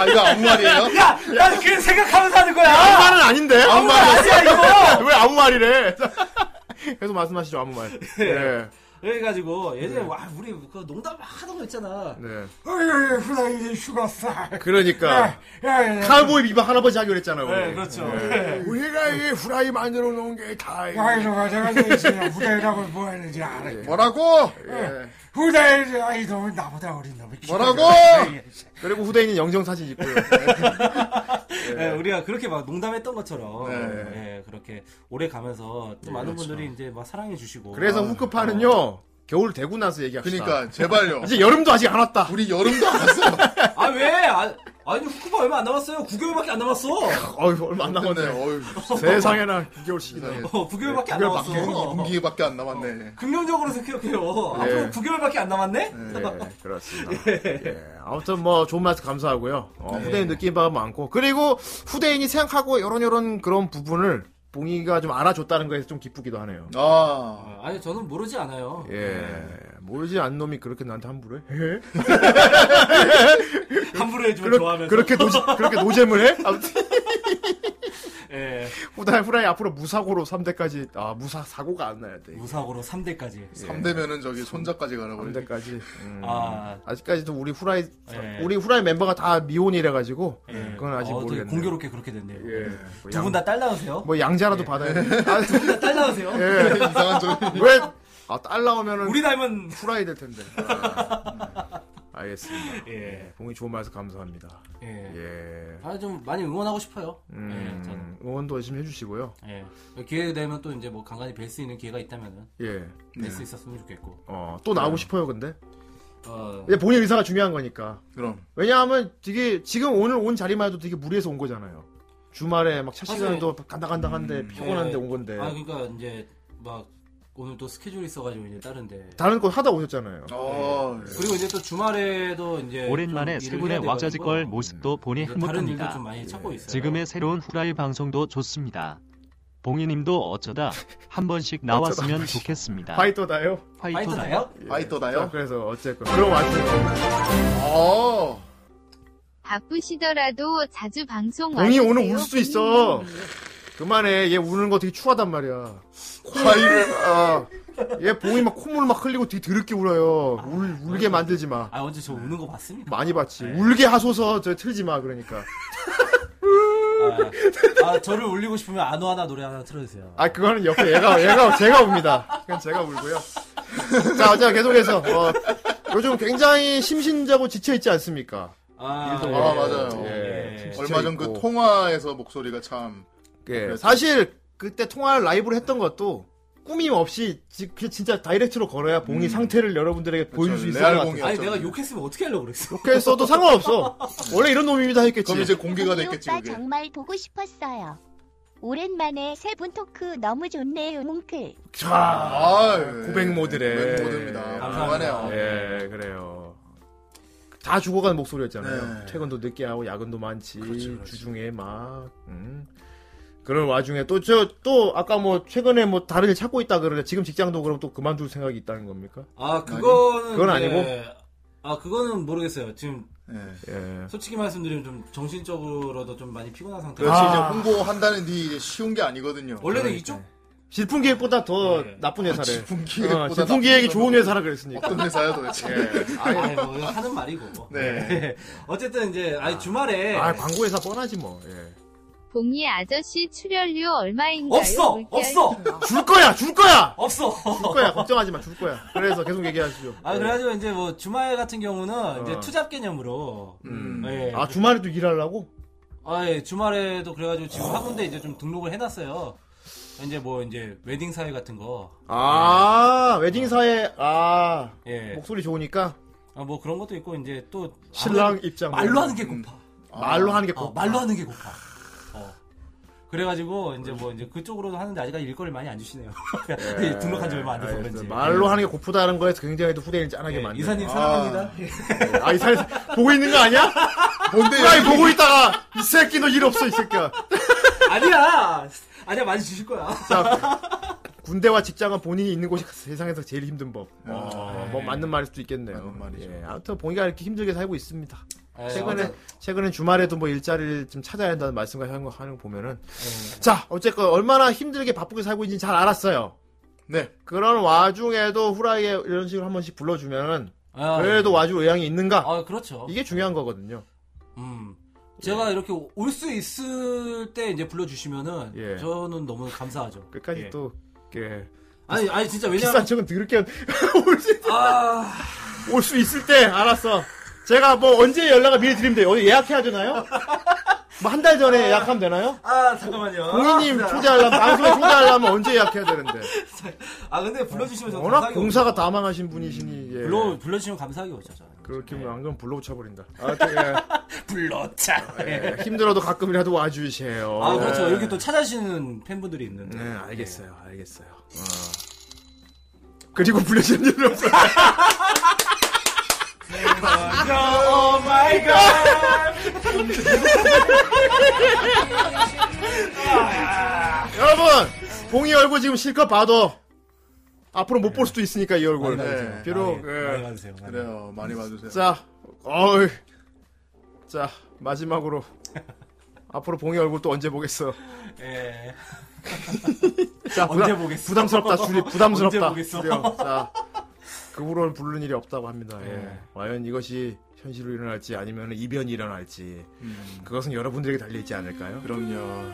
Speaker 2: 아 이거 아무 말이에요?
Speaker 3: 야, 나는 그냥 생각하면서 하는 거야.
Speaker 1: 아무 말은 아닌데.
Speaker 3: 아무 말 아니야, 이거!
Speaker 1: <laughs> 왜 아무 말이래? <laughs> 계속 말씀하시죠 아무 말.
Speaker 3: 네.
Speaker 1: 예.
Speaker 3: 그래가지고 예전에 와 우리 그 농담 막 하던 거 있잖아.
Speaker 1: 네.
Speaker 3: 어이 후라이 죽었어.
Speaker 1: 그러니까 칼보이 비바 할아버지 하기로 했잖아요. 우리.
Speaker 3: 네, 그렇죠.
Speaker 1: 예.
Speaker 11: 우리가 이 후라이 만들어 놓은 게 다예요.
Speaker 12: 후대라고 뭐 하는지
Speaker 3: 네.
Speaker 12: 알아.
Speaker 2: 뭐라고?
Speaker 1: 예.
Speaker 12: 후대인 아이 놈은 나보다 어린 놈이.
Speaker 1: 뭐라고? 그리고 후대인은 영정 사진 있고요.
Speaker 3: <laughs> 예, 우리가 그렇게 막 농담했던 것처럼
Speaker 1: 네.
Speaker 3: 예, 그렇게 오래 가면서 또
Speaker 1: 네,
Speaker 3: 많은
Speaker 1: 그렇죠.
Speaker 3: 분들이 이제 막 사랑해 주시고
Speaker 1: 그래서 후크파는요 겨울 되고 나서 얘기합시다.
Speaker 2: 그러니까, 제발요.
Speaker 1: 이제 여름도 아직 안 왔다.
Speaker 2: 우리 여름도 안 왔어.
Speaker 3: 아 왜? 아, 니 후쿠바 얼마 안 남았어요. 9개월밖에 안 남았어.
Speaker 1: 어휴 얼마 안
Speaker 3: <laughs>
Speaker 1: 남았네. 세상에나 6개월씩이나.
Speaker 3: 어, 9개월밖에 안 남았어.
Speaker 1: 네,
Speaker 2: 공기밖에 안 남았네.
Speaker 3: 긍정적으로 생각해요.
Speaker 1: 예.
Speaker 3: 앞으로 9개월밖에 안 남았네? <laughs>
Speaker 1: 예, 그렇습니다. 예, 아무튼 뭐 좋은 말씀 감사하고요. 어,
Speaker 3: 네.
Speaker 1: 후대인 느낀 바가 많고 그리고 후대인이 생각하고 요런 요런 그런 부분을 봉이가 좀 알아줬다는 거에서 좀 기쁘기도 하네요.
Speaker 2: 아,
Speaker 3: 어, 아니 저는 모르지 않아요. 네.
Speaker 1: 예. 모르지 않는 놈이 그렇게 나한테 함부로 해?
Speaker 3: 함부로 해주면
Speaker 1: 그렇-
Speaker 3: 네? 좋아하면서.
Speaker 1: 그렇게
Speaker 3: <laughs>
Speaker 1: 노 그렇게 노잼을 해? 아무튼
Speaker 3: 예.
Speaker 1: 후다이 후라이 앞으로 무사고로 3대까지 아 무사 사고가 안 나야 돼.
Speaker 3: 무사고로 3대까지.
Speaker 1: 예. 네.
Speaker 2: 3대면은 저기 손자까지 가라고.
Speaker 1: 3대까지. 음.
Speaker 3: 아.
Speaker 1: 아직까지도 우리 후라이
Speaker 3: 예.
Speaker 1: 우리 후라이 멤버가 다 미혼이라 가지고 음. 그건 아직 예.
Speaker 3: 어, 되게
Speaker 1: 모르겠네.
Speaker 3: 공교롭게 그렇게 됐네요. 두
Speaker 1: 양-
Speaker 3: 분 다 딸 나오세요?
Speaker 1: 뭐 양자라도 받아야 돼.
Speaker 3: 두 분 다 딸 나오세요?
Speaker 1: 예. 이상한 소리. 왜? 아, 딸 나오면은.
Speaker 3: 우리 닮은.
Speaker 1: 후라이 될 텐데. 아, 음. 알겠습니다. 네,
Speaker 3: 예.
Speaker 1: 봉이 좋은 말씀 감사합니다.
Speaker 3: 예.
Speaker 1: 예.
Speaker 3: 아, 좀 많이 응원하고 싶어요.
Speaker 1: 음,
Speaker 3: 예, 저는.
Speaker 1: 응원도 열심히 해주시고요.
Speaker 3: 예. 기회 되면 또 이제 뭐 간간히 뵐 수 있는 기회가 있다면은.
Speaker 1: 예.
Speaker 3: 뵐 수
Speaker 1: 네.
Speaker 3: 있었으면 좋겠고.
Speaker 1: 어, 또 나오고 싶어요, 근데.
Speaker 3: 어.
Speaker 1: 근데 본인 의사가 중요한 거니까.
Speaker 2: 그럼.
Speaker 1: 왜냐하면 되게, 지금 오늘 온 자리만 해도 되게 무리해서 온 거잖아요. 주말에 막 차 시간도 간다간다한데 피곤한데
Speaker 3: 예.
Speaker 1: 온 건데.
Speaker 3: 아, 그러니까 이제 막 오늘 또 스케줄이 있어가지고 이제 다른데.
Speaker 1: 다른 거 하다 오셨잖아요.
Speaker 2: 어.
Speaker 3: 그리고 이제 또 주말에도 이제
Speaker 6: 네, 오랜만에
Speaker 3: 좀
Speaker 6: 세
Speaker 3: 일을
Speaker 6: 분의
Speaker 3: 해야 돼가지고 음,
Speaker 6: 왁자지껄 모습도 보니
Speaker 3: 이제 다른 일도
Speaker 6: 행복합니다.
Speaker 3: 좀 많이 찾고 있어요.
Speaker 6: 지금의 새로운 후라이 방송도 좋습니다. 봉이님도 어쩌다 한 번씩 나왔으면 좋겠습니다.
Speaker 1: 파이터다요?
Speaker 6: 파이터다요?
Speaker 1: 예.
Speaker 2: 파이터다요?
Speaker 1: 자, 그래서 어쨌건 그럼 왔어요.
Speaker 2: 어.
Speaker 4: 바쁘시더라도 자주 방송
Speaker 1: 봉이
Speaker 4: 와주세요.
Speaker 1: 오늘 울 수도 있어. 그만해. 얘 우는 거 되게 추하단 말이야.
Speaker 2: 과일을
Speaker 1: 아. 얘 봉이 막 콧물 막 흘리고 되게 더럽게 울어요. 울 울게 만들지 마.
Speaker 3: 아 언제 저 우는 거 봤습니까?
Speaker 1: 많이 봤지. 울게 하소서 저 틀지 마 그러니까.
Speaker 3: 아, 아, 저를 울리고 싶으면 아노하나 노래 하나 틀어주세요.
Speaker 1: 아 그거는 옆에 얘가 얘가 제가 옵니다. 그건 제가 울고요. 자, 자 계속해서 어, 요즘 굉장히 심신자고 지쳐 있지 않습니까?
Speaker 2: 아,
Speaker 1: 일도
Speaker 2: 아,
Speaker 1: 많이
Speaker 2: 맞아요.
Speaker 1: 해요. 예.
Speaker 2: 예.
Speaker 1: 지쳐
Speaker 2: 얼마 전 그
Speaker 1: 있고.
Speaker 2: 통화에서 목소리가 참.
Speaker 1: 예,
Speaker 2: 그래서-
Speaker 1: 사실 그때 통화를 라이브로 했던 것도 꾸밈 없이 지- 그 진짜 다이렉트로 걸어야 봉이 상태를 여러분들에게 보여줄 수 있을 것 같아요.
Speaker 3: 아니 내가 욕했으면 어떻게 하려고 그랬어?
Speaker 1: 그렇게 써도 상관없어. 원래 이런 놈입니다 했겠지.
Speaker 2: 그럼 이제 공개가
Speaker 5: 이 오빠 정말 보고 싶었어요. 오랜만에 세 분 토크 너무 좋네요, 뭉클.
Speaker 1: 자, 아,
Speaker 2: 네.
Speaker 1: 고백 모드래. 고백 모드입니다.
Speaker 2: 감사하네요.
Speaker 1: 예, 그래요. 다 죽어가는
Speaker 2: 네.
Speaker 1: 목소리였잖아요. 퇴근도 늦게 하고 야근도 많지.
Speaker 2: 그렇죠,
Speaker 1: 주중에 막. 음. 그런 와중에 또 저 또 아까 뭐 최근에 뭐 다른 일 찾고 있다 그러는데 지금 직장도 그럼 또 그만둘 생각이 있다는 겁니까?
Speaker 3: 아 그거는
Speaker 1: 그건
Speaker 3: 이제-
Speaker 1: 아니고.
Speaker 3: 아 그거는 모르겠어요. 지금
Speaker 1: 예.
Speaker 3: 솔직히 말씀드리면 좀 정신적으로도 좀 많이 피곤한
Speaker 1: 아,
Speaker 3: 상태.
Speaker 2: 그렇지 이제 홍보한다는 게 이제 쉬운 게 아니거든요.
Speaker 3: 원래는 이쪽
Speaker 1: 질풍 기획보다 더 나쁜 회사래.
Speaker 2: 네. 아, 질풍 기획보다
Speaker 1: 어, 질풍 기획이
Speaker 2: 나쁜
Speaker 1: 좋은
Speaker 2: 회사.
Speaker 1: 회사라 그랬으니까.
Speaker 2: 어떤 회사야 도대체?
Speaker 1: 예.
Speaker 3: 아니, 아니, 뭐 이거 하는 말이고.
Speaker 1: 네.
Speaker 3: <laughs> 어쨌든 이제 아니 주말에
Speaker 2: 네.
Speaker 1: 아, 광고회사 뻔하지 뭐. 예.
Speaker 4: 봉이 아저씨 출연료 얼마인가요?
Speaker 1: 없어!
Speaker 4: 물결.
Speaker 1: 없어! 줄 거야, 줄 거야!
Speaker 3: <laughs> 없어!
Speaker 1: 줄 거야, 걱정하지 마, 줄 거야. 그래서 계속 얘기하시죠.
Speaker 3: 아
Speaker 1: 예.
Speaker 3: 그래가지고 이제 뭐 주말 같은 경우는 이제
Speaker 1: 어.
Speaker 3: 투잡 개념으로
Speaker 1: 음.
Speaker 3: 예.
Speaker 1: 아, 주말에도 일하려고?
Speaker 3: 아, 예, 주말에도 그래가지고 지금 학원대 이제 좀 등록을 해놨어요. 이제 뭐 이제 웨딩 사회 같은 거.
Speaker 1: 아, 웨딩사에, 아,
Speaker 3: 예.
Speaker 1: 목소리 좋으니까
Speaker 3: 아, 뭐 그런 것도 있고 이제 또
Speaker 1: 신랑 음.
Speaker 3: 아무래도
Speaker 1: 입장.
Speaker 3: 말로 하는 게 고파.
Speaker 2: 아.
Speaker 1: 말로 하는 게
Speaker 3: 어,
Speaker 1: 고파.
Speaker 3: 말로 하는 게 고파. 어. 그래가지고 이제 뭐 이제 그쪽으로도 하는데 아직 일거리 를 많이 안 주시네요. <laughs> 그러니까
Speaker 1: 예.
Speaker 3: 등록한 지 얼마 안 돼서
Speaker 1: 알겠어요.
Speaker 3: 그런지.
Speaker 1: 말로 하는 게 고프다는 거에서 굉장히 또 후대인 짠하게
Speaker 3: 예,
Speaker 1: 만드
Speaker 3: 이사님 사랑합니다.
Speaker 1: 아, 이사 보고 있는 거 아니야?
Speaker 2: 뭔데?
Speaker 1: 이 보고 있다가 이 새끼 너 일 없어 이 새끼야.
Speaker 3: <laughs> 아니야. 아니야 많이 주실 거야.
Speaker 1: 군대와 직장은 본인이 있는 곳이 세상에서 제일 힘든 법. 어,
Speaker 3: 예.
Speaker 1: 뭐 맞는 말일 수도 있겠네요. 예, 아무튼 봉이가 이렇게 힘들게 살고 있습니다.
Speaker 3: 예,
Speaker 1: 최근에
Speaker 3: 맞아요.
Speaker 1: 최근에 주말에도 뭐 일자리를 좀 찾아야 한다는 말씀과 하는 거 하는 거 보면은
Speaker 3: 예.
Speaker 1: 자 어쨌건 얼마나 힘들게 바쁘게 살고 있는지 잘 알았어요.
Speaker 2: 네.
Speaker 1: 그런 와중에도 후라이에 이런 식으로 한 번씩 불러주면은
Speaker 3: 아,
Speaker 1: 그래도 와줄 의향이 있는가?
Speaker 3: 아 그렇죠.
Speaker 1: 이게 중요한 거거든요.
Speaker 3: 음. 제가 이렇게 올 수 있을 때 이제 불러주시면은
Speaker 1: 예.
Speaker 3: 저는 너무 감사하죠.
Speaker 1: 끝까지
Speaker 3: 예.
Speaker 1: 또 이렇게
Speaker 3: 아니 아니 진짜 왜냐면
Speaker 1: 비싼 척은 더럽게 <laughs>
Speaker 3: 아...
Speaker 1: 올 수 있을 때 알았어. 제가 뭐 언제 연락을 미리 드리면 돼요? 어디 예약해야 되나요? 뭐 한 달 전에 예약하면 되나요?
Speaker 3: 아 잠깐만요.
Speaker 1: 공인님
Speaker 3: 아,
Speaker 1: 초대하려면 방송에 초대하려면 언제 예약해야
Speaker 3: <laughs>
Speaker 1: 되는데?
Speaker 3: 아 근데 불러주시면 저
Speaker 1: 워낙
Speaker 3: 감사하게
Speaker 1: 공사가 다망하신 분이시니 예.
Speaker 3: 불러 불러주시면 감사하게 오죠. 저는.
Speaker 1: 그렇게 하면 안 그러면 불러 쳐버린다. 아무튼 예.
Speaker 3: 불러차.
Speaker 1: 예, 힘들어도 가끔이라도 와주세요.
Speaker 3: 아 그렇죠.
Speaker 1: 예.
Speaker 3: 여기 또 찾아주시는 팬분들이 있는데.
Speaker 1: 네, 알겠어요. 알겠어요. 그리고 불러주는 일은 없어요.
Speaker 3: 아,
Speaker 13: Oh my
Speaker 1: 여러분 봉이 얼굴 지금 실컷 봐도 앞으로 못 볼 수도 있으니까 이 얼굴.
Speaker 2: 많이 봐주세요.
Speaker 1: 네, 비록
Speaker 2: 많이,
Speaker 1: 예.
Speaker 2: 많이 봐주세요. 많이 그래요, 많이 봐주세요.
Speaker 1: 자, 어이. 자 마지막으로 앞으로 봉이 얼굴 또 언제 보겠어?
Speaker 3: 예.
Speaker 1: 자,
Speaker 3: 언제
Speaker 1: 부담-
Speaker 3: 보겠어?
Speaker 1: 부담스럽다, 줄이 부담스럽다.
Speaker 3: 언제 보겠어?
Speaker 1: 줄여. 자, 그 후로는 부르는 일이 없다고 합니다. 예.
Speaker 3: 예.
Speaker 1: 과연 이것이 현실로 일어날지 아니면 이변이 일어날지
Speaker 2: 음.
Speaker 1: 그것은 여러분들에게 달려 있지 않을까요?
Speaker 2: 그럼요.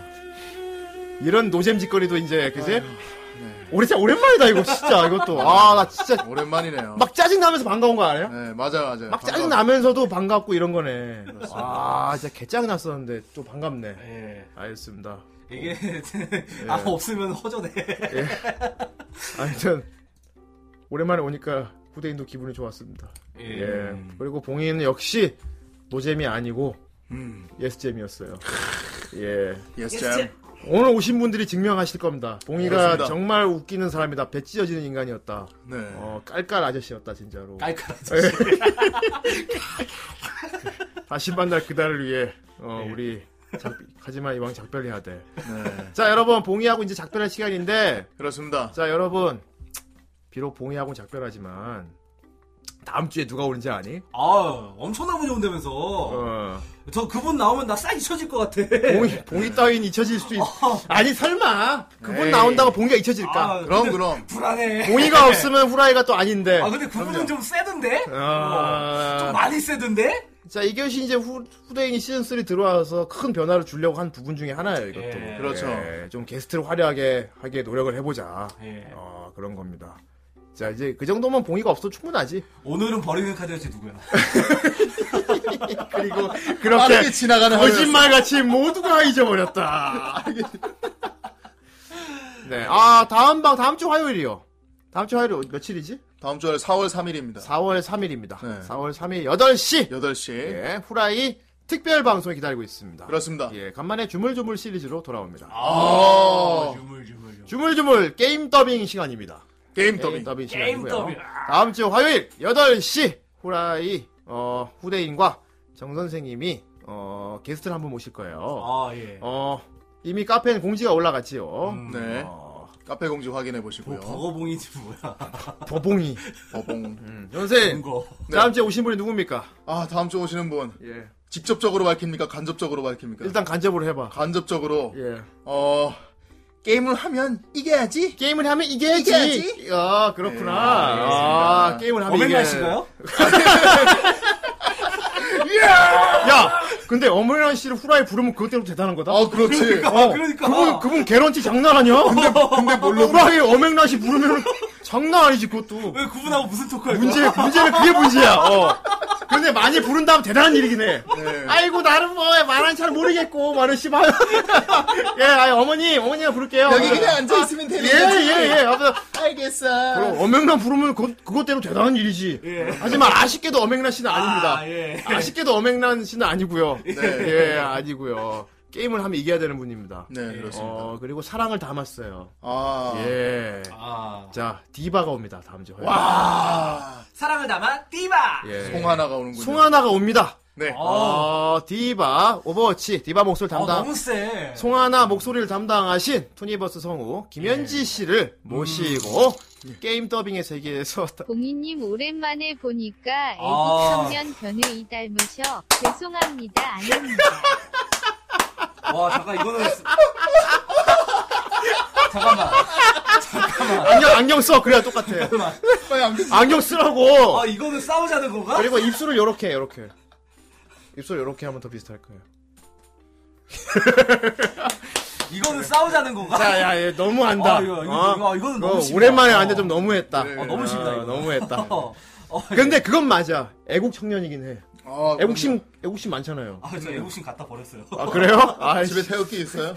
Speaker 1: 이런 노잼 짓거리도 이제 그지? 우리 진짜 오랜만이다 이거 진짜 이것도 아 나 진짜
Speaker 2: 오랜만이네요.
Speaker 1: 막 짜증 나면서 반가운 거 알아요?
Speaker 2: 네, 맞아요, 맞아요.
Speaker 1: 막
Speaker 2: 반가워요.
Speaker 1: 짜증 나면서도 반갑고 이런 거네. 아 진짜 개짜증 났었는데 좀 반갑네.
Speaker 3: 예.
Speaker 1: 알겠습니다.
Speaker 3: 이게 <laughs> 아
Speaker 1: 예.
Speaker 3: 없으면 허전해.
Speaker 1: 예. 아무튼 오랜만에 오니까 후대인도 기분이 좋았습니다.
Speaker 3: 예.
Speaker 1: 그리고 봉이는 역시 노잼이 아니고
Speaker 2: 음. <laughs>
Speaker 1: 예스잼이었어요. 예.
Speaker 2: 예스잼.
Speaker 1: 오늘 오신 분들이 증명하실 겁니다. 봉이가
Speaker 2: 그렇습니다.
Speaker 1: 정말 웃기는 사람이다. 배 찢어지는 인간이었다.
Speaker 2: 네.
Speaker 1: 어, 깔깔 아저씨였다 진짜로.
Speaker 3: 깔깔
Speaker 1: 아저씨. 다시 만날 그날을 위해 어, 우리 작- 하지만 이왕 작별해야 돼.
Speaker 2: 네.
Speaker 1: 자 여러분 봉이하고 이제 작별할 시간인데
Speaker 2: 그렇습니다.
Speaker 1: 자 여러분 비록 봉이하고 작별하지만 다음 주에 누가 오는지 아니?
Speaker 3: 아 엄청난 분이 온다면서
Speaker 2: 어.
Speaker 1: 어.
Speaker 3: 저 그분 나오면 나 싹 잊혀질 것 같아
Speaker 1: 봉이, 봉이 따윈 잊혀질 수도 있어. 아니, 설마. 그분 나온다고 봉이가 잊혀질까?
Speaker 3: 아,
Speaker 1: 그럼,
Speaker 3: 근데
Speaker 1: 그럼.
Speaker 3: 불안해.
Speaker 1: 봉이가 없으면 후라이가 또 아닌데.
Speaker 3: 아 근데 그분은 좀 세던데?
Speaker 1: 어. 아.
Speaker 3: 어, 좀 많이 세던데?
Speaker 1: 자, 이것이 이제 후, 후대인이 시즌3 들어와서 큰 변화를 주려고 한 부분 중에 하나예요, 이것도.
Speaker 3: 예.
Speaker 2: 그렇죠.
Speaker 1: 예, 좀 게스트를 화려하게 하게 노력을 해보자.
Speaker 3: 예.
Speaker 1: 어, 그런 겁니다. 자, 이제 그 정도면 봉이가 없어도 충분하지.
Speaker 3: 오늘은 버리는 카드였지 누구야?
Speaker 1: 그리고
Speaker 2: 빠르게
Speaker 1: 그렇게
Speaker 2: 지나가는
Speaker 1: 거짓말같이 모두가 잊어버렸다. 네. 아, 다음 방, 다음 주 화요일이요. 다음 주 화요일 며칠이지?
Speaker 2: 다음 주에 4월 3일입니다.
Speaker 1: 4월 3일입니다.
Speaker 2: 네.
Speaker 1: 4월 3일 8시.
Speaker 2: 8시.
Speaker 1: 예, 후라이 특별 방송이 기다리고 있습니다.
Speaker 2: 그렇습니다.
Speaker 1: 예, 간만에 주물주물 시리즈로 돌아옵니다.
Speaker 3: 어.
Speaker 2: 아.
Speaker 1: 주물주물 게임 더빙 시간입니다.
Speaker 2: 게임 더빙.
Speaker 1: 예, 더빙
Speaker 2: 게임
Speaker 1: 시간이고요.
Speaker 2: 더빙.
Speaker 1: 다음 주 화요일 8시 후라이 어, 후대인과 정 선생님이 어, 게스트를 한 분 모실 거예요.
Speaker 3: 아 예.
Speaker 1: 어, 이미 카페에 공지가 올라갔지요.
Speaker 2: 네.
Speaker 1: 어.
Speaker 2: 카페 공지 확인해 보시고요.
Speaker 3: 뭐 버거봉이지 뭐야.
Speaker 1: 버봉이.
Speaker 2: 버봉.
Speaker 1: 선생
Speaker 3: 거.
Speaker 1: 다음 주에 오신 분이 누굽니까?
Speaker 2: 아, 다음 주에 오시는 분.
Speaker 1: 예.
Speaker 2: 직접적으로 밝힙니까? 간접적으로 밝힙니까?
Speaker 1: 일단 간접으로 해봐.
Speaker 2: 간접적으로.
Speaker 1: 예.
Speaker 2: 어, 게임을 하면 이겨야지.
Speaker 1: 게임을 하면 이겨야지. 아, 그렇구나. 아, 게임을 하면
Speaker 3: 어벤나
Speaker 1: 이겨야-
Speaker 3: 씨가요?
Speaker 1: 야! 근데 어머니랑 씨를 후라이 부르면 그것대로 대단한 거다?
Speaker 2: 아, 그렇지.
Speaker 1: 어, 그분, 그분 개런티 장난 아니야? 근데, 근데 물론. 후라이 어맹랑 씨 부르면 장난 아니지, 그것도.
Speaker 3: 왜 그분하고 무슨 토크할 거야?
Speaker 1: 문제, 문제는 그게 문제야, 어. 근데 많이 부른 다음 대단한 일이긴 해.
Speaker 2: 네.
Speaker 1: 아이고, 나는 뭐, 말은 잘 모르겠고, 말은 씨발. <laughs> 예, 아이, 어머니, 어머니가 부를게요.
Speaker 2: 여기 그냥 앉아있으면 되는 거지.
Speaker 1: 예, 예, 예. 아무튼
Speaker 2: 알겠어.
Speaker 1: 그럼 어맹란 부르면 그, 그것대로 대단한 일이지. 하지만 아쉽게도 어맹란 씨는 아닙니다.
Speaker 3: 예.
Speaker 1: 아쉽게도 어맹란 씨는 아니고요.
Speaker 2: 네.
Speaker 1: 예, 아니고요. 게임을 하면 이겨야 되는 분입니다.
Speaker 2: 네, 그렇습니다.
Speaker 1: 어, 그리고 사랑을 담았어요.
Speaker 2: 아.
Speaker 1: 예.
Speaker 3: 아.
Speaker 1: 자, 디바가 옵니다. 다음 주에.
Speaker 2: 와.
Speaker 3: 사랑을 담아 띠바.
Speaker 1: 예.
Speaker 2: 아. 송하나가 오는군요.
Speaker 1: 송하나가 옵니다.
Speaker 2: 네.
Speaker 1: 어, 디바, 오버워치, 디바 목소리
Speaker 3: 어,
Speaker 1: 담당.
Speaker 3: 너무 세.
Speaker 1: 송하나 목소리를 담당하신 투니버스 성우
Speaker 3: 예.
Speaker 1: 김현지 씨를
Speaker 3: 음.
Speaker 1: 모시고 게임 더빙의 세계에서
Speaker 4: 봉이님 오랜만에 보니까
Speaker 1: 아.
Speaker 4: 애국 청년 변우이 닮으셔 죄송합니다 아닙니다.
Speaker 3: 와 잠깐 이거는 잠깐만.
Speaker 1: 안경 안경 써 그래야
Speaker 3: <laughs>
Speaker 1: 똑같아.
Speaker 2: 빨리 안
Speaker 1: 안경 쓰라고.
Speaker 3: 아 이거는 싸우자는 건가?
Speaker 1: 그리고 입술을 요렇게 요렇게 입술 요렇게 하면 더 비슷할 거예요.
Speaker 3: 이거는 싸우자는 건가?
Speaker 1: 자, 야, 얘 너무 한다.
Speaker 3: 아, 이거, 이거,
Speaker 1: 어?
Speaker 3: 이거, 이거는 너무
Speaker 1: 어,
Speaker 3: 심하다.
Speaker 1: 오랜만에
Speaker 3: 어.
Speaker 1: 앉아 좀 너무했다.
Speaker 3: 어, 너무 심하다, 이거.
Speaker 1: 너무했다.
Speaker 3: <laughs> 어,
Speaker 1: 근데 그건 맞아. 애국 청년이긴 해.
Speaker 2: 아,
Speaker 1: 애국심 애국심 많잖아요.
Speaker 3: 어, 아, 저 애국심 갖다 버렸어요.
Speaker 1: 아, 그래요? 아,
Speaker 2: 집에 태극기 있어요?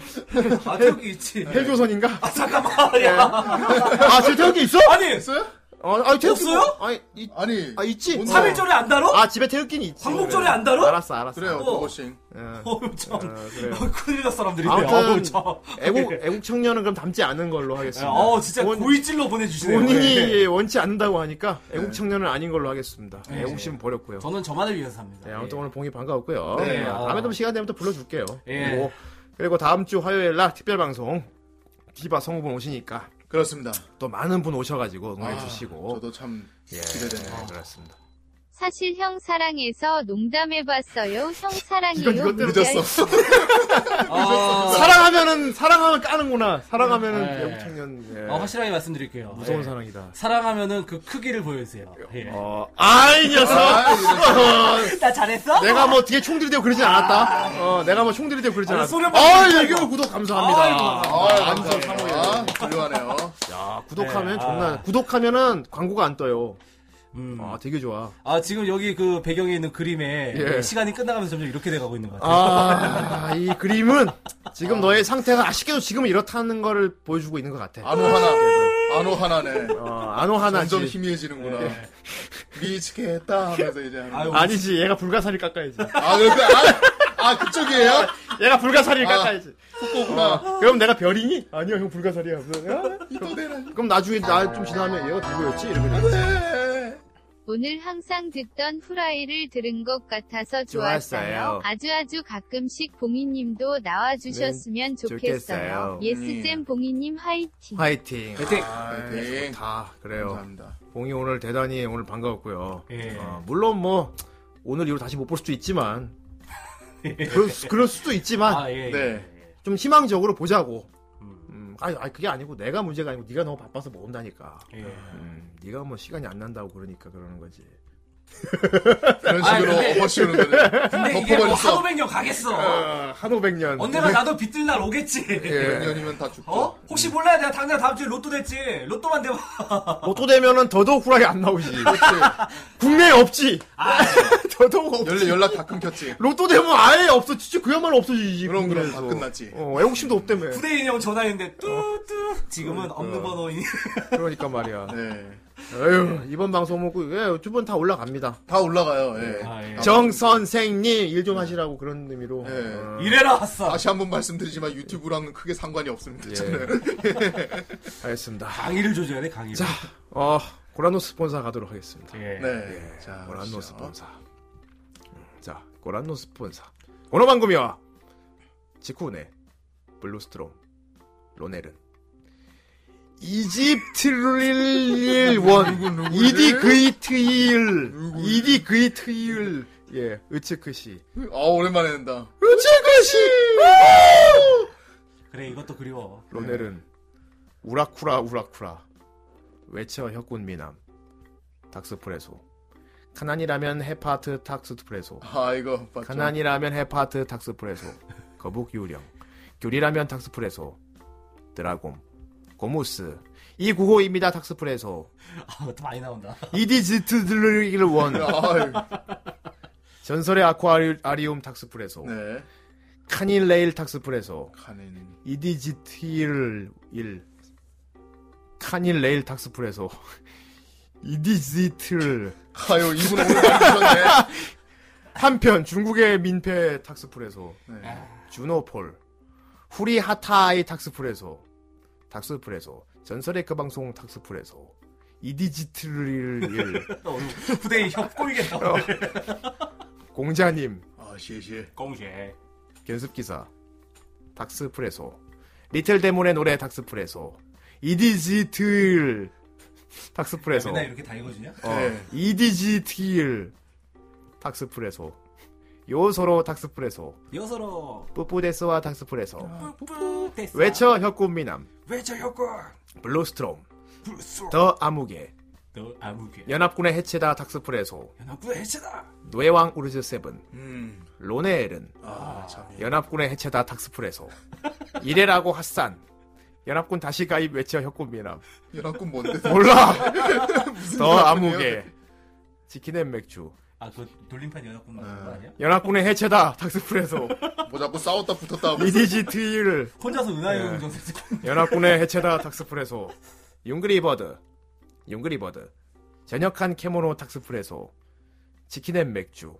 Speaker 3: 아, 태극기
Speaker 1: 예.
Speaker 3: 있지.
Speaker 1: 헬조선인가?
Speaker 3: 아, 잠깐만. 야.
Speaker 1: 아, 집에 태극기 있어?
Speaker 3: 아니,
Speaker 2: 있어요?
Speaker 1: 어, 아니 태극기
Speaker 3: 없어요?
Speaker 1: 뭐- 아니, 이-
Speaker 2: 아니.
Speaker 1: 아, 있지.
Speaker 2: 뭔-
Speaker 1: 어.
Speaker 3: 3일절에 안 다뤄?
Speaker 1: 아, 집에 태극기는 있지. 네.
Speaker 3: 광복절에 안 다뤄?
Speaker 1: 알았어, 알았어.
Speaker 2: 그래요,
Speaker 3: 어.
Speaker 2: 그것이.
Speaker 1: 예.
Speaker 3: 어휴, 참.
Speaker 1: 그래요.
Speaker 3: 어, 큰일 날 사람들이네. 뭐 어휴,
Speaker 1: 예. 아무튼
Speaker 3: 참.
Speaker 1: 애국 애국 청년은 그럼 담지 않은 걸로 하겠습니다.
Speaker 3: 어, 진짜
Speaker 1: 본-
Speaker 3: 고의질로 보내주시네요.
Speaker 1: 본인이 예,
Speaker 3: 네.
Speaker 1: 원치 않는다고 하니까 애국 청년은 아닌 걸로 하겠습니다. 애국심 버렸고요.
Speaker 3: 저는 저만을 위해서 합니다. 예.
Speaker 1: 네, 아무튼 오늘 봉이 반가웠고요.
Speaker 3: 네,
Speaker 1: 아,
Speaker 3: 아.
Speaker 1: 다음에 또 시간 되면 또 불러줄게요.
Speaker 3: 예.
Speaker 1: 그리고, 그리고 다음 주 화요일 날 특별 방송 디바 성우분 오시니까
Speaker 2: 그렇습니다.
Speaker 1: 또 많은 분 오셔가지고 응원해
Speaker 2: 아,
Speaker 1: 주시고
Speaker 2: 저도 참
Speaker 1: 예,
Speaker 2: 기대되네요.
Speaker 1: 그렇습니다.
Speaker 4: 사실 형 사랑해서 농담해봤어요. 형 사랑해요.
Speaker 2: 네.
Speaker 1: 이건 이것대로
Speaker 4: 물결.
Speaker 3: 아,
Speaker 1: 사랑하면은 사랑하면 까는구나. 사랑하면은
Speaker 3: 네.
Speaker 1: 애국 청년 예.
Speaker 3: 어, 확실하게 말씀드릴게요.
Speaker 1: 무서운
Speaker 3: 예.
Speaker 1: 사랑이다.
Speaker 3: 사랑하면은 그 크기를 보여주세요. 예.
Speaker 1: 어, 아이 녀석. 어,
Speaker 3: 나 잘했어?
Speaker 14: 네.
Speaker 1: 내가 뭐 뒤에 총 들이대고 그러진 않았다. 어, 내가 뭐 총 들이대고 그러진
Speaker 3: 아,
Speaker 1: 않았다.
Speaker 3: 소리 한번
Speaker 1: 아,
Speaker 3: 들리지
Speaker 1: 이
Speaker 3: 않나?
Speaker 1: 개월 구독 감사합니다.
Speaker 3: 아이고,
Speaker 1: 아,
Speaker 2: 감사합니 훌륭하네요.
Speaker 1: 야, 구독하면
Speaker 3: 네,
Speaker 1: 정말
Speaker 3: 아.
Speaker 1: 구독하면은 광고가 안 떠요.
Speaker 3: 음.
Speaker 1: 아, 되게 좋아.
Speaker 3: 아, 지금 여기 그 배경에 있는 그림에
Speaker 1: 예.
Speaker 3: 시간이 끝나가면서 점점 이렇게 돼가고 있는 것 같아요.
Speaker 1: 아, 이 그림은 지금 너의 상태가 아쉽게도 지금은 이렇다는 거를 보여주고 있는 것 같아.
Speaker 2: 안호 하나. 안호 하나네.
Speaker 1: 어, 안호
Speaker 2: 점점
Speaker 1: 하나지.
Speaker 2: 희미해지는구나. 미치겠다 하면서 이제 하는.
Speaker 3: 아유,
Speaker 1: 아니지, 얘가 불가사리 깎아야지.
Speaker 2: 아, 그렇게, 아, 아, 그쪽이에요?
Speaker 1: 얘가 불가사리
Speaker 2: 아.
Speaker 1: 깎아야지.
Speaker 2: 후쿠구나.
Speaker 1: 그럼 내가 별이니? 아니요, 형 불가사리야. 그래서, 아,
Speaker 2: 이또 대라.
Speaker 1: 그럼 나중에 나 좀 지나면 얘가 누구였지? 이러면
Speaker 2: 아, 네.
Speaker 4: 오늘 항상 듣던 후라이를 들은 것 같아서 좋았어요.
Speaker 1: 좋았어요.
Speaker 4: 아주아주 가끔씩 봉이님도 나와주셨으면
Speaker 1: 네, 좋겠어요.
Speaker 4: 좋겠어요. 예스쌤 봉이님 화이팅.
Speaker 1: 화이팅.
Speaker 14: 화이팅.
Speaker 1: 네, 좋다. 그래요.
Speaker 2: 감사합니다.
Speaker 1: 봉이 오늘 대단히 오늘 반가웠고요.
Speaker 14: 예.
Speaker 1: 어, 물론 뭐 오늘 이후로 다시 못 볼 수도 있지만 그럴, 수- 그럴 수도 있지만
Speaker 14: 아, 예, 예,
Speaker 1: 네. 좀 희망적으로 보자고. 음, 아니, 아니, 그게 아니고 내가 문제가 아니고 네가 너무 바빠서 못 온다니까.
Speaker 14: 예.
Speaker 1: 음, 네가 뭐 시간이 안 난다고 그러니까 그러는 거지.
Speaker 2: 그런 식으로 엎어씌우는 거네.
Speaker 1: 아,
Speaker 14: 근데 이게 뭐 하루 백년
Speaker 2: 아,
Speaker 14: 가겠어.
Speaker 1: 한 500년.
Speaker 14: 언젠가 나도 빚들 날 오겠지.
Speaker 1: 예. 네.
Speaker 2: 몇 년이면 다 죽죠.
Speaker 14: 어? 혹시 몰라야 내가 당장 다음 주에 로또 됐지. 로또만 되면 <laughs>
Speaker 1: 로또 되면은 더더욱 후라이 안 나오지. 국내에 없지.
Speaker 14: 아.
Speaker 1: <laughs> 더더욱 없지.
Speaker 2: 연락 연락 다 끊겼지.
Speaker 1: 로또 되면 아예 없어. 진짜 그야말로 없어지지.
Speaker 2: 그럼 그럼 다
Speaker 1: 국내에서.
Speaker 2: 끝났지.
Speaker 1: 어, 애국심도 없다며.
Speaker 14: 부대인이 형 전화했는데 뚜뚜
Speaker 1: 어.
Speaker 14: 지금은 없는 번호이니.
Speaker 1: 그러니까 말이야.
Speaker 2: 네.
Speaker 1: 에휴, 이번 방송 먹고, 예, 두번 다 올라갑니다.
Speaker 2: 다 올라가요. 예.
Speaker 1: 정 선생님, 일 좀 하시라고 그런 의미로. 어.
Speaker 14: <laughs> 이래라 왔어.
Speaker 2: 다시 한번 말씀드리지만 유튜브랑은 크게 상관이 없습니다. 저는.
Speaker 1: 예. <laughs> 알겠습니다.
Speaker 14: 강의를 조져야 돼 강의를. 예.
Speaker 1: 자, 어, 고란노 스폰사 가도록
Speaker 3: 예.
Speaker 1: 하겠습니다.
Speaker 2: 네. 자,
Speaker 1: 고란노
Speaker 2: 보시죠.
Speaker 1: 예. 스폰사. 음, 자, 고란노 스폰사. 오너방금이와 지쿠네, 블루스트롬, 로넬은. 이집트릴일원 이디 그이트일 이디 그이트일 예 으츠크시
Speaker 2: 아 오랜만에 된다.
Speaker 1: 으츠크시
Speaker 14: 그래 이것도 그리워.
Speaker 1: 로넬은 우라쿠라 우라쿠라 외쳐 혁군 미남 닥스프레소 카난이라면 해파트 닥스프레소
Speaker 2: 아 이거 맞죠.
Speaker 1: 가난이라면 해파트 닥스프레소 거북 유령 교리라면 닥스프레소 드라곰 고무스 이 구호입니다 닥스프레소
Speaker 14: 아, 그것도 많이 나온다.
Speaker 1: 이디지트들을 원
Speaker 2: 아유.
Speaker 1: 전설의 아쿠아리움 닥스프레소
Speaker 2: 네.
Speaker 1: 카닐레일 닥스프레소
Speaker 2: 가는
Speaker 1: 이디지틸 1 카닐 레일 닥스풀에서 <laughs> 이디지틸
Speaker 2: 아유 이분 오늘 많이 드셨네.
Speaker 1: 한편 중국의 민폐 닥스풀에서
Speaker 2: 네.
Speaker 1: 주노폴 후리 하타이 닥스풀에서 닥스풀에서 전설의 그 방송 닥스풀에서 이디지틸 1
Speaker 14: 부대인 형 꼬이게
Speaker 1: <laughs> 어.
Speaker 14: 나오네.
Speaker 1: 공자님
Speaker 2: 아 시시.
Speaker 14: 공세.
Speaker 1: 연습기사 닥스프레소 리틀 데몬의 노래 닥스프레소 이디지틀 닥스프레소
Speaker 14: 맨날 이렇게 다 읽어주냐?
Speaker 1: 어,
Speaker 2: 네.
Speaker 1: 이디지틸 닥스프레소 요소로 닥스프레소
Speaker 14: 여서로
Speaker 1: 뿌뿌데스와 닥스프레소
Speaker 14: 뿌뿌 됐어.
Speaker 1: 외쳐 혁군미남
Speaker 14: 외쳐 효과.
Speaker 1: 블루스트롬 더 아무개
Speaker 14: 너 아무개.
Speaker 1: 연합군의 해체다 닥스프레소
Speaker 14: 연합부 해체다.
Speaker 1: 뇌왕 우르즈 세븐
Speaker 2: 음.
Speaker 1: 로네엘은
Speaker 2: 아 참.
Speaker 1: 연합군의 해체다 닥스프레소 이래라고 핫산 연합군 다시 가입 외쳐 혁군미남
Speaker 2: 연합군 뭔데?
Speaker 1: 몰라
Speaker 2: 무슨 <laughs>
Speaker 1: 더
Speaker 2: 연합군이에요?
Speaker 1: 아무개 지키는 맥주
Speaker 14: 아그 돌림판 연합군
Speaker 1: 어.
Speaker 14: 말하는 거 아니야?
Speaker 1: 연합군의 해체다 닥스프레소
Speaker 2: 뭐 자꾸 싸웠다 붙었다 하고.
Speaker 1: 이디지 트일
Speaker 14: 혼자서 은하의
Speaker 1: 예.
Speaker 14: 운전 세트.
Speaker 1: 연합군의 해체다 닥스프레소 융그리버드 융그리버드 전역한 캐모노 닥스프레소 지키는 맥주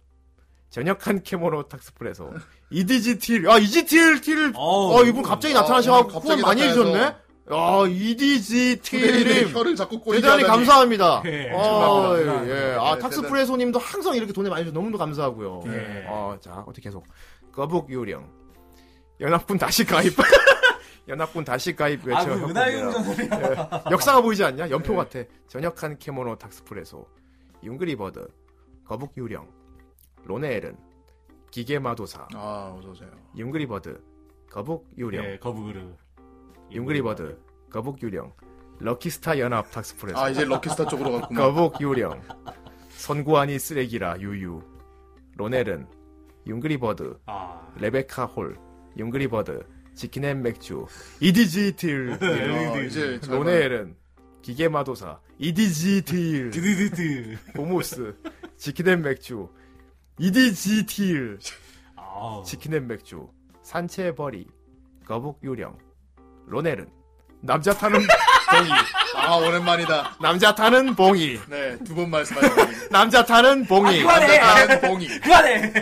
Speaker 1: 전역한 캐모노 닥스프레소 이디지 트일 아 이지 트일 트일
Speaker 14: 어우.
Speaker 1: 어 이분 갑자기 나타나셔가지고
Speaker 2: 갑자기
Speaker 1: 후원 많이
Speaker 2: 나타나서.
Speaker 1: 해주셨네 야 이디지
Speaker 2: 후대인의
Speaker 1: 트일님
Speaker 2: 혀를 자꾸 꼬리게
Speaker 1: 대단히
Speaker 2: 하다니.
Speaker 1: 감사합니다.
Speaker 14: 예,
Speaker 1: 어,
Speaker 2: 감사합니다.
Speaker 1: 예, 예. 아,
Speaker 2: 네,
Speaker 1: 탁스프레소님도 항상 이렇게 돈을 많이 주셔서 너무도 감사하고요.
Speaker 14: 예.
Speaker 1: 어, 자, 어떻게 계속. 거북 요령. 연합군 다시 가입. <laughs> 연합군 다시 가입 <laughs> 외쳐.
Speaker 14: 아, 그
Speaker 1: 협곡이야.
Speaker 14: 은하의 운전 소리야.
Speaker 1: 예. 역사가 보이지 않냐? 연표
Speaker 2: 네.
Speaker 1: 같아. 전역한 캐모노 탁스프레소. 융그리버드. 거북 요령. 로네엘은. 기계마도사.
Speaker 2: 아 어서 오세요.
Speaker 1: 융그리버드. 거북 요령.
Speaker 2: 네,
Speaker 14: 예, 거북으로.
Speaker 1: 융그리버드. 거북 요령. 럭키스타 연합 탁스프레소.
Speaker 2: 아 이제 럭키스타 쪽으로 갔구만.
Speaker 1: 거북 요령 선구안이 쓰레기라 유유 로넬은 융그리버드
Speaker 14: 아.
Speaker 1: 레베카 홀 융그리버드 지키는 맥주 이디지틸
Speaker 2: 아,
Speaker 1: 네,
Speaker 2: 이제 잘
Speaker 1: 로넬은 기계마도사 이디지틸
Speaker 14: 드드드드.
Speaker 1: 보모스 지키는 맥주 이디지틸
Speaker 14: 아.
Speaker 1: 지키는 맥주 산채버리 거북 요령 로넬은 남자 타는 봉이
Speaker 2: 아 오랜만이다.
Speaker 1: 남자 타는 봉이
Speaker 2: 네, 두
Speaker 1: <laughs>
Speaker 2: 번 말씀하셨습니다.
Speaker 1: 남자 타는 봉이
Speaker 14: 아, 그만해.
Speaker 2: 남자 봉이.
Speaker 14: 그만해.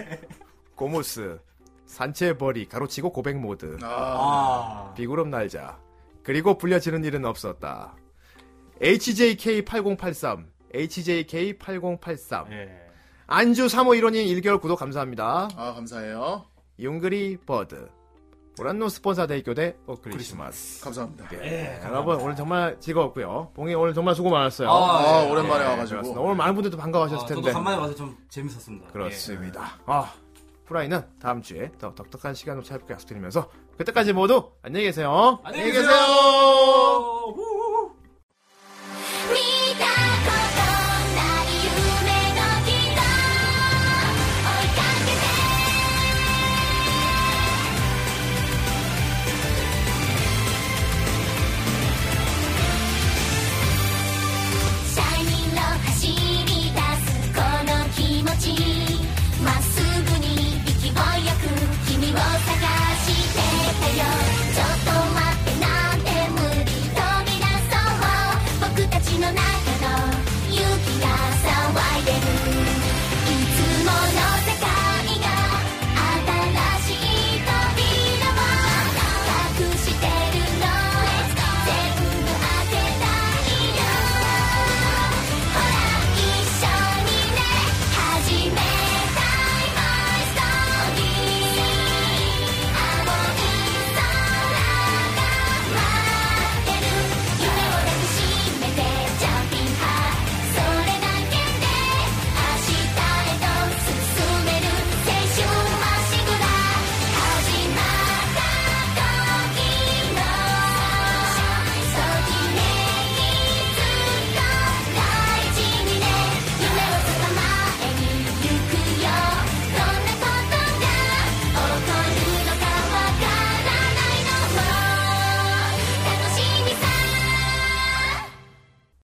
Speaker 1: 고무스, 산채벌이, 가로치고 고백모드,
Speaker 2: 아,
Speaker 14: 아.
Speaker 1: 비구름 날자, 그리고 불려지는 일은 없었다. HJK8083,
Speaker 14: 아.
Speaker 1: HJK8083.
Speaker 14: 예.
Speaker 1: 안주 351호님 1개월 구독 감사합니다.
Speaker 2: 아, 감사해요.
Speaker 1: 용그리 버드. 오란노 스폰사 대교대 어 크리스마스.
Speaker 2: 감사합니다.
Speaker 1: 네.
Speaker 14: 아,
Speaker 1: 여러분 오늘 정말 즐거웠고요. 봉이 오늘 정말 수고 많았어요.
Speaker 2: 아, 아, 오랜만에
Speaker 1: 예,
Speaker 2: 와가지고.
Speaker 1: 그렇습니다. 오늘 많은 분들도 반가워하셨을
Speaker 14: 아, 저도
Speaker 1: 텐데.
Speaker 14: 간만에 와서 좀 재밌었습니다. 예.
Speaker 1: 그렇습니다. 아 프라이는 다음 주에 더 독특한 시간으로 찾아뵙게 약속드리면서 그때까지 모두 안녕히 계세요.
Speaker 14: 안녕히 계세요. 후!